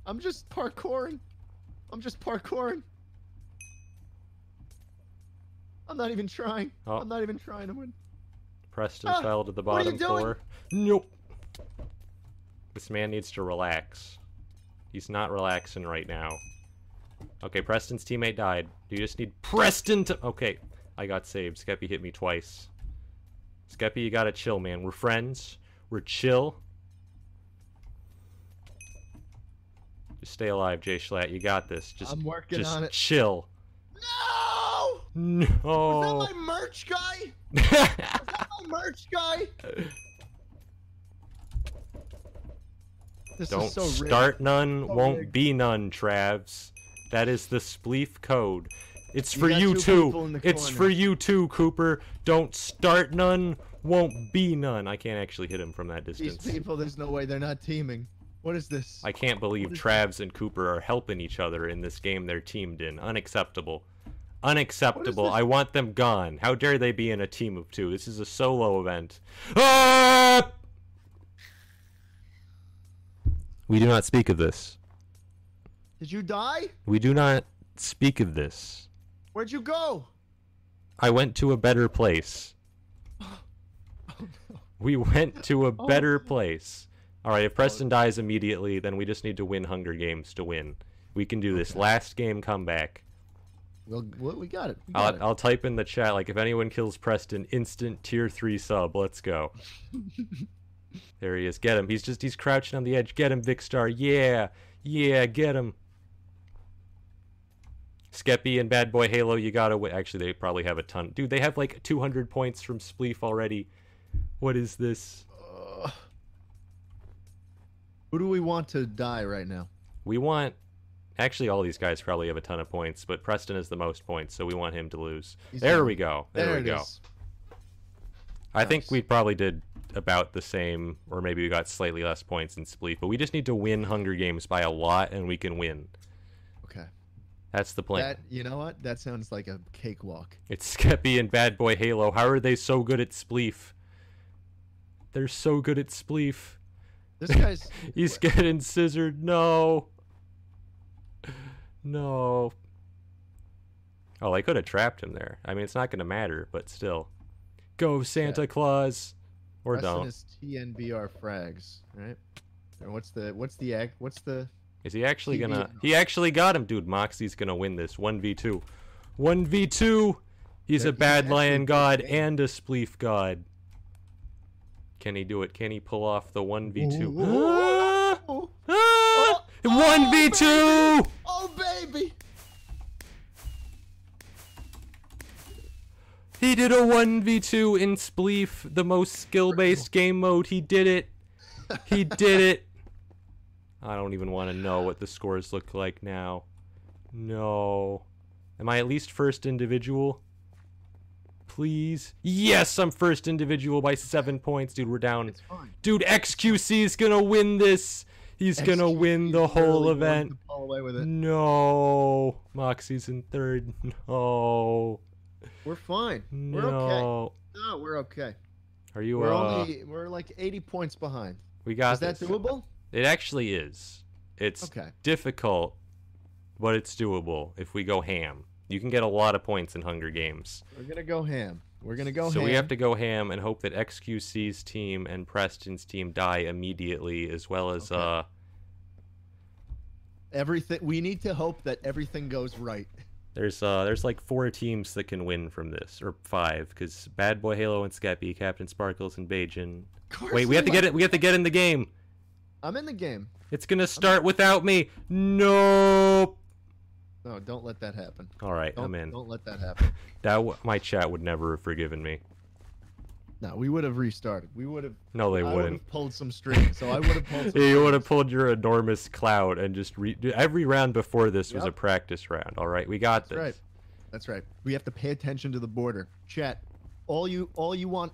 Speaker 1: I'm just parkouring. I'm just parkouring. I'm not even trying.
Speaker 2: Oh.
Speaker 1: I'm not even trying to win.
Speaker 2: Preston
Speaker 1: Ah,
Speaker 2: fell to the
Speaker 1: what are you
Speaker 2: bottom
Speaker 1: doing?
Speaker 2: floor. Nope. This man needs to relax. He's not relaxing right now. Okay, Preston's teammate died. You just need Preston to. Okay, I got saved. Skeppy hit me twice. Skeppy, you gotta chill, man. We're friends. We're chill. Just stay alive, Jay Schlatt. You got this. Just,
Speaker 1: I'm working
Speaker 2: just
Speaker 1: on it.
Speaker 2: chill.
Speaker 1: No!
Speaker 2: No.
Speaker 1: Is that my merch guy? Is
Speaker 2: <laughs>
Speaker 1: that my merch guy? This
Speaker 2: Don't
Speaker 1: is so rigged.
Speaker 2: start none,
Speaker 1: So
Speaker 2: won't
Speaker 1: rigged.
Speaker 2: be none, Travs. That is the spleef code. It's
Speaker 1: You
Speaker 2: for
Speaker 1: got
Speaker 2: you
Speaker 1: two people in
Speaker 2: too.
Speaker 1: the
Speaker 2: It's
Speaker 1: corner.
Speaker 2: for you too, Cooper. Don't start none, won't be none. I can't actually hit him from that
Speaker 1: These
Speaker 2: distance.
Speaker 1: people, there's no way they're not teaming. What is this?
Speaker 2: I can't believe
Speaker 1: What is-
Speaker 2: Travs and Cooper are helping each other in this game they're teamed in. Unacceptable. Unacceptable.
Speaker 1: this?
Speaker 2: I want them gone. How dare they be in a team of two? This is a solo event. Ah! We do not speak of this.
Speaker 1: Did you die?
Speaker 2: We do not speak of this.
Speaker 1: Where'd you go?
Speaker 2: I went to a better place.
Speaker 1: Oh, no.
Speaker 2: We went to a
Speaker 1: Oh.
Speaker 2: better place. All right, if Preston dies immediately, then we just need to win Hunger Games to win. We can do this last game comeback.
Speaker 1: Well, we- we got it. We got
Speaker 2: I'll,
Speaker 1: it.
Speaker 2: I'll type in the chat like if anyone kills Preston, instant tier three sub.
Speaker 1: <laughs>
Speaker 2: Let's go. there he is. Get him. He's just he's crouching on the edge. Get him, Vic Star. Yeah, yeah. Get him. Skeppy and Bad Boy Halo, you gotta win. Actually, they probably have a ton. Dude, they have like 200 points from Spleef already. What is this?
Speaker 1: Ugh. Who do we want to die right now?
Speaker 2: We want. Actually, all these guys probably have a ton of points, but Preston has the most points, so we want him to lose.
Speaker 1: He's
Speaker 2: There
Speaker 1: down.
Speaker 2: we go. There,
Speaker 1: There
Speaker 2: we
Speaker 1: it
Speaker 2: go.
Speaker 1: is.
Speaker 2: I think
Speaker 1: Nice.
Speaker 2: we probably did about the same, or maybe we got slightly less points in Spleef, but we just need to win Hunger Games by a lot, and we can win.
Speaker 1: Okay.
Speaker 2: That's the plan.
Speaker 1: That you know what? That sounds like a cakewalk.
Speaker 2: It's Skeppy and Bad Boy Halo. How are they so good at Spleef? They're so good at Spleef.
Speaker 1: This
Speaker 2: <laughs>
Speaker 1: guy's
Speaker 2: He's getting scissored. No. No. Oh, they could have trapped him there. I mean, it's not going to matter, but still. Go, Santa Claus. Or
Speaker 1: Preston
Speaker 2: don't.
Speaker 1: is TNBR frags, right? Or what's the what's the act? What's the
Speaker 2: Is he actually
Speaker 1: He beat
Speaker 2: gonna?
Speaker 1: him.
Speaker 2: He actually got him, dude. Moxie's gonna win this. One v two, one v two. He's
Speaker 1: Yeah,
Speaker 2: a
Speaker 1: he
Speaker 2: bad
Speaker 1: actually
Speaker 2: lion
Speaker 1: beat
Speaker 2: god
Speaker 1: him.
Speaker 2: and a spleef god. Can he do it? Can he pull off the one v two?
Speaker 1: <laughs> oh,
Speaker 2: <gasps> One v two.
Speaker 1: oh baby?
Speaker 2: He did a one v two in spleef, the most skill based game mode. He did it. He did it. I don't even want to know what the scores look like now. No. Am I at least first individual? Please. Yes, I'm first individual by seven points. Dude, we're down.
Speaker 1: It's fine.
Speaker 2: Dude, XQC is going to win this. He's going to
Speaker 1: XQC
Speaker 2: win the whole
Speaker 1: literally won
Speaker 2: event.
Speaker 1: the poll away with it.
Speaker 2: No. Moxie's in third. No.
Speaker 1: We're fine. We're okay.
Speaker 2: no.
Speaker 1: No, we're okay.
Speaker 2: Are you
Speaker 1: We're
Speaker 2: uh,
Speaker 1: only we're like 80 points behind.
Speaker 2: we got
Speaker 1: Is that
Speaker 2: this.
Speaker 1: doable?
Speaker 2: It actually is. It's
Speaker 1: Okay.
Speaker 2: difficult, but it's doable if we go ham. You can get a lot of points in Hunger Games.
Speaker 1: We're gonna go ham. We're gonna go
Speaker 2: so
Speaker 1: ham.
Speaker 2: we have to go ham and hope that XQC's team and Preston's team die immediately, as well as
Speaker 1: Okay.
Speaker 2: uh,
Speaker 1: everything. We need to hope that everything goes right. <laughs>
Speaker 2: there's uh, there's like four teams that can win from this, or five, because Bad Boy Halo and Skeppy, Captain Sparkles and Bajan. Wait, we have to get it. We have to get in the game.
Speaker 1: I'm in the game.
Speaker 2: It's gonna start without me. Nope.
Speaker 1: No, don't let that happen.
Speaker 2: All right,
Speaker 1: Don't,
Speaker 2: I'm in.
Speaker 1: don't let that happen.
Speaker 2: That w- my chat would never have forgiven me.
Speaker 1: No, we would have restarted. We would have.
Speaker 2: No, they
Speaker 1: I would
Speaker 2: wouldn't.
Speaker 1: have pulled some strings. So I would have
Speaker 2: <laughs>
Speaker 1: pulled. Some
Speaker 2: Yeah, you would have
Speaker 1: strings.
Speaker 2: pulled your enormous cloud and just re- dude, every round before this was a
Speaker 1: Yep.
Speaker 2: practice round. All right, we got
Speaker 1: That's right.
Speaker 2: this.
Speaker 1: That's right. We have to pay attention to the border. Chat. All you. All you want.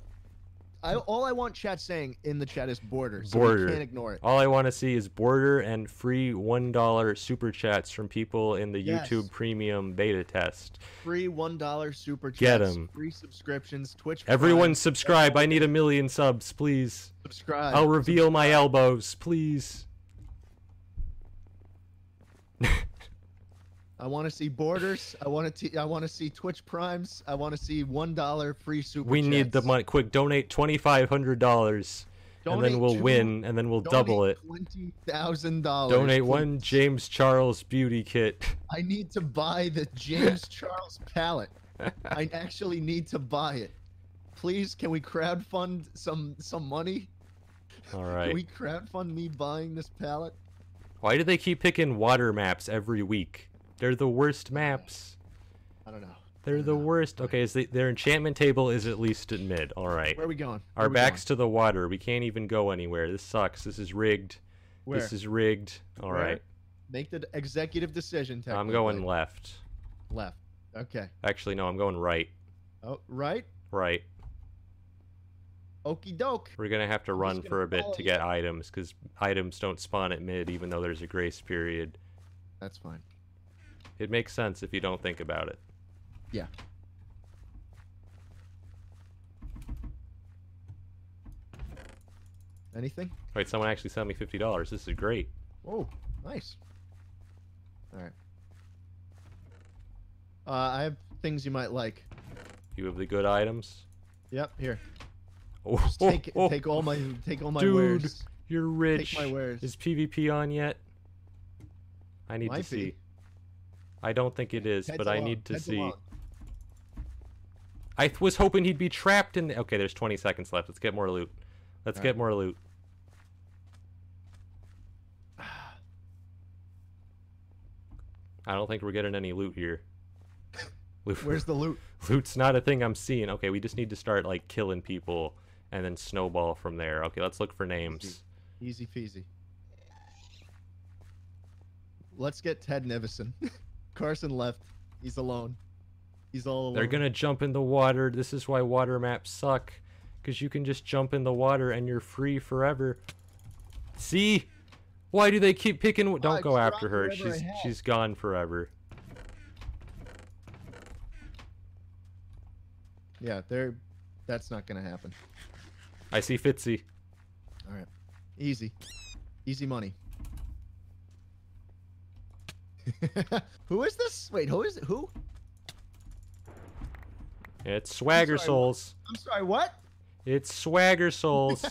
Speaker 1: I. All I want. Chat saying in the chat is border. So
Speaker 2: Border.
Speaker 1: We can't ignore it.
Speaker 2: All I want to see is border and free one dollar super chats from people in the
Speaker 1: Yes.
Speaker 2: YouTube Premium beta test.
Speaker 1: Free one dollar super chats.
Speaker 2: Get 'em.
Speaker 1: Free subscriptions. Twitch.
Speaker 2: Everyone,
Speaker 1: Prime,
Speaker 2: subscribe. I need a million subs, please.
Speaker 1: subscribe.
Speaker 2: I'll reveal my elbows, please.
Speaker 1: I want to see borders. I want to. T- I want to see Twitch primes. I want to see one dollar free super.
Speaker 2: We need the
Speaker 1: chats.
Speaker 2: money. Quick, donate twenty five hundred dollars, and then
Speaker 1: Donate
Speaker 2: we'll
Speaker 1: two-
Speaker 2: win, and then we'll double
Speaker 1: donate
Speaker 2: it.
Speaker 1: Twenty thousand dollars.
Speaker 2: Donate one James Charles
Speaker 1: <laughs>
Speaker 2: beauty kit.
Speaker 1: I need to buy the
Speaker 2: <laughs>
Speaker 1: James Charles palette. I actually need to buy it. Please, can we crowdfund some some money?
Speaker 2: All
Speaker 1: Can
Speaker 2: right.
Speaker 1: we crowdfund me buying this palette?
Speaker 2: Why do they keep picking water maps every week? They're the worst maps.
Speaker 1: I don't know.
Speaker 2: They're the
Speaker 1: Yeah.
Speaker 2: worst. Okay, is the, their enchantment table is at least at mid. All right.
Speaker 1: Where are we going? Where
Speaker 2: Our
Speaker 1: we
Speaker 2: backs to the water. We can't even go anywhere. This sucks. This is rigged.
Speaker 1: Going? Where?
Speaker 2: This is rigged. All
Speaker 1: Where?
Speaker 2: right.
Speaker 1: Make the executive decision.
Speaker 2: I'm
Speaker 1: technically.
Speaker 2: going left.
Speaker 1: left. Okay.
Speaker 2: Actually, no, I'm going right.
Speaker 1: Oh, right.
Speaker 2: Right.
Speaker 1: Okie doke.
Speaker 2: We're going to have to
Speaker 1: I'm just
Speaker 2: run
Speaker 1: gonna
Speaker 2: for a bit
Speaker 1: follow
Speaker 2: to
Speaker 1: you.
Speaker 2: get items cuz items don't spawn at mid even though there's a grace period.
Speaker 1: That's fine.
Speaker 2: It makes sense if you don't think about it.
Speaker 1: Yeah. Anything?
Speaker 2: Wait, someone actually sent me $50. This is great.
Speaker 1: Oh, nice. All right. Uh, I have things you might like.
Speaker 2: You have the good items.
Speaker 1: Yep, here.
Speaker 2: Oh,
Speaker 1: Just take
Speaker 2: <laughs>
Speaker 1: take all my take all my
Speaker 2: Dude,
Speaker 1: wares.
Speaker 2: You're rich.
Speaker 1: Take my wares.
Speaker 2: Is PvP on yet? I need
Speaker 1: Might
Speaker 2: to
Speaker 1: be.
Speaker 2: see. I don't think it is,
Speaker 1: Heads
Speaker 2: but I
Speaker 1: along,
Speaker 2: need to
Speaker 1: heads
Speaker 2: see.
Speaker 1: along.
Speaker 2: I th- was hoping he'd be trapped in the. Okay, there's 20 seconds left. Let's get more loot. Let's
Speaker 1: Alright.
Speaker 2: get
Speaker 1: <sighs>
Speaker 2: more loot. I don't think we're getting any loot
Speaker 1: <laughs>
Speaker 2: here. Loot.
Speaker 1: Where's the loot?
Speaker 2: Loot's not a thing I'm seeing. Okay, we just need to start like killing people and then snowball from there. Okay, let's look for names.
Speaker 1: Easy peasy. Let's get Ted Nevison. <laughs> Carson left. He's alone. He's all alone.
Speaker 2: They're gonna jump in the water. This is why water maps suck, because you can just jump in the water and you're free forever. See? Why do they keep picking? w- Don't
Speaker 1: I
Speaker 2: go
Speaker 1: just
Speaker 2: after
Speaker 1: dropped
Speaker 2: her.
Speaker 1: whatever I
Speaker 2: She's
Speaker 1: had.
Speaker 2: she's gone forever.
Speaker 1: Yeah, they're. That's not gonna happen.
Speaker 2: I see Fitzy.
Speaker 1: All right. Easy. Easy money. <laughs> who is this? Wait, who is who?
Speaker 2: It's Swagger
Speaker 1: sorry, what?
Speaker 2: Souls.
Speaker 1: I'm sorry, what?
Speaker 2: It's
Speaker 1: <laughs>
Speaker 2: Swagger Souls.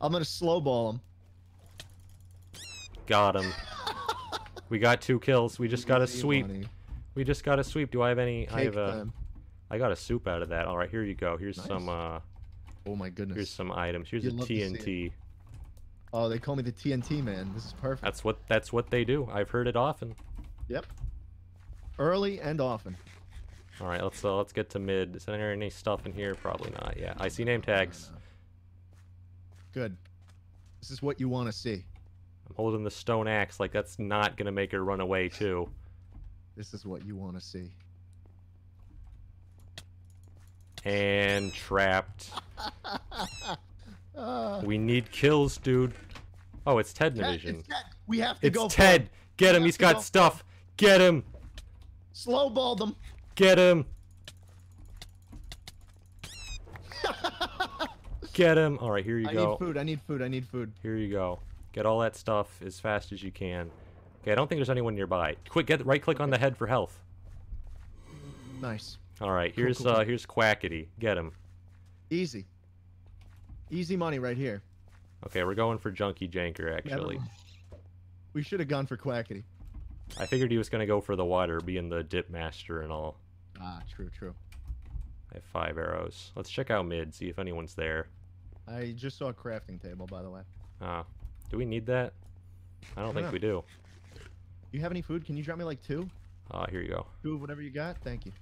Speaker 1: I'm gonna slow ball him.
Speaker 2: got him. We got two kills. We just got a
Speaker 1: Easy
Speaker 2: sweep.
Speaker 1: money.
Speaker 2: We just got a sweep. Do I have any? I
Speaker 1: Take
Speaker 2: have a.
Speaker 1: them.
Speaker 2: I got a soup out of that. All right, here you go. Here's some. uh
Speaker 1: Oh my
Speaker 2: Here's
Speaker 1: goodness.
Speaker 2: some items. Here's
Speaker 1: You'd
Speaker 2: a
Speaker 1: love to see it.
Speaker 2: TNT.
Speaker 1: Oh, they call me the TNT man. This is perfect.
Speaker 2: That's what. That's what they do. I've heard it often.
Speaker 1: Yep. Early and often.
Speaker 2: All right, let's uh, let's get to mid. Is there any stuff in here? Probably not. Yeah, I see name tags.
Speaker 1: Uh, Good. This is what you want to see.
Speaker 2: I'm holding the stone axe. Like that's not gonna make her run away too.
Speaker 1: This is what you want to
Speaker 2: <laughs>
Speaker 1: see.
Speaker 2: And trapped.
Speaker 1: Uh,
Speaker 2: We need kills, dude. Oh, it's Ted in the
Speaker 1: Ted,
Speaker 2: vision.
Speaker 1: it's Ted. We have to
Speaker 2: It's
Speaker 1: go. for
Speaker 2: Ted.
Speaker 1: it.
Speaker 2: Get him.
Speaker 1: We
Speaker 2: He's
Speaker 1: have to
Speaker 2: got
Speaker 1: go.
Speaker 2: stuff. Get him.
Speaker 1: Slow ball them.
Speaker 2: Get him. Get him. All right, here you
Speaker 1: I
Speaker 2: go.
Speaker 1: need food. I need food. I need food.
Speaker 2: Here you go. Get all that stuff as fast as you can. Okay, I don't think there's anyone nearby. Quick, get right click on the head for health.
Speaker 1: Nice.
Speaker 2: All right, here's
Speaker 1: cool, cool.
Speaker 2: uh here's Quackity. Get him.
Speaker 1: Easy. Easy money right here.
Speaker 2: Okay, we're going for Junkie Janker
Speaker 1: Never
Speaker 2: actually.
Speaker 1: mind. We should have gone for Quackity.
Speaker 2: I figured he was gonna go for the water, being the dip master and all.
Speaker 1: Ah, true, true.
Speaker 2: I have five arrows. Let's check out mid, see if anyone's there.
Speaker 1: I just saw a crafting table, by the way.
Speaker 2: Uh, do we need that? I don't think
Speaker 1: Yeah.
Speaker 2: we do.
Speaker 1: You have any food? Can you drop me like two?
Speaker 2: Uh, here you go.
Speaker 1: Two of whatever you got? Thank you.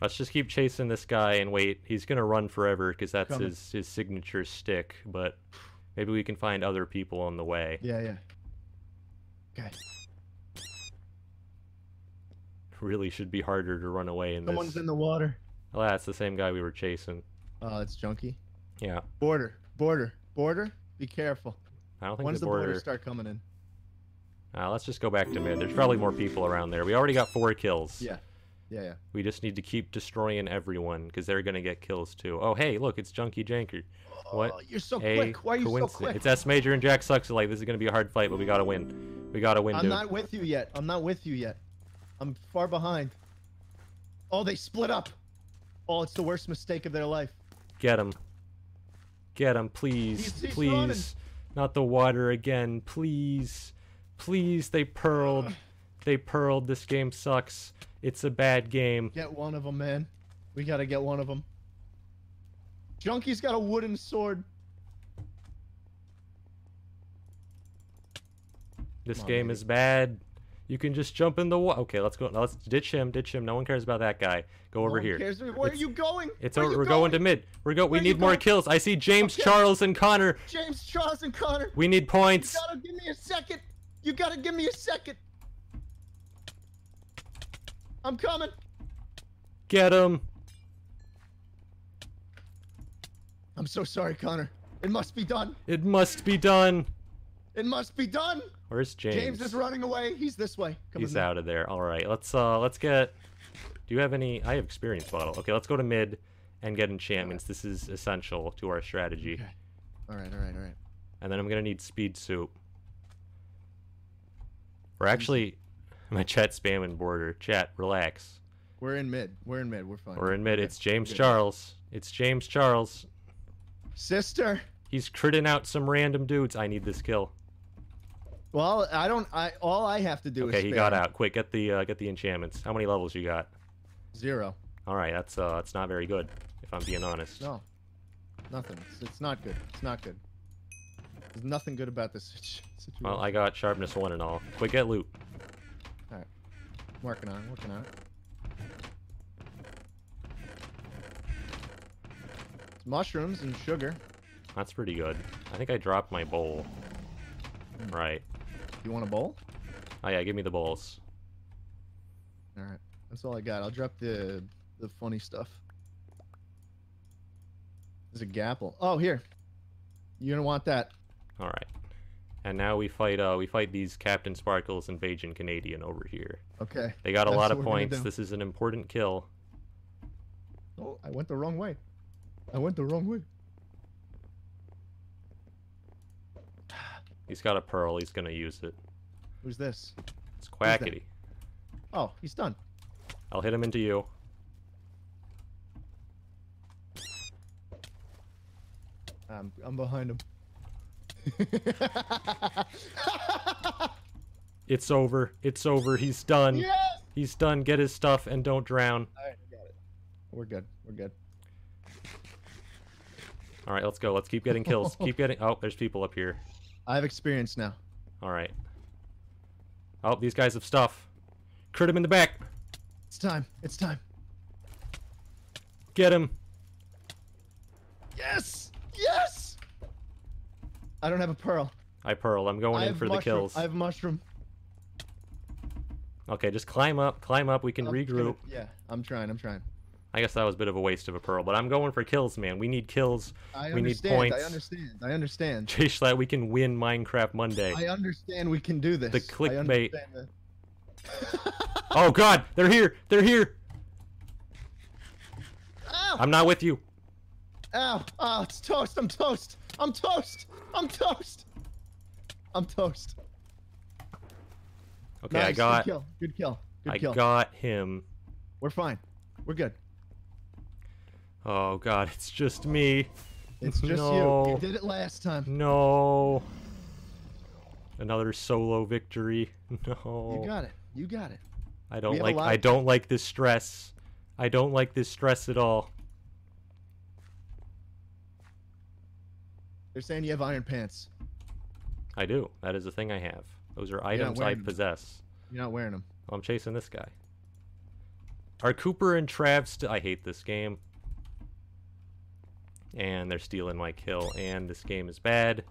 Speaker 2: Let's just keep chasing this guy and wait. He's gonna run forever because that's
Speaker 1: Coming.
Speaker 2: his his signature stick. But maybe we can find other people on the way.
Speaker 1: Yeah, yeah. Okay.
Speaker 2: Really should be harder to run away in
Speaker 1: Someone's
Speaker 2: this.
Speaker 1: in the water.
Speaker 2: Oh, that's the same guy we were chasing.
Speaker 1: Oh, it's junky.
Speaker 2: Yeah,
Speaker 1: Border, border, border. Be careful.
Speaker 2: I don't think
Speaker 1: When's
Speaker 2: the
Speaker 1: the borders
Speaker 2: border.
Speaker 1: start coming in?
Speaker 2: Uh, let's just go back to mid. There's probably more people around there. We already got four kills.
Speaker 1: Yeah. Yeah, yeah.
Speaker 2: We just need to keep destroying everyone because they're gonna get kills too. Oh hey, look, it's Junkie Janker. What
Speaker 1: Oh, you're so
Speaker 2: a
Speaker 1: quick. Why are you so
Speaker 2: coincidence!
Speaker 1: quick?
Speaker 2: It's S Major and Jack Sucks alike. This is gonna be a hard fight, but we gotta win. We gotta win,
Speaker 1: I'm
Speaker 2: dude.
Speaker 1: not with you yet. I'm not with you yet. I'm far behind. Oh, they split up. Oh, it's the worst mistake of their life.
Speaker 2: Get him. Get him, please.
Speaker 1: He's- he's
Speaker 2: please.
Speaker 1: running.
Speaker 2: Not the water again. Please. Please, they pearled. They pearled. This game sucks. It's a bad game.
Speaker 1: Get one of them, man. We gotta get one of them. Junkie's got a wooden sword.
Speaker 2: This
Speaker 1: Come on,
Speaker 2: game
Speaker 1: baby.
Speaker 2: is bad. You can just jump in the water. Okay, let's go. Let's ditch him. Ditch him. No one cares about that guy. Go
Speaker 1: No
Speaker 2: over
Speaker 1: one
Speaker 2: here.
Speaker 1: cares. Where
Speaker 2: It's-
Speaker 1: are you going?
Speaker 2: It's
Speaker 1: Where
Speaker 2: over.
Speaker 1: you
Speaker 2: We're going to mid. We're go. We
Speaker 1: Where you
Speaker 2: need more
Speaker 1: going?
Speaker 2: kills. I see James,
Speaker 1: Okay.
Speaker 2: Charles, and Connor.
Speaker 1: James Charles and Connor.
Speaker 2: We need
Speaker 1: You
Speaker 2: points.
Speaker 1: gotta give me a second. You gotta give me a second. I'm coming.
Speaker 2: Get him.
Speaker 1: I'm so sorry, Connor. It must be done.
Speaker 2: It must be done.
Speaker 1: It must be done.
Speaker 2: Where's James?
Speaker 1: James, is running away. He's this way. Come
Speaker 2: He's
Speaker 1: with me.
Speaker 2: out of there. All right, let's uh let's get. Do you have any? I have experience bottle. Okay, let's go to mid, and get enchantments. This is essential to our strategy.
Speaker 1: Okay. All right, all right, all right.
Speaker 2: And then I'm gonna need speed soup. We're actually, <laughs> my chat spamming border. Chat, relax.
Speaker 1: We're in mid. We're in mid. We're fine.
Speaker 2: We're in mid.
Speaker 1: Okay.
Speaker 2: It's James
Speaker 1: Good.
Speaker 2: Charles. It's James Charles.
Speaker 1: Sister.
Speaker 2: He's critting out some random dudes. I need this kill.
Speaker 1: Well, I don't. I all I have to do is.
Speaker 2: Okay, he got
Speaker 1: spam.
Speaker 2: out. Quick, get the uh, get the enchantments. How many levels you got?
Speaker 1: Zero.
Speaker 2: All right, that's uh that's not very good, if I'm being honest.
Speaker 1: No. Nothing. It's, it's not good. It's not good. There's nothing good about this <laughs> situ- situation.
Speaker 2: Well, I got sharpness one and all. Quick, get loot.
Speaker 1: working on. it, Working on. it. It's mushrooms and sugar.
Speaker 2: That's pretty good. I think I dropped my bowl. Right.
Speaker 1: You want a bowl?
Speaker 2: Oh yeah, give me the bowls.
Speaker 1: All right. That's all I got. I'll drop the the funny stuff. There's a gapple. Oh, here. You're gonna want that.
Speaker 2: All right. And now we fight. Uh, we fight these Captain Sparkles and Bajan Canadian over here.
Speaker 1: Okay.
Speaker 2: They got a
Speaker 1: That's
Speaker 2: lot
Speaker 1: what
Speaker 2: of
Speaker 1: we're gonna
Speaker 2: points.
Speaker 1: do.
Speaker 2: This is an important kill.
Speaker 1: Oh, I went the wrong way. I went the wrong way.
Speaker 2: He's got a pearl. He's gonna use it.
Speaker 1: Who's this?
Speaker 2: It's
Speaker 1: that?
Speaker 2: Quackity.
Speaker 1: Oh, he's done.
Speaker 2: I'll hit him into you.
Speaker 1: I'm, I'm behind him. <laughs>
Speaker 2: It's over. It's over. He's done.
Speaker 1: yes!
Speaker 2: He's done. Get his stuff and don't drown.
Speaker 1: All right, we got it. We're good. We're good.
Speaker 2: All right, let's go. Let's keep
Speaker 1: <laughs>
Speaker 2: getting kills. keep getting. Oh, there's people up here.
Speaker 1: I have experience now.
Speaker 2: All right. Oh, these guys have stuff. Crit him in the back.
Speaker 1: It's time. It's time.
Speaker 2: Get him.
Speaker 1: Yes! Yes! I don't have a pearl.
Speaker 2: I pearl. I'm going
Speaker 1: I
Speaker 2: in
Speaker 1: have
Speaker 2: for the
Speaker 1: mushroom.
Speaker 2: kills.
Speaker 1: I have mushroom.
Speaker 2: Okay, just climb up, climb up. We can
Speaker 1: I'm
Speaker 2: regroup.
Speaker 1: gonna- yeah, I'm trying. I'm trying.
Speaker 2: I guess that was a bit of a waste of a pearl, but I'm going for kills, man. We need kills. <laughs>
Speaker 1: I
Speaker 2: We need
Speaker 1: understand. I
Speaker 2: points.
Speaker 1: understand. I understand.
Speaker 2: Jay Schlatt, we can win Minecraft Monday.
Speaker 1: I uh, understand. We can do this. I
Speaker 2: clickbait.
Speaker 1: understand that.
Speaker 2: Oh God, they're here! They're here!
Speaker 1: Ow!
Speaker 2: I'm not with you.
Speaker 1: Ow! Oh, it's toast! I'm toast! I'm toast! I'm toast! I'm toast.
Speaker 2: Okay,
Speaker 1: Nice,
Speaker 2: I got,
Speaker 1: Good kill. Good kill. Good
Speaker 2: I
Speaker 1: kill.
Speaker 2: got him.
Speaker 1: We're fine. We're good.
Speaker 2: Oh God, it's just me. <laughs>
Speaker 1: It's just you.
Speaker 2: No.
Speaker 1: You did it last time.
Speaker 2: No. Another solo victory. <laughs> No.
Speaker 1: You got it. You got it.
Speaker 2: I
Speaker 1: we
Speaker 2: don't
Speaker 1: have a
Speaker 2: like.
Speaker 1: lot
Speaker 2: I
Speaker 1: of-
Speaker 2: don't like this stress. I don't like this stress at all.
Speaker 1: They're saying you have iron pants.
Speaker 2: I do. That is a thing I have. Those are
Speaker 1: not
Speaker 2: items I
Speaker 1: wearing them.
Speaker 2: possess.
Speaker 1: You're not wearing them.
Speaker 2: Well, I'm chasing this guy. Are Cooper and Trav still? I hate this game. And they're stealing my kill. And this game is bad.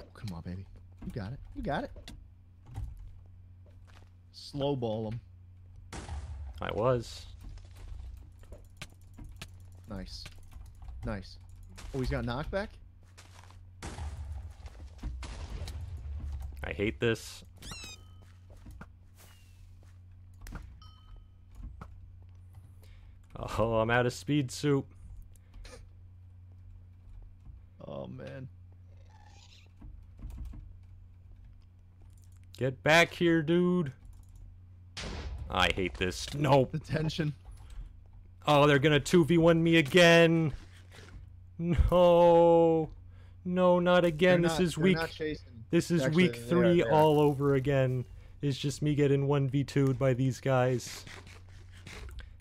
Speaker 1: Oh, come on, baby. You got it. You got it. Slow ball them.
Speaker 2: I was.
Speaker 1: Nice. Nice. Oh, he's got knockback?
Speaker 2: I hate this. Oh, I'm out of speed soup.
Speaker 1: Oh, man.
Speaker 2: Get back here, dude. I hate this. Nope.
Speaker 1: The tension.
Speaker 2: Oh, they're gonna 2v1 me again. No. No, not again.
Speaker 1: They're
Speaker 2: this
Speaker 1: not-
Speaker 2: is
Speaker 1: they're
Speaker 2: week.
Speaker 1: not chasing.
Speaker 2: This is
Speaker 1: Actually,
Speaker 2: week
Speaker 1: they are,
Speaker 2: three
Speaker 1: they are.
Speaker 2: all over again. It's just me getting 1v2'd by these guys.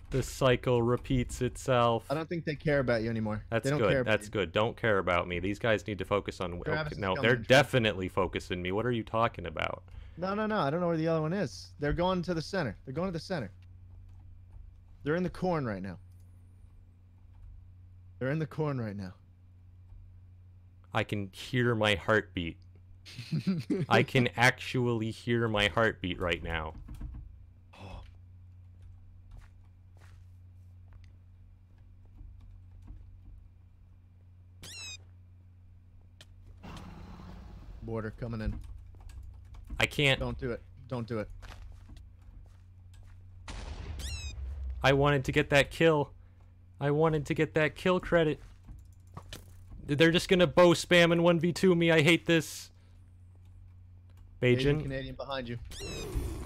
Speaker 2: The cycle repeats itself.
Speaker 1: I don't think they care about you anymore.
Speaker 2: That's
Speaker 1: they don't Care
Speaker 2: good.
Speaker 1: about
Speaker 2: That's
Speaker 1: you.
Speaker 2: good. Don't care about me. These guys need to focus on.
Speaker 1: Travis
Speaker 2: okay,
Speaker 1: is
Speaker 2: no,
Speaker 1: coming
Speaker 2: they're
Speaker 1: in, Travis.
Speaker 2: definitely focusing me. What are you talking about?
Speaker 1: No, no, no. I don't know where the other one is. They're going to the center. They're going to the center. They're in the corn right now. They're in the corn right now.
Speaker 2: I can hear my heartbeat. <laughs> I can actually hear my heartbeat right now.
Speaker 1: Border coming in.
Speaker 2: I can't.
Speaker 1: Don't do it. Don't do it.
Speaker 2: I wanted to get that kill. I wanted to get that kill credit. They're just gonna bow spam and 1v2 me. I hate this.
Speaker 1: Asian
Speaker 2: Bajan,
Speaker 1: Canadian behind you.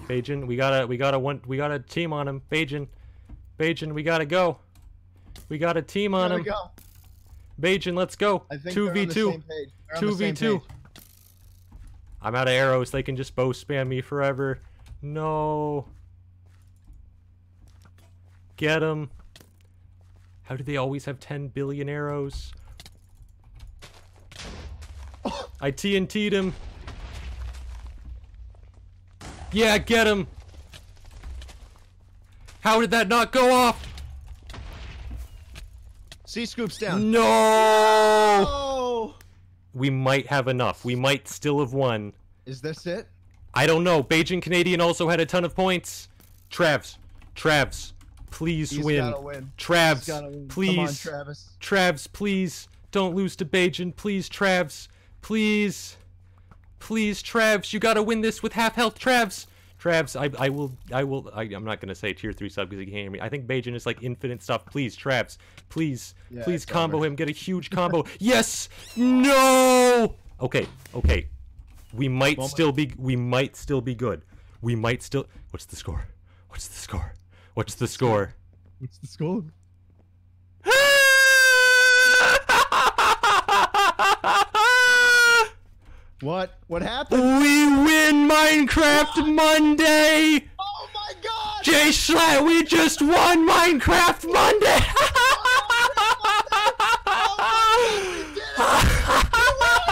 Speaker 2: Bajan, we gotta, we gotta one, we gotta team on him. Bajan, Bajan, we gotta go. We got a team on
Speaker 1: There
Speaker 2: him.
Speaker 1: we go.
Speaker 2: Bajan, let's go.
Speaker 1: I think
Speaker 2: Two
Speaker 1: they're
Speaker 2: v
Speaker 1: on the
Speaker 2: two.
Speaker 1: same page. They're on the
Speaker 2: Two v
Speaker 1: same
Speaker 2: two.
Speaker 1: page.
Speaker 2: I'm out of arrows. They can just bow spam me forever. No. Get him. How do they always have 10 billion arrows? I TNT'd him. Yeah, get him. How did that not go off?
Speaker 1: C scoops down.
Speaker 2: No!
Speaker 1: No.
Speaker 2: We might have enough. We might still have won.
Speaker 1: Is this it?
Speaker 2: I don't know. Beijing Canadian also had a ton of points. Travs, Travs, please
Speaker 1: He's
Speaker 2: win.
Speaker 1: gotta win. He's
Speaker 2: Travs,
Speaker 1: gotta win.
Speaker 2: please.
Speaker 1: Come on, Travis.
Speaker 2: Travs, please don't lose to Beijing. Please, Travs, please, please, Travs, you gotta win this with half health. Travs, Travs, I, I will, I will. I, I'm not gonna say tier three sub because he can't hear me. I think Beijing is like infinite stuff. Please, Travs, please,
Speaker 1: Yeah,
Speaker 2: please
Speaker 1: it's
Speaker 2: combo
Speaker 1: over.
Speaker 2: him. Get
Speaker 1: <laughs>
Speaker 2: a huge combo. yes, no. Okay, okay. We might still be. We might still be good. We might still. What's the score? What's the score? What's the score?
Speaker 1: What's the score? What? What
Speaker 2: we
Speaker 1: happened?
Speaker 2: win Minecraft Monday!
Speaker 1: Oh my God!
Speaker 2: Jay Schlatt, we just won Minecraft Monday! <laughs>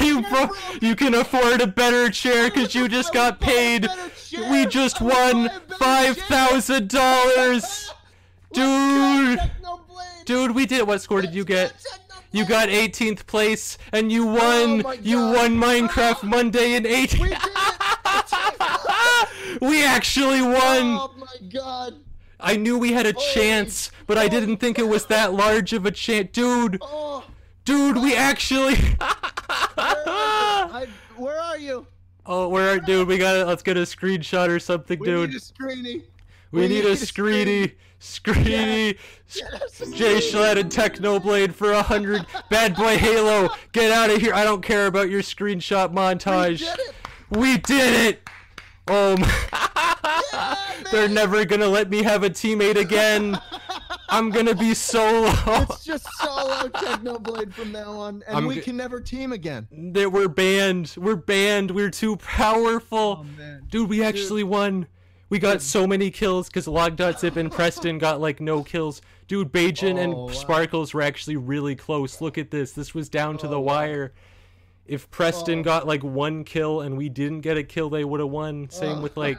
Speaker 2: you, bro- you can afford a better chair because you just got paid. We just won $5,000! Dude! Dude, we did. What score did you get? You got 18th place and you won.
Speaker 1: Oh my
Speaker 2: you
Speaker 1: God.
Speaker 2: won
Speaker 1: <laughs>
Speaker 2: Minecraft
Speaker 1: Ah.
Speaker 2: Monday in 8.
Speaker 1: We did it!
Speaker 2: <laughs> we actually won.
Speaker 1: Oh my god!
Speaker 2: I knew we had a
Speaker 1: Holy
Speaker 2: chance, but I didn't think it
Speaker 1: <laughs>
Speaker 2: was that large of a chance. Dude,
Speaker 1: Oh,
Speaker 2: dude, we actually <laughs>
Speaker 1: where are, you? I, where are you?
Speaker 2: Oh, where dude, we got to let's get a screenshot or something,
Speaker 1: We
Speaker 2: dude.
Speaker 1: need a screeny.
Speaker 2: we, need, a
Speaker 1: screeny.
Speaker 2: screedy, screedy.
Speaker 1: Get us a
Speaker 2: Jay
Speaker 1: screeny.
Speaker 2: Schlatt and Technoblade for a hundred. Bad boy Halo, get out of here. I don't care about your screenshot
Speaker 1: We
Speaker 2: montage.
Speaker 1: did it!
Speaker 2: We did it! Oh, <laughs> my. they're
Speaker 1: man.
Speaker 2: never gonna let me have a teammate again. I'm gonna be solo.
Speaker 1: It's just solo Technoblade from now on, and
Speaker 2: I'm
Speaker 1: we
Speaker 2: g-
Speaker 1: can never team again.
Speaker 2: They we're banned. We're banned. We're too powerful.
Speaker 1: Oh, man.
Speaker 2: Dude, we actually won. We got so many kills because Log.zip and Preston got like no kills. Dude, Bajan and
Speaker 1: Oh, wow.
Speaker 2: Sparkles were actually really close. Look at this. This was down to
Speaker 1: Oh,
Speaker 2: the
Speaker 1: wow.
Speaker 2: wire. If Preston
Speaker 1: Oh.
Speaker 2: got like one kill and we didn't get a kill, they would have won. Same
Speaker 1: <laughs>
Speaker 2: with like,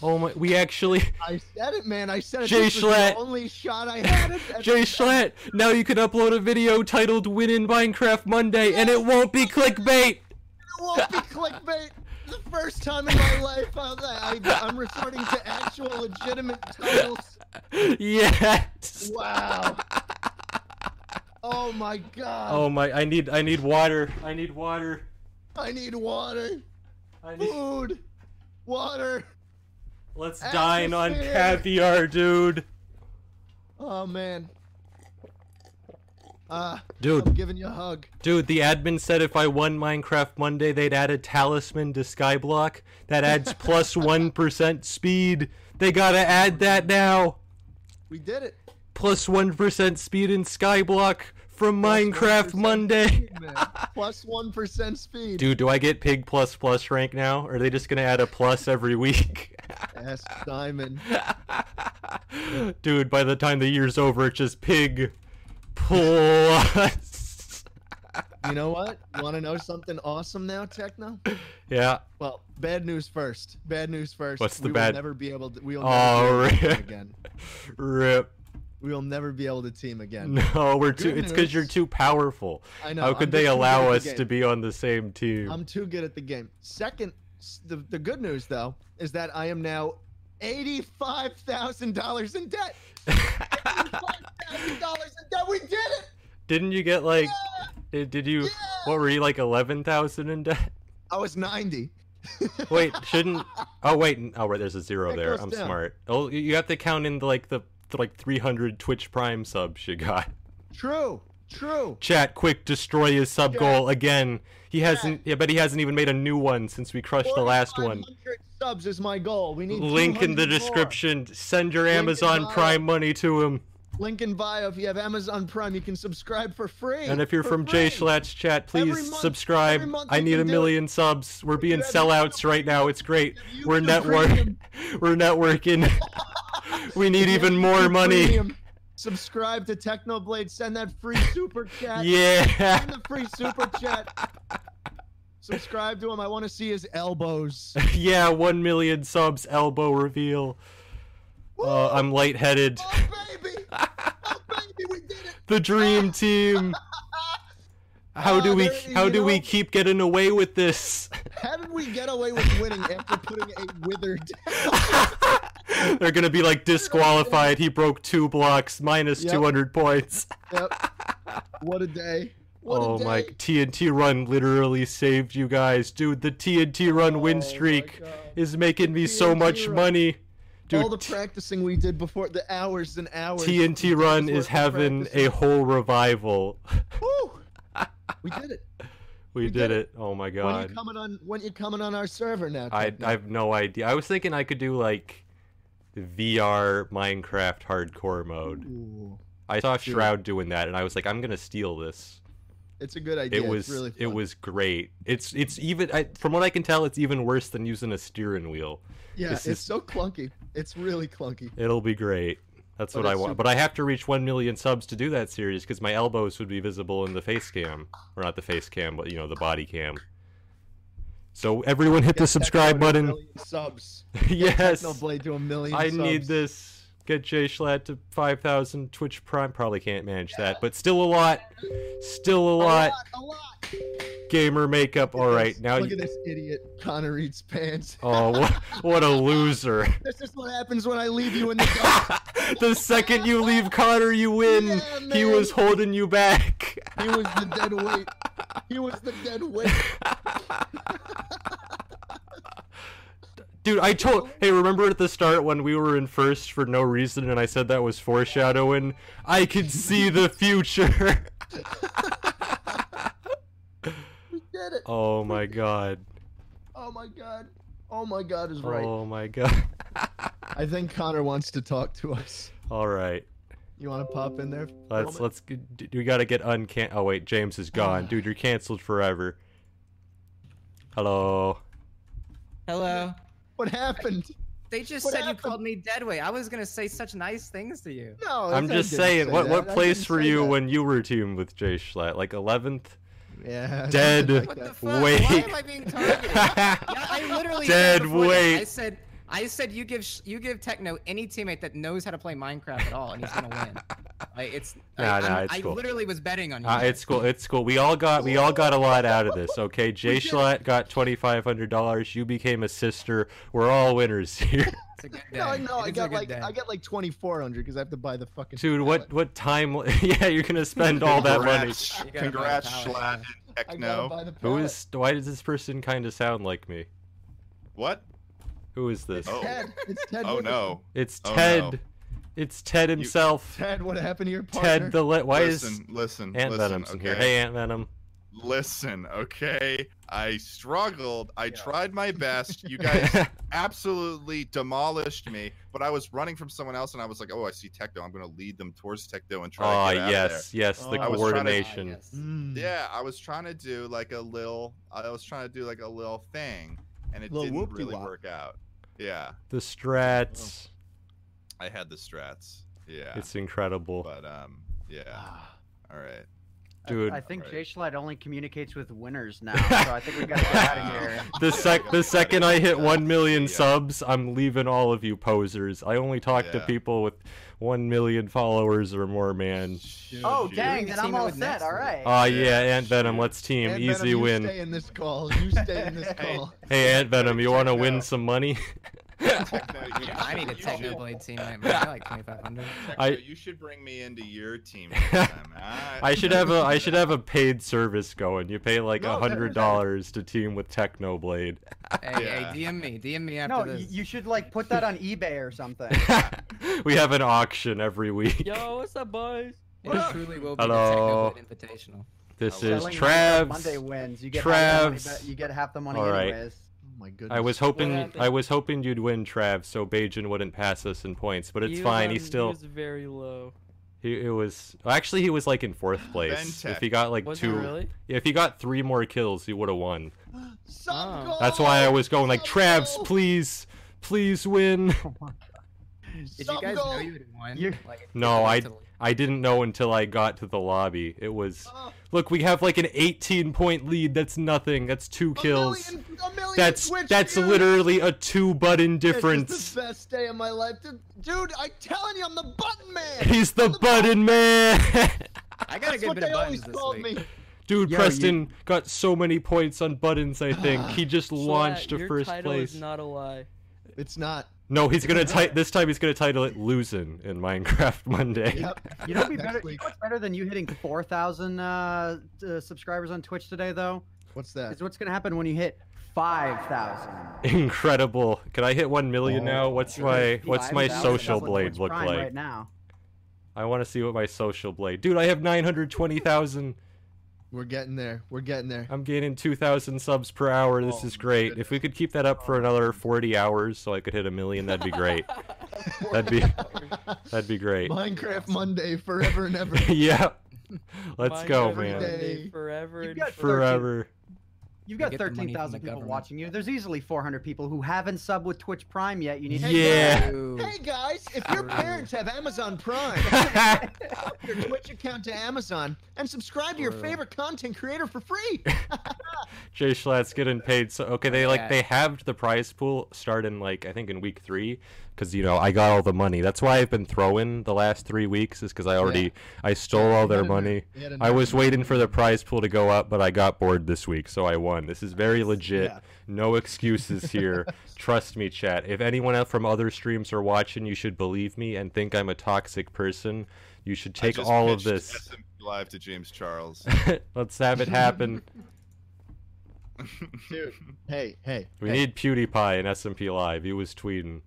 Speaker 2: oh my, we actually,
Speaker 1: I said it, man. I said it.
Speaker 2: Jay
Speaker 1: this was
Speaker 2: Schlatt.
Speaker 1: the only shot I had. At, at-
Speaker 2: <laughs> Jay Schlatt, now you can upload a video titled Win in Minecraft Monday and it won't be clickbait. <laughs>
Speaker 1: It won't be clickbait. The first time in my life, I'm, I, I'm resorting to actual legitimate titles.
Speaker 2: Yes.
Speaker 1: Wow. Oh my god.
Speaker 2: Oh my, I need, I need water. I need water. Oh
Speaker 1: I need water,
Speaker 2: I need.
Speaker 1: food, water.
Speaker 2: Let's
Speaker 1: Atmosphere.
Speaker 2: dine on caviar, dude.
Speaker 1: Oh man. Ah, I'm
Speaker 2: Dude,
Speaker 1: giving you a hug.
Speaker 2: dude, the admin said if I won Minecraft Monday, they'd add a talisman to Skyblock that adds plus 1% speed. They gotta add that now.
Speaker 1: We did it.
Speaker 2: Plus 1% speed in Skyblock from Minecraft
Speaker 1: 1%
Speaker 2: Monday.
Speaker 1: speed,
Speaker 2: <laughs>
Speaker 1: man. Plus one percent speed.
Speaker 2: Dude, do I get pig plus plus rank now? Or are they just gonna add a plus every week? <laughs>
Speaker 1: Ask Simon.
Speaker 2: Dude, by the time the year's over, it's just pig plus. <laughs>
Speaker 1: You know what? Want to know something awesome now, Techno?
Speaker 2: yeah.
Speaker 1: Well, bad news first. Bad news first.
Speaker 2: What's the
Speaker 1: we
Speaker 2: bad-
Speaker 1: Will never be able to. We'll never
Speaker 2: Oh,
Speaker 1: be able to
Speaker 2: really? <laughs>
Speaker 1: team again.
Speaker 2: Rip.
Speaker 1: We will never be able to team again.
Speaker 2: No, we're too.
Speaker 1: Good
Speaker 2: It's because you're
Speaker 1: news.
Speaker 2: too powerful.
Speaker 1: I know.
Speaker 2: How
Speaker 1: I'm
Speaker 2: could they
Speaker 1: just too
Speaker 2: allow
Speaker 1: good at
Speaker 2: us
Speaker 1: the
Speaker 2: to
Speaker 1: game.
Speaker 2: be on the same team?
Speaker 1: I'm too good at the game. Second, s- the the good news though is that I am now eighty-five thousand dollars in
Speaker 2: <laughs>
Speaker 1: debt. $85,000 in debt. We did it.
Speaker 2: <laughs> Didn't you get like? Did, did you?
Speaker 1: Yeah.
Speaker 2: What were you like? Eleven thousand in debt? <laughs>
Speaker 1: I was ninety.
Speaker 2: Wait, shouldn't? Oh wait, n- oh right, there's a zero
Speaker 1: That
Speaker 2: there.
Speaker 1: goes
Speaker 2: I'm
Speaker 1: down.
Speaker 2: smart. Oh, you- you have to count in the, like the the, like 300 Twitch Prime subs you got. <laughs>
Speaker 1: True. True.
Speaker 2: Chat, quick, destroy his sub
Speaker 1: Chat.
Speaker 2: goal again. He hasn't. I bet he hasn't even made a new one since we crushed the last one.
Speaker 1: 4,500 Subs is my goal. We need
Speaker 2: Link in the
Speaker 1: 200 more.
Speaker 2: description. Send your
Speaker 1: in
Speaker 2: Amazon
Speaker 1: bio.
Speaker 2: Prime money to him.
Speaker 1: Link in bio. If you have Amazon Prime, you can subscribe for free.
Speaker 2: And if you're
Speaker 1: For
Speaker 2: from Jay
Speaker 1: free.
Speaker 2: Schlatt's chat, please
Speaker 1: Every month-
Speaker 2: subscribe.
Speaker 1: every month
Speaker 2: I
Speaker 1: you
Speaker 2: need
Speaker 1: can
Speaker 2: a
Speaker 1: do it.
Speaker 2: million subs. We're being
Speaker 1: have
Speaker 2: sellouts right now. It's great.
Speaker 1: YouTube
Speaker 2: We're network.
Speaker 1: Premium. <laughs>
Speaker 2: We're networking. we need
Speaker 1: If you
Speaker 2: even
Speaker 1: have
Speaker 2: more
Speaker 1: YouTube
Speaker 2: money.
Speaker 1: Premium, Subscribe to Technoblade. Send that free super chat.
Speaker 2: Yeah.
Speaker 1: Send the free super chat. subscribe to him. I want to see his
Speaker 2: <laughs>
Speaker 1: elbows.
Speaker 2: <laughs> Yeah, 1 million subs elbow reveal. Uh, I'm lightheaded.
Speaker 1: Oh baby! Oh baby! We did it!
Speaker 2: The dream team. How
Speaker 1: Oh,
Speaker 2: do we
Speaker 1: there it is,
Speaker 2: how
Speaker 1: you
Speaker 2: do we
Speaker 1: know?
Speaker 2: keep getting away with this? <laughs>
Speaker 1: How did we get away with winning after putting a withered? <laughs>
Speaker 2: They're going to be like disqualified. He broke 2 blocks minus
Speaker 1: Yep.
Speaker 2: 200 points.
Speaker 1: Yep. What a day! What
Speaker 2: oh
Speaker 1: a day.
Speaker 2: my TNT run literally saved you guys, dude. The TNT run
Speaker 1: Oh my
Speaker 2: win streak
Speaker 1: God.
Speaker 2: is making me so
Speaker 1: TNT
Speaker 2: much
Speaker 1: run.
Speaker 2: money,
Speaker 1: All the
Speaker 2: dude. T-
Speaker 1: practicing we did before, the hours and hours.
Speaker 2: TNT run is having <laughs> a whole revival. <laughs>
Speaker 1: Woo! We did it.
Speaker 2: We, did
Speaker 1: did
Speaker 2: it. Oh my
Speaker 1: When you
Speaker 2: god.
Speaker 1: coming on? When you coming on our server now?
Speaker 2: I
Speaker 1: Techno?
Speaker 2: I have no idea. I was thinking I could do like VR Minecraft hardcore mode.
Speaker 1: Ooh,
Speaker 2: I saw
Speaker 1: Dude.
Speaker 2: Shroud doing that, and I was like, I'm gonna steal this.
Speaker 1: it's a good idea.
Speaker 2: It
Speaker 1: it's
Speaker 2: was
Speaker 1: really
Speaker 2: it
Speaker 1: fun.
Speaker 2: was great. It's it's even I, from what I can tell, it's even worse than using a steering wheel.
Speaker 1: Yeah,
Speaker 2: this
Speaker 1: it's
Speaker 2: is-
Speaker 1: so clunky. It's really clunky.
Speaker 2: It'll be great. That's
Speaker 1: But
Speaker 2: what I
Speaker 1: it's
Speaker 2: want.
Speaker 1: Oh, super-
Speaker 2: But I have to reach 1 million subs to do that series because my elbows would be visible in the face cam. Or not the face cam, but, you know, the body cam. So everyone hit the
Speaker 1: Get Techno
Speaker 2: subscribe
Speaker 1: to a
Speaker 2: button. <laughs>
Speaker 1: million Subs.
Speaker 2: yes.
Speaker 1: Technoblade to a million.
Speaker 2: I
Speaker 1: subs.
Speaker 2: need this. Get Jay Schlatt to 5,000 Twitch Prime. Probably can't manage that, but still a lot. Still
Speaker 1: A
Speaker 2: a lot.
Speaker 1: A lot.
Speaker 2: Gamer makeup. All
Speaker 1: Look at
Speaker 2: right,
Speaker 1: this-
Speaker 2: now
Speaker 1: look
Speaker 2: you.
Speaker 1: at this idiot Connor Reed's pants.
Speaker 2: <laughs>
Speaker 1: <laughs>
Speaker 2: Oh, what, what a loser. <laughs>
Speaker 1: This is what happens when I leave you in the dark.
Speaker 2: the second you leave Connor, you win.
Speaker 1: Yeah,
Speaker 2: he
Speaker 1: man.
Speaker 2: was holding you back.
Speaker 1: he was the dead weight. He was the dead weight.
Speaker 2: Dude, I told. Hey, remember at the start when we were in first for no reason and I said that was foreshadowing? I could see the future. <laughs>
Speaker 1: We did it.
Speaker 2: oh my god.
Speaker 1: Oh my god. Oh my god is right.
Speaker 2: Oh my god. <laughs>
Speaker 1: I think Connor wants to talk to us.
Speaker 2: All right.
Speaker 1: You want to pop in there? for a
Speaker 2: Let's
Speaker 1: moment?
Speaker 2: let's g- d- we got to get uncan Oh wait, James
Speaker 1: <sighs>
Speaker 2: is gone. Dude, you're canceled forever. Hello.
Speaker 4: Hello.
Speaker 1: What happened?
Speaker 4: They just
Speaker 1: What
Speaker 4: said
Speaker 1: happened?
Speaker 4: you called me Deadweight. I was gonna say such nice things to you.
Speaker 1: No,
Speaker 2: I'm
Speaker 1: I
Speaker 2: just
Speaker 1: didn't
Speaker 2: saying
Speaker 1: say
Speaker 2: what
Speaker 1: that. I
Speaker 2: what
Speaker 1: didn't
Speaker 2: place were
Speaker 1: say
Speaker 2: you
Speaker 1: that.
Speaker 2: when you were teamed with Jay Schlatt? Like 11th?
Speaker 1: Yeah. <laughs>
Speaker 2: Dead.
Speaker 1: something like
Speaker 4: What the
Speaker 1: that.
Speaker 4: fuck?
Speaker 2: Wait.
Speaker 4: Why am I
Speaker 2: <laughs>
Speaker 4: being targeted? yeah, I literally said
Speaker 2: Dead
Speaker 4: before this, I
Speaker 2: weight.
Speaker 4: said I said you give sh- you give Techno any teammate that knows how to play Minecraft at all, and he's
Speaker 2: <laughs>
Speaker 4: gonna win. Like it's
Speaker 2: Nah,
Speaker 4: I,
Speaker 2: nah,
Speaker 4: I'm-
Speaker 2: it's
Speaker 4: I
Speaker 2: cool.
Speaker 4: literally was betting on you.
Speaker 2: Uh, it's cool. It's cool. We all got we all got a lot out of this. Okay, Jay Schlatt got twenty five hundred dollars. You became a sister. We're all winners <laughs> here,
Speaker 4: It's
Speaker 1: <laughs>
Speaker 4: a good day.
Speaker 1: No, I know. I
Speaker 4: It is a
Speaker 1: got
Speaker 4: good
Speaker 1: like
Speaker 4: day.
Speaker 1: I got like 2400 because I have to buy the fucking.
Speaker 2: dude. What what time? <laughs> Yeah, you're gonna spend all that money.
Speaker 4: You
Speaker 5: Congrats,
Speaker 4: gotta buy the
Speaker 5: Congrats, Schlatt
Speaker 4: pallet,
Speaker 5: and
Speaker 1: I gotta
Speaker 5: Techno.
Speaker 1: buy the
Speaker 2: Who
Speaker 1: pallet.
Speaker 2: is? Why does this person kind of sound like me?
Speaker 5: What?
Speaker 2: Who is this?
Speaker 5: Oh.
Speaker 1: <laughs> Ted. It's Ted.
Speaker 5: Oh
Speaker 1: Wickerson.
Speaker 5: no.
Speaker 2: It's
Speaker 5: Oh,
Speaker 2: Ted.
Speaker 5: no.
Speaker 2: It's Ted himself.
Speaker 1: Ted, what happened to your partner?
Speaker 2: Ted the lit. Why
Speaker 5: listen, listen,
Speaker 2: is Ant
Speaker 5: listen,
Speaker 2: Venom's in
Speaker 5: okay.
Speaker 2: here? Hey, Ant Venom.
Speaker 5: Listen, okay. I struggled. I tried my
Speaker 2: <laughs>
Speaker 5: best. You <laughs> guys absolutely demolished me, but I was running from someone else and I was like, "Oh, I see Techno. I'm going to lead them towards Techno
Speaker 2: <laughs>
Speaker 5: and try
Speaker 2: Ah,
Speaker 5: to get out of there."
Speaker 2: yes, yes, the
Speaker 1: Oh, I was
Speaker 5: trying to-
Speaker 2: coordination.
Speaker 4: Ah, yes.
Speaker 1: Mm.
Speaker 5: Yeah, I was trying to do like a little. I was trying to do like a little thing, and it
Speaker 1: Little
Speaker 5: didn't really
Speaker 1: whoop-de-wop.
Speaker 5: work out. Yeah,
Speaker 2: The strats.
Speaker 5: I had the strats. Yeah,
Speaker 2: It's incredible.
Speaker 5: but um, yeah.
Speaker 2: <sighs>
Speaker 1: Ah.
Speaker 5: All right.
Speaker 6: I-
Speaker 2: Dude.
Speaker 6: I, think
Speaker 5: Right.
Speaker 6: Jay Schlatt only communicates with winners
Speaker 2: <laughs>
Speaker 6: now, so I think we gotta get out of here.
Speaker 2: The sec the second I hit one million
Speaker 5: Yeah.
Speaker 2: subs, I'm leaving all of you posers. I only talk to
Speaker 5: Yeah.
Speaker 2: people with one million followers or more, man.
Speaker 6: Oh
Speaker 5: Shoot. <laughs>
Speaker 6: dang, then
Speaker 4: Team
Speaker 6: I'm
Speaker 4: it
Speaker 6: all
Speaker 4: with
Speaker 6: set.
Speaker 4: next
Speaker 6: All
Speaker 4: week.
Speaker 6: right.
Speaker 2: Ah yeah,
Speaker 5: Yeah,
Speaker 2: Ant Venom,
Speaker 5: shoot.
Speaker 2: let's team.
Speaker 1: Ant
Speaker 2: Easy
Speaker 1: Venom, you
Speaker 2: win.
Speaker 1: Stay in this call. You stay
Speaker 4: <laughs>
Speaker 1: in this call.
Speaker 2: Hey Ant Venom, you wanna
Speaker 5: Check it
Speaker 2: win
Speaker 5: out.
Speaker 2: some money?
Speaker 5: Techno, you
Speaker 1: Mm.
Speaker 4: I
Speaker 1: <laughs>
Speaker 4: need a
Speaker 5: should- you should-
Speaker 4: Techno Blade teammate. Man. I
Speaker 2: <laughs>
Speaker 4: like 2500.
Speaker 5: Techno,
Speaker 2: I-
Speaker 5: you should bring me into
Speaker 2: <laughs>
Speaker 5: your team. next time. I,
Speaker 2: I should have a I
Speaker 5: <laughs>
Speaker 2: should have a paid service going. You pay like
Speaker 1: No,
Speaker 2: a
Speaker 1: that-
Speaker 2: hundred dollars to team with Technoblade. <laughs>
Speaker 4: Hey,
Speaker 5: Yeah.
Speaker 4: hey, DM me. DM me after
Speaker 6: No, y-
Speaker 4: this.
Speaker 6: you should like put that on eBay
Speaker 2: <laughs>
Speaker 6: or something.
Speaker 2: we have an auction every week.
Speaker 7: Yo, what's up, boys?
Speaker 4: it truly will be
Speaker 2: Hello.
Speaker 4: the Techno Blade Invitational.
Speaker 2: This
Speaker 5: I
Speaker 2: is
Speaker 6: Selling
Speaker 2: Trav's.
Speaker 6: Monday wins. You get half the money
Speaker 2: Travs.
Speaker 6: back- You get half the money
Speaker 2: All right.
Speaker 6: anyways.
Speaker 1: Oh my goodness.
Speaker 2: I was hoping
Speaker 7: happened?
Speaker 2: I was hoping you'd win, Trav, so Bajan wouldn't pass us in points. But it's
Speaker 7: He was
Speaker 2: fine.
Speaker 7: on-
Speaker 2: He still
Speaker 7: He was very low.
Speaker 2: he it was well, actually he was like in fourth place. If he
Speaker 5: Ventec.
Speaker 2: got like
Speaker 7: Was he
Speaker 2: two,
Speaker 7: really?
Speaker 2: yeah, if he got three more kills, he would have won.
Speaker 1: Some
Speaker 4: Oh.
Speaker 1: goal!
Speaker 2: That's why I was going like,
Speaker 1: Some
Speaker 2: Trav's,
Speaker 1: goal!
Speaker 2: please, please win.
Speaker 4: Did
Speaker 1: Some
Speaker 4: you guys
Speaker 1: goal!
Speaker 4: know you would have won?
Speaker 6: You-
Speaker 4: Like, if
Speaker 2: No,
Speaker 4: you went
Speaker 2: I-
Speaker 4: to the-
Speaker 2: I didn't know until I got to the lobby. It was
Speaker 1: Oh,
Speaker 2: look, we have like an 18 point lead. That's nothing. That's two
Speaker 1: a
Speaker 2: kills.
Speaker 1: million- a million
Speaker 2: That's
Speaker 1: Twitch
Speaker 2: that's
Speaker 1: views!
Speaker 2: literally a two button
Speaker 1: This is
Speaker 2: difference.
Speaker 1: the best day of my life, dude. dude I'm telling you, I'm the button
Speaker 2: <laughs>
Speaker 1: man.
Speaker 2: He's the
Speaker 1: <laughs>
Speaker 2: button man.
Speaker 4: I got a
Speaker 1: That's
Speaker 4: good
Speaker 1: what
Speaker 4: bit
Speaker 1: they
Speaker 4: of
Speaker 1: always
Speaker 4: buttons this
Speaker 1: called
Speaker 4: week.
Speaker 1: me.
Speaker 2: <laughs> Dude,
Speaker 6: Yo, you-
Speaker 2: Preston got so many points on buttons, I think. He
Speaker 7: <sighs>
Speaker 2: just launched
Speaker 7: Slat,
Speaker 2: to
Speaker 7: your
Speaker 2: first
Speaker 7: title
Speaker 2: place.
Speaker 7: Is not a lie.
Speaker 1: It's <laughs> not.
Speaker 2: No, he's gonna ti- this time he's gonna title it Losing in Minecraft <laughs> Monday.
Speaker 1: Yep.
Speaker 6: You know, what'd be
Speaker 1: Next
Speaker 6: better, you
Speaker 1: week.
Speaker 6: know what's better than you hitting 4,000 uh, uh, subscribers on Twitch today, though?
Speaker 1: What's that?
Speaker 6: Is what's going to happen when you hit 5,000.
Speaker 2: Incredible. Can I hit one million now? What's my what's my
Speaker 6: 5,000,
Speaker 2: social
Speaker 6: that's what
Speaker 2: blade
Speaker 6: Twitch
Speaker 2: look
Speaker 6: Prime Right
Speaker 2: like?
Speaker 6: now.
Speaker 2: I wanna see what my social blade Dude, I have nine hundred twenty thousand.
Speaker 1: We're getting there. We're getting <laughs> there.
Speaker 2: I'm gaining two thousand subs per hour. This
Speaker 1: Oh
Speaker 2: is
Speaker 1: my
Speaker 2: great. If we could keep that up for another forty hours so I could hit a million, that'd
Speaker 1: <laughs>
Speaker 2: be great. <laughs> that'd be that'd be great.
Speaker 1: Minecraft Monday forever and <laughs> ever.
Speaker 2: <laughs> yeah. Let's go,
Speaker 7: Minecraft
Speaker 2: man.
Speaker 1: Monday.
Speaker 7: Monday Forever
Speaker 6: You
Speaker 7: and
Speaker 6: got
Speaker 7: forever.
Speaker 2: Forever.
Speaker 6: You've
Speaker 4: They
Speaker 6: got
Speaker 4: get the money from
Speaker 6: 13,000
Speaker 4: the
Speaker 6: people
Speaker 4: government.
Speaker 6: watching you. There's easily 400 people who haven't subbed with Twitch Prime yet. You need to
Speaker 2: Yeah.
Speaker 4: Ooh.
Speaker 1: Hey guys, if your
Speaker 4: Ooh.
Speaker 1: parents have Amazon <laughs> Prime,
Speaker 2: <laughs>
Speaker 1: up your Twitch account to Amazon and subscribe to your
Speaker 4: True.
Speaker 1: <laughs> favorite content creator for free.
Speaker 2: Jay Schlatt's getting paid. So okay, they
Speaker 4: Yeah.
Speaker 2: like they halved the prize pool start in like I think in week three because you know I got all the money. That's why I've been throwing the last three weeks is because I already I stole all their money. I was waiting for the prize pool to go up, but I got bored this week, so I won. This is very legit.
Speaker 1: Yeah.
Speaker 2: No excuses
Speaker 5: <laughs>
Speaker 2: here. Trust me, chat. If anyone else from other streams are watching, you should believe me and think I'm a toxic person. You should
Speaker 5: I
Speaker 2: take
Speaker 5: just
Speaker 2: all of
Speaker 5: pitched
Speaker 2: this.
Speaker 5: SMP live to James
Speaker 2: <laughs>
Speaker 5: Charles.
Speaker 2: Let's have it
Speaker 5: <laughs>
Speaker 2: happen.
Speaker 1: Dude, hey, hey.
Speaker 2: We
Speaker 1: hey.
Speaker 2: need PewDiePie and SMP Live. He was tweeting.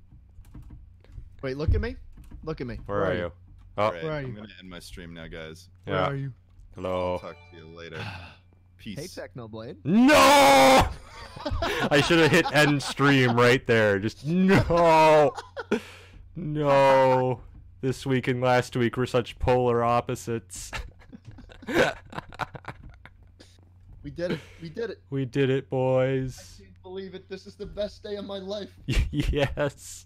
Speaker 1: Wait, look at me. Look at me.
Speaker 2: Where are you?
Speaker 5: All
Speaker 2: Oh,
Speaker 5: right,
Speaker 1: Where are
Speaker 5: I'm
Speaker 1: you?
Speaker 5: gonna end my stream now, guys.
Speaker 1: Where
Speaker 2: yeah.
Speaker 1: are <sighs> you?
Speaker 2: Hello.
Speaker 5: Talk to
Speaker 2: <sighs>
Speaker 5: you later. Peace.
Speaker 1: Hey, Technoblade.
Speaker 2: No! <laughs> I should have hit end stream right there. Just no, no. This week and last week were such
Speaker 1: <laughs>
Speaker 2: polar opposites.
Speaker 1: We did it. We did it.
Speaker 2: we did it, boys. <laughs>
Speaker 1: Can't believe it. This is the best day of my life.
Speaker 2: yes.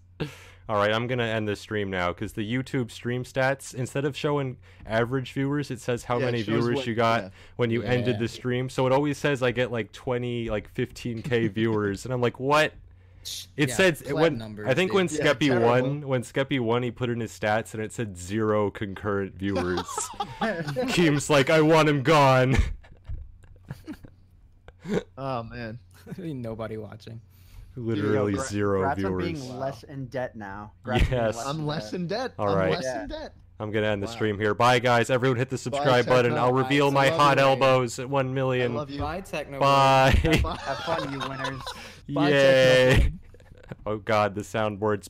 Speaker 2: All right, I'm gonna end this stream now because the YouTube stream stats, instead of showing average viewers, it says how
Speaker 1: Yeah, it
Speaker 2: many
Speaker 1: shows
Speaker 2: viewers
Speaker 1: what-
Speaker 2: you got
Speaker 1: yeah.
Speaker 2: when you ended
Speaker 4: Yeah.
Speaker 2: the stream. So it always says I get like 20, like 15k viewers, and I'm like, what? It
Speaker 4: Yeah,
Speaker 2: says it
Speaker 4: flat
Speaker 2: when
Speaker 4: numbers,
Speaker 2: I think
Speaker 4: dude.
Speaker 2: when
Speaker 1: Yeah,
Speaker 2: Skeppy
Speaker 1: terrible.
Speaker 2: won, when Skeppy won, he put in his stats and it said zero concurrent viewers.
Speaker 1: <laughs>
Speaker 2: Keem's like, I want him gone.
Speaker 1: <laughs> Oh man.
Speaker 4: <laughs> Nobody watching.
Speaker 2: Literally
Speaker 6: Gra-
Speaker 2: zero
Speaker 6: Congrats on
Speaker 2: viewers.
Speaker 6: being less in debt now. Congrats on being
Speaker 2: Yes.
Speaker 6: in
Speaker 1: I'm less
Speaker 6: debt.
Speaker 1: in debt.
Speaker 2: All
Speaker 1: I'm
Speaker 2: right.
Speaker 1: less
Speaker 6: Yeah.
Speaker 1: in debt.
Speaker 2: I'm gonna end the
Speaker 1: Wow.
Speaker 2: stream here. Bye, guys. Everyone, hit the subscribe
Speaker 1: Techno.
Speaker 2: button. I'll
Speaker 1: Bye.
Speaker 2: reveal
Speaker 1: It's a
Speaker 2: my
Speaker 1: lovely
Speaker 2: hot
Speaker 1: day.
Speaker 2: elbows at one
Speaker 1: I
Speaker 2: million.
Speaker 1: love you.
Speaker 4: Bye, Techno.
Speaker 2: Bye.
Speaker 6: Have fun, you winners.
Speaker 2: <laughs>
Speaker 7: Bye, Techno.
Speaker 2: Yay. oh God, the soundboard's back.